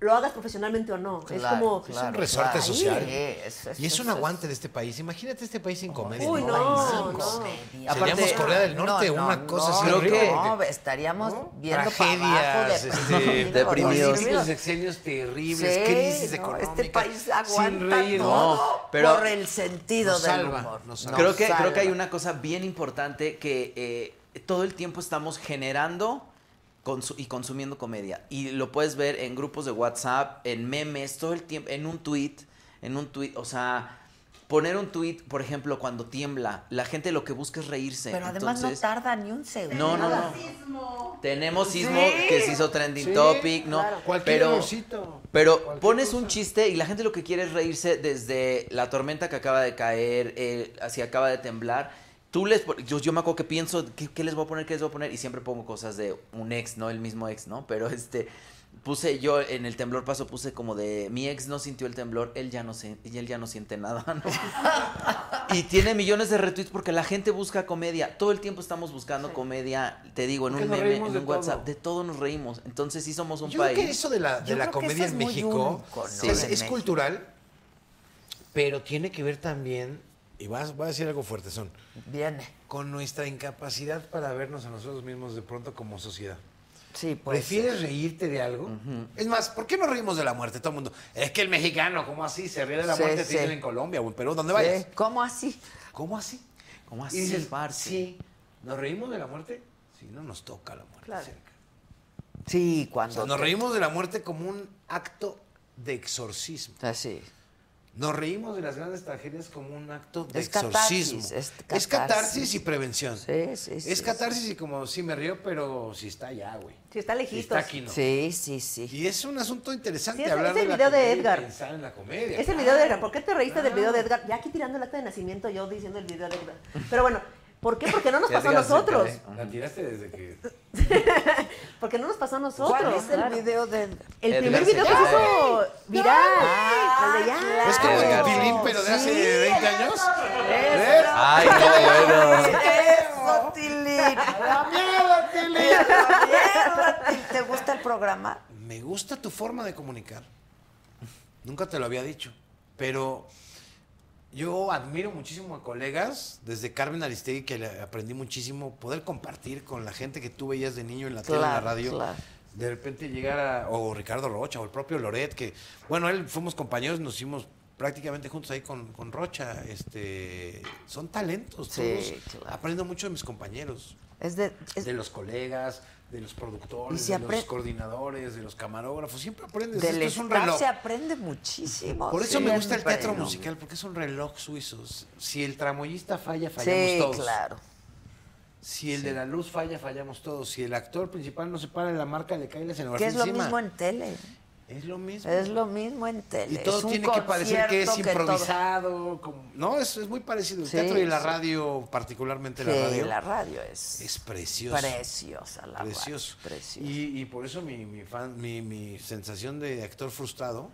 lo hagas profesionalmente o no. es
Claro,
como,
Es un
claro,
resorte
claro.
social.
Sí, es- es-
y es un
es-
aguante de este país. Imagínate este país sin comedia.
Uy, no, no.
Seríamos Corea del Norte,
No, no,
una cosa
no,
así
Creo
horrible.
que-
No, estaríamos viendo para abajo
Tragedias,
de-
este,
deprimidos.
los ciclos de sexenios terribles,
Sí,
crisis
no,
económicas.
Este país
sin
aguanta
reír.
todo
No, pero-
por el sentido
Nos
del
salva,
humor.
nos
Nos
creo, que,
salva.
creo que hay una cosa bien importante que eh, todo el tiempo estamos generando consu- y consumiendo comedia. Y lo puedes ver en grupos de WhatsApp, en memes, todo el tiempo, en un tweet, en un tweet, o sea... Poner un tweet, por ejemplo, cuando tiembla, la gente lo que busca es reírse.
Pero además
Entonces,
no tarda ni un segundo.
No, no, no. Tenemos sismo que se hizo trending topic, ¿no?
Cualquier
pero,
olorcito,
pero
cualquier
pones
cosa.
un chiste y la gente lo que quiere es reírse desde la tormenta que acaba de caer, eh, así acaba de temblar. Tú les, pon- yo, yo me acuerdo que pienso, ¿qué, qué les voy a poner? ¿Qué les voy a poner? Y siempre pongo cosas de un ex, ¿no? El mismo ex, ¿no? Pero este, puse yo en el temblor paso, puse como de, mi ex no sintió el temblor, él ya no, se, y él ya no siente nada, ¿no? Y tiene millones de retweets porque la gente busca comedia. Todo el tiempo estamos buscando comedia, te digo, en
Porque
un
nos
meme, en
reímos de
un WhatsApp.
todo.
De todo nos reímos. Entonces sí somos un
Yo creo
país.
que eso de la, de
Yo
la
creo que
comedia
eso
en
es muy
México
único, ¿no?
Sí.
es,
en
es
México.
cultural, pero tiene que ver también, y vas, voy a decir algo fuerte, son,
Viene.
con nuestra incapacidad para vernos a nosotros mismos de pronto como sociedad.
Sí, pues.
¿Prefieres reírte de algo? Es más, ¿por qué no reímos de la muerte? Todo el mundo. Es que el mexicano, ¿cómo así? Se ríe de la
Sí,
muerte, te
sí.
dicen en Colombia o en Perú, donde vayas.
¿Cómo así?
¿Cómo así?
¿Cómo
Y
así,
dices,
parce?
sí, ¿nos reímos de la muerte? Sí, no nos toca la muerte
Claro.
cerca.
Sí,
O
cuando.
sea, nos
te-
reímos de la muerte como un acto de exorcismo.
Así.
Nos reímos de las grandes tragedias como un acto de
Es catarsis,
exorcismo.
es
es
catarsis.
catarsis y prevención.
Sí, sí, sí.
es catarsis y como, sí me río, pero si está allá, güey.
Sí, está
Si
lejitos.
está aquí, no.
Sí, sí, sí.
Y es un asunto interesante
Sí, es-
hablar
es el
de la
video de
comedia y
Edgar.
pensar en la comedia.
Es el video de Edgar. ¿Por qué te reíste del video de Edgar? Ya aquí tirando el acta de nacimiento, yo diciendo el video de Edgar. Pero bueno, ¿por qué? Porque no nos pasó a
Edgar se
nosotros.
cree.
La tiraste desde que...
Porque no nos pasó a nosotros.
¿Cuál es el
claro.
video de.?
El
Edgar
primer
se
video que se
cae.
hizo viral.
Ah,
el de ya.
Es como
Edgar,
el
sí.
pilín, pero de hace 20 años.
Ay, qué bueno.
¡Eso, Tilín! ¡La mierda, Tilín! ¡La mierda, Tilín! ¿Te gusta el programa?
Me gusta tu forma de comunicar. Nunca te lo había dicho, pero yo admiro muchísimo a colegas, desde Carmen Aristegui, que le aprendí muchísimo, poder compartir con la gente que tú veías de niño en la tele, en la
Claro,
radio.
claro.
De repente llegar a, o Ricardo Rocha, o el propio Loret, que, bueno, él fuimos compañeros, nos hicimos prácticamente juntos ahí con, con Rocha. Este, son talentos
Sí,
todos.
claro.
Aprendo mucho de mis compañeros
Es de. es-
de los colegas, de los
Y
productores,
se
de los
apre-
coordinadores, de los camarógrafos. Siempre aprendes.
del
Pues Esto es un
staff
reloj.
se aprende muchísimo.
Por eso me gusta el
siempre,
teatro
¿no?
musical, porque es un reloj suizo. Si el tramoyista falla, fallamos
Sí,
todos.
claro.
Si el de la luz falla, fallamos todos. Si el actor principal no se para en la marca, le cae la
Que
escenografía
es lo
encima.
mismo en tele.
Es lo mismo.
Es lo mismo en tele.
Y todo
Es un
tiene que parecer que es
concierto todo-
improvisado. como- No, es, es muy parecido. El
Sí,
teatro y la
sí.
radio, particularmente
Sí,
la radio,
la radio es,
es precioso.
preciosa. La radio,
Precioso.
preciosa.
Y, y por eso mi, mi, fan- mi, mi sensación de actor frustrado.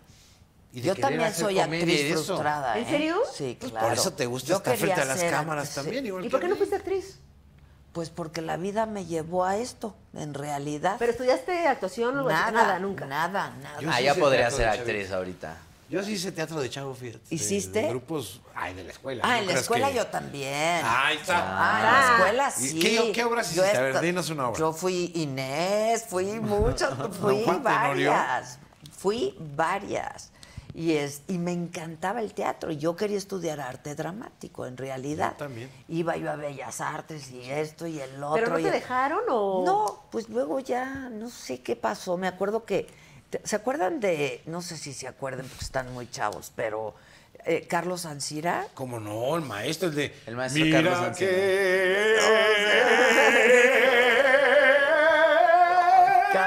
Y de
Yo
querer
también
hacer
soy
comedia y
actriz
eso.
frustrada.
¿En
¿eh?
serio?
Sí,
Pues
claro.
Por eso te gusta
Yo
estar
quería
frente a las
ser
cámaras
actriz,
también.
sí.
Igual
¿Y
que
por qué
a
no
mí.
fuiste actriz?
Pues porque la vida me llevó a esto, en realidad.
¿Pero estudiaste actuación o algo así? nada nunca?
Nada, nada.
Yo
Ah,
sí
ya
hice
podría
teatro
ser
de
actriz ahorita.
Yo sí hice teatro de chavo, fíjate.
¿Hiciste?
De grupos, ay, de la escuela.
Ah,
¿no
en la
creas
escuela
que-
yo también.
Ahí está.
Ah, en la escuela
¿Y
sí.
qué- qué obras
Yo
hiciste? A ver,
esta-
dinos una obra.
Yo fui Inés, fui muchas, fui
Juan Tenorio?
varias. Fui varias. Y, es, y me encantaba el teatro. Yo quería estudiar arte dramático, en realidad. también. Iba yo a Bellas Artes y esto y el otro.
¿Pero no
y
te
el-
dejaron o...?
No, pues luego ya no sé qué pasó. Me acuerdo que. te- ¿Se acuerdan de.? No sé si se acuerdan porque están muy chavos, pero. eh, Carlos Ansira.
Como no, el maestro, el de. El maestro
Carlos Ancina.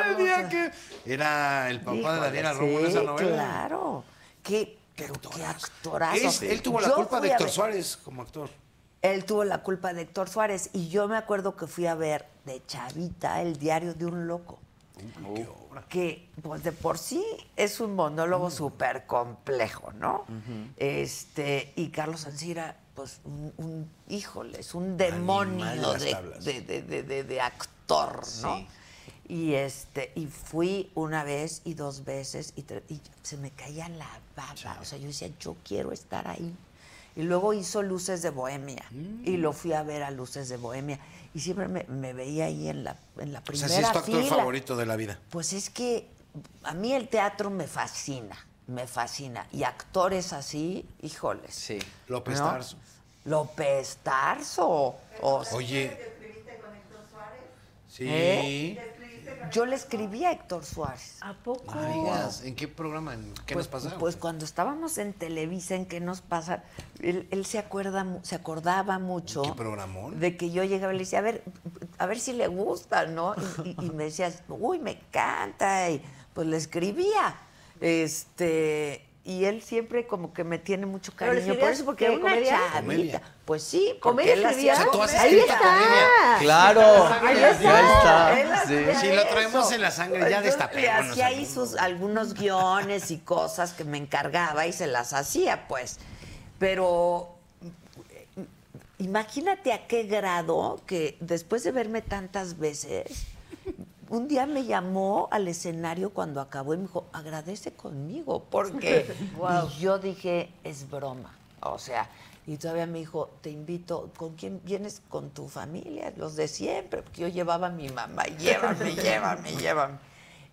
El día que- Era el papá de Daniela Romo en esa novela.
Claro. Qué, pero qué actorazo.
Es- él tuvo la
Yo
culpa
fui
de
a
Héctor
ver-
Suárez como actor.
Él tuvo la culpa de Héctor Suárez. Y yo me acuerdo que fui a ver de Chavita el diario de un loco. Oh, Que pues, de por sí es un
Mm.
monólogo súper complejo, ¿no? Este, y Carlos Ansira, pues, un, un- híjole, es un
Animal
demonio
de las
de,
tablas.
de- de- de- de- de actor, ¿no?
Sí.
Y este, y fui una vez y dos veces, y, tre- y se me caía la baba. O sea, yo decía, yo quiero estar ahí. Y luego hizo Luces de Bohemia.
Mm.
Y lo fui a ver a Luces de Bohemia. Y siempre me, me veía ahí en la, en la
O
primera
sea, sí es tu actor
fila.
favorito de la vida.
Pues es que a mí el teatro me fascina, me fascina. Y actores así, híjoles. Sí.
López Tarso.
López Tarso. O sea,
Oye, sí.
¿Eh? Yo le escribí a Héctor Suárez.
¿A poco?
No me digas, ¿en qué programa? ¿En ¿Qué
pues,
nos pasaron?
Pues cuando estábamos en Televisa, ¿en qué nos pasa? Él, él se acuerda, mu- se acordaba mucho.
¿Qué programón?
de que yo llegaba y le decía, a ver, a ver si le gusta, ¿no? Y, y- y me decía, uy, me encanta. Y pues le escribía. Este, y él siempre como que me tiene mucho
¿Pero le
cariño. Por
escribías
eso, porque
de
era una
comedia?
chavita.
Comedia.
Pues sí, porque
¿Comedia
él hacía.
escribías? O sea, tú has
ahí
escrito
está.
comedia.
Claro.
Ahí
Ya
está.
está.
Él hacía
Sí.
Sí, lo traemos
eso.
en la sangre, ya
Yo Le
destapémonos
hacía ahí
aquí.
sus, algunos guiones y cosas que me encargaba y se las hacía, pues. Pero eh, imagínate a qué grado que después de verme tantas veces, un día me llamó al escenario cuando acabó y me dijo, agradece conmigo, porque
Guau.
y yo dije, es broma. O sea, y todavía me dijo, te invito, ¿con quién vienes? Con tu familia, los de siempre, porque yo llevaba a mi mamá, llévame, llévame, llévame.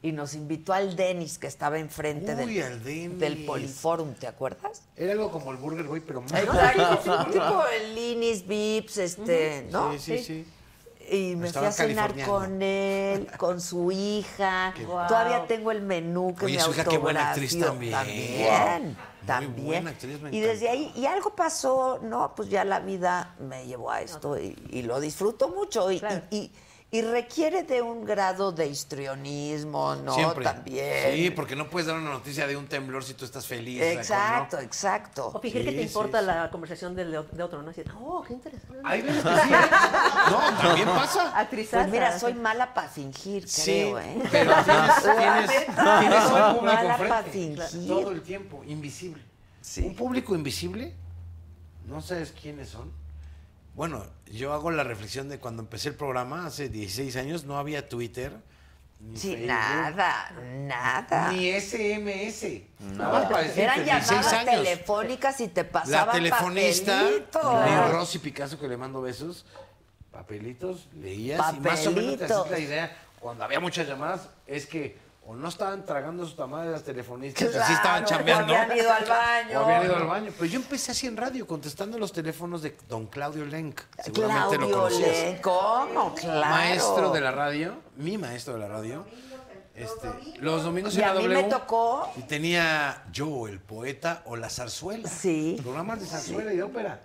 Y nos invitó al Denis, que estaba enfrente
Uy,
del,
al Denis.
del Poliforum, ¿te acuerdas?
Era algo como el Burger Boy, pero más.
Exacto, tipo el Linis, Vips, este, ¿no?
Sí, sí, sí.
Y me fui
Estaba
a cenar
californiando.
con él, con su hija.
Qué
Guau.
Todavía tengo el menú que
Oye,
me
su hija, qué buena actriz
autografió.
también.
También,
Muy
también.
buena actriz, me
y desde
encanta.
ahí, y algo pasó, no, pues ya la vida me llevó a esto y, y lo disfruto mucho. Y,
Claro.
y, y- y requiere de un grado de histrionismo, ¿no?
Siempre.
También.
Sí, porque no puedes dar una noticia de un temblor si tú estás feliz. ¿no?
Exacto, exacto.
O fingir que
Sí,
te
sí,
importa
sí.
la conversación del- de, otro, ¿no? Así, oh, qué interesante.
Hay veces que sí, ¿eh? No, también pasa.
Actrizaza.
Pues mira, soy mala para fingir,
Sí,
creo, ¿eh?
pero tienes, tienes, tienes un público
Mala pa'
enfrente
fingir.
todo el tiempo, invisible.
Sí.
Un público invisible, no sabes quiénes son. Bueno, yo hago la reflexión de cuando empecé el programa hace 16 años, no había Twitter. Ni
Sí,
Facebook,
nada, nada.
Ni SMS. Nada más para decirte,
Eran
16
llamadas
años.
telefónicas y te pasaban
La telefonista,
papelitos.
Leo Rosy Picasso, que le mando besos, papelitos, leías y más o menos te hacías
Papelitos.
la idea. Cuando había muchas llamadas, es que o no estaban tragando sus tamadas las telefonistas, que sí estaban
Claro,
chambeando.
o habían ido al
o
baño.
habían ido al baño. Pero yo empecé así en radio, contestando los teléfonos de don Claudio Lenk. Seguramente lo
Claudio
conocías.
Len, ¿cómo? Claro.
Maestro de la radio, mi maestro de la radio. Este, los domingos
Y
en
a
la
mí
W,
me tocó-
Y tenía yo, el poeta o la zarzuela.
Sí.
Programas de zarzuela y de ópera.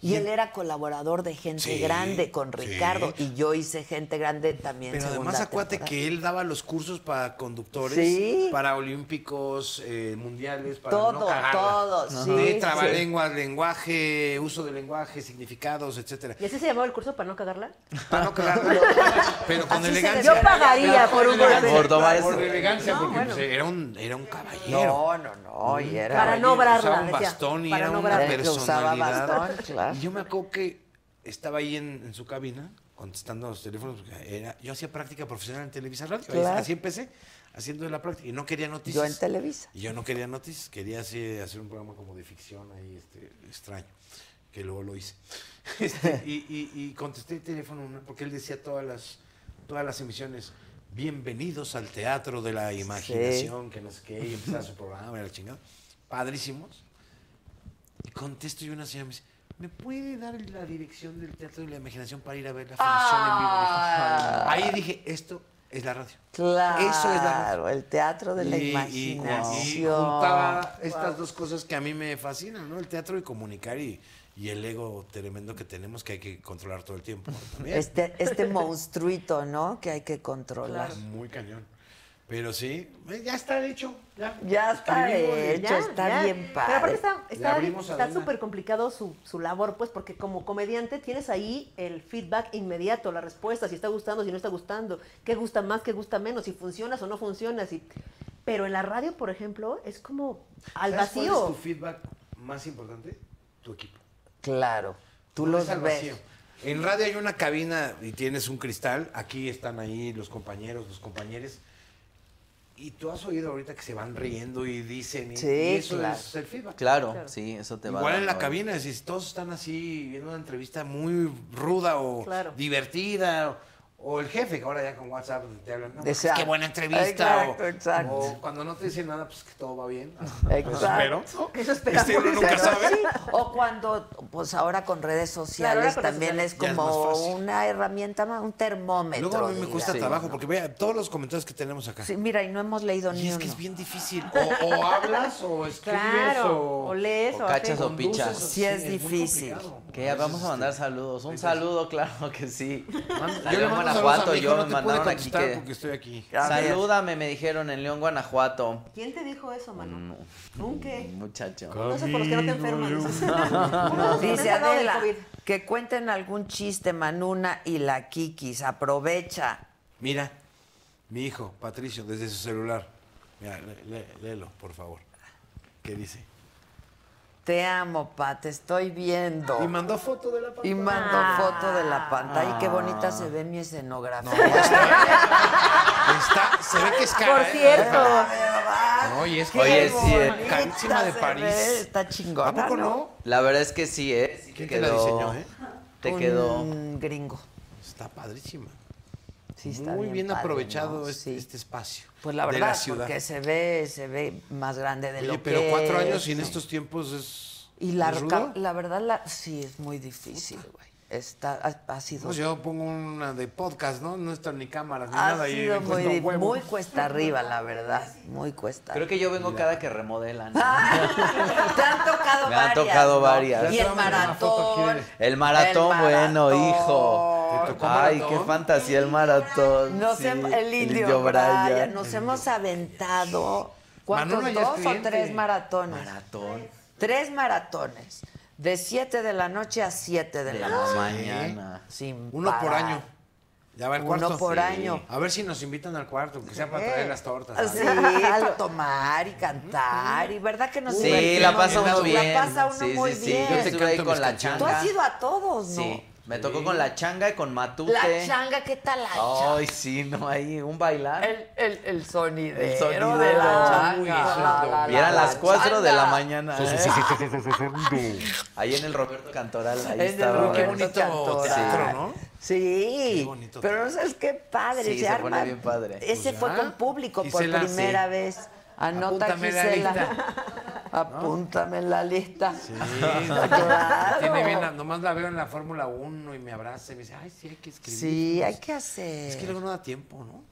Y él era colaborador de Gente
Sí,
Grande con
sí.
Ricardo. Y yo hice Gente Grande también.
Pero
segunda
además acuérdate
temporada.
que él daba los cursos para conductores,
Sí.
para olímpicos, eh, mundiales, para
Todo,
no cagarla.
todo, sí,
De
sí.
trabalenguas, lenguaje, uso de lenguaje, significados, etcétera.
¿Y así se llamaba el curso para no cagarla?
Para no cagarla, pero con
Así se
elegancia.
decía. Yo
pagaría por un golpe.
Por
Por tomar
Por
eso.
elegancia,
No,
porque
bueno.
pues, era, un, era Mm. un caballero.
No, no, no. Y era.
Para no
Caballero,
obrarla,
Usaba un
decía,
bastón y
para
era
no
una
obrarla.
Que usaba
personalidad.
bastón, claro.
Y yo me acuerdo que estaba ahí en, en su cabina contestando los teléfonos. Porque era, yo hacía práctica profesional en Televisa Radio.
Claro.
Así empecé, haciendo la práctica. Y no quería noticias.
Yo en Televisa.
Y yo no quería noticias. Quería así, hacer un programa como de ficción ahí este, extraño. Que luego lo hice. Este, y, y- y contesté el teléfono ¿no? porque él decía todas las, todas las emisiones. Bienvenidos al teatro de la imaginación, que no sé qué, y empezaba su programa, era chingado. Padrísimos. Y contesto y una señora me dice, ¿me puede dar la dirección del Teatro de la Imaginación para ir a ver la función
Ah.
en vivo? Ahí dije, esto es la radio.
Claro,
Eso es la radio.
el teatro de la
Y- y-
imaginación.
Y, juntaba estas
Wow.
dos cosas que a mí me fascinan, ¿no? El teatro y comunicar y, y el ego tremendo que tenemos que hay que controlar todo el tiempo. también.
Este, este monstruito, ¿no? Que hay que controlar.
Muy cañón. Pero sí, eh, ya está hecho. Ya,
Ya está
Escribimos y-
hecho, está bien padre.
Pero aparte está-
Le
está
abrimos a
está
Adela.
súper complicado su, su labor, pues, porque como comediante tienes ahí el feedback inmediato, la respuesta, si está gustando, si no está gustando, qué gusta más, qué gusta menos, si funcionas o no funcionas. Y... Pero en la radio, por ejemplo, es como al
¿Sabes cuál
vacío.
es tu feedback más importante? Tu equipo.
Claro. Tú
No
los
es al
ves.
vacío. En radio hay una cabina y tienes un cristal. Aquí están ahí los compañeros, los compañeros. Y tú has oído ahorita que se van riendo y dicen. Y,
Sí,
y eso
claro.
es el feedback.
Claro, sí, eso te va
Igual en la
dando-
cabina, si todos están así viendo una entrevista muy ruda o
Claro.
divertida, o, o el jefe, que ahora ya con WhatsApp te hablan, no, pues,
Exacto.
qué buena entrevista.
Exacto,
o,
exacto.
o cuando no te dicen nada, pues que todo va bien.
Exacto.
Eso esperamos.
Este, uno nunca
Pero
sabe.
sí, O cuando, pues ahora con redes sociales
Claro, ahora con redes
también es
Ya es
como
más fácil.
una herramienta más, un termómetro.
Luego a mí me
digamos.
cuesta
Sí.
trabajo, porque vea todos los comentarios que tenemos acá.
Sí, mira, y no hemos leído ni
Y es
uno.
que es bien difícil. O, o hablas, o escribes,
Claro,
o,
o lees, o
cachas, o
conduces,
pichas.
o-
Sí, es
muy
difícil.
complicado.
Que ya vamos a mandar
este,
saludos. Un saludo, claro que sí. Yo en
mando saludos a
Guanajuato,
mi hijo, no
yo me
te pude
mandaron aquí
contestar
que.
porque estoy aquí.
A ver.
Salúdame, me dijeron en León, Guanajuato.
¿Quién te dijo eso, Manu? Nunca.
Muchacho.
No sé por los que no te enfermas.
Dice
Estás sano del
Adela,
COVID.
que cuenten algún chiste, Manuna y la Kikis. Aprovecha.
Mira, mi hijo, Patricio, desde su celular. Mira, lé- lé- léelo, por favor. ¿Qué dice?
Te amo, Pat, te estoy viendo.
Y mandó foto de la
Y
pantalla.
mando
Ah.
foto de la pantalla. Y qué bonita se ve mi escenografía.
Está, se ve que es cara.
Por
¿eh?
cierto.
No, y es que
Oye, sí, eh,
bonita carísima de
se
París.
ve, está chingona,
¿A poco no?
La verdad es que sí, ¿eh? Sí
¿Quién
te
te la
quedó-
diseñó, eh?
Te
Un
quedó.
gringo.
Está padrísima.
Sí, está
Muy
bien
bien,
padre,
aprovechado
¿no?
este,
Sí.
este espacio.
Pues la
de
verdad,
la ciudad.
porque se ve, se ve más grande de
Oye,
lo
pero
que
cuatro
es.
años y en estos tiempos es.
Y la,
¿es
ca-
rudo?
la verdad, la, sí, es muy difícil, güey. Está, ha, ha sido,
No, Pues yo pongo una de podcast, ¿no? No están ni cámaras ni
ha
nada. y
sido
"Pues me
muy,
cuesta un
di-
huevo.
muy cuesta arriba, la verdad. Muy cuesta
Creo que yo vengo cada que remodelan. ¿no?
Te han tocado varias.
Me han tocado
¿no?
varias.
Y
Ya
el
te vamos a tomar una foto
maratón.
aquí
El maratón,
El
bueno,
maratón.
hijo.
¿Te tocó
Ay,
maratón?
qué fantasía el maratón.
Nos
sí.
hem- el indio, Brian,
Brian.
Nos hemos aventado. ¿Cuántos?
Manolo ya es
¿Dos o
cliente.
tres maratones?
Maratón
Tres maratones. De 7 de la noche a 7 de
de
la
la
noche.
mañana.
Sin
Uno por
parar.
año. Ya va el cuarto.
Uno por año.
A ver si nos invitan al cuarto, que sea para traer las tortas.
¿Eh? Ah, Sí, para tomar y cantar. Y verdad que nos
Sí,
divertimos
la pasa
mucho.
uno bien.
La pasa uno
Sí, sí,
muy
sí.
bien.
Yo estuve ahí
canto
con
mis
la
canciones.
Tú
changa.
has ido a todos, ¿no?
Sí, me tocó con la changa y con Matute.
La changa, ¿qué tal la changa?
Ay, sí, no, ahí un bailar.
El, el, el sonidero,
El sonidero.
de la
Uy,
changa.
eso es
La,
lo
la, la,
y eran
la
las 4 de la
changa.
mañana. ¿eh? Ahí en el Roberto Cantoral, ahí
Es del
estaba.
Roberto
bonito
Cantoral.
teatro, ¿no?
Sí,
Qué bonito
pero no sabes qué padre.
Sí, se
arma.
pone bien padre.
Ese
Pues
fue
ya.
con público
Gisela,
por primera
sí.
vez. Anota
Apúntame la
Gisela.
lista.
Apúntame en la lista.
Sí,
Claro.
tiene bien, la- nomás la veo en la Fórmula 1 y me abraza y me dice, ay, sí, hay que escribir.
Sí, hay que
Es
hacer.
que luego no da tiempo, ¿no?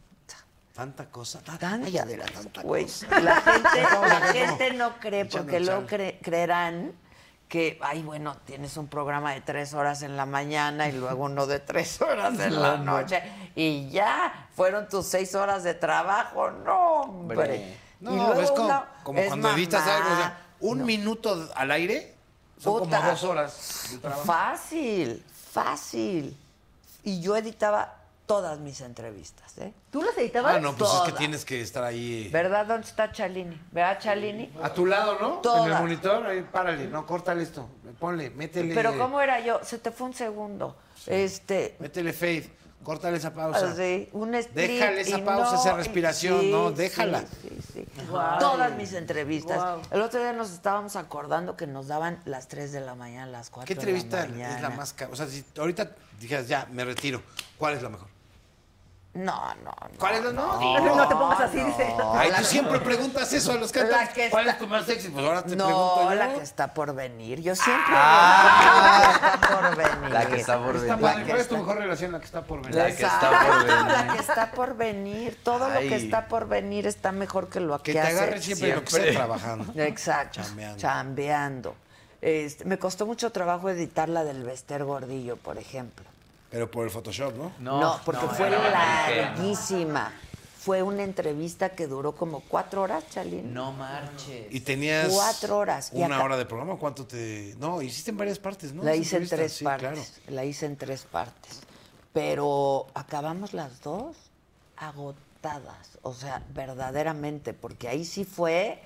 Tanta cosa. ta-
Tanta-
Ay, Adela, tanta
Güey,
cosa.
la gente,
Vamos
la
a ver cómo-
gente no cree,
echando
porque luego
chal.
cre- creerán que, ay, bueno, tienes un programa de tres horas en la mañana y luego uno de tres horas en la noche. Y ya, fueron tus seis horas de trabajo. No, hombre.
Hombre.
No,
Y luego
ves como,
una-
como
es
cuando editas
mamá.
algo. o sea, un minuto al aire son
Puta.
como dos horas de trabajo.
Fácil, fácil. Y yo editaba todas mis entrevistas, ¿eh?
¿Tú las editabas?
Ah, no, pues es
todas.
que tienes que estar ahí. eh,
¿Verdad? ¿Dónde está Chalini? ¿Verdad, Chalini?
A tu lado, ¿no?
Todas.
En el monitor, ahí, párale, no, córtale esto, ponle, métele.
Pero ¿cómo era yo? Se te fue un segundo. Este,
Métele Faith, córtale esa pausa.
así, un split
Déjale esa
y
pausa,
no,
esa
y
respiración,
sí,
¿no?
sí,
Déjala.
sí, sí.
Guau.
Todas mis entrevistas.
Guau.
El otro día nos estábamos acordando que nos daban las 3 de la mañana, las 4
¿Qué
de
entrevista
la mañana.
es la más cara? O sea, si ahorita dijeras, ya, me retiro, ¿cuál es la mejor?
No, no,
¿Cuál es la no?
No, te pongas así, dice.
Ay, tú siempre preguntas eso a los
La
cantantes.
que
¿Cuál
está-
es tu más sexy? Pues ahora te pregunto
No,
yo.
la que está por venir. Yo siempre. la
Ah.
que está por venir.
La que está por
Está
venir.
padre,
que
¿Cuál es tu
está-
mejor relación? La que está por venir.
La que está por
Exacto,
venir.
La que está por venir. Todo lo que
Ay.
está por venir está mejor que lo que,
Que te
hace.
agarre siempre lo que está trabajando.
Exacto.
Chambeando.
Chambeando. Este, me costó mucho trabajo editar la del Vester Gordillo, por ejemplo.
Pero por el Photoshop, ¿no?
No, porque fue
era
larguísima. Fue una entrevista que duró como cuatro horas, Chalín.
No marches.
Y tenías.
Cuatro horas. Y
Una
acá-
hora de programa. ¿Cuánto te.? No, hiciste en varias partes, ¿no?
la
Esa
hice en
entrevista,
tres
sí,
partes.
Claro.
La hice en tres partes. Pero acabamos las dos agotadas. O sea, verdaderamente, porque ahí sí fue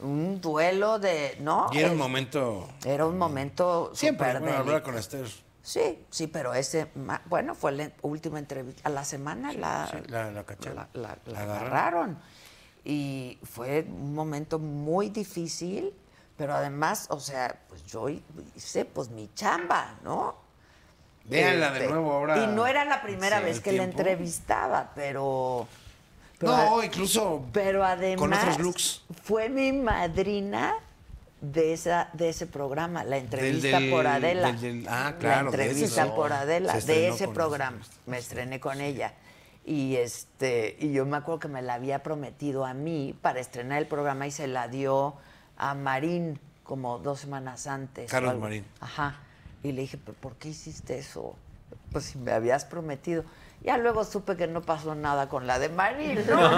un duelo de. ¿No? este,
Y era un
Es-
momento.
Era un momento.
Siempre.
súper
Bueno, hablar
delicado.
con Esther.
Sí, sí, pero ese, ma- bueno, fue la última entrevista. A la semana la,
sí, la- la cacharon.
la- la- la
La agarraron.
agarraron. Y fue un momento muy difícil, pero además, o sea, pues yo hice pues mi chamba, ¿no?
Véanla de
Este,
nuevo ahora.
Y no era la primera
Sí,
vez
el
que la
tiempo.
entrevistaba, pero... pero
No,
a-
incluso.
pero además
Con otros looks.
fue mi madrina de esa de ese programa, la entrevista
del-
por Adela.
del- del- ah, claro,
La
de ese
entrevista
sí.
por Adela,
Se
de
estrenó
ese
con-
programa. Me estrené con ella. Y este, y yo me acuerdo que me la había prometido a mí para estrenar el programa y se la dio a Marín como dos semanas antes. o
Carlos
algo.
Marín.
Ajá. Y le dije, "¿Pero ¿por qué hiciste eso? Pues si me habías prometido. Ya luego supe que no pasó nada con la de Marín, ¿no?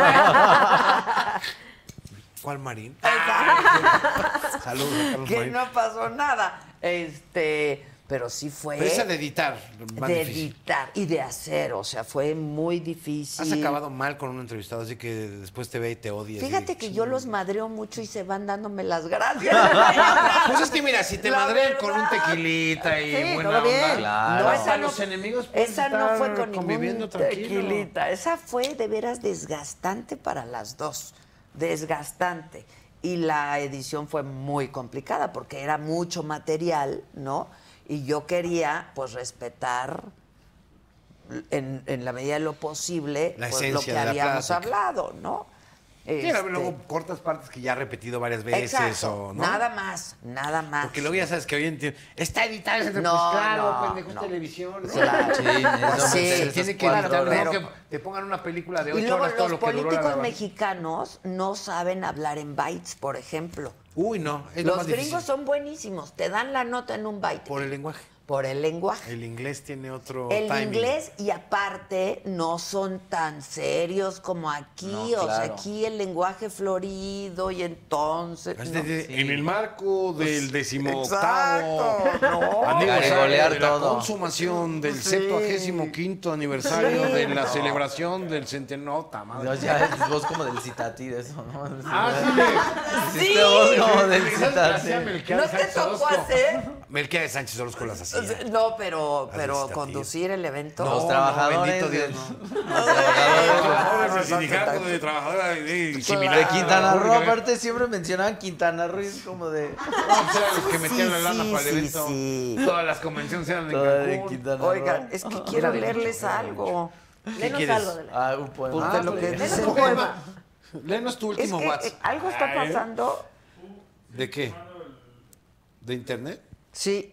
¿Cuál Marín? Saludos a Carlos
que
Marín.
no pasó nada. Este, pero sí fue
Pero esa de editar. más
¿eh? de
difícil.
editar y de hacer, o sea, fue muy difícil.
Has acabado mal con un entrevistado, así que después te ve y te odia.
Fíjate que yo los madreo mucho y se van dándome las gracias.
Pues es que mira, si te
La
madrean con un
verdad.
tequilita y
Ah, Sí,
buena
no,
onda,
bien.
Claro.
No,
No,
esa
para
no,
los enemigos puedes
esa no
estar
fue con ningún
conviviendo tranquilo.
tequilita. Esa fue de veras desgastante para las dos. Desgastante. Y la edición fue muy complicada porque era mucho material, ¿no? Y yo quería, pues, respetar en, en la medida de lo posible
La
pues, lo
esencia
que
de la
habíamos
plática.
hablado, ¿no?
Sí, a ver,
Este,
luego cortas partes que ya ha repetido varias veces
exacto,
o no.
Nada más, nada más.
Porque luego ya sabes que hoy en día está editado ese
No,
pues claro,
no,
pendejo, es
no.
televisión. ¿no?
Claro.
Sí, eso
Pues
me
sí,
interesa
tiene que
cuatro
editar,
horas.
no que te pongan una película de
Y
8
luego
horas todo
los
lo que duró la
políticos
grabación.
mexicanos no saben hablar en bytes, por ejemplo.
Uy, no, es lo
los
más
gringos
difícil.
son buenísimos, te dan la nota en un byte por,
por el lenguaje.
el lenguaje.
El inglés tiene otro
El
timing.
inglés y aparte no son tan serios como aquí,
No,
o sea,
claro.
aquí el lenguaje florido y entonces...
Es
no.
decir, Ah, este En el marco
Pues,
del decimoctavo
Exacto, no.
Garigolear
de la
todo.
consumación del
Sí.
75 aniversario
Sí.
de la
No.
celebración del centenota, madre. Ah,
No, ya es voz como del citati de eso, ¿no?
Sí.
Hiciste voz como del citati.
¿No te tocó hacer?
Melquía de Sánchez Orozco las hacía.
No, pero,
Así está,
pero
tío.
conducir el evento...
Los
no,
trabajadores.
bendito Dios,
del-
Los
Trabajadores del sindicato de trabajadora
De Quintana Roo, aparte siempre mencionaban Quintana Roo, es como de.
pues los que metían la lana para el evento.
sí.
Todas las convenciones eran en
Toda de
Cancún.
Quintana Roo.
Oigan, es
Ah,
que quiero leerles algo.
Menos
quieres?
algo de la.
Ah, un poema.
Ah,
lo
pues,
que
léenos
dice
un
el
poema. Léenos tu
Es
último
que eh,
WhatsApp. Ah,
algo está pasando.
¿De qué? ¿De internet?
Sí,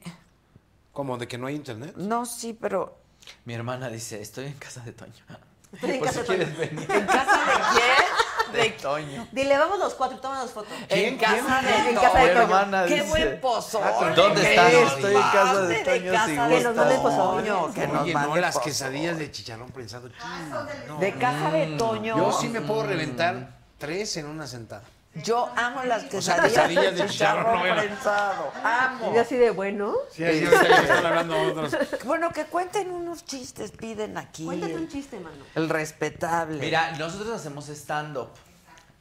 ¿Cómo? ¿De que no hay internet?
no, sí, pero.
Mi hermana dice: Estoy en casa de Toño.
Estoy en
Por
casa
si
de Toño.
quieres venir.
¿En casa de
De Toño.
quién? Dile, vamos los cuatro, tómanos Eh, fotos.
En casa
¿Quién?
de
En casa de
Toño.
Toño.
Hermana
Qué
dice.
buen pozo.
¿Dónde
Ah, ¿Qué
están?
es?
Estoy en casa de
Parte
Toño,
casa
si
de
Que nos
gustas.
manden
Toño,
pozoños.
que nos
Oye, no,
manden
las
pozo.
quesadillas de chicharrón prensado. no.
De Mm. casa de Toño.
Yo sí me puedo reventar tres en una sentada.
Yo amo las quesadillas,
quesadillas
de
de chicharrón,
chicharrón
no era.
prensado. Amo.
Y yo así de bueno.
Sí, ahí ahorita ya están hablando otros.
Bueno, que cuenten unos chistes, piden aquí.
Cuéntate un chiste, mano.
El respetable.
Mira, nosotros hacemos stand-up.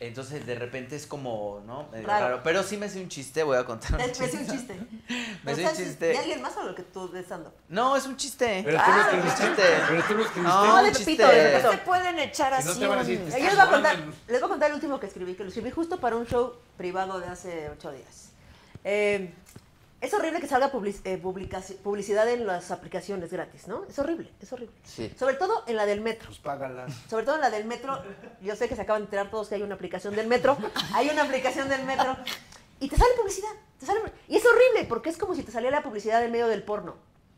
Entonces de repente es como, ¿no? Medio
Raro.
raro. Pero sí me hice un chiste, voy a contar.
Me hice un chiste.
Me hice
¿Pero
un
sabes
chiste.
¿De alguien más o lo que tú de stand-up?
No, es un chiste.
Pero tú lo
es
escribiste.
un Ah, chiste.
Pero tú lo escribiste.
No,
No,
un
le
chiste.
pepito, le pepito. Se pueden echar
Si no así te van a decir, un- "Te
Eh, Yo les
estás
voy, a contar,
burlando".
les voy a contar el último que escribí, que lo escribí justo para un show privado de hace ocho días. Eh, es horrible que salga public- eh, publicaci- publicidad en las aplicaciones gratis, ¿no? Es horrible, es horrible.
Sí.
Sobre todo en la del metro.
Págala.
Sobre todo en la del metro, yo sé que se acaban de enterar todos que hay una aplicación del metro. Hay una aplicación del metro. Y te sale publicidad. Te sale, y es horrible porque es como si te saliera la publicidad en medio del porno.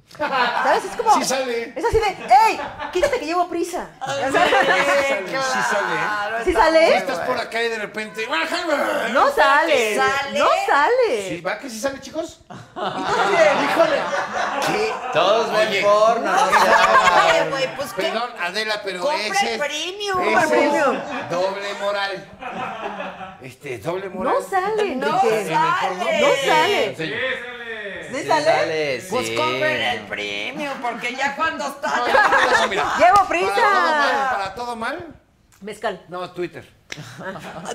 ¿Sabes? Es como.
Sí sale.
Es así de, ¡ey! Quítate que llevo prisa.
Sí,
O sea,
sale.
claro.
Sí sale. ¿eh?
¿Sí sale?
Si estás por acá y de repente.
No sale. No sale.
Sí, va que sí sale, chicos.
Híjole.
¿Qué?
Todos ven
Oye.
porno, no se hagan.
Oye, güey, pues, ¿qué? Perdón, Adela, pero
Compra
ese
el
es-
premium.
ese
Compra el
es
premium.
Doble moral. Este, doble moral.
No sale.
No
Enrique.
sale.
No sale.
Sí.
¿Sí
Sí,
sale?
sale,
Pues
sí.
compren el premium, porque ya cuando está.
No, ya con eso, mira.
Llevo
Para todo mal,
prisa.
para todo mal.
Mezcal.
No, es Twitter.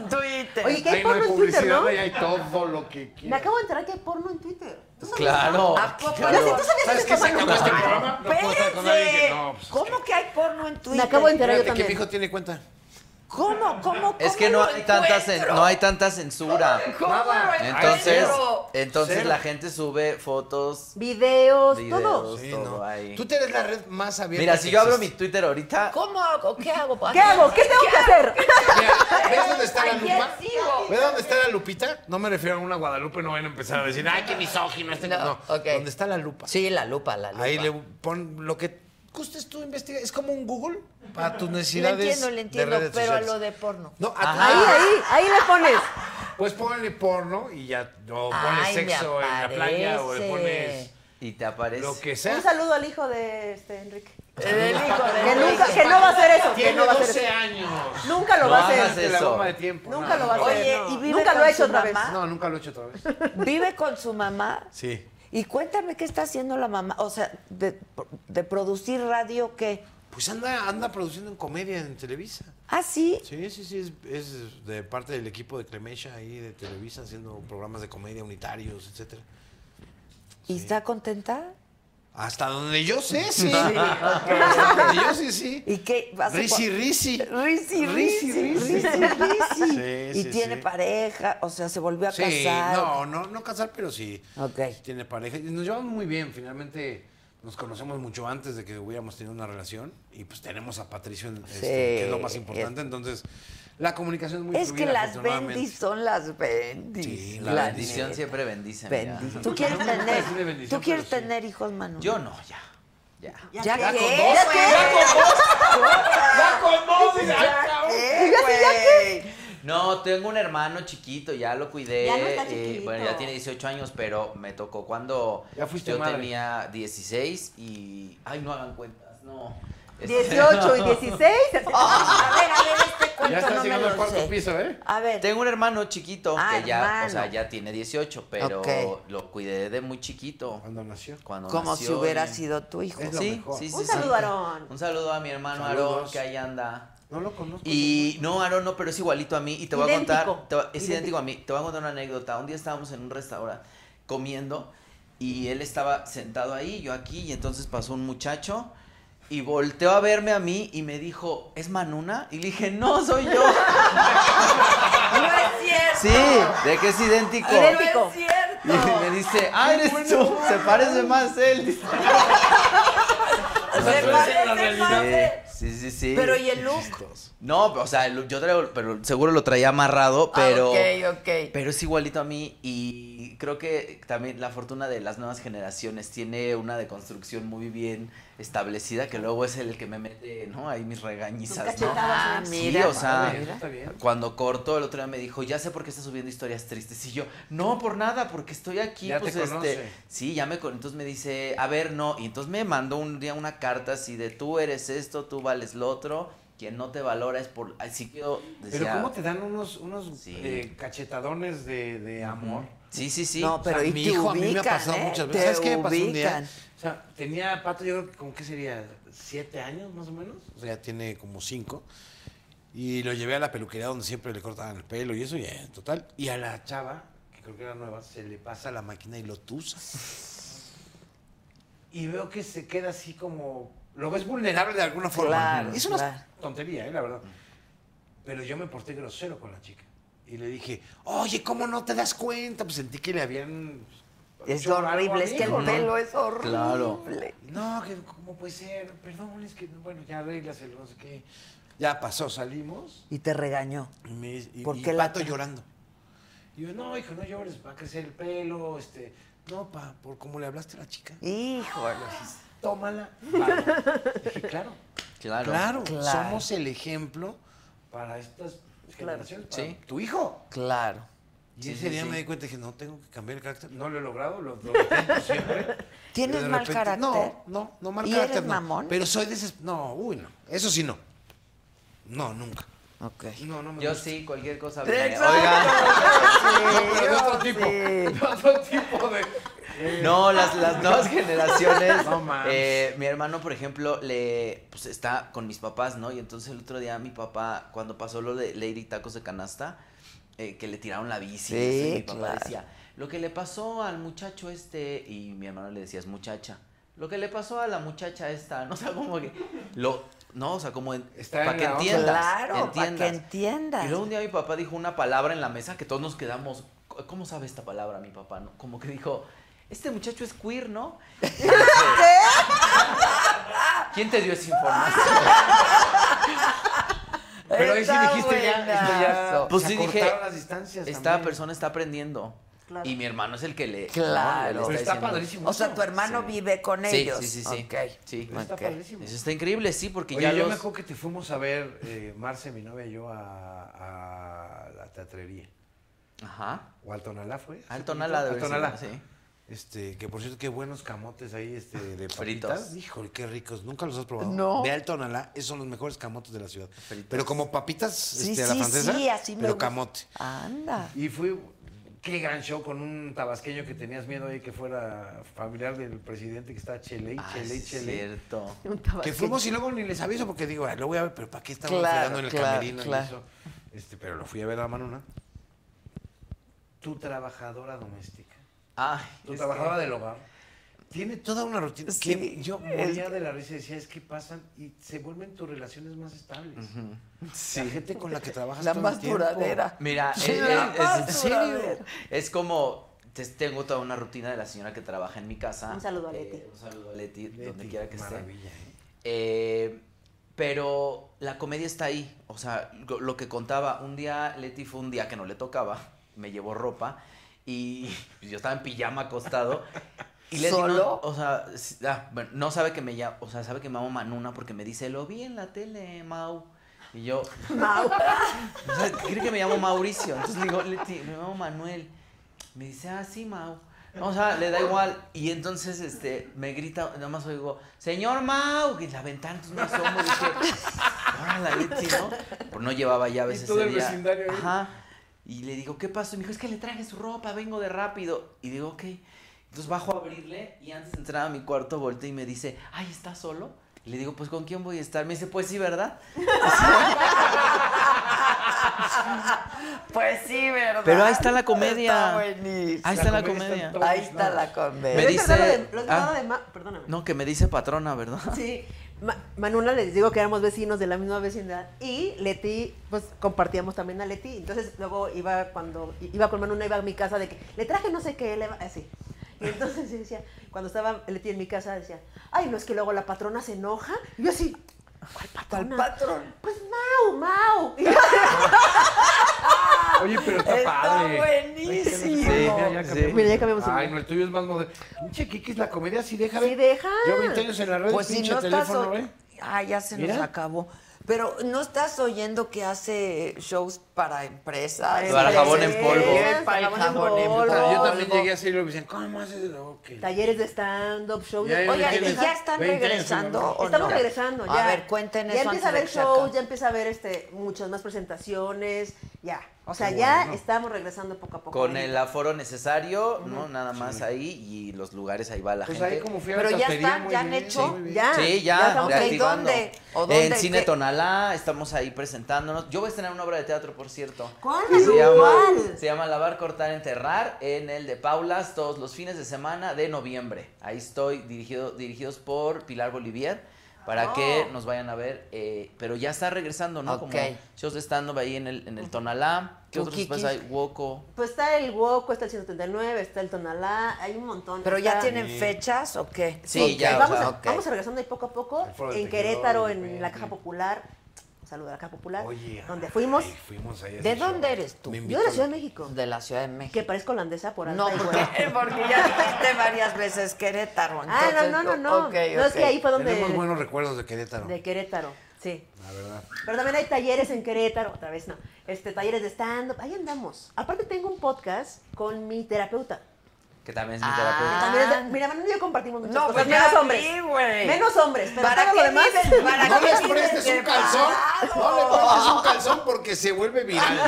Twitter.
Oye, ¿qué hay
Ahí no hay
porno en Twitter,
publicidad,
no?
ahí hay todo lo que
Me
quieras.
acabo de enterar que hay porno en Twitter. ¿Tú sabes?
Claro.
¿A poco
Yo sí,
claro.
¿Tú sabías
¿Sabes
que
qué
se
se acabó
toman-
este programa? No puedo estar con alguien que no. pues,
¿Cómo que hay porno en Twitter?
Me acabo de enterar yo
Fíjate que mi
también.
hijo tiene cuenta.
¿Cómo? ¿Cómo?
Es que
cómo
no
lo
hay, tanta cen-
encuentro?
no hay tanta censura.
¿Cómo
Nada.
lo
Entonces,
encuentro?
entonces
Cero.
la gente sube fotos,
Videos, todo.
videos,
Sí,
todo
no.
ahí.
Tú tienes la red más abierta.
Mira,
que
si yo abro mi
existe.
Twitter ahorita,
¿Cómo hago? ¿Qué hago?
¿Qué hago? ¿Qué tengo que hacer?
Mira, ¿Ves dónde está la
¿A quién
lupa?
sigo?
¿Ves dónde está la lupita? No me refiero a una Guadalupe, no van a empezar a decir, ay, qué misógino este. No,
No, ok.
¿Dónde está la lupa?
Sí, la lupa, la lupa.
Ahí le pon lo que gustes tú investigar. Es como un Google para tus
Le
necesidades.
entiendo, le entiendo,
de redes
pero a
sociales.
lo de porno.
No, a tu-
Ahí,
Ah.
ahí, ahí le pones.
Pues ponle porno y ya. O ponle
Ay, me
sexo en la playa o le pones
aparece.
y te aparece.
lo que sea.
Un saludo al hijo de este Enrique.
El Eh, hijo de
Que nunca,
Enrique.
que no va a hacer eso. Que
Tiene
no va a hacer
12
eso.
años.
Nunca lo
No
va a
hagas
hacer.
De la
Eso.
bomba de tiempo.
Nunca
no,
lo va a
no.
hacer.
Oye,
no.
¿y vive
nunca lo
con
ha hecho
su
otra
mamá?
No, nunca lo he hecho otra vez.
Vive con su mamá.
Sí.
Y cuéntame qué está haciendo la mamá. O sea, de, de producir radio, ¿qué?
Pues anda, anda produciendo en comedia en Televisa.
Ah, sí.
Sí, sí, sí, es, es de parte del equipo de Clemesha ahí de Televisa haciendo programas de comedia unitarios, etcétera.
¿Y
Sí.
está contenta?
Hasta donde yo sé, sí. Hasta donde yo sé, sí.
¿Y qué? hace
Risi,
cua-
risi.
Risi, risi, risi,
risi.
risi.
Sí,
y
sí,
tiene
sí.
pareja, o sea, se volvió a
Sí,
casar.
no, no, no casar, pero sí.
Ok.
Sí Tiene pareja. Y Nos llevamos muy bien, finalmente nos conocemos mucho antes de que hubiéramos tenido una relación y pues tenemos a Patricio, en- este,
Sí,
que es lo más importante, entonces la comunicación es muy
Es que
fluida,
las
afortunadamente.
bendis son las bendis.
Sí, la
La
La
bendición
neta.
siempre bendice. mira.
Bendis.
Pues,
¿Tú quieres
No, no,
tener,
es una bendición,
¿tú quieres
pero sí.
tener hijos, Manu?
Yo no, ya. Ya.
¿Ya, pues.
Ya
qué?
con dos,
¿Ya
güey,
qué?
ya con dos.
¡Ya con dos! dice,
¿Ya
¡ay, cabrón!
qué, güey?
No, tengo un hermano chiquito, ya lo cuidé.
Ya no está
eh,
chiquito.
bueno, ya tiene 18 años, pero me tocó cuando
Ya fuiste
yo
madre.
tenía 16 y... Ay, no hagan cuentas, no. Este-
18 y 16.
A ver, a ver, este
Ya
cuento
estás
no me
llegando al
lo
cuarto
sé.
piso, ¿eh?
A ver,
Tengo un hermano chiquito
Ah,
que ya, o sea,
hermano.
ya tiene 18, pero
Ok.
lo cuidé de muy chiquito.
Cuando nació.
Cuando
como
nació,
si hubiera
y-
sido tu hijo.
Es lo
Sí,
mejor.
sí, sí,
Un
sí.
saludo, Aarón.
Un saludo a mi hermano Aarón,
Saludos.
que ahí anda.
No lo conozco.
Y no, Aarón, no, pero es igualito a mí. Y te voy a
Idéntico.
contar. te va- es idéntico a mí. Te voy a contar una anécdota. Un día estábamos en un restaurante comiendo y él estaba sentado ahí, yo aquí, y entonces pasó un muchacho y volteó a verme a mí y me dijo, ¿es Manuna? Y le dije, no, soy yo.
No es cierto.
sí, de que es idéntico.
Idéntico.
No es cierto.
Y me dice, ah, eres tú, se parece más él.
Se
Pero esa es la
parece
realidad.
más de-
Sí, sí, sí.
Pero y el look.
No, o sea, el- yo traigo, pero seguro lo traía amarrado, pero...
Ah, ok, ok.
Pero es igualito a mí y creo que también la fortuna de las nuevas generaciones tiene una deconstrucción muy bien establecida que luego es el que me mete, ¿no? Ahí mis regañizas, ¿no?
Ah,
Sí,
mira,
o sea,
mira.
Está bien.
cuando corto el otro día me dijo, ya sé por qué estás subiendo historias tristes. Y yo, no, por nada, porque estoy aquí.
Ya
pues
te
este,
conoce.
sí, ya me con- Entonces me dice, a ver, no. Y entonces me mandó un día una carta así de tú eres esto, tú vales lo otro, quien no te valora es por. Así que yo
Pues
decía.
Pero ¿cómo te dan unos, unos
Sí.
eh, cachetadones de, de amor?
Sí, sí, sí.
No, pero
O sea,
y
mi
te
hijo a mí me ha
ubican,
pasado
¿eh?
muchas veces.
Te
¿Sabes qué me pasó un
ubican.
día? O sea, tenía Pato, yo creo que con qué sería, siete años más o menos. O sea, ya tiene como cinco. Y lo llevé a la peluquería donde siempre le cortaban el pelo y eso, y eh, total. Y a la chava, que creo que era nueva, se le pasa la máquina y lo tusa. Y veo que se queda así como. Lo ves vulnerable de alguna forma.
Claro,
es una
claro.
tontería, eh, la verdad. Pero yo me porté grosero con la chica. Y le dije, oye, ¿cómo no te das cuenta? Pues sentí que le habían.
Es
hecho algo a mi
horrible, es que el
hijo, ¿no?
pelo es horrible.
Claro.
No, que cómo puede ser, perdón, es que bueno, ya arreglas el no sé qué. Ya pasó, salimos
Y te regañó.
y me y,
¿Por
y
qué la
Pato
tra-
llorando. Y yo, no, hijo, no llores, va a crecer el pelo, este, no, pa, por cómo le hablaste a la chica.
Híjole.
Tómala. va. Dije, claro,
Claro.
claro,
Claro.
somos el ejemplo para estas generaciones, para
Sí.
tu hijo.
Claro.
Y
Sí,
ese
sí,
día
sí.
me di cuenta que no tengo que cambiar el carácter. No lo he logrado, lo, lo intento siempre.
¿Tienes
Pero de
mal carácter?
No, no, no mal
¿Y
carácter.
eres
no.
mamón?
Pero soy de esas- No, uy, no. Eso sí, no. No, nunca.
Ok.
No, no me
Yo
gusta.
sí, cualquier cosa. viene.
Exacto.
Oiga,
No, pero de otro tipo.
Sí.
De otro tipo de.
no, las, las nuevas generaciones.
No mames.
eh, mi hermano, por ejemplo, le pues está con mis papás, ¿no? Y entonces el otro día mi papá, cuando pasó lo de Lady Tacos de Canasta, eh, que le tiraron la bici.
Sí,
y eso, y mi papá
claro.
decía, lo que le pasó al muchacho este, y mi hermano le decía, es muchacha. Lo que le pasó a la muchacha esta, no o sea, como que. Lo, no, o sea, como
Está en
para que
la onda.
entiendas.
Claro, para que
entiendas.
entiendas.
Y luego un día mi papá dijo una palabra en la mesa que todos nos quedamos. "C- ¿Cómo sabe esta palabra mi papá? no?" Como que dijo, este muchacho es queer, ¿no? ¿Qué? ¿Quién te dio esa información?
Pero ahí sí
Está
dijiste ya. esto ya
buenazo.
Pues
se
sí dije,
acortaron las distancias.
Esta
también.
persona está aprendiendo.
Claro.
Y mi hermano es el que le.
Claro.
¿no? Le
Pero está
diciendo.
padrísimo.
O sea, tu hermano
Sí.
vive con
Sí,
ellos.
sí, sí, sí.
Ok.
Sí.
Está
Ok.
padrísimo.
Eso está increíble, sí, porque
Oye,
ya
yo
los.
me acuerdo que te fuimos a ver, eh, Marce, mi novia y yo, a, a la teatrería.
Ajá.
¿O al Tonalá fue?
Al Tonalá
Al
de haber sido,
Tonalá.
sí.
Este, que por cierto, qué buenos camotes ahí este, de
Fritos.
papitas. Híjole, qué ricos. Nunca los has probado.
No.
Ve al Tonalá, esos son los mejores camotes de la ciudad.
Fritos.
Pero como papitas
Sí,
este, a la
sí,
francesa,
sí, así me
pero
gusta.
camote.
Anda.
Y fue, qué gran show con un tabasqueño que tenías miedo ahí que fuera familiar del presidente que está Cheley,
Ah,
Cheley,
sí,
Cheley.
cierto.
Un tabasqueño.
Que fuimos y luego ni les aviso porque digo, "Ay, lo voy a ver, pero ¿para qué estamos
Claro,
quedando en el
claro,
camerino y
claro.
eso? Este, pero lo fui a ver a Manuna. Tu trabajadora doméstica.
Ay,
Tu
es
trabajadora del hogar. Tiene toda una rutina.
Sí,
que yo moría de la risa y decía, es que pasan y se vuelven tus relaciones más estables. La gente con la que trabajas
La
todo el
más
tiempo.
duradera.
Mira, es,
la
es-
más
es-
¿en serio? duradera.
es como te- tengo toda una rutina de la señora que trabaja en mi casa. Eh,
Un saludo a Leti.
un saludo a Leti,
Leti,
donde quiera que esté.
Maravilla, ¿eh?
Eh, pero la comedia está ahí. O sea, lo, lo que contaba, un día Leti fue un día que no le tocaba, me llevó ropa y yo estaba en pijama acostado. Y Leti
¿Solo?
No, o sea, sí, ah, bueno, no sabe que me llamo, o sea, sabe que me llamo Manuna porque me dice, lo vi en la tele, Mau. Y yo,
Mau.
o sea, cree que me llamo Mauricio. Entonces le digo, Leti, me llamo Manuel. Me dice, ah, sí, Mau. O sea, le da igual. Y entonces este, me grita, nada más oigo, señor Mau, que en la ventana, entonces me asomo y dije, ahora la Leti, ¿no? Pero no llevaba llaves
Y
ese
todo el
día.
vecindario ahí.
Ajá. Y le digo, ¿qué pasó? Y me dijo, es que le traje su ropa, vengo de rápido. Y digo, ok. Entonces bajo a abrirle y antes de entrar a mi cuarto volteo y me dice, ay, ¿estás solo? Y le digo, pues ¿con quién voy a estar? Me dice, pues sí, ¿verdad?
Pues sí, ¿verdad?
Pero ahí está la comedia.
Está buenísimo.
Ahí está
comedia está
la comedia.
en todo.
Ahí está la comedia.
Me
Pero es
dice-
verdad lo de- lo es verdad
ah.
de Ma- Perdóname.
No, que me dice patrona, ¿verdad?
Sí, Ma- Manuela les digo que éramos vecinos de la misma vecindad y Leti, pues compartíamos también a Leti. Entonces luego iba cuando iba con Manuela, iba a mi casa de que le traje no sé qué, le va-", así. Y entonces yo decía, cuando estaba Leti en mi casa, decía, ay, no es que luego la patrona se enoja. Y yo así, ¿cuál
¿Cuál
patrona?
patrón?
Pues Mau, Mau. Y-
Oye, pero está,
Está
padre.
buenísimo.
Ay, qué maravilla, ya
Sí,
cambiamos.
mira, ya cambiamos el
Ay,
mundo.
no, el tuyo es más moderno. Pinche Kikis, la comedia sí deja
Sí,
ver.
deja.
Yo 20 años en la red,
Pues si
pinche
no estás.
teléfono,
o-
¿eh?
Ah, ya se nos
Mira.
acabó. Pero no estás oyendo que hace shows para empresas.
Para jabón en polvo.
Sí, Para el
Jabón en
jabón en
polvo.
polvo.
Yo también llegué así y luego me decían, ¿cómo haces? eso? Ok.
Talleres de stand-up, show
Ya,
de...
ya,
Oigan,
ya,
¿y
tienes
ya están
20 años,
regresando
¿no?
o Oh, no?
Estamos regresando, ya.
A ver, cuenten
Ya
eso
empieza
antes
a haber
de que se acabe.
shows, ya empieza a haber este, muchas más presentaciones, ya. O sea,
Qué
ya
bueno.
estamos regresando poco a poco.
Con el aforo necesario, ¿no? Nada más ahí y los lugares ahí va la
Pues
gente.
ahí como fui a la
Pero ya
tapería,
están,
muy
ya han
bien,
hecho.
muy bien.
Ah, Ya,
Sí,
ya
ya,
estamos-
Ok,
reactivando.
¿dónde? ¿O dónde?
En Cine
¿Qué?
ojalá estamos ahí presentándonos. Yo voy a estrenar una obra de teatro, por cierto.
¿Cuál?
Se llama,
¿Cuál?
se llama Lavar, Cortar, Enterrar en el de Paulas todos los fines de semana de noviembre. Ahí estoy dirigido, dirigidos por Pilar Bolivier para
Oh.
que nos vayan a ver. eh, pero ya está regresando, ¿no?
Ok.
Como shows de stand-up ahí en el, en el Tonalá. ¿Qué otros
Ukikis.
espacios hay? Woco.
Pues está el Woco, está el 179, está el Tonalá, hay un montón.
¿Pero ya
Está-
tienen fechas o qué?
Sí,
Ok,
ya, o
vamos,
sea,
a- vamos regresando ahí poco a poco.
Foro del Tejedor,
En Querétaro,
de
en la
repente.
Caja Popular. Un saludo a la Caja Popular.
Oye,
donde
ay,
fuimos.
fuimos ahí a
¿De
ese show.
dónde eres tú?
Me
Yo
invitó
de la Ciudad de México.
De la Ciudad de México.
Que parezco holandesa por alta
No,
y
porque,
güera.
porque ya dijiste varias veces Querétaro.
Ah, no,
entonces
no, no,
yo-
no.
ok,
No, es
ok.
que ahí fue donde...
Tenemos buenos recuerdos de Querétaro.
De Querétaro, sí.
La verdad.
Pero también hay talleres en Querétaro, otra vez no. Este, talleres de stand-up, ahí andamos. Aparte tengo un podcast con mi terapeuta.
Que también es mi
Ah.
Que
terapeuta.
también es de- mira, Manuel y yo compartimos muchas
No,
cosas.
pues
menos
ya
hombres.
vi, güey.
menos hombres, pero
¿Para
todo
qué
lo demás.
viven? ¿Para
No
qué
les
viven
prestes un
separados?
calzón. No le prestes un calzón porque se vuelve viral.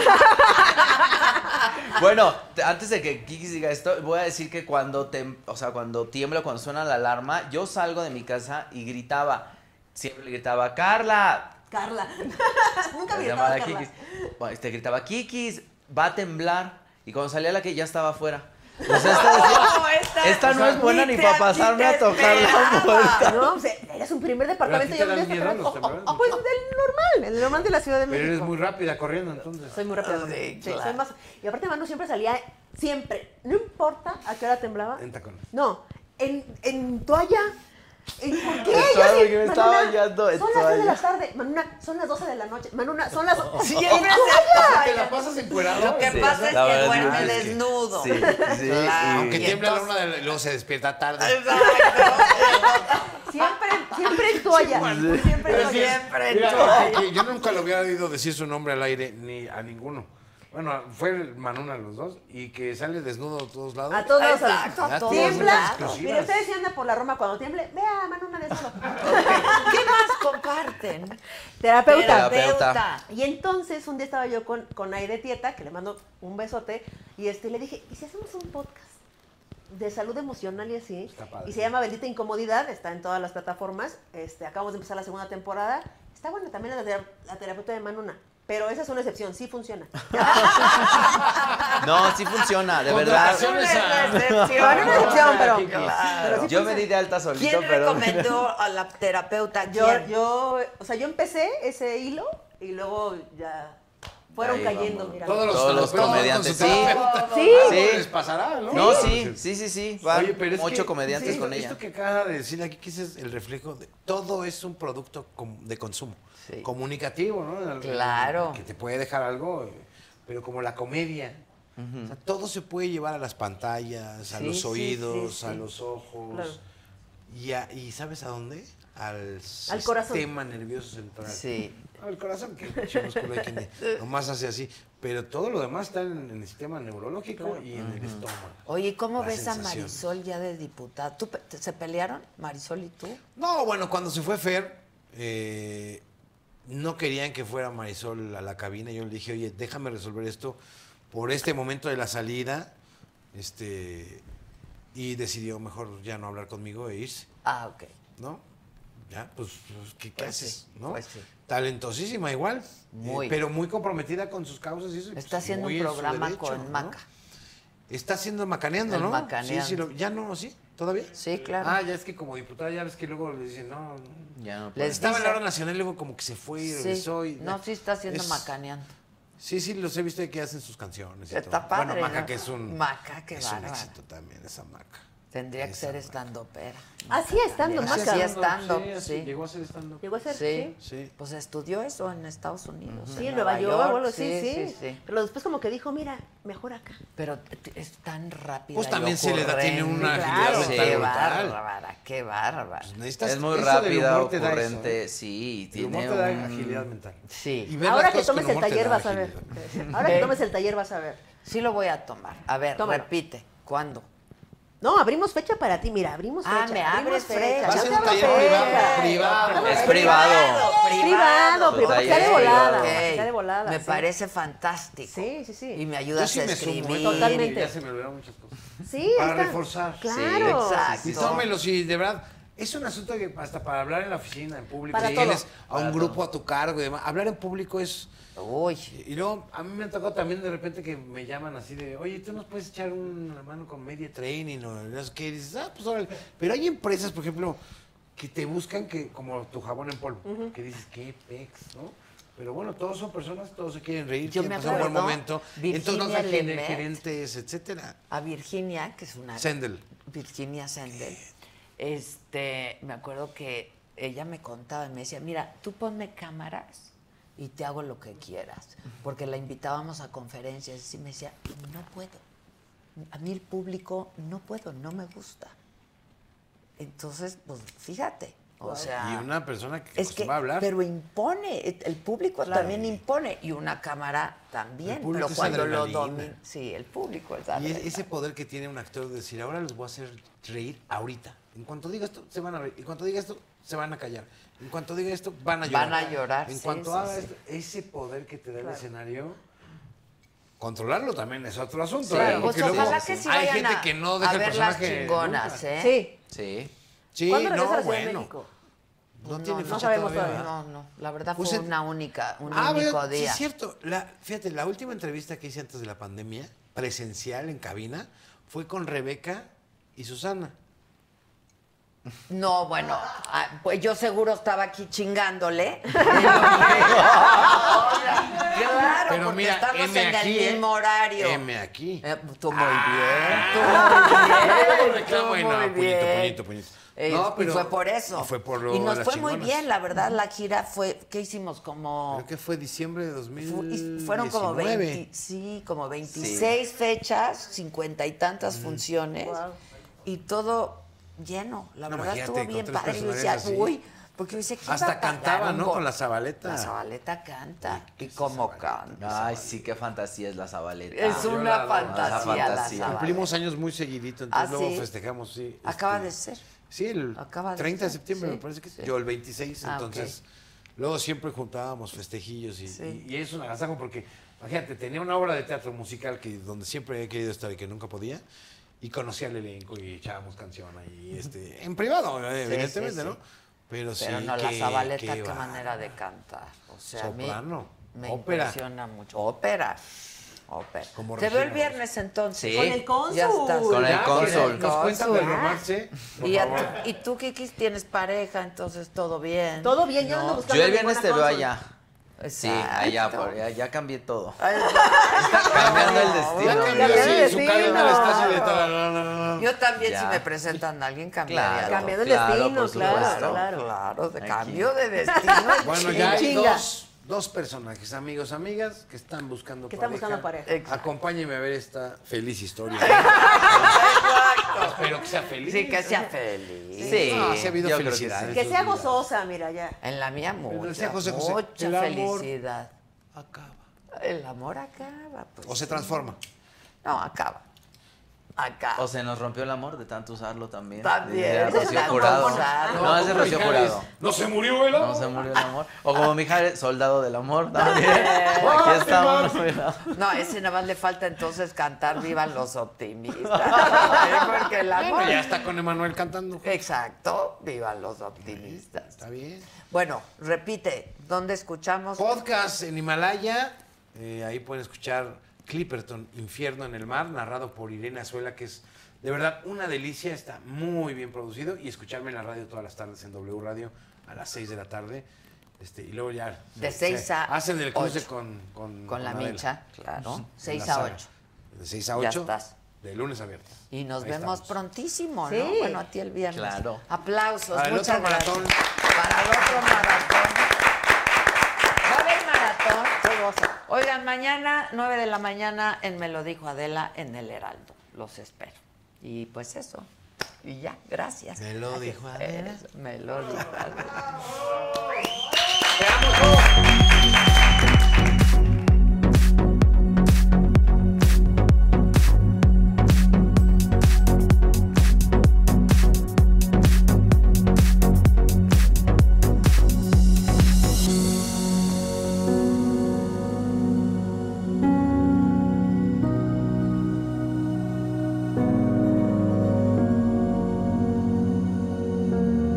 Bueno, te- antes de que Kiki diga esto, voy a decir que cuando tem- o sea, cuando tiembla, cuando suena la alarma, yo salgo de mi casa y gritaba, siempre le gritaba, Carla,
Carla. Nunca
la
me gritaba
llamada
Carla.
Kikis. Bueno, te gritaba, Kikis, va a temblar. Y cuando salía la que ya estaba afuera. O sea, esta, decía,
esta-
"Esta no
o sea,
es buena
ni
ni
te-
para
ni
pasarme
te
a tocar la
esperaba.
puerta.
Ah, No, o sea, eres un primer
Pero a ti
departamento.
te
yo
dan
vivía hasta
miedo los
atrás. O- o-
temblores,
o, Pues del normal, el normal de la Ciudad de
Pero
México.
eres muy rápida corriendo entonces.
Soy muy rápida.
Sí,
Sí,
claro.
soy más- Y aparte Manu siempre salía, siempre, no importa a qué hora temblaba.
En tacones.
No, en, en toalla. ¿En- ¿Por qué?
En
Yo
toalla,
así,
yo estaba
Manuna,
bañando en
Son las 3 de la
toalla.
tarde, Manuna, son las 12 de la noche, Manuna, son las...
Siempre se
¡En toalla!
Te la pasas encuerado.
Lo que
Sí,
pasa es
la
que
verdad,
duerme
es que-
desnudo.
Sí, sí,
Claro.
y-
Aunque
Y
tiembla a la
entonces-
una de la- luego se despierta tarde.
Exacto.
Siempre, siempre en toalla. Siempre en
Pero sí,
toalla.
siempre en
mira,
toalla.
que yo nunca lo había oído decir su nombre al aire ni a ninguno. Bueno, fue el Manuna los dos y que sale desnudo a todos lados.
A todos lados.
Exacto, a todos
Tiembla.
lados.
Mire, ustedes si andan por la Roma cuando tiemble, vea, Manuna desnudo.
¿Qué más comparten?
Terapeuta.
Terapeuta.
Y entonces un día estaba yo con, con Aide Tieta, que le mando un besote, y este, le dije, ¿y si hacemos un podcast de salud emocional y así?
padre.
Y se llama Bendita Incomodidad, está en todas las plataformas. Este, acabamos de empezar la segunda temporada. Está buena también la, tera- la terapeuta de Manuna, pero esa es una excepción, sí funciona.
No, sí funciona, de
Con
verdad.
razón
Una
es a-
excepción.
Bueno, una excepción, pero-
Claro.
Yo me di de alta solito,
¿Quién
pero...
recomendó a la terapeuta?
Yo,
¿Quién?
yo, o sea, yo empecé ese hilo y luego ya fueron
Ahí
cayendo,
vamos.
mira.
Todos los,
Todos los
terapeutas
comediantes,
con su
sí.
terapeuta.
Sí.
Algo
Sí.
les pasará, ¿no?
No, sí, sí, sí, sí. Van ocho comediantes
sí,
con ella.
Esto que acaba de decir aquí, que ese es el reflejo de todo es un producto com- de consumo,
Sí.
comunicativo, ¿no? El-
Claro.
Que te puede dejar algo, eh, pero como la comedia. O sea, todo se puede llevar a las pantallas, a
Sí, sí,
los
sí,
oídos,
sí.
a los ojos.
Claro.
Y, a- ¿Y sabes a dónde? Al,
Al corazón.
sistema nervioso central.
Sí.
Al corazón, que pinche músculo hay que nomás hace así. Pero todo lo demás está en, en el sistema neurológico y en el estómago.
Oye, ¿y ¿cómo
La
ves a
sensación.
Marisol ya de diputada? ¿Tú pe- ¿Se pelearon, Marisol y tú?
No, bueno, cuando se fue Fer, eh, no querían que fuera Marisol a la cabina. Yo le dije, oye, déjame resolver esto por este momento de la salida. Este, y decidió mejor ya no hablar conmigo e irse,
Ah, ok.
¿no? Ya, pues, pues, ¿qué, qué
Pues
haces?
sí,
¿no?
pues sí.
Talentosísima igual, eh,
Muy.
pero muy comprometida con sus causas y eso. y
Está
pues,
haciendo
muy
un
en su
programa
derecho,
con
¿no?
Maca.
Está haciendo macaneando,
El
¿no?
Macaneando.
Sí, sí, lo- ya no, ¿sí? ¿Todavía?
Sí, claro.
Ah, ya es que como diputada ya ves que luego le dicen, no, no,
Ya no
Les-
puedes.
estaba en la
dice-
hora nacional, luego como que se fue y
Sí.
regresó. y-
No, sí está haciendo
Es-
macaneando.
Sí, sí, los he visto de que hacen sus canciones. y
Está
todo.
padre,
Bueno, Maca,
¿no?
que es un.
Maca, qué
es
bárbara.
un éxito también, esa Maca.
Tendría que
Esa
ser
Maca.
estando pera.
Así estando,
Así
Maca.
es. stand-up,
Sí, así
sí.
Llegó a ser stand-up.
Llegó a ser,
Sí.
sí.
Sí.
Pues estudió eso en Estados Unidos.
Sí, en Nueva York, o algo así, sí,
sí.
Pero después como que dijo, mira, mejor acá.
Pero t- t- es tan rápida.
Pues
y
también se le da- tiene
ocurrente.
una
agilidad
Claro,
mental
qué
brutal.
bárbara, qué bárbara.
Pues necesitas-
Es muy
eso del
rápida,
humor te da eso,
ocurrente,
¿eh?
sí.
El
Tiene
humor te da
un-
agilidad mental.
Sí.
Y ver
Ahora
las
que
cosas con
tomes el
humor te
taller
da
vas a ver.
agilidad.
Ahora que
¿Eh?
tomes el taller vas a ver.
Sí lo voy a tomar. A ver,
Tómalo.
repite. ¿Cuándo?
No, abrimos fecha para ti, mira, abrimos fecha.
Ah, me
abrimos
abres fecha.
Va a ser
Yo te
un
abro
taller privado,
fecha.
privado.
Es privado. Pues
Privado,
privado, que sea de volada,
Ok.
que sea de volada,
Me
sí.
parece fantástico.
Sí, sí, sí.
Y me
Yo
ayudas
sí
a
me sumo, ¿eh?
escribir.
Totalmente.
Ya se me olvidaron muchas cosas.
Sí, ahí
Para
está.
reforzar.
Claro.
exacto.
Y tómelos y de verdad, Es un asunto que hasta para hablar en la oficina, en público,
Para
si
todo.
tienes a
Para
un grupo
todo.
a tu cargo y demás. Hablar en público es. Y luego, a mí me ha tocado también de repente que me llaman así de, oye, tú nos puedes echar una mano con media training o no sé qué. Y dices, ah, pues órale. Pero hay empresas, por ejemplo, que te buscan que como tu jabón en polvo, que dices, qué pex, ¿no? Pero bueno, todos son personas, todos se quieren reír,
Yo
quieren
me
pasar un buen
acuerdo,
momento. Entonces no
Virginia
se quieren
Lemet.
gerentes, etcétera.
a Virginia, que es una.
Sendel.
Virginia Sendel. Este, me acuerdo que ella me contaba y me decía, mira, tú ponme cámaras y te hago lo que quieras. Porque la invitábamos a conferencias y me decía, no puedo. A mí el público no puedo, no me gusta. Entonces, pues fíjate. O sea,
y una persona que
es que,
va a hablar.
pero impone, et- el público
Claro.
también impone y una cámara también,
El público
pero
es
cuando lo
adrenalina.
domina, sí, el público es
Y
adrenalina.
es- ese poder que tiene un actor de decir, ahora los voy a hacer reír ahorita. En cuanto diga esto, se van a reír. En cuanto diga esto, se van a callar. En cuanto diga esto, van a llorar.
Van a llorar,
En
sí,
cuanto
sí,
haga
sí.
esto, ese poder que te da
Claro.
el escenario, controlarlo también es otro asunto.
Claro,
¿eh?
pues
Porque luego
ojalá que sí
Hay
vayan
gente
a-
que no deja
a
el
ver las
personaje
chingonas,
nunca.
¿eh?
Sí.
Sí.
Sí,
¿Cuándo regresa
no,
la Ciudad de
bueno.
México?
No,
No,
tiene
no
fecha
sabemos
todavía.
todavía. No, no. La verdad fue
Pues en-
una única, un
Ah,
único
bueno, sí
día.
es cierto. La, fíjate, la última entrevista que hice antes de la pandemia, presencial en cabina, fue con Rebeca y Susana.
No, bueno, ah, pues yo seguro estaba aquí chingándole. claro,
Pero
Ah, porque
mira,
estamos
M
en
aquí,
el
¿eh?
mismo horario.
M aquí.
Eh, tú muy bien,
Ah,
tú muy bien, tú
claro, bueno,
muy
puñito,
bien.
puñito, puñito.
Eh,
No,
y
pero-
fue por eso.
y fue por lo
Y
de
nos
las
fue muy
chingonas.
bien, la verdad, la gira fue, ¿qué hicimos? Como...
Creo que fue diciembre de 2019.
Fu- y Fueron como 20, sí, como 26 fechas, 50 y tantas funciones y todo lleno. La
No,
verdad
imagínate,
estuvo bien
con tres
padre. Yo
personajes
decía,
así.
uy, porque yo decía, ¿quién
Hasta
va a pagar
cantaba,
un
¿no?
gol?
Con la Zabaleta.
La Zabaleta canta. Y como canta.
Ay, sí, qué fantasía es la Zabaleta.
Es
Yo
una
la adoro.
fantasía,
Esa
la Zabaleta.
Cumplimos años muy seguidito, entonces
¿Ah,
luego
sí?
festejamos, sí.
Acaba
este,
de ser.
Sí, el
Acaba de
30 de
ser,
septiembre
sí,
me parece que
sí.
Yo el 26,
Ah,
entonces. Luego siempre juntábamos festejillos y,
Sí.
y- y es un agasajo porque, imagínate, tenía una obra de teatro musical que donde siempre he querido estar y que nunca podía. Y conocí al elenco y echábamos canción ahí, este, en privado, eh,
Sí,
evidentemente,
sí, sí.
¿no? Pero, sí,
Pero no, la
qué-
Zabaleta, qué,
va.
manera de cantar. O sea, a mí
Soprano,
me
ópera.
impresiona mucho. Ópera. Ópera.
Como
Te veo el
Regina
viernes entonces.
Sí. Con
el cónsul.
Ya estás.
Con el
Ya,
cónsul.
porque Nos cuentan del
cónsul.
romance, por
Y, a-
favor.
y tú, Kikis, tienes pareja, entonces todo bien.
Todo bien, yo ando
Yo
buscando.
el viernes
ninguna
te veo
cónsul.
allá. Sí,
Exacto.
allá, por, allá cambié todo.
Ay,
Cambiando el
Ya
destino.
cambió
Ya
así, su
vecino.
cadena la está así de tarararara.
Yo también,
Ya.
si me presentan a alguien, cambiaría.
Claro,
Cambiando el
claro,
destino,
por
claro,
supuesto.
claro.
Claro, de
Aquí.
cambio de destino.
Bueno,
en
ya hay
chinga.
dos, dos personajes, amigos, amigas, que están buscando
Que
pareja.
están buscando pareja.
Exacto.
Acompáñenme a ver esta feliz historia.
Exacto.
Espero que sea feliz.
Sí, que sea feliz.
Sí,
No, Ah, sí ha habido
yo creo que
felicidades.
sí.
Que sea gozosa, mira, ya.
En la mía,
Pero
mucha,
decía José José,
mucha
el amor-
felicidad.
Acaba.
El amor acaba. Pues.
O se transforma.
No, acaba. Acaba.
O se nos rompió el amor de tanto usarlo también.
También.
Diría Rocío
Tanto
Jurado.
usarlo.
No, ese es Rocío Jurado.
No se murió el
No se murió el amor. O como Mijares, soldado del amor también. Aquí estamos. mira.
No, ese nada más le falta entonces cantar Vivan los optimistas. ¿eh? Porque el
Ah,
amor.
Bueno, ya está con Emanuel cantando.
Exacto, vivan los optimistas.
Está bien.
Bueno, repite, ¿dónde escuchamos?
Podcast en Himalaya. eh, ahí pueden escuchar Clipperton, Infierno en el Mar, narrado por Irene Azuela, que es de verdad una delicia. Está muy bien producido. Y escucharme en la radio todas las tardes en W Radio a las 6 de la tarde. Este, y luego ya.
De
se-
seis
se
a
Hacen el cruce
ocho.
con, con.
Con la
Adela.
Micha, claro.
En
Seis
la
a
saga.
ocho.
De 6 a
Ya
8.
estás.
De lunes a viernes.
Y nos
Ahí
vemos
estamos.
prontísimo, ¿no?
Sí.
Bueno, a ti el viernes.
Claro.
Aplausos.
Para el
muchas
otro maratón.
gracias. Para el otro maratón. Va a haber maratón. Oigan, mañana, 9 de la mañana, en Me lo dijo Adela, en El Heraldo. Los espero. Y pues eso. Y ya, gracias.
Me lo dijo Adela.
Eso, Me lo dijo Adela.
Te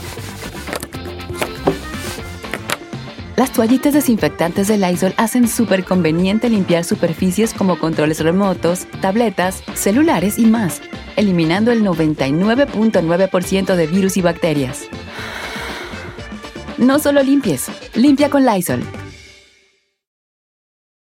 Las toallitas desinfectantes de Lysol hacen súper conveniente limpiar superficies como controles remotos, tabletas, celulares y más, eliminando el 99.9% de virus y bacterias. No solo limpies, limpia con Lysol.